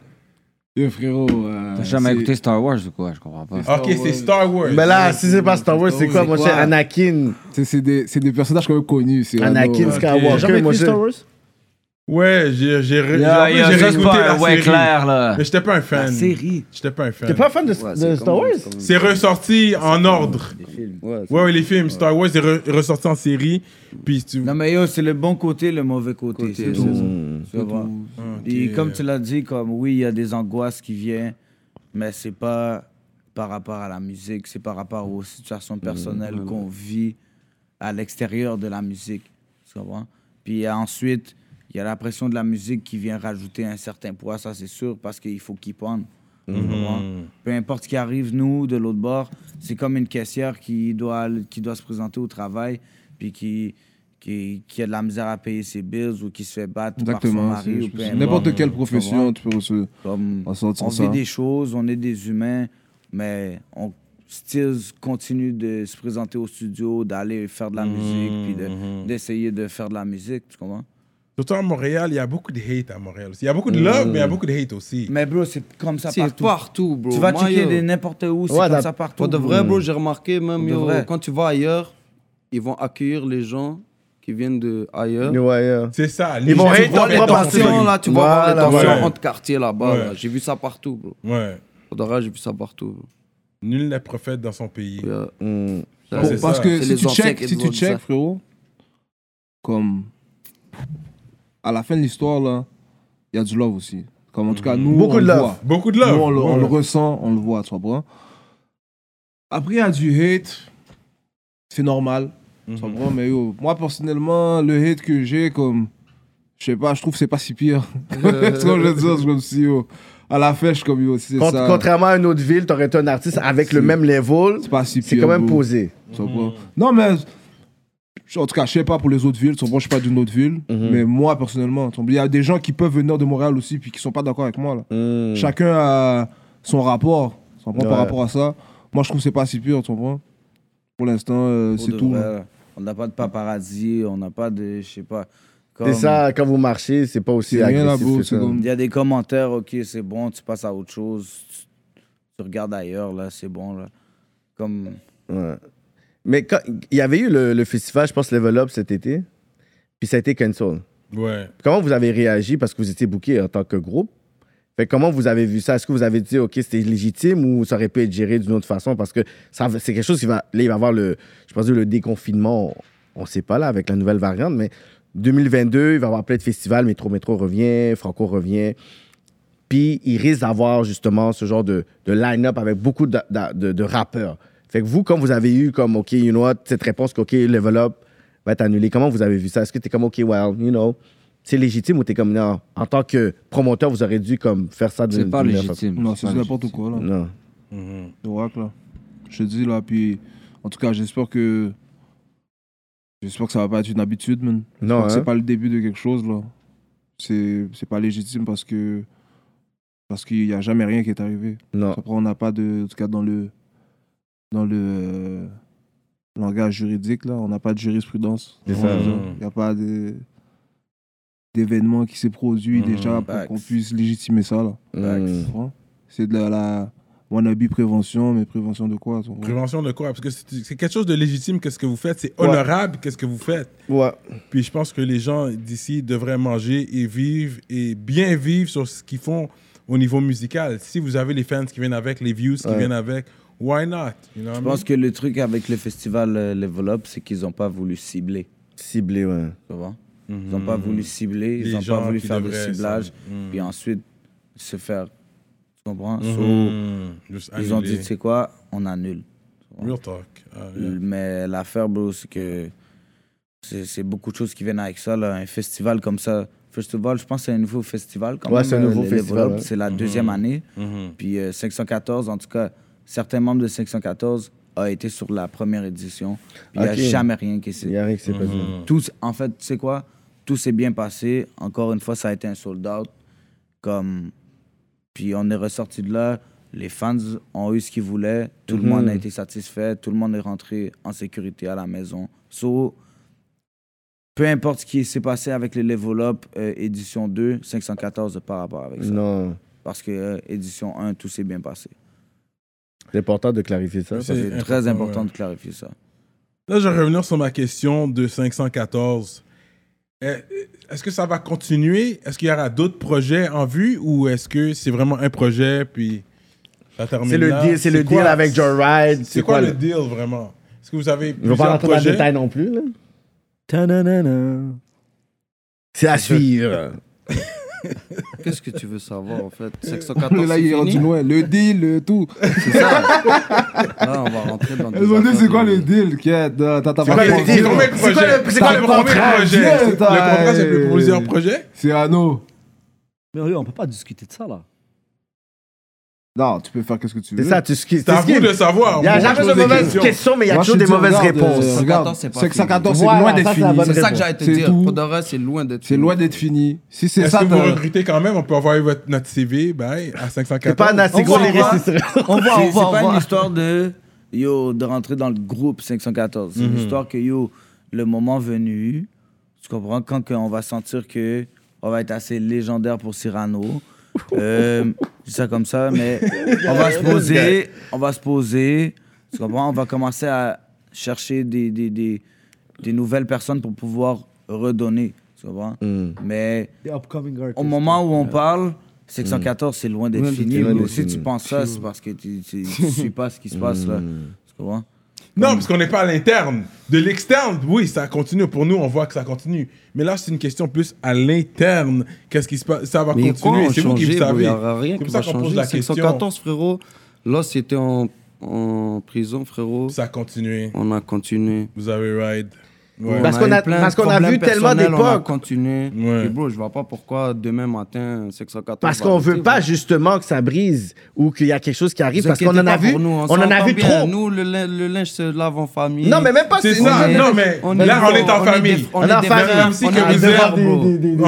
Speaker 10: Yo, frérot. euh,
Speaker 1: T'as jamais
Speaker 10: c'est-
Speaker 1: écouté Star Wars ou quoi? Je comprends pas.
Speaker 10: Star
Speaker 3: Ok, c'est
Speaker 10: Wars.
Speaker 3: Star Wars.
Speaker 4: Mais là, si c'est pas Star Wars, c'est quoi,
Speaker 10: C'est
Speaker 4: mon
Speaker 10: quoi?
Speaker 4: cher Anakin?
Speaker 10: C'est- C'est des, c'est des personnages quand même connus. c'est
Speaker 4: Anakin
Speaker 10: Lando,
Speaker 3: T'as
Speaker 4: Skywalker, mon cher.
Speaker 12: Wars
Speaker 3: Ouais, j'ai j'ai ré- en
Speaker 1: Y'a
Speaker 3: plus, j'ai
Speaker 1: juste
Speaker 3: réécouté
Speaker 1: pas
Speaker 3: la
Speaker 1: un ouais
Speaker 3: série.
Speaker 1: clair, là.
Speaker 3: Mais j'étais pas un fan.
Speaker 8: série.
Speaker 3: J'étais pas un fan.
Speaker 4: T'es pas fan de, de Star Wars?
Speaker 3: C'est ressorti en ordre.
Speaker 8: Ouais,
Speaker 3: Ouais, ouais, les films. Star Wars est, re- est ressorti en série. Puis tu.
Speaker 8: Non, mais yo, c'est le bon côté, le mauvais côté.
Speaker 1: euh,
Speaker 8: c'est tout. Tu vois. Et
Speaker 3: Ok.
Speaker 8: comme tu l'as dit, comme oui, il y a des angoisses qui viennent, mais c'est pas par rapport à la musique, c'est par rapport aux situations personnelles qu'on vit à l'extérieur de la musique. Tu comprends? Puis euh, ensuite, il y a la pression de la musique qui vient rajouter un certain poids, ça c'est sûr, parce qu'il faut qu'ils pende. Tu
Speaker 10: Mhm.
Speaker 8: comprends? Peu importe ce qui arrive, nous, de l'autre bord, c'est comme une caissière qui doit, aller- qui doit se présenter au travail, puis qui, qui, qui a de la misère à payer ses bills ou qui se fait battre
Speaker 10: Exactement.
Speaker 8: par son mari.
Speaker 10: c'est-
Speaker 8: Ou peu
Speaker 10: c'est
Speaker 9: ben,
Speaker 8: importe.
Speaker 10: N'importe quelle
Speaker 8: Tu comprends?
Speaker 10: profession, tu peux se.
Speaker 8: Comme,
Speaker 10: On sort de
Speaker 8: on
Speaker 10: ça.
Speaker 8: vit des choses, on est des humains, mais on still continue de se présenter au studio, d'aller faire de la musique, puis de- d'essayer de, faire de la musique, tu comprends?
Speaker 3: Surtout à Montréal, il y a beaucoup de hate à Montréal. Il y a beaucoup de love, mais il y a beaucoup de hate aussi.
Speaker 8: Mais bro, c'est comme ça
Speaker 9: C'est
Speaker 8: partout.
Speaker 9: partout, bro.
Speaker 8: Tu vas
Speaker 9: Moi,
Speaker 8: checker
Speaker 9: yo,
Speaker 8: des n'importe où, c'est
Speaker 4: Ouais,
Speaker 8: comme
Speaker 4: la-
Speaker 8: ça partout. Mmh.
Speaker 9: Pour de
Speaker 8: bro.
Speaker 9: vrai,
Speaker 10: Hmm.
Speaker 9: bro, j'ai remarqué même,
Speaker 8: de
Speaker 9: yo,
Speaker 8: vrai.
Speaker 9: quand tu vas ailleurs, ils vont accueillir les gens qui viennent de ailleurs.
Speaker 4: Ouais, ouais.
Speaker 3: C'est ça. les
Speaker 4: Ils vont
Speaker 3: gens-
Speaker 4: hate
Speaker 9: Tu vois
Speaker 4: dans
Speaker 9: les
Speaker 4: les
Speaker 9: tensions, là, tu vois voir les
Speaker 4: Voilà,
Speaker 9: tensions
Speaker 3: ouais.
Speaker 9: entre quartiers là-bas.
Speaker 3: Ouais.
Speaker 9: là. J'ai vu ça partout, bro.
Speaker 3: Ouais.
Speaker 9: Pour de vrai, j'ai vu ça partout. bro.
Speaker 3: Nul n'est prophète dans son pays.
Speaker 9: Puis, euh,
Speaker 7: Hmm.
Speaker 10: Hmm.
Speaker 4: Mm.
Speaker 9: ça,
Speaker 10: Bon,
Speaker 3: c'est
Speaker 9: c'est-
Speaker 10: parce
Speaker 3: ça.
Speaker 10: que
Speaker 9: les
Speaker 10: si tu
Speaker 9: anciens
Speaker 10: check,
Speaker 9: qui
Speaker 10: si
Speaker 9: nous
Speaker 10: tu
Speaker 9: ont dit
Speaker 10: check,
Speaker 9: ça.
Speaker 10: frérot, comme à la fin de l'histoire, là, il y a du love aussi. Comme en tout cas,
Speaker 3: Mm-hmm.
Speaker 10: nous,
Speaker 4: Beaucoup
Speaker 10: on
Speaker 4: de
Speaker 10: le
Speaker 4: love.
Speaker 10: voit.
Speaker 3: Beaucoup de
Speaker 10: Nous,
Speaker 3: love.
Speaker 10: on, le, on
Speaker 3: Ouais.
Speaker 10: le ressent, on le voit, tu comprends? Après, il y a du hate. C'est normal. Tu comprends? Mais yo, moi, personnellement, le hate que j'ai, comme. Je sais pas, je trouve que c'est pas si pire. C'est comme je veux dire, c'est comme si, yo, à la fin, je suis comme, yo, si c'est
Speaker 4: Cont-
Speaker 10: ça. Ah,
Speaker 4: Contrairement à une autre ville, t'aurais été un artiste avec le
Speaker 10: C'est-
Speaker 4: même level.
Speaker 10: C'est pas si pire.
Speaker 4: C'est quand même
Speaker 10: bro.
Speaker 4: posé.
Speaker 10: Tu comprends? Non, mais. je- En tout cas, je sais pas pour les autres villes, tu comprends, je suis pas d'une autre ville, mais moi personnellement, tu comprends, il y a des gens qui peuvent venir de Montréal aussi puis qui sont pas d'accord avec moi là. Chacun a son rapport, tu comprends,
Speaker 4: Ouais.
Speaker 10: par rapport à ça. Moi je trouve que c'est pas si pur, tu comprends. Pour l'instant, euh,
Speaker 8: Pour
Speaker 10: c'est
Speaker 8: de
Speaker 10: tout.
Speaker 8: vrai, là. on n'a pas de paparazzi, on n'a pas de, je sais pas.
Speaker 4: C'est
Speaker 8: comme-
Speaker 4: ça, quand vous marchez, c'est pas aussi
Speaker 10: C'est rien à
Speaker 4: agressif
Speaker 10: bout,
Speaker 4: que
Speaker 10: c'est
Speaker 4: ça.
Speaker 10: comme.
Speaker 8: Il y a des commentaires, ok, c'est bon, tu passes à autre chose, tu, tu regardes ailleurs, là, c'est bon, là. Comme,
Speaker 4: Ouais. Mais quand- il y avait eu le, le festival, je pense, Level Up cet été, puis ça a été cancel.
Speaker 3: Ouais.
Speaker 4: Comment vous avez réagi parce que vous étiez booké en tant que groupe? Fait que comment vous avez vu ça? Est-ce que vous avez dit, OK, c'était légitime ou ça aurait pu être géré d'une autre façon? Parce que ça, c'est quelque chose qui va. Là, il va y avoir le, je pense, le déconfinement, on ne sait pas là, avec la nouvelle variante, mais 2022, il va y avoir plein de festivals. Métro Métro revient, Franco revient. Puis il risque d'avoir justement ce genre de, de line-up avec beaucoup de, de- de- de rappeurs. Fait que vous, quand vous avez eu comme, OK, you know what, cette réponse que, OK, level up va être annulé, comment vous avez vu ça? Est-ce que t'es comme, OK, well, you know, c'est légitime ou t'es comme, non, en tant que promoteur, vous aurez dû comme faire ça de
Speaker 1: C'est pas
Speaker 4: d'une meilleure
Speaker 1: légitime.
Speaker 10: Non, c'est
Speaker 1: pas
Speaker 10: n'importe
Speaker 1: légitime.
Speaker 10: quoi là.
Speaker 4: façon? Non.
Speaker 10: Le rock, là. Je te dis là, puis en tout cas, j'espère que j'espère que ça va pas être une habitude, man.
Speaker 4: Non,
Speaker 10: Donc,
Speaker 4: hein?
Speaker 10: c'est pas le début de quelque chose là. C'est c'est pas légitime parce que parce qu'il y a jamais rien qui est arrivé.
Speaker 4: Non.
Speaker 10: Après on n'a pas de en tout cas dans le dans le euh, langage juridique là, on n'a pas de jurisprudence.
Speaker 4: C'est ça.
Speaker 10: Il n'y a pas de d'événement qui s'est produit déjà pour
Speaker 8: Facts.
Speaker 10: qu'on puisse légitimer ça là.
Speaker 4: Mm.
Speaker 10: Tu comprends? C'est de la, la wannabe prévention, mais prévention de quoi tu comprends?
Speaker 3: Prévention de quoi Parce que c'est c'est quelque chose de légitime, qu'est-ce que vous faites C'est honorable, qu'est-ce que vous faites
Speaker 4: Mm. Ouais.
Speaker 3: Puis je pense que les gens d'ici devraient manger et vivre et bien vivre sur ce qu'ils font au niveau musical. Si vous avez les fans qui viennent avec, les views qui viennent avec, why not You know what I
Speaker 8: je
Speaker 3: mean?
Speaker 8: pense que le truc avec le festival euh, Level Up, c'est qu'ils n'ont pas voulu cibler,
Speaker 4: Ciblé, ouais.
Speaker 8: tu vois? Ils n'ont pas voulu cibler,
Speaker 3: Mhm. Les
Speaker 8: ils n'ont
Speaker 3: gens
Speaker 8: pas voulu
Speaker 3: qui
Speaker 8: faire de
Speaker 3: devraient,
Speaker 8: ciblage,
Speaker 3: ça. Mhm.
Speaker 8: puis ensuite se faire, tu comprends? So,
Speaker 3: Mhm. Juste
Speaker 8: ils ont dit,
Speaker 3: annuler.
Speaker 8: tu sais quoi, on annule.
Speaker 3: Real talk. Ah, yeah.
Speaker 8: Mais l'affaire, bro, c'est que c'est c'est beaucoup de choses qui viennent avec ça. là. Un festival comme ça, first of all, je pense que c'est un nouveau festival. Quand
Speaker 4: Ouais,
Speaker 8: même,
Speaker 4: c'est un
Speaker 8: euh,
Speaker 4: nouveau
Speaker 8: le Level
Speaker 4: festival,
Speaker 8: Up,
Speaker 4: ouais.
Speaker 8: C'est la deuxième année.
Speaker 3: Mhm.
Speaker 8: Puis euh, 514, en tout cas, certains membres de 514 a été sur la première édition. Puis Il n'y
Speaker 4: Ok.
Speaker 8: a jamais rien qui s'est
Speaker 4: Il y a rien qui s'est passé.
Speaker 3: Mhm.
Speaker 8: tous, en fait, tu sais quoi? Tout s'est bien passé. Encore une fois, ça a été un sold out. Comme... Puis on est ressorti de là. Les fans ont eu ce qu'ils voulaient. Tout le monde a
Speaker 3: Mhm.
Speaker 8: été satisfait. Tout le monde est rentré en sécurité à la maison. So, peu
Speaker 3: Mhm.
Speaker 8: importe ce qui s'est passé avec les Level Up euh, édition 2, 514 par rapport avec ça.
Speaker 4: Non.
Speaker 8: parce que euh, édition 1, tout s'est bien passé.
Speaker 4: C'est important de clarifier ça.
Speaker 8: Ça, C'est
Speaker 3: important,
Speaker 8: très important
Speaker 3: ouais.
Speaker 8: de clarifier ça.
Speaker 3: Là, je vais revenir sur ma question de 514. Euh, Est-ce que ça va continuer? Est-ce qu'il y aura d'autres projets en vue ou est-ce que c'est vraiment un projet puis ça termine
Speaker 4: C'est le
Speaker 3: là?
Speaker 4: deal, c'est le
Speaker 3: quoi-
Speaker 4: deal avec Joyride.
Speaker 3: C'est quoi, le deal vraiment? Est-ce que vous avez
Speaker 4: On va pas
Speaker 3: plusieurs
Speaker 4: rentrer dans le
Speaker 3: projets?
Speaker 4: détail non plus. là. C'est à suivre.
Speaker 7: Qu'est-ce que tu veux savoir en fait
Speaker 10: Mais
Speaker 7: 614
Speaker 10: là, il est rendu loin. Le deal, le tout.
Speaker 7: c'est ça. Là, on va rentrer dans. des
Speaker 10: Ils ont dit,
Speaker 7: affaires
Speaker 10: c'est quoi
Speaker 7: de-
Speaker 10: le deal T'as t'as pas
Speaker 3: C'est quoi le deal? Combien de
Speaker 4: C'est quoi
Speaker 3: projets?
Speaker 4: le-
Speaker 3: C'est quoi le contrat?
Speaker 10: Yeah,
Speaker 3: Le contrat, c'est pour
Speaker 10: t'as-
Speaker 3: plusieurs projets?
Speaker 10: C'est Anno.
Speaker 12: Mais on peut pas discuter de ça, là.
Speaker 10: Non, tu peux faire qu'est-ce que tu veux.
Speaker 4: C'est ça, tu skis.
Speaker 3: C'est à vous de savoir.
Speaker 4: Il n'y a
Speaker 3: Moi, je
Speaker 4: jamais
Speaker 3: pose
Speaker 4: de
Speaker 3: des
Speaker 4: mauvaises
Speaker 3: questions.
Speaker 4: questions, mais il y a
Speaker 10: Moi, je
Speaker 4: toujours
Speaker 10: te
Speaker 4: des
Speaker 10: dis,
Speaker 4: mauvaises
Speaker 10: regarde,
Speaker 4: réponses.
Speaker 10: euh, Regarde,
Speaker 7: 614, c'est pas
Speaker 10: 614, c'est
Speaker 4: fini.
Speaker 10: loin
Speaker 4: Voilà,
Speaker 10: d'être
Speaker 4: ça, c'est la
Speaker 10: fini.
Speaker 4: bonne
Speaker 7: C'est ça que j'allais te
Speaker 10: C'est
Speaker 7: dire.
Speaker 10: tout.
Speaker 7: Pour de vrai, c'est loin d'être.
Speaker 10: C'est loin d'être fini. Si c'est
Speaker 3: Est-ce
Speaker 10: ça,
Speaker 3: que vous
Speaker 10: t'as-
Speaker 3: recrutez quand même? On peut envoyer votre, notre CV bye, à 514.
Speaker 4: C'est pas un assez gros les
Speaker 8: voit.
Speaker 4: récits.
Speaker 7: voit,
Speaker 8: On
Speaker 7: on
Speaker 8: C'est
Speaker 7: voit, on
Speaker 8: pas
Speaker 7: voit.
Speaker 8: une histoire de, yo, de rentrer dans le groupe 514. C'est une histoire que, yo, le moment venu, tu comprends, quand que on va sentir que on va être assez légendaire pour Cyrano. euh, je dis ça comme ça, mais on va se poser, on va se poser, tu comprends, on va commencer à chercher des, des, des, des nouvelles personnes pour pouvoir redonner, tu comprends.
Speaker 15: Mm.
Speaker 8: Mais
Speaker 12: The upcoming artist.
Speaker 8: au moment où on parle, 614,
Speaker 15: Mm.
Speaker 8: c'est loin d'être fini.
Speaker 4: loin
Speaker 8: mais
Speaker 4: d'être
Speaker 8: si tu
Speaker 4: fini.
Speaker 8: penses ça, c'est parce que tu ne sais pas ce qui se passe là.
Speaker 15: Mm.
Speaker 8: Tu comprends?
Speaker 3: Non, parce qu'on n'est pas à l'interne. De l'externe, oui, ça continue. Pour nous, on voit que ça continue. Mais là, c'est une question plus à l'interne. Qu'est-ce qui se passe Ça va
Speaker 7: Mais
Speaker 3: continuer.
Speaker 7: quoi,
Speaker 3: C'est vous qui
Speaker 7: changer,
Speaker 3: le
Speaker 7: bro,
Speaker 3: savez.
Speaker 7: y aura rien
Speaker 3: C'est
Speaker 7: qui
Speaker 3: pour ça
Speaker 7: va
Speaker 3: qu'on pose
Speaker 7: changer.
Speaker 3: la question.
Speaker 7: 614, frérot. Là, c'était en, en prison, frérot.
Speaker 3: Ça a continué.
Speaker 7: On a continué.
Speaker 3: Vous avez ride. Ouais.
Speaker 7: On
Speaker 4: Parce qu'on a-
Speaker 7: eu plein de
Speaker 4: parce qu'on a
Speaker 7: problèmes
Speaker 4: vu tellement
Speaker 7: personnels, On a
Speaker 4: d'époques.
Speaker 7: continué.
Speaker 3: Ouais.
Speaker 7: Et bro, je vois pas pourquoi demain matin, 614.
Speaker 4: Parce
Speaker 7: va
Speaker 4: qu'on
Speaker 7: arrêter,
Speaker 4: veut pas
Speaker 7: bro.
Speaker 4: justement que ça brise ou qu'il y a quelque chose qui arrive
Speaker 7: Vous
Speaker 4: parce qu'on
Speaker 7: inquiétez
Speaker 4: en a
Speaker 7: pas
Speaker 4: vu,
Speaker 7: pour nous,
Speaker 4: on en
Speaker 7: s'entend
Speaker 4: a vu
Speaker 7: bien.
Speaker 4: trop.
Speaker 7: Nous, le, lin- le linge se lave en famille.
Speaker 4: Non, mais même pas.
Speaker 3: C'est ça.
Speaker 7: est-
Speaker 3: non, mais
Speaker 7: Ah, on
Speaker 3: là,
Speaker 7: est-
Speaker 3: on est en
Speaker 7: on est
Speaker 3: famille.
Speaker 7: des- on
Speaker 4: est en
Speaker 3: des
Speaker 4: famille.
Speaker 3: frères ici
Speaker 7: On
Speaker 3: que
Speaker 7: est
Speaker 3: vous
Speaker 7: des frères,
Speaker 3: êtes.
Speaker 7: bro.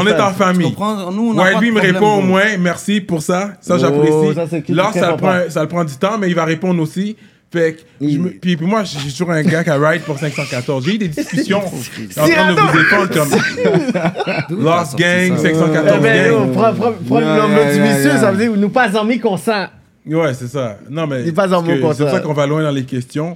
Speaker 3: On est en
Speaker 7: Tu
Speaker 3: famille.
Speaker 7: comprends Nous, on a
Speaker 3: Ouais,
Speaker 7: pas
Speaker 3: lui
Speaker 7: de
Speaker 3: me
Speaker 7: problème,
Speaker 3: répond au
Speaker 7: bro.
Speaker 3: moins, merci pour ça, ça
Speaker 4: Oh, ça,
Speaker 3: j'apprécie.
Speaker 4: c'est qui-
Speaker 3: Là,
Speaker 4: c'est
Speaker 3: ça le,
Speaker 4: important.
Speaker 3: prend, ça le prend du temps, mais il va répondre aussi. Fait que, je me- puis, puis moi, j'ai toujours un gars qui a ride pour 514. J'ai eu des discussions en train de vous étendre comme
Speaker 7: D'où t'as
Speaker 3: Lost
Speaker 7: sorti
Speaker 3: Gang,
Speaker 7: ça?
Speaker 4: Eh
Speaker 3: 514
Speaker 4: ben, yo,
Speaker 3: Gang.
Speaker 4: prends prends- prends
Speaker 10: Yeah,
Speaker 4: le nom
Speaker 10: yeah,
Speaker 4: du
Speaker 10: yeah,
Speaker 4: monsieur,
Speaker 10: yeah.
Speaker 4: ça veut dire nous pas en mi-consent.
Speaker 3: Ouais, c'est ça. Non, mais
Speaker 4: oh. Il passe en
Speaker 3: parce que
Speaker 4: mots contre
Speaker 3: c'est pour
Speaker 4: ça.
Speaker 3: ça qu'on va loin dans les questions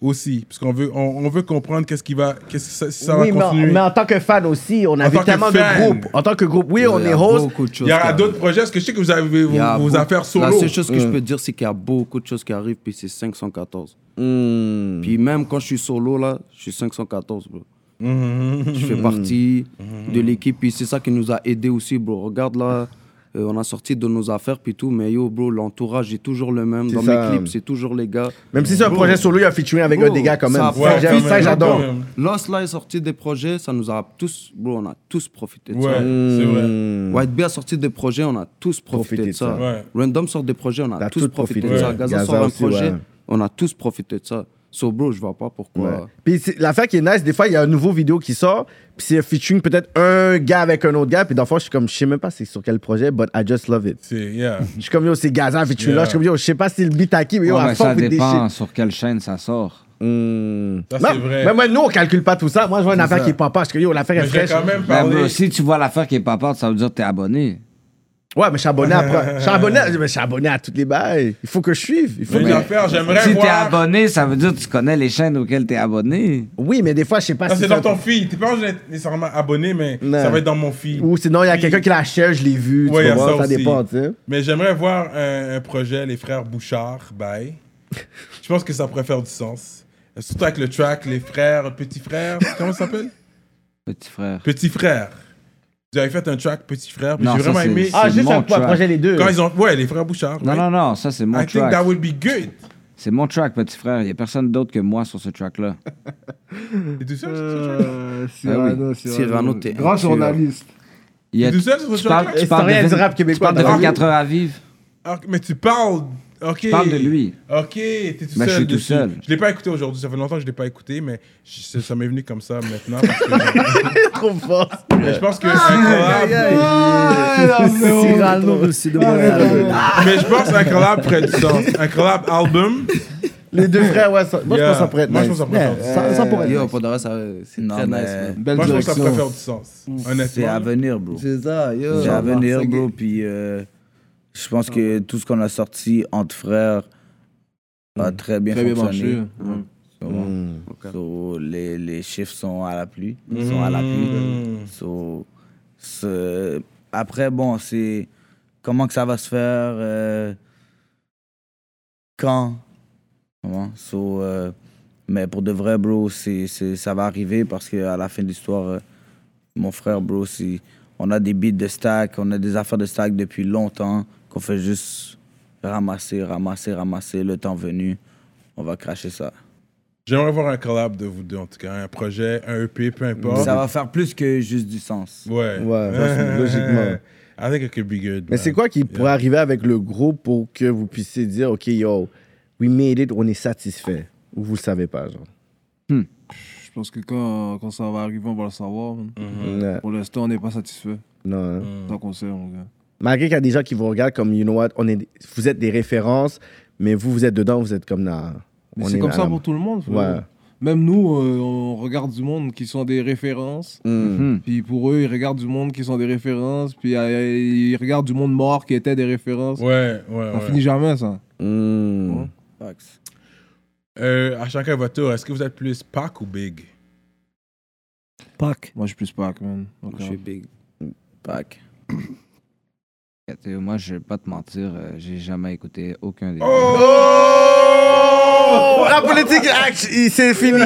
Speaker 3: aussi, parce qu'on veut, on, on veut comprendre qu'est-ce qui va, qu'est-ce que ça, si ça
Speaker 4: Oui,
Speaker 3: va
Speaker 4: mais, en-
Speaker 3: continuer.
Speaker 4: mais en tant que fan aussi, on a
Speaker 3: En
Speaker 4: vu
Speaker 3: tant que
Speaker 4: tellement de
Speaker 3: fan.
Speaker 4: groupes. En tant que groupe, oui, on
Speaker 7: Il y
Speaker 4: est
Speaker 7: a
Speaker 4: host.
Speaker 7: beaucoup de choses
Speaker 3: Il y
Speaker 7: qui
Speaker 3: aura
Speaker 7: arrivent.
Speaker 3: d'autres projets, parce que je sais que vous avez
Speaker 7: Il
Speaker 3: vos,
Speaker 7: y a
Speaker 3: vos
Speaker 7: beaucoup-
Speaker 3: affaires solo.
Speaker 7: La seule chose que je peux dire, c'est qu'il y a beaucoup de choses qui arrivent, puis c'est 514.
Speaker 4: Mm-hmm.
Speaker 7: Puis même quand je suis solo, là, je suis 514, bro.
Speaker 4: Mm-hmm.
Speaker 7: Je fais partie de l'équipe, puis c'est ça qui nous a aidés aussi, bro. Regarde là, euh, on a sorti de nos affaires, puis tout, mais yo, bro, l'entourage est toujours le même.
Speaker 4: C'est
Speaker 7: Dans
Speaker 4: ça.
Speaker 7: mes clips, c'est toujours les gars.
Speaker 4: Même si c'est un
Speaker 7: Bro,
Speaker 4: projet solo, il y a un featuring avec
Speaker 7: bro,
Speaker 4: un des gars quand même.
Speaker 7: ça a
Speaker 4: Ça,
Speaker 3: Ouais,
Speaker 4: j'aime-
Speaker 3: quand
Speaker 4: ça,
Speaker 3: même,
Speaker 4: j'adore.
Speaker 3: quand même.
Speaker 7: Lost, là, est sorti des projets, ça nous a tous, bro, on a tous profité de
Speaker 3: Ouais,
Speaker 7: ça. Mm.
Speaker 3: c'est vrai.
Speaker 4: Hmm.
Speaker 7: White Bee a sorti des projets, on a tous profité, de ça.
Speaker 3: Ouais.
Speaker 7: Random sort des projets, on a
Speaker 4: T'as
Speaker 7: tous
Speaker 4: tous
Speaker 7: profité
Speaker 4: profité.
Speaker 7: de ça.
Speaker 4: Ouais.
Speaker 7: Gaza,
Speaker 4: Gaza
Speaker 7: sort un
Speaker 4: aussi,
Speaker 7: projet,
Speaker 4: ouais.
Speaker 7: on a tous profité de ça. So bro, je vois pas pourquoi.
Speaker 4: Ouais. Puis c'est- l'affaire qui est nice, des fois, il y a un nouveau vidéo qui sort, puis c'est un featuring peut-être un gars avec un autre gars, puis d'enfin, je suis comme, je sais même pas c'est sur quel projet, but I just love it.
Speaker 3: C'est, yeah.
Speaker 4: Je suis comme, yo, c'est Gaza, featuring là,
Speaker 3: Yeah.
Speaker 4: je suis comme, yo, je sais pas si le beat à qui, mais yo,
Speaker 15: Ouais,
Speaker 4: à
Speaker 15: mais
Speaker 4: fond,
Speaker 15: ça
Speaker 4: with this
Speaker 15: dépend
Speaker 4: shit.
Speaker 15: sur quelle chaîne ça sort.
Speaker 4: Hmm.
Speaker 3: Ça, c'est
Speaker 4: Même-
Speaker 3: vrai.
Speaker 4: Même moi, nous, on calcule pas tout ça. Moi, je vois une affaire qui est papa, je suis comme, yo, l'affaire
Speaker 3: Mais
Speaker 4: est
Speaker 3: je vais
Speaker 4: fraîche.
Speaker 3: quand même
Speaker 10: Ah
Speaker 15: Ben,
Speaker 3: parler.
Speaker 15: bro, si tu vois l'affaire qui est pas porte, ça veut dire que t'es abonné.
Speaker 4: Ouais, mais je suis abonné à, pro- je suis abonné à- mais je suis abonné à toutes les bails. Il faut que je suive. Il faut
Speaker 3: Mes
Speaker 4: que-
Speaker 3: affaires, j'aimerais
Speaker 15: Si t'es
Speaker 3: voir.
Speaker 15: abonné, ça veut dire que tu connais les chaînes auxquelles t'es abonné.
Speaker 4: Oui, mais des fois, je sais pas
Speaker 3: Ça, Ah,
Speaker 4: si
Speaker 3: c'est
Speaker 4: ça-
Speaker 3: dans ton feed. T'es pas obligé d'être nécessairement abonné, mais
Speaker 4: Non.
Speaker 3: ça va être dans mon feed.
Speaker 4: Ou sinon, il y a
Speaker 3: Puis-
Speaker 4: quelqu'un qui la cherche, je l'ai vu.
Speaker 3: Ouais, il y
Speaker 4: tu
Speaker 3: a
Speaker 4: comprends?
Speaker 3: ça
Speaker 4: Ça,
Speaker 3: aussi.
Speaker 4: dépend, tu sais.
Speaker 3: Mais j'aimerais voir un, un projet, les frères Bouchard, bye. Je pense que ça pourrait faire du sens. Surtout avec le track, les frères, petit frère, comment ça s'appelle
Speaker 15: Petit frère.
Speaker 3: Petit frère. Vous avez fait un track, petit frère, puis
Speaker 15: Non,
Speaker 3: j'ai
Speaker 15: ça,
Speaker 3: vraiment
Speaker 15: c'est-
Speaker 3: aimé.
Speaker 15: Ah,
Speaker 4: Ah,
Speaker 15: C'est juste
Speaker 4: juste
Speaker 15: mon un
Speaker 4: un
Speaker 15: choix, track. projet, Ah
Speaker 4: projet, les deux.
Speaker 3: Quand ils ont. Ouais, les frères Bouchard.
Speaker 15: Non,
Speaker 3: right?
Speaker 15: non, non, ça c'est mon
Speaker 3: I think
Speaker 15: track.
Speaker 3: that would be good.
Speaker 15: C'est mon track, petit frère. Il n'y a personne d'autre que moi sur ce track-là.
Speaker 3: T'es tout seul sur euh, ce track
Speaker 10: Euh,
Speaker 15: Ah
Speaker 10: Cyrano, Cyrano.
Speaker 7: Cyrano, t'es un
Speaker 10: Grand
Speaker 7: tueur.
Speaker 10: journaliste.
Speaker 15: Il y a-
Speaker 3: T'es tout seul sur ce
Speaker 15: tu parles,
Speaker 3: track
Speaker 15: tu
Speaker 4: Et
Speaker 15: parles
Speaker 4: c'est rien
Speaker 15: de,
Speaker 4: du rap
Speaker 15: tu
Speaker 4: québécois.
Speaker 15: parles de
Speaker 4: Ah, oui.
Speaker 15: 24 heures à vivre.
Speaker 3: Ah, mais tu parles. Ok.
Speaker 15: Je parle de lui.
Speaker 3: Ok, t'es tout
Speaker 15: Mais je
Speaker 3: seul.
Speaker 15: suis tout
Speaker 3: dessus.
Speaker 15: seul.
Speaker 3: Je l'ai pas écouté aujourd'hui. Ça fait longtemps que je l'ai pas écouté, mais je- ça ça m'est venu comme ça maintenant. parce que-
Speaker 4: trop fort.
Speaker 3: mais je pense que
Speaker 4: Ah,
Speaker 3: un collab.
Speaker 12: Cyrano reçu de Montréal.
Speaker 3: Mais je pense qu'un collab ferait du sens. Un collab album.
Speaker 4: Les deux frères, ouais. ça- Moi, je
Speaker 3: yeah.
Speaker 4: pense que ça pourrait être
Speaker 3: Moi, je
Speaker 4: nice.
Speaker 3: pense que ça pourrait faire du sens.
Speaker 12: Ça, ça pourrait être.
Speaker 7: Yo, pour de vrai, ça, c'est
Speaker 8: Non,
Speaker 7: très
Speaker 8: mais-
Speaker 7: nice. man.
Speaker 10: Belle
Speaker 3: Moi, je pense que ça pourrait faire
Speaker 10: direction.
Speaker 3: du sens.
Speaker 8: C'est à
Speaker 3: Honnêtement.
Speaker 8: venir, bro.
Speaker 7: C'est ça, yo.
Speaker 8: C'est à venir, bro. Puis euh, Je pense que tout ce qu'on a sorti entre frères a
Speaker 15: Hmm.
Speaker 8: très bien
Speaker 10: Très bien
Speaker 8: fonctionné.
Speaker 10: marché.
Speaker 8: So, so, les, les chiffres sont à la pluie.
Speaker 15: Hmm.
Speaker 8: Ils sont à la
Speaker 3: Hmm.
Speaker 8: pluie. So, ce- après, bon, c'est comment que ça va se faire, euh, quand. Comment? So, euh, mais pour de vrai, bro, c'est c'est- ça va arriver parce qu'à la fin de l'histoire, euh, mon frère, bro, c'est- on a des beats de stack, on a des affaires de stack depuis longtemps qu'on fait juste ramasser, ramasser, ramasser. Le temps venu, on va cracher ça.
Speaker 3: J'aimerais voir un collab de vous deux, en tout cas. Un projet, un EP, peu importe.
Speaker 8: Ça va faire plus que juste du sens.
Speaker 3: Ouais.
Speaker 4: Ouais, parce- logiquement.
Speaker 3: I think it could be good.
Speaker 4: Mais
Speaker 3: man.
Speaker 4: c'est quoi qui pourrait arriver avec le groupe pour que vous puissiez dire, OK, yo, we made it, on est satisfait? Ou vous le savez pas, genre?
Speaker 10: Je pense que quand, quand ça va arriver, on va le savoir. man.
Speaker 15: Mm.
Speaker 4: Ouais,
Speaker 10: Pour l'instant, on n'est pas satisfait.
Speaker 4: non, hein.
Speaker 7: Hmm.
Speaker 10: Tant qu'on sait, mon gars.
Speaker 4: Malgré qu'il y a des gens qui vous regardent comme, you know what, on est, vous êtes des références, mais vous, vous êtes dedans, vous êtes comme, nah,
Speaker 10: Mais
Speaker 4: on
Speaker 10: c'est
Speaker 4: est
Speaker 10: comme
Speaker 4: là,
Speaker 10: ça
Speaker 4: là.
Speaker 10: pour tout le monde. frère.
Speaker 4: Ouais.
Speaker 10: Même nous, euh, on regarde du monde qui sont des références.
Speaker 4: Mm.
Speaker 10: Puis pour eux, ils regardent du monde qui sont des références. Puis euh, ils regardent du monde mort qui était des références.
Speaker 3: Ouais, ouais,
Speaker 10: Ça
Speaker 3: ouais.
Speaker 10: finit jamais, ça.
Speaker 7: Mmh.
Speaker 4: Mm.
Speaker 3: Euh, à chacun votre tour, est-ce que vous êtes plus Pac ou Big
Speaker 12: Pac.
Speaker 10: Moi, je suis plus Pac, man. Encore.
Speaker 7: Je suis big.
Speaker 8: Pac.
Speaker 1: Écoute, euh, Moi, je vais pas te mentir, euh, j'ai jamais écouté aucun des deux.
Speaker 4: Oh! La politique, act- il- c'est fini.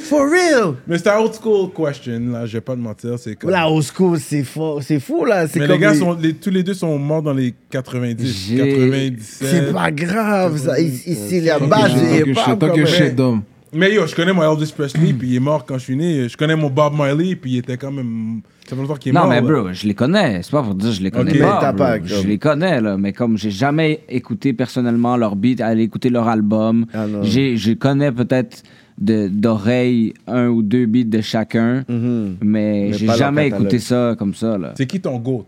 Speaker 4: For real.
Speaker 3: Mais c'est un old school question, là, je vais pas te mentir. C'est comme...
Speaker 4: La high school, c'est fou, c'est fou là. C'est
Speaker 3: Mais
Speaker 4: comme
Speaker 3: les gars,
Speaker 4: les-
Speaker 3: sont, les- tous les deux sont morts dans les 90,
Speaker 1: J'ai-
Speaker 3: 97.
Speaker 4: C'est pas grave, ça. Ici, ici, la
Speaker 10: Tant que
Speaker 4: base,
Speaker 10: je- tant
Speaker 4: il est
Speaker 10: que je-
Speaker 4: pas
Speaker 10: Tant que je suis d'homme.
Speaker 3: Mais yo, je connais mon Elvis Presley, puis il est mort quand je suis né. Je connais mon Bob Marley, puis il était quand même. Ça fait longtemps qu'il est
Speaker 1: Non,
Speaker 3: mort.
Speaker 1: mais
Speaker 3: là.
Speaker 1: bro, je les connais. C'est pas pour dire que je les connais
Speaker 3: Ok.
Speaker 4: Mais
Speaker 1: pas.
Speaker 4: t'as
Speaker 1: bro.
Speaker 4: pas,
Speaker 1: Je
Speaker 4: comme-
Speaker 1: les connais, là. Mais comme j'ai jamais écouté personnellement leur beat, aller écouter leur album,
Speaker 4: Ah, non.
Speaker 1: j'ai- je connais peut-être de- d'oreille un ou deux beats de chacun,
Speaker 4: Mhm.
Speaker 1: mais j'ai
Speaker 4: pas leur
Speaker 1: jamais
Speaker 4: catalogue.
Speaker 1: écouté ça comme ça, là.
Speaker 3: C'est qui ton GOAT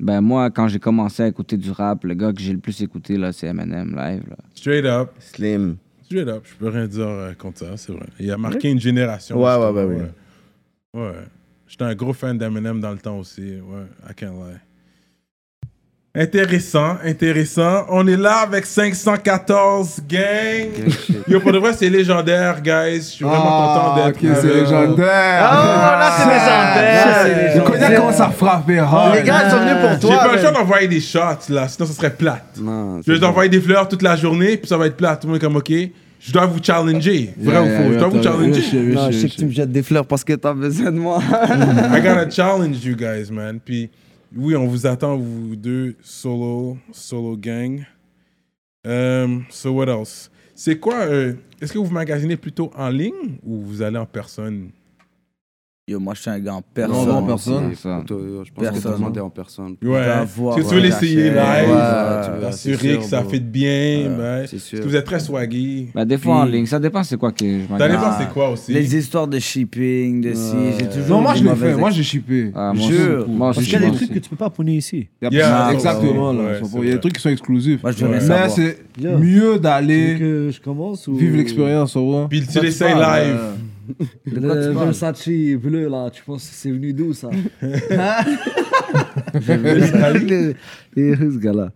Speaker 1: Ben, moi, quand j'ai commencé à écouter du rap, le gars que j'ai le plus écouté, là, c'est Eminem Live, là.
Speaker 3: Straight up.
Speaker 4: Slim.
Speaker 3: Straight up. Je peux rien dire euh, contre ça, c'est vrai. Il a marqué une génération.
Speaker 4: Ouais, ouais,
Speaker 3: justement,
Speaker 4: ouais,
Speaker 3: ouais. Ouais. J'étais un gros fan d'Eminem dans le temps aussi. Ouais, I can't lie. Intéressant, intéressant. On est là avec 514 gang. Yo, pour de vrai, c'est légendaire, guys. Je suis vraiment content d'être.
Speaker 10: ok, c'est
Speaker 3: avec vous.
Speaker 10: légendaire.
Speaker 4: Oh, là, c'est
Speaker 7: Ah,
Speaker 4: légendaire.
Speaker 10: Je connais comment ça frappe,
Speaker 4: Les gars, ils sont venus pour
Speaker 3: J'ai
Speaker 4: toi.
Speaker 3: pas le
Speaker 4: man.
Speaker 3: choix d'envoyer des shots là, sinon ça serait plate.
Speaker 7: Non,
Speaker 3: Je
Speaker 7: c'est
Speaker 3: vais
Speaker 7: bon.
Speaker 3: t'envoyer des fleurs toute la journée, puis ça va être plate. Tout le monde est comme, ok, je dois vous challenger. Vrai ou faux? Je dois vous challenger.
Speaker 7: Non, je sais que tu me jettes des fleurs parce que t'as besoin de moi.
Speaker 3: I gotta challenge you guys, man. Puis oui, on vous attend, vous deux, solo, solo gang. Um, so what else? C'est quoi? euh, Est-ce que vous magasinez plutôt en ligne ou vous allez en personne?
Speaker 8: Yo, moi, je suis un gars en
Speaker 10: Non,
Speaker 8: personne.
Speaker 10: non, personne.
Speaker 1: C'est ça.
Speaker 7: Toi, Je pense que
Speaker 8: Personne.
Speaker 7: t'as demandé en personne.
Speaker 3: Ouais.
Speaker 8: va
Speaker 3: Est-ce
Speaker 8: voir,
Speaker 3: que tu veux
Speaker 8: ouais,
Speaker 3: l'essayer
Speaker 8: la
Speaker 3: live?
Speaker 8: chaîne.
Speaker 7: Ouais,
Speaker 3: euh,
Speaker 7: tu vas, c'est
Speaker 3: T'assurer
Speaker 7: sûr,
Speaker 3: que ça
Speaker 7: bro.
Speaker 3: fit bien, ben.
Speaker 7: Euh, C'est
Speaker 3: Est-ce
Speaker 7: sûr.
Speaker 3: que vous êtes très swaggy?
Speaker 1: Ben, des fois en ligne, ça dépend c'est quoi que je
Speaker 3: Ça
Speaker 1: m'agrade.
Speaker 3: dépend c'est quoi aussi.
Speaker 8: Les histoires de shipping, de si, j'ai toujours.
Speaker 10: Non, moi,
Speaker 8: des
Speaker 10: je l'ai
Speaker 8: mauvaises
Speaker 10: fait. Moi, j'ai chippé.
Speaker 1: Ah, moi aussi,
Speaker 8: Jure.
Speaker 1: moi aussi,
Speaker 12: Parce qu'il y a
Speaker 1: moi
Speaker 12: des
Speaker 1: aussi.
Speaker 12: trucs que tu peux pas pogner ici.
Speaker 10: Il y a
Speaker 3: Yeah,
Speaker 10: pas-
Speaker 3: ouais,
Speaker 10: exactement,
Speaker 3: ouais,
Speaker 10: là.
Speaker 3: ouais,
Speaker 10: Ils sont
Speaker 3: c'est
Speaker 10: pas- Il y a
Speaker 3: vrai.
Speaker 10: des trucs qui sont exclusifs.
Speaker 8: Moi, je voudrais
Speaker 10: Mais
Speaker 8: savoir.
Speaker 10: c'est
Speaker 12: Yeah.
Speaker 10: mieux
Speaker 12: Tu
Speaker 10: d'aller
Speaker 12: veux que je commence ou...
Speaker 10: vivre l'expérience, au moins.
Speaker 3: Puis tu l'essayes live.
Speaker 12: Le Versace bleu, là, tu penses que c'est venu d'où, ça
Speaker 7: Les- les- ce gars-là.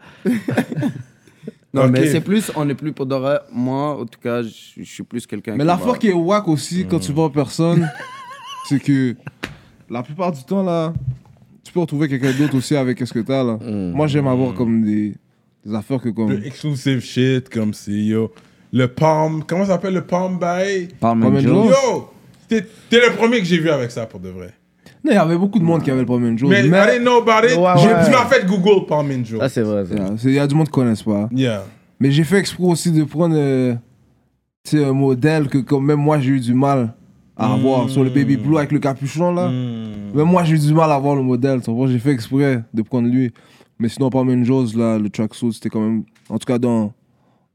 Speaker 7: Non,
Speaker 3: Ok.
Speaker 7: mais c'est plus, on est plus pour d'oreille. Moi, en tout cas, je je suis plus quelqu'un.
Speaker 10: Mais
Speaker 7: qui
Speaker 10: l'affaire
Speaker 7: va-
Speaker 10: qui est wack aussi quand tu vas en personne, c'est que la plupart du temps, là, tu peux retrouver quelqu'un d'autre aussi avec ce que t'as, là.
Speaker 12: Mm.
Speaker 10: Moi, j'aime avoir comme des, des affaires que comme.
Speaker 3: Le exclusive shit comme si yo. Le palm, comment ça s'appelle le palm by?
Speaker 1: Palm
Speaker 10: Palm
Speaker 1: and
Speaker 10: and
Speaker 1: Joe.
Speaker 10: Joe.
Speaker 3: Yo! T'es t'es le premier que j'ai vu avec ça pour de vrai.
Speaker 10: Non, il y avait beaucoup de monde qui avait le problème Joe.
Speaker 3: Mais,
Speaker 10: Mais,
Speaker 3: I didn't know about it.
Speaker 4: Ouais,
Speaker 3: J'ai-
Speaker 4: ouais.
Speaker 3: Tu m'as fait Google palm and Joe.
Speaker 4: Ah, c'est vrai. ça.
Speaker 10: Yeah, c'est- il y a du monde qui connaissent pas.
Speaker 3: Yeah.
Speaker 10: Mais j'ai fait exprès aussi de prendre euh, tu sais, un modèle que comme même moi, j'ai eu du mal à avoir sur le baby blue avec le capuchon, là.
Speaker 3: Mm. Hmm.
Speaker 10: Même moi, j'ai eu du mal à avoir le modèle. tu comprends? J'ai fait exprès de prendre lui. Mais sinon, pas même chose, là, le tracksuit, c'était quand même. En tout cas, dans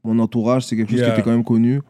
Speaker 10: mon entourage, c'est quelque chose
Speaker 3: Yeah.
Speaker 10: qui était quand même connu.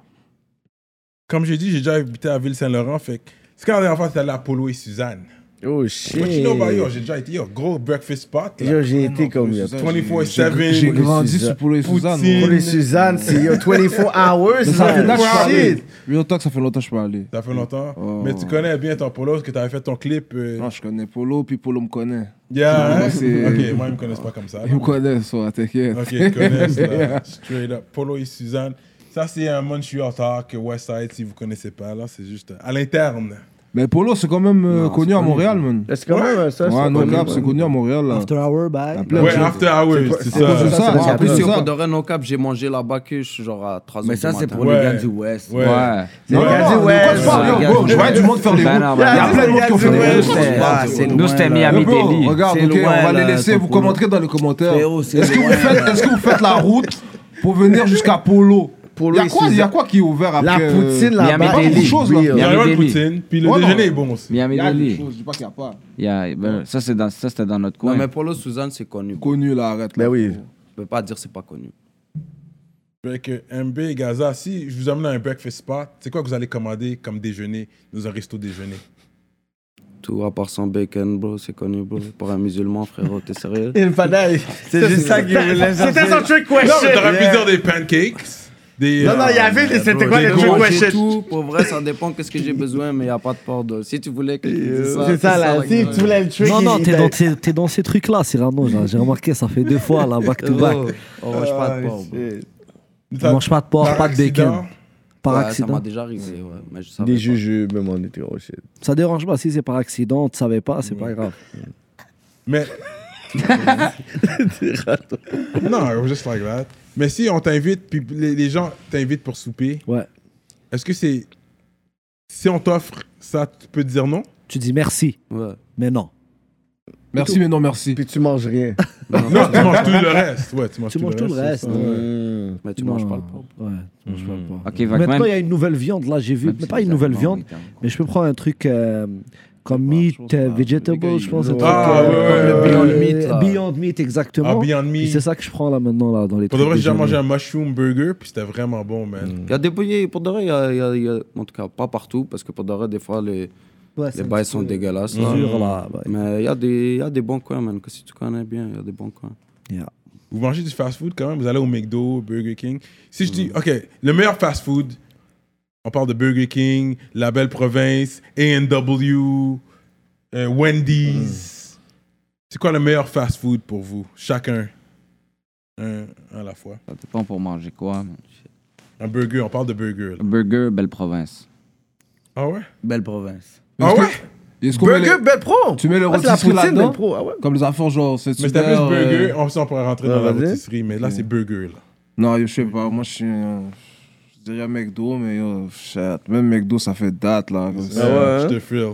Speaker 3: Comme j'ai dit, j'ai déjà habité à Ville-Saint-Laurent. Fait que c'est quand la dernière fois, c'était allé à Polo et Suzanne.
Speaker 4: Oh
Speaker 3: What you
Speaker 4: shit.
Speaker 3: know about yo? J'ai déjà été yo, gros breakfast spot. là.
Speaker 4: Yo, j'ai été comme yo.
Speaker 3: 24-7.
Speaker 10: J'ai
Speaker 3: Poutine.
Speaker 10: grandi sous Polo et Suzanne.
Speaker 3: Poutine.
Speaker 10: moi.
Speaker 4: Pour les Suzanne, c'est yo 24 hours.
Speaker 10: Ça fait
Speaker 4: man.
Speaker 10: longtemps que je suis pas
Speaker 4: Shit.
Speaker 10: allé. Real talk, ça fait longtemps que je suis pas allé.
Speaker 3: Ça fait longtemps. Mais tu connais bien ton polo, parce que t'avais fait ton clip. euh,
Speaker 10: Non, je connais Polo, puis Polo me connaît.
Speaker 3: Yeah, hein?
Speaker 10: c'est-
Speaker 3: Ok, moi, ils me connaissent pas comme ça.
Speaker 10: Il me connaît, ça, t'inquiète.
Speaker 3: Ok, ils connaissent, là, straight up. Polo et Suzanne. Ça, c'est un Montreal Talk, Westside, si vous connaissez pas, là, c'est juste euh, à l'interne.
Speaker 10: Mais Polo, c'est quand même euh, connu à Montréal, man.
Speaker 4: C'est quand même ça.
Speaker 10: Ouais,
Speaker 4: ça,
Speaker 10: no
Speaker 4: quand
Speaker 10: cap,
Speaker 4: même.
Speaker 10: c'est connu à Montréal, là.
Speaker 12: After hour, bye.
Speaker 10: Plein de
Speaker 3: Ouais,
Speaker 10: choses.
Speaker 3: After Hours, c'est
Speaker 10: C'est
Speaker 3: ça.
Speaker 10: pour ça,
Speaker 4: c'est
Speaker 10: moi,
Speaker 4: ça.
Speaker 10: après,
Speaker 7: Plus
Speaker 10: c'est
Speaker 7: sur
Speaker 10: ça.
Speaker 7: Codorin, no cap, j'ai mangé là-bas que je suis genre à 3 h
Speaker 8: Mais ça, c'est pour
Speaker 3: Ouais.
Speaker 8: les gars du West.
Speaker 3: Ouais.
Speaker 1: Ouais.
Speaker 4: C'est
Speaker 10: Non, non,
Speaker 4: Gazi
Speaker 10: non, de quoi
Speaker 4: Wells.
Speaker 10: tu parles, yo, bro? Je voyais du Bah monde faire les
Speaker 1: Ben
Speaker 10: routes.
Speaker 1: non,
Speaker 10: Il y
Speaker 1: ben
Speaker 10: a
Speaker 1: non.
Speaker 10: plein de monde qui ont fait
Speaker 4: Gazi
Speaker 10: les
Speaker 4: Wells.
Speaker 10: routes.
Speaker 4: Ouais,
Speaker 8: Ah, c'est
Speaker 1: Nous, c'était
Speaker 8: loin, là.
Speaker 1: Miami
Speaker 10: Yo, Bah, bro,
Speaker 1: Deli.
Speaker 10: Regarde,
Speaker 8: C'est
Speaker 10: ok,
Speaker 8: loin,
Speaker 10: on va
Speaker 8: là,
Speaker 10: les laisser,
Speaker 8: ton
Speaker 10: vous
Speaker 8: Polo.
Speaker 10: commenterez dans les commentaires.
Speaker 8: Frérot, c'est
Speaker 10: Est-ce que, vous
Speaker 8: loin,
Speaker 10: faites-
Speaker 8: là.
Speaker 10: est-ce que vous faites la route pour venir jusqu'à Polo
Speaker 4: Polo
Speaker 10: Il y a
Speaker 4: et
Speaker 10: quoi- il y a
Speaker 4: Suzanne.
Speaker 10: quoi qui est ouvert après
Speaker 4: La
Speaker 10: euh,
Speaker 4: poutine
Speaker 1: Miami
Speaker 4: là-bas.
Speaker 1: Deli.
Speaker 4: c'est
Speaker 10: Chose, là.
Speaker 4: real.
Speaker 3: Il y a
Speaker 1: Miami
Speaker 3: le
Speaker 1: Deli.
Speaker 3: poutine, puis le
Speaker 10: Ouais, non.
Speaker 3: déjeuner est bon aussi.
Speaker 1: Miami
Speaker 10: Il y a des
Speaker 1: Deli.
Speaker 10: choses, je dis pas qu'il y a pas.
Speaker 1: Il y a- ben, Ça, c'est dans, ça, c'était dans notre
Speaker 7: Non,
Speaker 1: coin.
Speaker 7: mais Polo, Suzanne, c'est connu. bro.
Speaker 10: Connu là, arrête. là.
Speaker 4: Ben oui.
Speaker 7: Je peux pas dire c'est pas connu.
Speaker 3: Fait que MB euh, et Gaza, si je vous amène à un breakfast spot, c'est quoi que vous allez commander comme déjeuner dans un resto déjeuner
Speaker 7: Tout à part son bacon, bro, c'est connu, bro. Pour un musulman, frérot, t'es sérieux
Speaker 8: C'est juste ça que je voulais
Speaker 4: C'était son trick
Speaker 3: Non, mais t'aurais pu
Speaker 4: question.
Speaker 3: dire des pancakes, des.
Speaker 4: Non, non, il y
Speaker 3: euh,
Speaker 4: avait des. C'était quoi
Speaker 7: J'ai
Speaker 4: les trick
Speaker 7: mangé
Speaker 4: questions?
Speaker 7: tout. Pour vrai, ça dépend qu'est-ce que j'ai besoin, mais y a pas de porte d'eau. Si tu voulais que je te dise ça.
Speaker 4: C'est ça là. Si
Speaker 7: regarde.
Speaker 4: tu voulais le trick.
Speaker 3: bah,
Speaker 12: Non, non,
Speaker 4: il-
Speaker 12: t'es dans, ces- t'es dans ces trucs-là, Cyrano. là. J'ai remarqué, ça fait deux fois, là, back
Speaker 3: Oh,
Speaker 12: to back.
Speaker 7: Frérot, On mange pas de porte. bro. Ouais,
Speaker 12: Tu manges pas de porc,
Speaker 3: par
Speaker 12: pas de bacon.
Speaker 3: accident.
Speaker 12: Par
Speaker 7: ça m'a
Speaker 12: accident.
Speaker 7: déjà arrivé, ouais. Mais je savais
Speaker 4: Des
Speaker 7: pas.
Speaker 4: jujubes, même on était oh shit.
Speaker 12: Ça dérange pas. Si c'est par accident, tu savais pas,
Speaker 3: Mm.
Speaker 12: c'est pas grave.
Speaker 3: Mais. non, it was just like that. Mais si on t'invite, puis les, les gens t'invitent pour souper,
Speaker 12: Ouais.
Speaker 3: est-ce que c'est. Si on t'offre ça, tu peux dire non
Speaker 12: Tu dis merci,
Speaker 7: Ouais.
Speaker 12: mais non.
Speaker 10: Merci, mais non, merci.
Speaker 4: Puis tu manges rien.
Speaker 3: Non, tu manges tout le reste. Ouais, tu manges,
Speaker 12: Tu manges tout le reste.
Speaker 3: c'est ça.
Speaker 12: non.
Speaker 4: Mmh.
Speaker 7: Mais tu
Speaker 12: Non.
Speaker 7: manges pas le porc.
Speaker 12: Ouais, tu manges
Speaker 3: Mm.
Speaker 12: pas le porc.
Speaker 1: Ok, fait que
Speaker 12: Maintenant, il
Speaker 1: même-
Speaker 12: y a une nouvelle viande, là, j'ai vu.
Speaker 1: même
Speaker 12: Mais
Speaker 1: si
Speaker 12: pas une
Speaker 1: vous
Speaker 12: nouvelle
Speaker 1: avez
Speaker 12: viande,
Speaker 1: envie, t'as-
Speaker 12: mais je peux prendre un truc euh, comme
Speaker 7: je
Speaker 12: meat,
Speaker 7: pense
Speaker 12: euh,
Speaker 7: pas.
Speaker 12: vegetable,
Speaker 7: Les
Speaker 12: je
Speaker 7: gars,
Speaker 12: pense. un
Speaker 4: hein.
Speaker 7: ils-
Speaker 12: truc,
Speaker 3: Ah,
Speaker 12: euh,
Speaker 3: ouais, ouais,
Speaker 12: comme
Speaker 3: ouais,
Speaker 12: le
Speaker 7: ouais,
Speaker 12: Beyond
Speaker 7: ouais.
Speaker 12: Meat. là. Beyond Meat,
Speaker 3: Ah,
Speaker 12: exactement.
Speaker 3: Beyond
Speaker 12: Et
Speaker 3: Meat.
Speaker 12: c'est ça que je prends là maintenant, là, dans les
Speaker 3: Pour
Speaker 12: trucs.
Speaker 3: de vrai, j'ai déjà
Speaker 12: déjeuners.
Speaker 3: mangé un mushroom burger, puis c'était vraiment bon, man.
Speaker 7: Il y a des bouillées, pour de vrai, il y a, il y a- il y a- en tout cas pas partout, parce que pour de vrai, des fois, les,
Speaker 12: Ouais, c'est
Speaker 7: les
Speaker 12: un
Speaker 7: bails
Speaker 12: petit
Speaker 7: sont
Speaker 12: peu
Speaker 7: dégueulasses. là.
Speaker 12: dur, là. bah,
Speaker 7: Mais il y, a des- il y a des bons coins, man, que si tu connais bien, il y a des bons coins.
Speaker 12: yeah.
Speaker 3: Vous mangez du fast food quand même, vous allez au McDo, Burger King. Si je dis, OK, le meilleur fast food, on parle de Burger King, La Belle Province, AW, euh, Wendy's. C'est quoi le meilleur fast food pour vous, chacun Un à la fois.
Speaker 1: Ça dépend pour manger quoi. man.
Speaker 3: Un burger, on parle de burger. là.
Speaker 1: Burger, belle province.
Speaker 3: Ah ouais
Speaker 8: Belle province.
Speaker 3: Ah
Speaker 10: Est-ce que-
Speaker 3: ouais
Speaker 10: est-ce qu'on met les-
Speaker 4: Burger Belle Pro.
Speaker 10: Tu mets le
Speaker 4: Ah, c'est la
Speaker 10: rôtisserie
Speaker 4: poutine Belle
Speaker 10: là-dedans
Speaker 4: Pro. Ah ouais.
Speaker 10: Comme les affaires, genre, c'est
Speaker 3: Mais c'était plus
Speaker 10: super, euh,
Speaker 3: burger, on, ça, on pourrait rentrer
Speaker 4: Ouais,
Speaker 3: dans la
Speaker 4: vas-y.
Speaker 3: rotisserie, mais là c'est burger. Là.
Speaker 10: Non, yo, je sais pas, moi je suis. euh, Je dirais McDo, mais yo, shit. Même McDo, ça fait date là. comme ça.
Speaker 4: ouais,
Speaker 3: Je
Speaker 4: hein?
Speaker 3: te feel.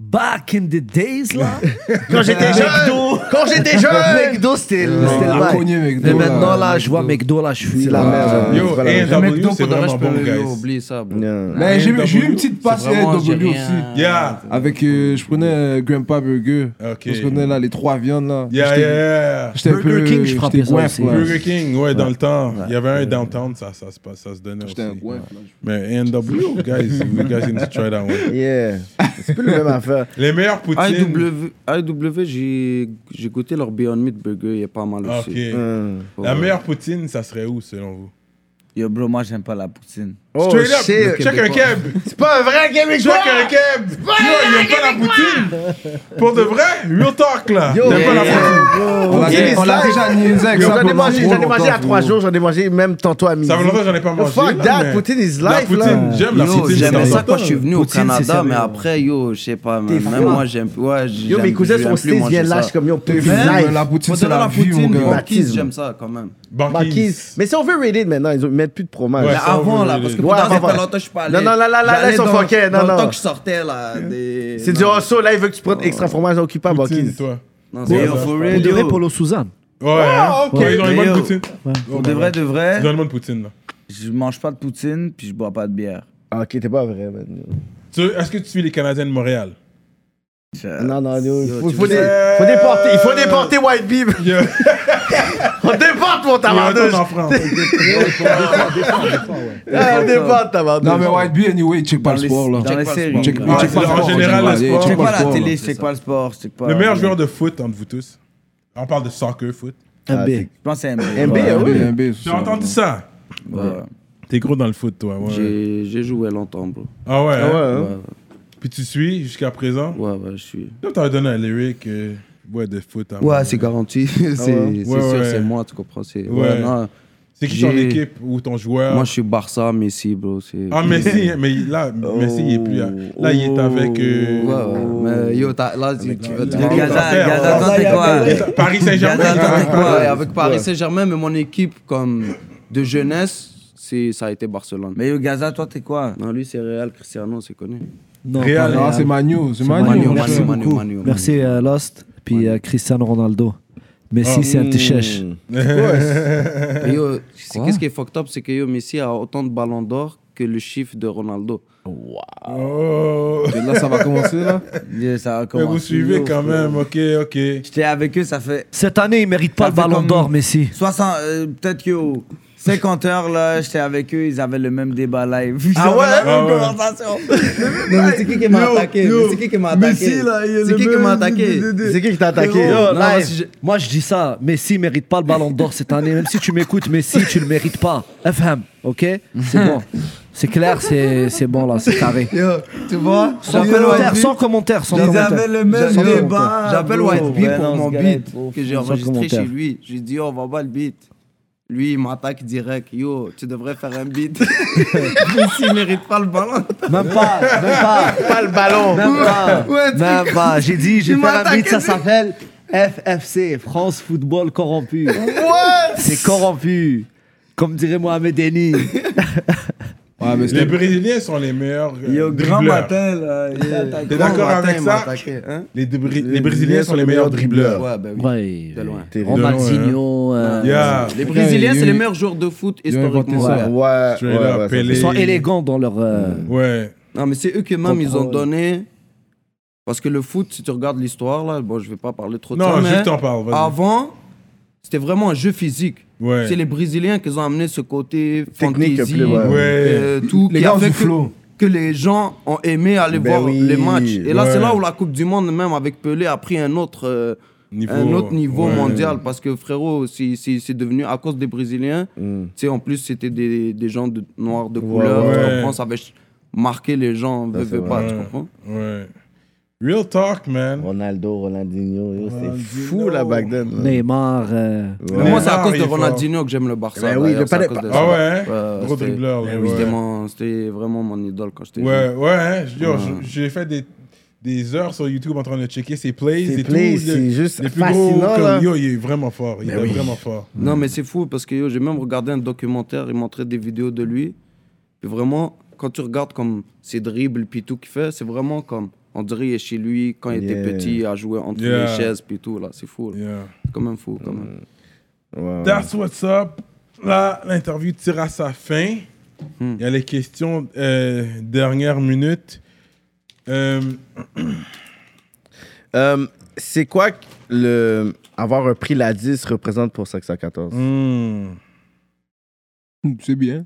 Speaker 12: Back in the days, là.
Speaker 4: Quand j'étais jeune. Quand j'étais jeune.
Speaker 12: McDo, c'était le
Speaker 10: Non,
Speaker 12: c'était
Speaker 10: on
Speaker 12: le
Speaker 10: a
Speaker 12: bail.
Speaker 10: cogné McDo.
Speaker 12: Mais maintenant, là,
Speaker 7: McDo.
Speaker 12: je vois McDo, là, je suis.
Speaker 4: C'est la
Speaker 12: là.
Speaker 4: merde.
Speaker 3: Yo,
Speaker 4: Voilà.
Speaker 3: and-
Speaker 7: Le
Speaker 3: W,
Speaker 7: McDo,
Speaker 3: c'est
Speaker 7: pour de vrai,
Speaker 3: vraiment
Speaker 7: je peux
Speaker 3: bon, guys.
Speaker 7: yo, oublier ça, bro.
Speaker 4: Non.
Speaker 10: Mais j'ai
Speaker 3: AW,
Speaker 10: j'ai eu une petite passe
Speaker 7: C'est vraiment
Speaker 10: AW
Speaker 7: algérien.
Speaker 10: aussi.
Speaker 3: Yeah
Speaker 10: Avec, euh, je prenais euh, Grandpa Burger.
Speaker 3: Ok.
Speaker 10: Parce qu'on est là, les trois viandes là.
Speaker 3: Yeah,
Speaker 10: J'étais-
Speaker 3: yeah
Speaker 10: J'étais un
Speaker 12: Burger
Speaker 10: peu.
Speaker 12: King, je frappais
Speaker 10: j'étais
Speaker 12: ça
Speaker 10: goinfre,
Speaker 12: aussi.
Speaker 10: là.
Speaker 3: Burger King, ouais, dans le temps. Il y avait un downtown, ça, ça, se passe- ça se donnait
Speaker 10: J'étais un
Speaker 3: aussi.
Speaker 10: goinfre, là.
Speaker 3: Mais NW, guys, you guys need to try that one.
Speaker 4: Yeah. C'est plus la même affaire.
Speaker 3: Les meilleures poutines.
Speaker 7: AW, AW, j'ai j'ai goûté leur Beyond Meat Burger, il est pas mal
Speaker 3: Ok.
Speaker 7: aussi.
Speaker 4: Hum.
Speaker 7: Ouais.
Speaker 3: La meilleure poutine, ça serait où selon vous?
Speaker 8: Yo, bro, moi, j'aime pas la poutine.
Speaker 4: Oh
Speaker 3: Straight up,
Speaker 4: shit.
Speaker 3: check un keb,
Speaker 4: C'est pas un vrai
Speaker 3: check
Speaker 4: Québécois.
Speaker 3: un keb. Yo, il aime pas la poutine. Pour de vrai, real talk là. Il
Speaker 4: Yo,
Speaker 3: aime pas la
Speaker 4: yeah.
Speaker 3: poutine.
Speaker 10: On l'a
Speaker 4: Yeah,
Speaker 10: déjà- on l'a
Speaker 4: slice.
Speaker 10: déjà niaisé avec ça.
Speaker 4: J'en ai
Speaker 10: pendant
Speaker 4: mangé,
Speaker 10: trop
Speaker 4: j'en ai mangé il y a
Speaker 10: longtemps,
Speaker 4: trois
Speaker 10: gros.
Speaker 4: jours, j'en ai mangé même tantôt à midi.
Speaker 3: Ça fait longtemps que j'en ai pas
Speaker 4: Oh,
Speaker 3: mangé.
Speaker 4: Fuck
Speaker 3: là,
Speaker 4: that,
Speaker 3: mais-
Speaker 4: poutine is
Speaker 3: La
Speaker 4: life
Speaker 3: poutine,
Speaker 4: là.
Speaker 3: j'aime la
Speaker 7: Yo,
Speaker 3: poutine.
Speaker 7: j'aimais
Speaker 3: c'est
Speaker 7: ça
Speaker 3: important.
Speaker 7: quand je suis venu au
Speaker 12: Poutine, c'est
Speaker 7: Canada,
Speaker 12: sérieux.
Speaker 7: mais après, yo, je sais pas, man.
Speaker 4: T'es
Speaker 7: Même
Speaker 4: fou.
Speaker 7: moi, j'aime plus. Ouais, j'aime-
Speaker 4: Yo, mes cousins
Speaker 7: j'aime
Speaker 4: sont
Speaker 7: plus
Speaker 4: six, ils
Speaker 7: manger
Speaker 4: viennent
Speaker 7: ça.
Speaker 4: là, je suis comme yo,
Speaker 10: T'es
Speaker 4: poutine
Speaker 10: fou, mais
Speaker 4: life.
Speaker 10: La poutine, c'est
Speaker 7: Faudrait
Speaker 10: la
Speaker 7: la
Speaker 10: vie, mon
Speaker 7: poutine,
Speaker 10: gars.
Speaker 7: les
Speaker 4: Baptiste.
Speaker 7: banquises, j'aime ça quand même.
Speaker 4: Banquise.
Speaker 3: Banquise.
Speaker 4: Mais c'est overrated maintenant, ils ont- ils mettent plus de fromage.
Speaker 3: Ouais.
Speaker 7: Mais
Speaker 3: ça, on
Speaker 7: avant,
Speaker 3: veut
Speaker 7: là,
Speaker 3: les-
Speaker 7: parce que
Speaker 4: Ouais,
Speaker 7: pendant ça fait
Speaker 4: avant.
Speaker 7: longtemps que je suis pas allé.
Speaker 4: Non, non, là, là, là,
Speaker 7: J'allais
Speaker 4: ils sont
Speaker 7: dans-
Speaker 4: fuckés, non,
Speaker 7: dans
Speaker 4: non.
Speaker 7: le temps que je sortais, là, des...
Speaker 4: C'est
Speaker 7: non.
Speaker 4: du hasso, là, ils veulent que tu prennes extra fromage occupable,
Speaker 3: Poutine,
Speaker 4: Banquise.
Speaker 3: toi.
Speaker 7: Non,
Speaker 3: Ouais,
Speaker 7: c'est
Speaker 3: ça,
Speaker 7: yo, for
Speaker 3: c'est
Speaker 7: real,
Speaker 12: On dirait
Speaker 7: yo.
Speaker 12: Polo Suzanne.
Speaker 3: Ouais, hein.
Speaker 4: Ah, ok.
Speaker 3: Ouais, ils ont une bonne
Speaker 8: Yo.
Speaker 3: poutine.
Speaker 8: Pour de vrai, de vrai,
Speaker 3: Ils ont une bonne poutine là.
Speaker 8: je mange pas de poutine, puis je bois pas de bière.
Speaker 4: Ah, Ok, t'es pas vrai, man.
Speaker 3: Tu- Est-ce que tu suis les Canadiens de Montréal?
Speaker 12: Non, non, yo, il faut,
Speaker 4: Faut, dé-
Speaker 7: Euh,
Speaker 4: faut déporter, il faut déporter White Beam. On déporte
Speaker 3: Pardon,
Speaker 4: mon tabardouche.
Speaker 3: en France.
Speaker 4: Ah, On déporte tabardouche.
Speaker 10: Non, mais White B, anyway, il check pas le sport, là.
Speaker 8: Dans les séries.
Speaker 10: Check-
Speaker 8: là.
Speaker 10: il check
Speaker 3: c'est-
Speaker 10: pas le
Speaker 3: en
Speaker 10: sport,
Speaker 3: général, le
Speaker 10: il
Speaker 3: sport.
Speaker 10: check
Speaker 8: Check
Speaker 10: pas
Speaker 8: pas la
Speaker 10: sport, là.
Speaker 8: télé, check pas le sport, check pas.
Speaker 3: Le meilleur joueur de foot entre vous tous. On parle de soccer, foot.
Speaker 4: Ah,
Speaker 12: MB.
Speaker 4: c'est-
Speaker 8: Je pense que c'est MB.
Speaker 4: MB,
Speaker 8: Ouais.
Speaker 4: ah oui.
Speaker 10: Un B, un B,
Speaker 3: J'ai
Speaker 10: ça.
Speaker 3: entendu ça.
Speaker 8: Ouais.
Speaker 3: T'es gros dans le foot, toi. ouais.
Speaker 7: J'ai j'ai joué longtemps, bro.
Speaker 3: Ah ouais.
Speaker 4: Ah ouais,
Speaker 3: hein?
Speaker 4: hein.
Speaker 3: Puis tu suis jusqu'à présent.
Speaker 7: Ouais, ouais, je suis.
Speaker 3: Toi, t'avais donné un lyric euh, ouais, de foot. hein.
Speaker 7: Ouais, c'est garanti. c'est c'est sûr,
Speaker 3: ouais.
Speaker 7: c'est moi, tu comprends. C'est ouais.
Speaker 3: Ouais.
Speaker 7: non,
Speaker 3: C'est qui ton
Speaker 7: j'ai-
Speaker 3: équipe ou ton joueur
Speaker 7: moi, je suis Barça, Messi, bro. c'est-
Speaker 3: Ah, Messi, hein, mais là, Messi, il est plus là. Là, il est avec. euh,
Speaker 7: Oh, Ouais, ouais. Mais yo, t'as- là, tu, tu vas te
Speaker 3: Le Gaza-
Speaker 7: rendre- Ouais,
Speaker 8: Gaza, Gaza,
Speaker 12: Gaza,
Speaker 8: t'es quoi
Speaker 12: Gaza,
Speaker 3: Paris Saint-Germain.
Speaker 8: Gaza, t'es quoi
Speaker 7: avec Paris Saint-Germain, mais mon équipe comme de jeunesse, c'est ça a été Barcelone.
Speaker 8: Mais yo, Gaza, toi, t'es quoi
Speaker 7: Non, lui, c'est Real, Cristiano, c'est connu.
Speaker 12: Non,
Speaker 3: Real,
Speaker 12: pas
Speaker 10: Ah, Non, c'est Manu, c'est Manu.
Speaker 12: Manu,
Speaker 10: mon
Speaker 12: merci
Speaker 10: cher.
Speaker 12: beaucoup. Merci, euh, Lost. Puis euh, Cristiano Ronaldo. Messi, c'est un tichèche.
Speaker 7: Et yo, c'est- Qu'est-ce qui est fucked up, c'est que yo, Messi a autant de ballons d'or que le chiffre de Ronaldo. Ah.
Speaker 3: Oh.
Speaker 10: Et Là, ça va commencer, là.
Speaker 8: Yo, ça va
Speaker 3: Mais vous
Speaker 8: commencer.
Speaker 3: suivez
Speaker 8: Yo,
Speaker 3: quand
Speaker 8: oh, frère.
Speaker 3: même, ok, ok.
Speaker 8: J'étais avec eux, ça fait
Speaker 12: Cette année, il mérite pas
Speaker 8: Ça
Speaker 12: le
Speaker 8: fait
Speaker 12: ballon
Speaker 8: comme-
Speaker 12: d'or, Messi.
Speaker 8: 60, euh, peut-être que au 50 heures, là, j'étais avec eux, ils avaient le même débat live.
Speaker 12: Ah ouais?
Speaker 8: Ils avaient la même
Speaker 3: Ah ouais.
Speaker 8: conversation. Non, mais c'est qui qui m'a attaqué? Mais C'est qui qui m'a attaqué? C'est qui qui m'a attaqué?
Speaker 4: C'est qui qui t'a attaqué?
Speaker 12: Yo,
Speaker 8: Non,
Speaker 12: live.
Speaker 8: moi, si je-
Speaker 12: Moi, je dis ça. Messi mérite pas le ballon d'or cette année. Même si tu m'écoutes, Messi, tu le mérites pas. FM, ok C'est bon. C'est clair, c'est c'est bon là, c'est carré.
Speaker 8: Tu vois?
Speaker 12: Sans commentaire, sans commentaire, sans
Speaker 8: Ils
Speaker 12: commentaire. Oh,
Speaker 8: avaient le même
Speaker 12: Sans
Speaker 8: débat.
Speaker 7: J'appelle
Speaker 8: Ah, bro.
Speaker 7: White Bee
Speaker 8: Ouais,
Speaker 7: pour
Speaker 8: non,
Speaker 7: mon
Speaker 8: ce gars-là est
Speaker 7: beat
Speaker 8: trop
Speaker 7: que j'ai
Speaker 12: Sans
Speaker 7: enregistré
Speaker 12: commentaire.
Speaker 7: chez lui. J'ai dit, oh, on va pas le beat. Lui, il m'attaque direct. Yo, tu devrais faire un beat. Messi il mérite pas le ballon.
Speaker 12: Même pas, même pas.
Speaker 4: Pas le ballon.
Speaker 12: Même pas.
Speaker 7: Ouais, tu-
Speaker 12: Même pas. J'ai dit, j'ai
Speaker 7: Tu
Speaker 12: fait
Speaker 7: m'as
Speaker 12: un beat,
Speaker 7: attaqué,
Speaker 12: ça
Speaker 7: tu-
Speaker 12: s'appelle FFC, France Football Corrompu. C'est corrompu. Comme dirait Mohamed Denis.
Speaker 10: Ouais, mais
Speaker 3: Les
Speaker 10: c'était
Speaker 3: Brésiliens sont les meilleurs. euh,
Speaker 8: Yo, grand
Speaker 3: dribbleurs.
Speaker 8: matin, là. il t'a attaqué.
Speaker 3: T'es d'accord
Speaker 7: Matin,
Speaker 3: avec
Speaker 7: il m'a
Speaker 3: ça
Speaker 7: attaqué, hein?
Speaker 3: les, Bri- les Brésiliens sont les meilleurs dribbleurs.
Speaker 7: Ouais, ben oui.
Speaker 12: Ouais.
Speaker 7: De loin.
Speaker 4: T'es
Speaker 12: Ronaldinho. euh,
Speaker 3: Yeah.
Speaker 7: Les Brésiliens,
Speaker 10: il-
Speaker 7: c'est les meilleurs joueurs de foot
Speaker 10: Ils ont inventé
Speaker 7: historiquement.
Speaker 10: ça.
Speaker 4: Ouais,
Speaker 7: Ouais.
Speaker 4: ouais,
Speaker 3: Straight up,
Speaker 4: ouais,
Speaker 3: Pelé.
Speaker 12: Ils sont élégants dans leur. euh,
Speaker 3: Ouais.
Speaker 7: Non, mais c'est eux qui même ils ont
Speaker 12: Comprends.
Speaker 7: donné. Parce que le foot, si tu regardes l'histoire, là, bon, je vais pas parler trop de ça.
Speaker 3: Non,
Speaker 7: mais
Speaker 3: juste t'en parle. vas-y.
Speaker 7: Avant, c'était vraiment un jeu physique.
Speaker 3: Ouais.
Speaker 7: Ah, C'est les Brésiliens qui ont amené ce côté
Speaker 4: Technique,
Speaker 7: fantasy,
Speaker 4: plus, ouais.
Speaker 7: euh, tout,
Speaker 10: Les
Speaker 7: qui
Speaker 10: gars
Speaker 7: a fait
Speaker 10: du
Speaker 7: que,
Speaker 10: flow.
Speaker 7: que les gens ont aimé aller
Speaker 4: Ben
Speaker 7: voir
Speaker 4: oui,
Speaker 7: les matchs. Et là,
Speaker 3: ouais.
Speaker 7: c'est là où la Coupe du Monde, même avec Pelé, a pris un autre, euh, un autre niveau
Speaker 3: ouais.
Speaker 7: mondial. Parce que frérot, c'est- c'est c'est devenu à cause des Brésiliens.
Speaker 4: Mm.
Speaker 7: Tu sais, en plus, c'était des, des gens de, noirs de couleur.
Speaker 3: ouais.
Speaker 7: Tu comprends, ça avait ch- marqué les gens, veux,
Speaker 4: c'est
Speaker 7: veux pas,
Speaker 3: vrai.
Speaker 7: tu comprends
Speaker 3: Ouais. Real talk, man.
Speaker 4: Ronaldo, Ronaldinho, yo, c'est
Speaker 3: Ronaldinho.
Speaker 4: fou là back then. là.
Speaker 12: Neymar. euh,
Speaker 4: Ouais.
Speaker 7: Mais moi, c'est à
Speaker 3: Ah,
Speaker 7: cause
Speaker 3: il
Speaker 7: de
Speaker 3: est fort.
Speaker 7: Ronaldinho que j'aime le Barça.
Speaker 4: Ben oui,
Speaker 7: d'ailleurs,
Speaker 4: le
Speaker 7: c'est à
Speaker 4: palais-
Speaker 7: cause de
Speaker 3: Ah
Speaker 7: ça.
Speaker 3: ouais?
Speaker 7: Ouais,
Speaker 3: Gros
Speaker 7: c'était-
Speaker 3: dribbleur.
Speaker 7: Ben
Speaker 3: lui,
Speaker 7: oui,
Speaker 3: ouais.
Speaker 7: c'était mon- C'était vraiment mon idole quand j'étais jeune.
Speaker 3: Ouais, ouais, hein, je- yo, je- j'ai fait des, des heures sur YouTube en train de checker ses plays
Speaker 4: Ses
Speaker 3: et
Speaker 4: plays,
Speaker 3: tout. Le-
Speaker 4: c'est juste
Speaker 3: les plus
Speaker 4: fascinant,
Speaker 3: gros, comme,
Speaker 4: là.
Speaker 3: yo, il est vraiment fort. Il
Speaker 4: Ben
Speaker 3: est
Speaker 4: oui.
Speaker 3: vraiment fort.
Speaker 7: Non, mais c'est fou parce que yo, j'ai même regardé un documentaire, il montrait des vidéos de lui. Puis vraiment, quand tu regardes comme ses dribbles puis tout qu'il fait, c'est vraiment comme on dirait il est chez lui quand il
Speaker 4: Yeah.
Speaker 7: était petit, à jouer entre
Speaker 3: Yeah.
Speaker 7: les chaises puis tout là, c'est fou. là.
Speaker 3: Yeah.
Speaker 7: C'est quand même fou quand même.
Speaker 4: Ouais, ouais.
Speaker 3: That's what's up. Là, l'interview tire à sa fin. Il
Speaker 4: Hmm.
Speaker 3: y a les questions euh, dernière minute. Euh,
Speaker 4: Euh, c'est quoi que le avoir un prix la 10 représente pour 514
Speaker 3: hmm.
Speaker 10: Mm, C'est bien.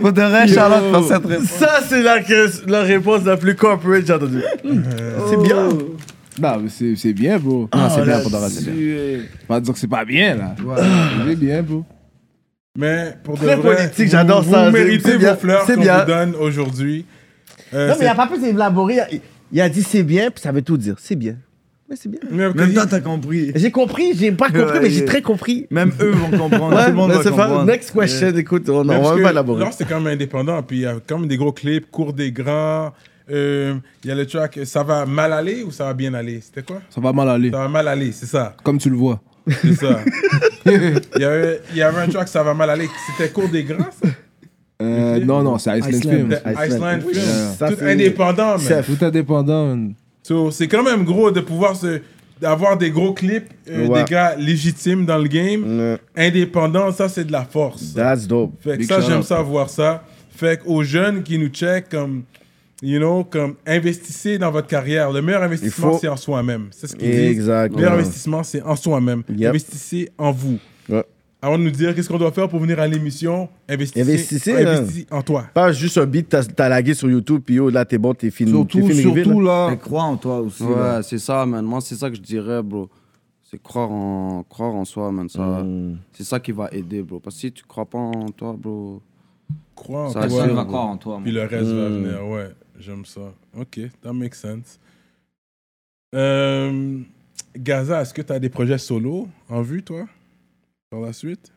Speaker 8: Pour de vrai, Charlotte, pour cette réponse.
Speaker 4: Ça, c'est la, que- la réponse la plus corporate que j'ai entendue.
Speaker 8: Euh,
Speaker 4: C'est bien.
Speaker 10: Non, Oh. Bah, mais c'est c'est bien, bro.
Speaker 8: Ah,
Speaker 10: Non, c'est bien pour Doral, c'est bien. Faut Pas dire que c'est pas bien, là. C'est bien, bro.
Speaker 3: Mais pour
Speaker 4: Très
Speaker 3: de vrai,
Speaker 4: politique,
Speaker 3: vous-
Speaker 4: j'adore
Speaker 3: vous
Speaker 4: ça. C'est-
Speaker 3: méritez
Speaker 4: c'est
Speaker 3: vos
Speaker 4: bien,
Speaker 3: fleurs
Speaker 4: c'est
Speaker 3: qu'on
Speaker 4: bien.
Speaker 3: vous donne aujourd'hui. Euh,
Speaker 4: Non, mais il
Speaker 3: c'est-
Speaker 4: a pas pu élaborer. Il a- Il a dit c'est bien, puis ça veut tout dire. C'est bien. Mais c'est bien.
Speaker 3: mais
Speaker 8: Même
Speaker 3: Cody,
Speaker 8: toi, t'as compris.
Speaker 4: J'ai compris, j'ai pas compris, mais j'ai très compris.
Speaker 8: Même eux vont comprendre.
Speaker 4: Ouais,
Speaker 8: Tout le monde
Speaker 4: mais
Speaker 8: va
Speaker 4: c'est pas.
Speaker 8: comprendre.
Speaker 4: Next question, écoute, on
Speaker 3: Non,
Speaker 4: on va même pas élaborer.
Speaker 3: c'est quand même indépendant. Puis il y a quand même des gros clips, cours des grands. Euh, Il y a le track Ça va mal aller ou ça va bien aller C'était quoi
Speaker 10: Ça va mal aller,
Speaker 3: Ça va mal aller, c'est ça.
Speaker 10: comme tu le vois.
Speaker 3: C'est ça. il, y avait, il y avait un track Ça va mal aller. C'était cours des grands, ça
Speaker 10: Euh, non, non, c'est Iceland
Speaker 12: Iceland.
Speaker 10: Film.
Speaker 3: C'était Iceland
Speaker 4: Oui,
Speaker 3: Film.
Speaker 4: ça,
Speaker 3: Tout
Speaker 4: c'est-
Speaker 3: indépendant, man.
Speaker 4: Chef.
Speaker 10: Tout indépendant. man.
Speaker 3: So, c'est quand même gros de pouvoir se d'avoir des gros clips, euh,
Speaker 4: Ouais.
Speaker 3: des gars légitimes dans le game,
Speaker 4: Mm.
Speaker 3: indépendants, ça c'est de la force.
Speaker 4: That's dope.
Speaker 3: Fait que
Speaker 7: Big
Speaker 3: ça,
Speaker 7: shout
Speaker 3: j'aime
Speaker 7: out.
Speaker 3: ça voir ça. Fait qu'aux jeunes qui nous check, comme, you know, comme, investissez dans votre carrière. Le meilleur investissement,
Speaker 4: faut-
Speaker 3: c'est en soi-même. C'est ce qu'ils disent. Le meilleur
Speaker 4: Exactement.
Speaker 3: investissement, c'est en soi-même.
Speaker 4: Yep.
Speaker 3: Investissez en vous.
Speaker 4: Ouais.
Speaker 3: Avant de nous dire qu'est-ce qu'on doit faire pour venir à l'émission, investissez,
Speaker 4: Investissez,
Speaker 3: investissez en toi.
Speaker 4: Pas juste un beat, t'as- t'as lagué sur YouTube, puis yo, là, t'es bon, t'es fini. t'es
Speaker 10: Surtout,
Speaker 4: fini vite,
Speaker 10: surtout
Speaker 4: là.
Speaker 10: là.
Speaker 8: Mais crois en toi aussi. là.
Speaker 7: Ouais, c'est hein. ça, man. Moi, c'est ça que je dirais, bro. C'est croire en, croire en soi, man. Ça, C'est ça qui va aider, bro. Parce que si tu crois pas en toi, bro.
Speaker 3: Crois en
Speaker 7: Ça,
Speaker 3: toi.
Speaker 7: ça
Speaker 1: Personne va croire en toi. moi.
Speaker 3: Puis le reste va
Speaker 4: Hmm.
Speaker 3: venir. Ouais, j'aime ça. OK, that makes sense. Euh, Gaza, est-ce que tu as des projets solo en vue, toi, par la suite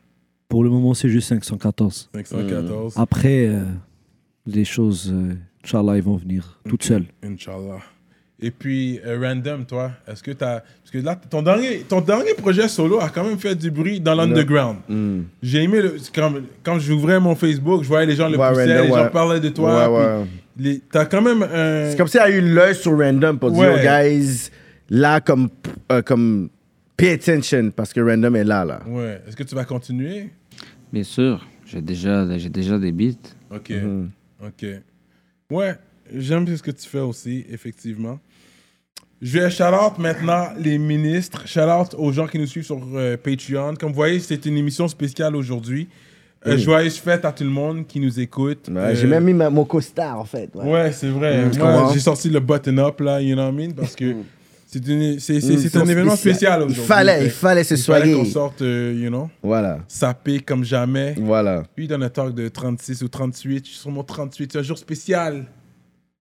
Speaker 12: Pour le moment, c'est juste 514.
Speaker 3: 514,
Speaker 12: Après, euh, les choses, euh, Inch'Allah, ils vont venir toutes seules.
Speaker 3: Inch'Allah. Et puis, euh, Random, toi, est-ce que tu as... Parce que là, ton dernier, ton dernier projet solo a quand même fait du bruit dans l'underground.
Speaker 4: Mm.
Speaker 3: J'ai aimé, le, quand, quand j'ouvrais mon Facebook, je voyais les gens le
Speaker 4: Ouais,
Speaker 3: poussaient,
Speaker 4: Random,
Speaker 3: les
Speaker 4: ouais.
Speaker 3: gens parlaient de toi.
Speaker 4: Ouais, ouais.
Speaker 3: puis les- T'as quand même un...
Speaker 4: C'est comme s'il y a eu l'œil sur random pour dire,
Speaker 3: Ouais.
Speaker 4: oh, guys, là, comme, euh, comme, pay attention, parce que random est là, là.
Speaker 3: Ouais. Est-ce que tu vas continuer
Speaker 1: Bien sûr, j'ai déjà, j'ai déjà des beats.
Speaker 3: OK. OK. Ouais, j'aime ce que tu fais aussi, effectivement. Je vais shout-out maintenant les ministres, shout-out aux gens qui nous suivent sur euh, Patreon. Comme vous voyez, c'est une émission spéciale aujourd'hui. Euh, Joyeuse fête à tout le monde qui nous écoute.
Speaker 4: Ouais,
Speaker 3: Euh,
Speaker 4: J'ai même mis ma- mon costard, en fait. ouais.
Speaker 3: Ouais, c'est vrai.
Speaker 4: je
Speaker 3: Moi,
Speaker 4: comprends.
Speaker 3: j'ai sorti le button-up, là, you know what I mean? Parce que c'est une- c'est- c'est-
Speaker 4: Une
Speaker 3: c'est un
Speaker 4: émission
Speaker 3: événement spécial
Speaker 4: spéciale. Il
Speaker 3: aujourd'hui.
Speaker 4: fallait,
Speaker 3: Fait-
Speaker 4: il fallait se
Speaker 3: il fallait
Speaker 4: soigner.
Speaker 3: qu'on sorte, euh, you know,
Speaker 4: Voilà,
Speaker 3: sapé comme jamais.
Speaker 4: voilà.
Speaker 3: Lui, il donne un talk de 36 ou 38. Je suis sur mon 38. C'est un jour spécial.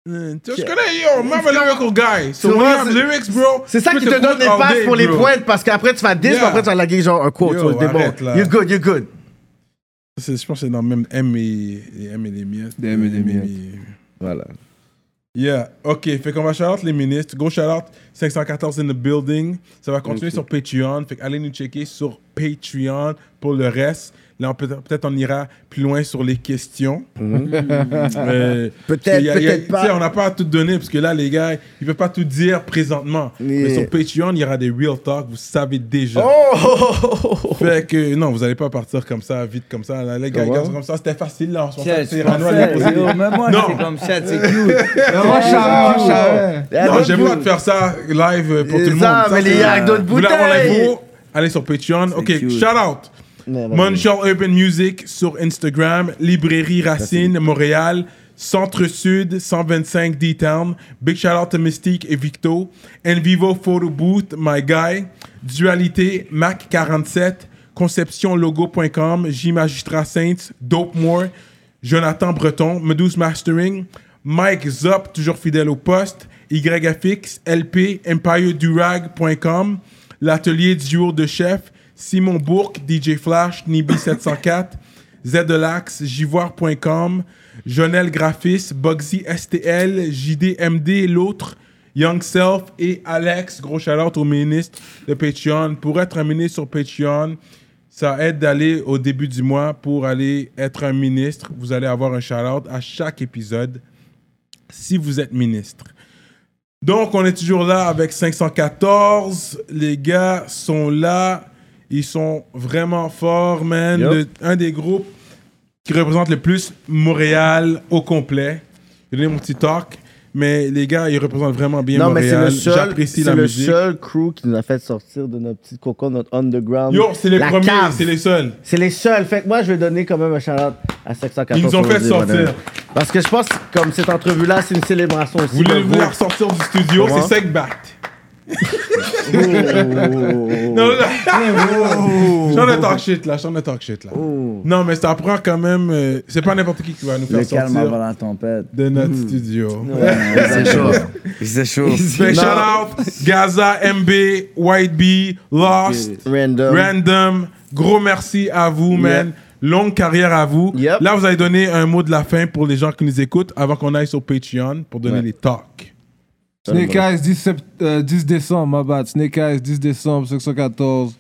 Speaker 3: Hmm, tu vois, je connais, yo, I'm a lyrical guy. So when
Speaker 4: Souvent,
Speaker 3: you have
Speaker 4: c'est-
Speaker 3: lyrics, bro.
Speaker 4: C'est ça
Speaker 3: tu
Speaker 4: qui
Speaker 3: peux
Speaker 4: te donne
Speaker 3: quote
Speaker 4: les
Speaker 3: all
Speaker 4: passes
Speaker 3: day,
Speaker 4: pour les
Speaker 3: bro.
Speaker 4: points, parce qu'après, tu vas 10,
Speaker 3: Yeah.
Speaker 4: puis après, tu vas laguer genre un quote.
Speaker 3: Yo,
Speaker 4: so c'est bon.
Speaker 3: arrête, là.
Speaker 4: You're good, you're good.
Speaker 3: C'est- Je pense que c'est dans même M et, et M et les miettes.
Speaker 10: Des M et des miettes.
Speaker 4: Voilà.
Speaker 3: Yeah, ok. Fait qu'on va shout out les ministres. Go shout out 514 in the building. Ça va continuer sur Patreon. Fait allez nous checker sur Patreon pour le reste. Là, on peut- peut-être on ira plus loin sur les questions.
Speaker 8: Mm.
Speaker 3: Euh,
Speaker 4: Peut-être,
Speaker 3: Il y a- il y a-
Speaker 4: peut-être pas.
Speaker 3: tu sais, On n'a pas à tout donner parce que là, les gars, ils ne peuvent pas tout dire présentement.
Speaker 4: Mais-
Speaker 3: Mais sur Patreon, il y aura des real talk, vous savez déjà.
Speaker 4: Oh!
Speaker 3: Fait que non, vous n'allez pas partir comme ça, vite comme ça. Là, les gars, ils
Speaker 4: Comment?
Speaker 3: gardent comme ça, c'était facile là. On se pensait
Speaker 8: Chat,
Speaker 3: que
Speaker 8: tu
Speaker 3: c'est Rano allait
Speaker 8: pensais,
Speaker 3: poser-
Speaker 8: yo, même moi,
Speaker 3: Non.
Speaker 8: c'est comme chat, c'est cute.
Speaker 10: Moi, je savais, moi, je savais.
Speaker 3: Non, j'ai pas de faire ça live euh, pour
Speaker 4: C'est
Speaker 3: tout le monde.
Speaker 4: Eh, ça, mais
Speaker 3: c'est-
Speaker 4: les gars, avec d'autres
Speaker 3: Vous voulez avoir
Speaker 4: bouteilles.
Speaker 3: l'info? Allez sur Patreon. Ok,
Speaker 8: cute.
Speaker 3: shout out. Montreal Urban Music sur Instagram, Librairie Racine, Montréal, Centre-Sud, 125 D-Town. Big shout out to Mystique et Victo. Envivo Photo Booth, My Guy. Dualité, Mac47, ConceptionLogo.com, J Magistrat Saints, Dope More, Jonathan Breton, Meduse Mastering, Mike Zop, toujours fidèle au poste, YFX, LP, EmpireDurag.com, L'atelier du jour de chef, Simon Bourque, DJ Flash, Nibi704, Zdelax, Jivoire.com, Jonel Graphis, Bugsy STL, JDMD, l'autre, Young Self et Alex. Gros shout au ministre de Patreon. Pour être un ministre sur Patreon, ça aide d'aller au début du mois pour aller être un ministre. Vous allez avoir un shout-out à chaque épisode si vous êtes ministre. Donc, on est toujours là avec 514. Les gars sont là. Ils sont vraiment forts, man.
Speaker 4: Yup.
Speaker 3: Le- un des groupes qui représente le plus Montréal au complet. J'ai donné mon petit talk, mais les gars, ils représentent vraiment bien
Speaker 4: Non, mais c'est
Speaker 3: Montréal.
Speaker 4: le seul,
Speaker 3: J'apprécie la
Speaker 4: c'est le
Speaker 3: musique.
Speaker 4: seul crew qui nous a fait sortir de notre petite coco, notre underground.
Speaker 3: Yo, c'est les
Speaker 4: la
Speaker 3: premiers,
Speaker 4: cave.
Speaker 3: c'est les seuls.
Speaker 4: C'est les seuls. Fait que moi, je vais donner quand même un shout-out à 714.
Speaker 3: Ils nous ont fait
Speaker 4: aujourd'hui,
Speaker 3: sortir.
Speaker 4: madame. Parce que je pense que comme cette entrevue-là, c'est une célébration aussi.
Speaker 3: Vous voulez
Speaker 4: de vous.
Speaker 3: vouloir sortir du studio,
Speaker 4: Comment?
Speaker 3: c'est sec back.
Speaker 4: Oh,
Speaker 3: Non, là, j'en ai talk shit là, j'en ai talk shit là.
Speaker 4: Oh.
Speaker 3: Non, mais ça prend quand même. euh, c'est pas n'importe qui qui va nous faire
Speaker 8: Le calme avant
Speaker 3: sortir
Speaker 8: la tempête.
Speaker 3: de notre
Speaker 4: Hmm.
Speaker 3: studio.
Speaker 4: Oh.
Speaker 8: C'est chaud.
Speaker 7: C'est chaud.
Speaker 3: Fait que shout out Gaza, MB, White Bee, Lost,
Speaker 4: Random.
Speaker 3: Random. Gros merci à vous, man. Longue carrière à vous.
Speaker 4: Yep.
Speaker 3: Là, vous allez donner un mot de la fin pour les gens qui nous écoutent avant qu'on aille sur Patreon pour donner les talks.
Speaker 10: Snake Eyes, 10, sept- euh, 10 décembre, ma bad. Snake Eyes, 10 décembre, 514.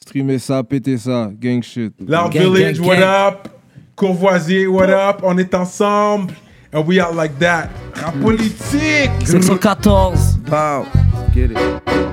Speaker 10: Streamer ça, péter ça, gang shit.
Speaker 3: Loud
Speaker 8: Gang,
Speaker 3: Village,
Speaker 8: gang,
Speaker 3: what
Speaker 8: gang.
Speaker 3: up? Courvoisier, what up? On est ensemble. And we are like that. En politique!
Speaker 12: 514.
Speaker 7: Pow. Get it.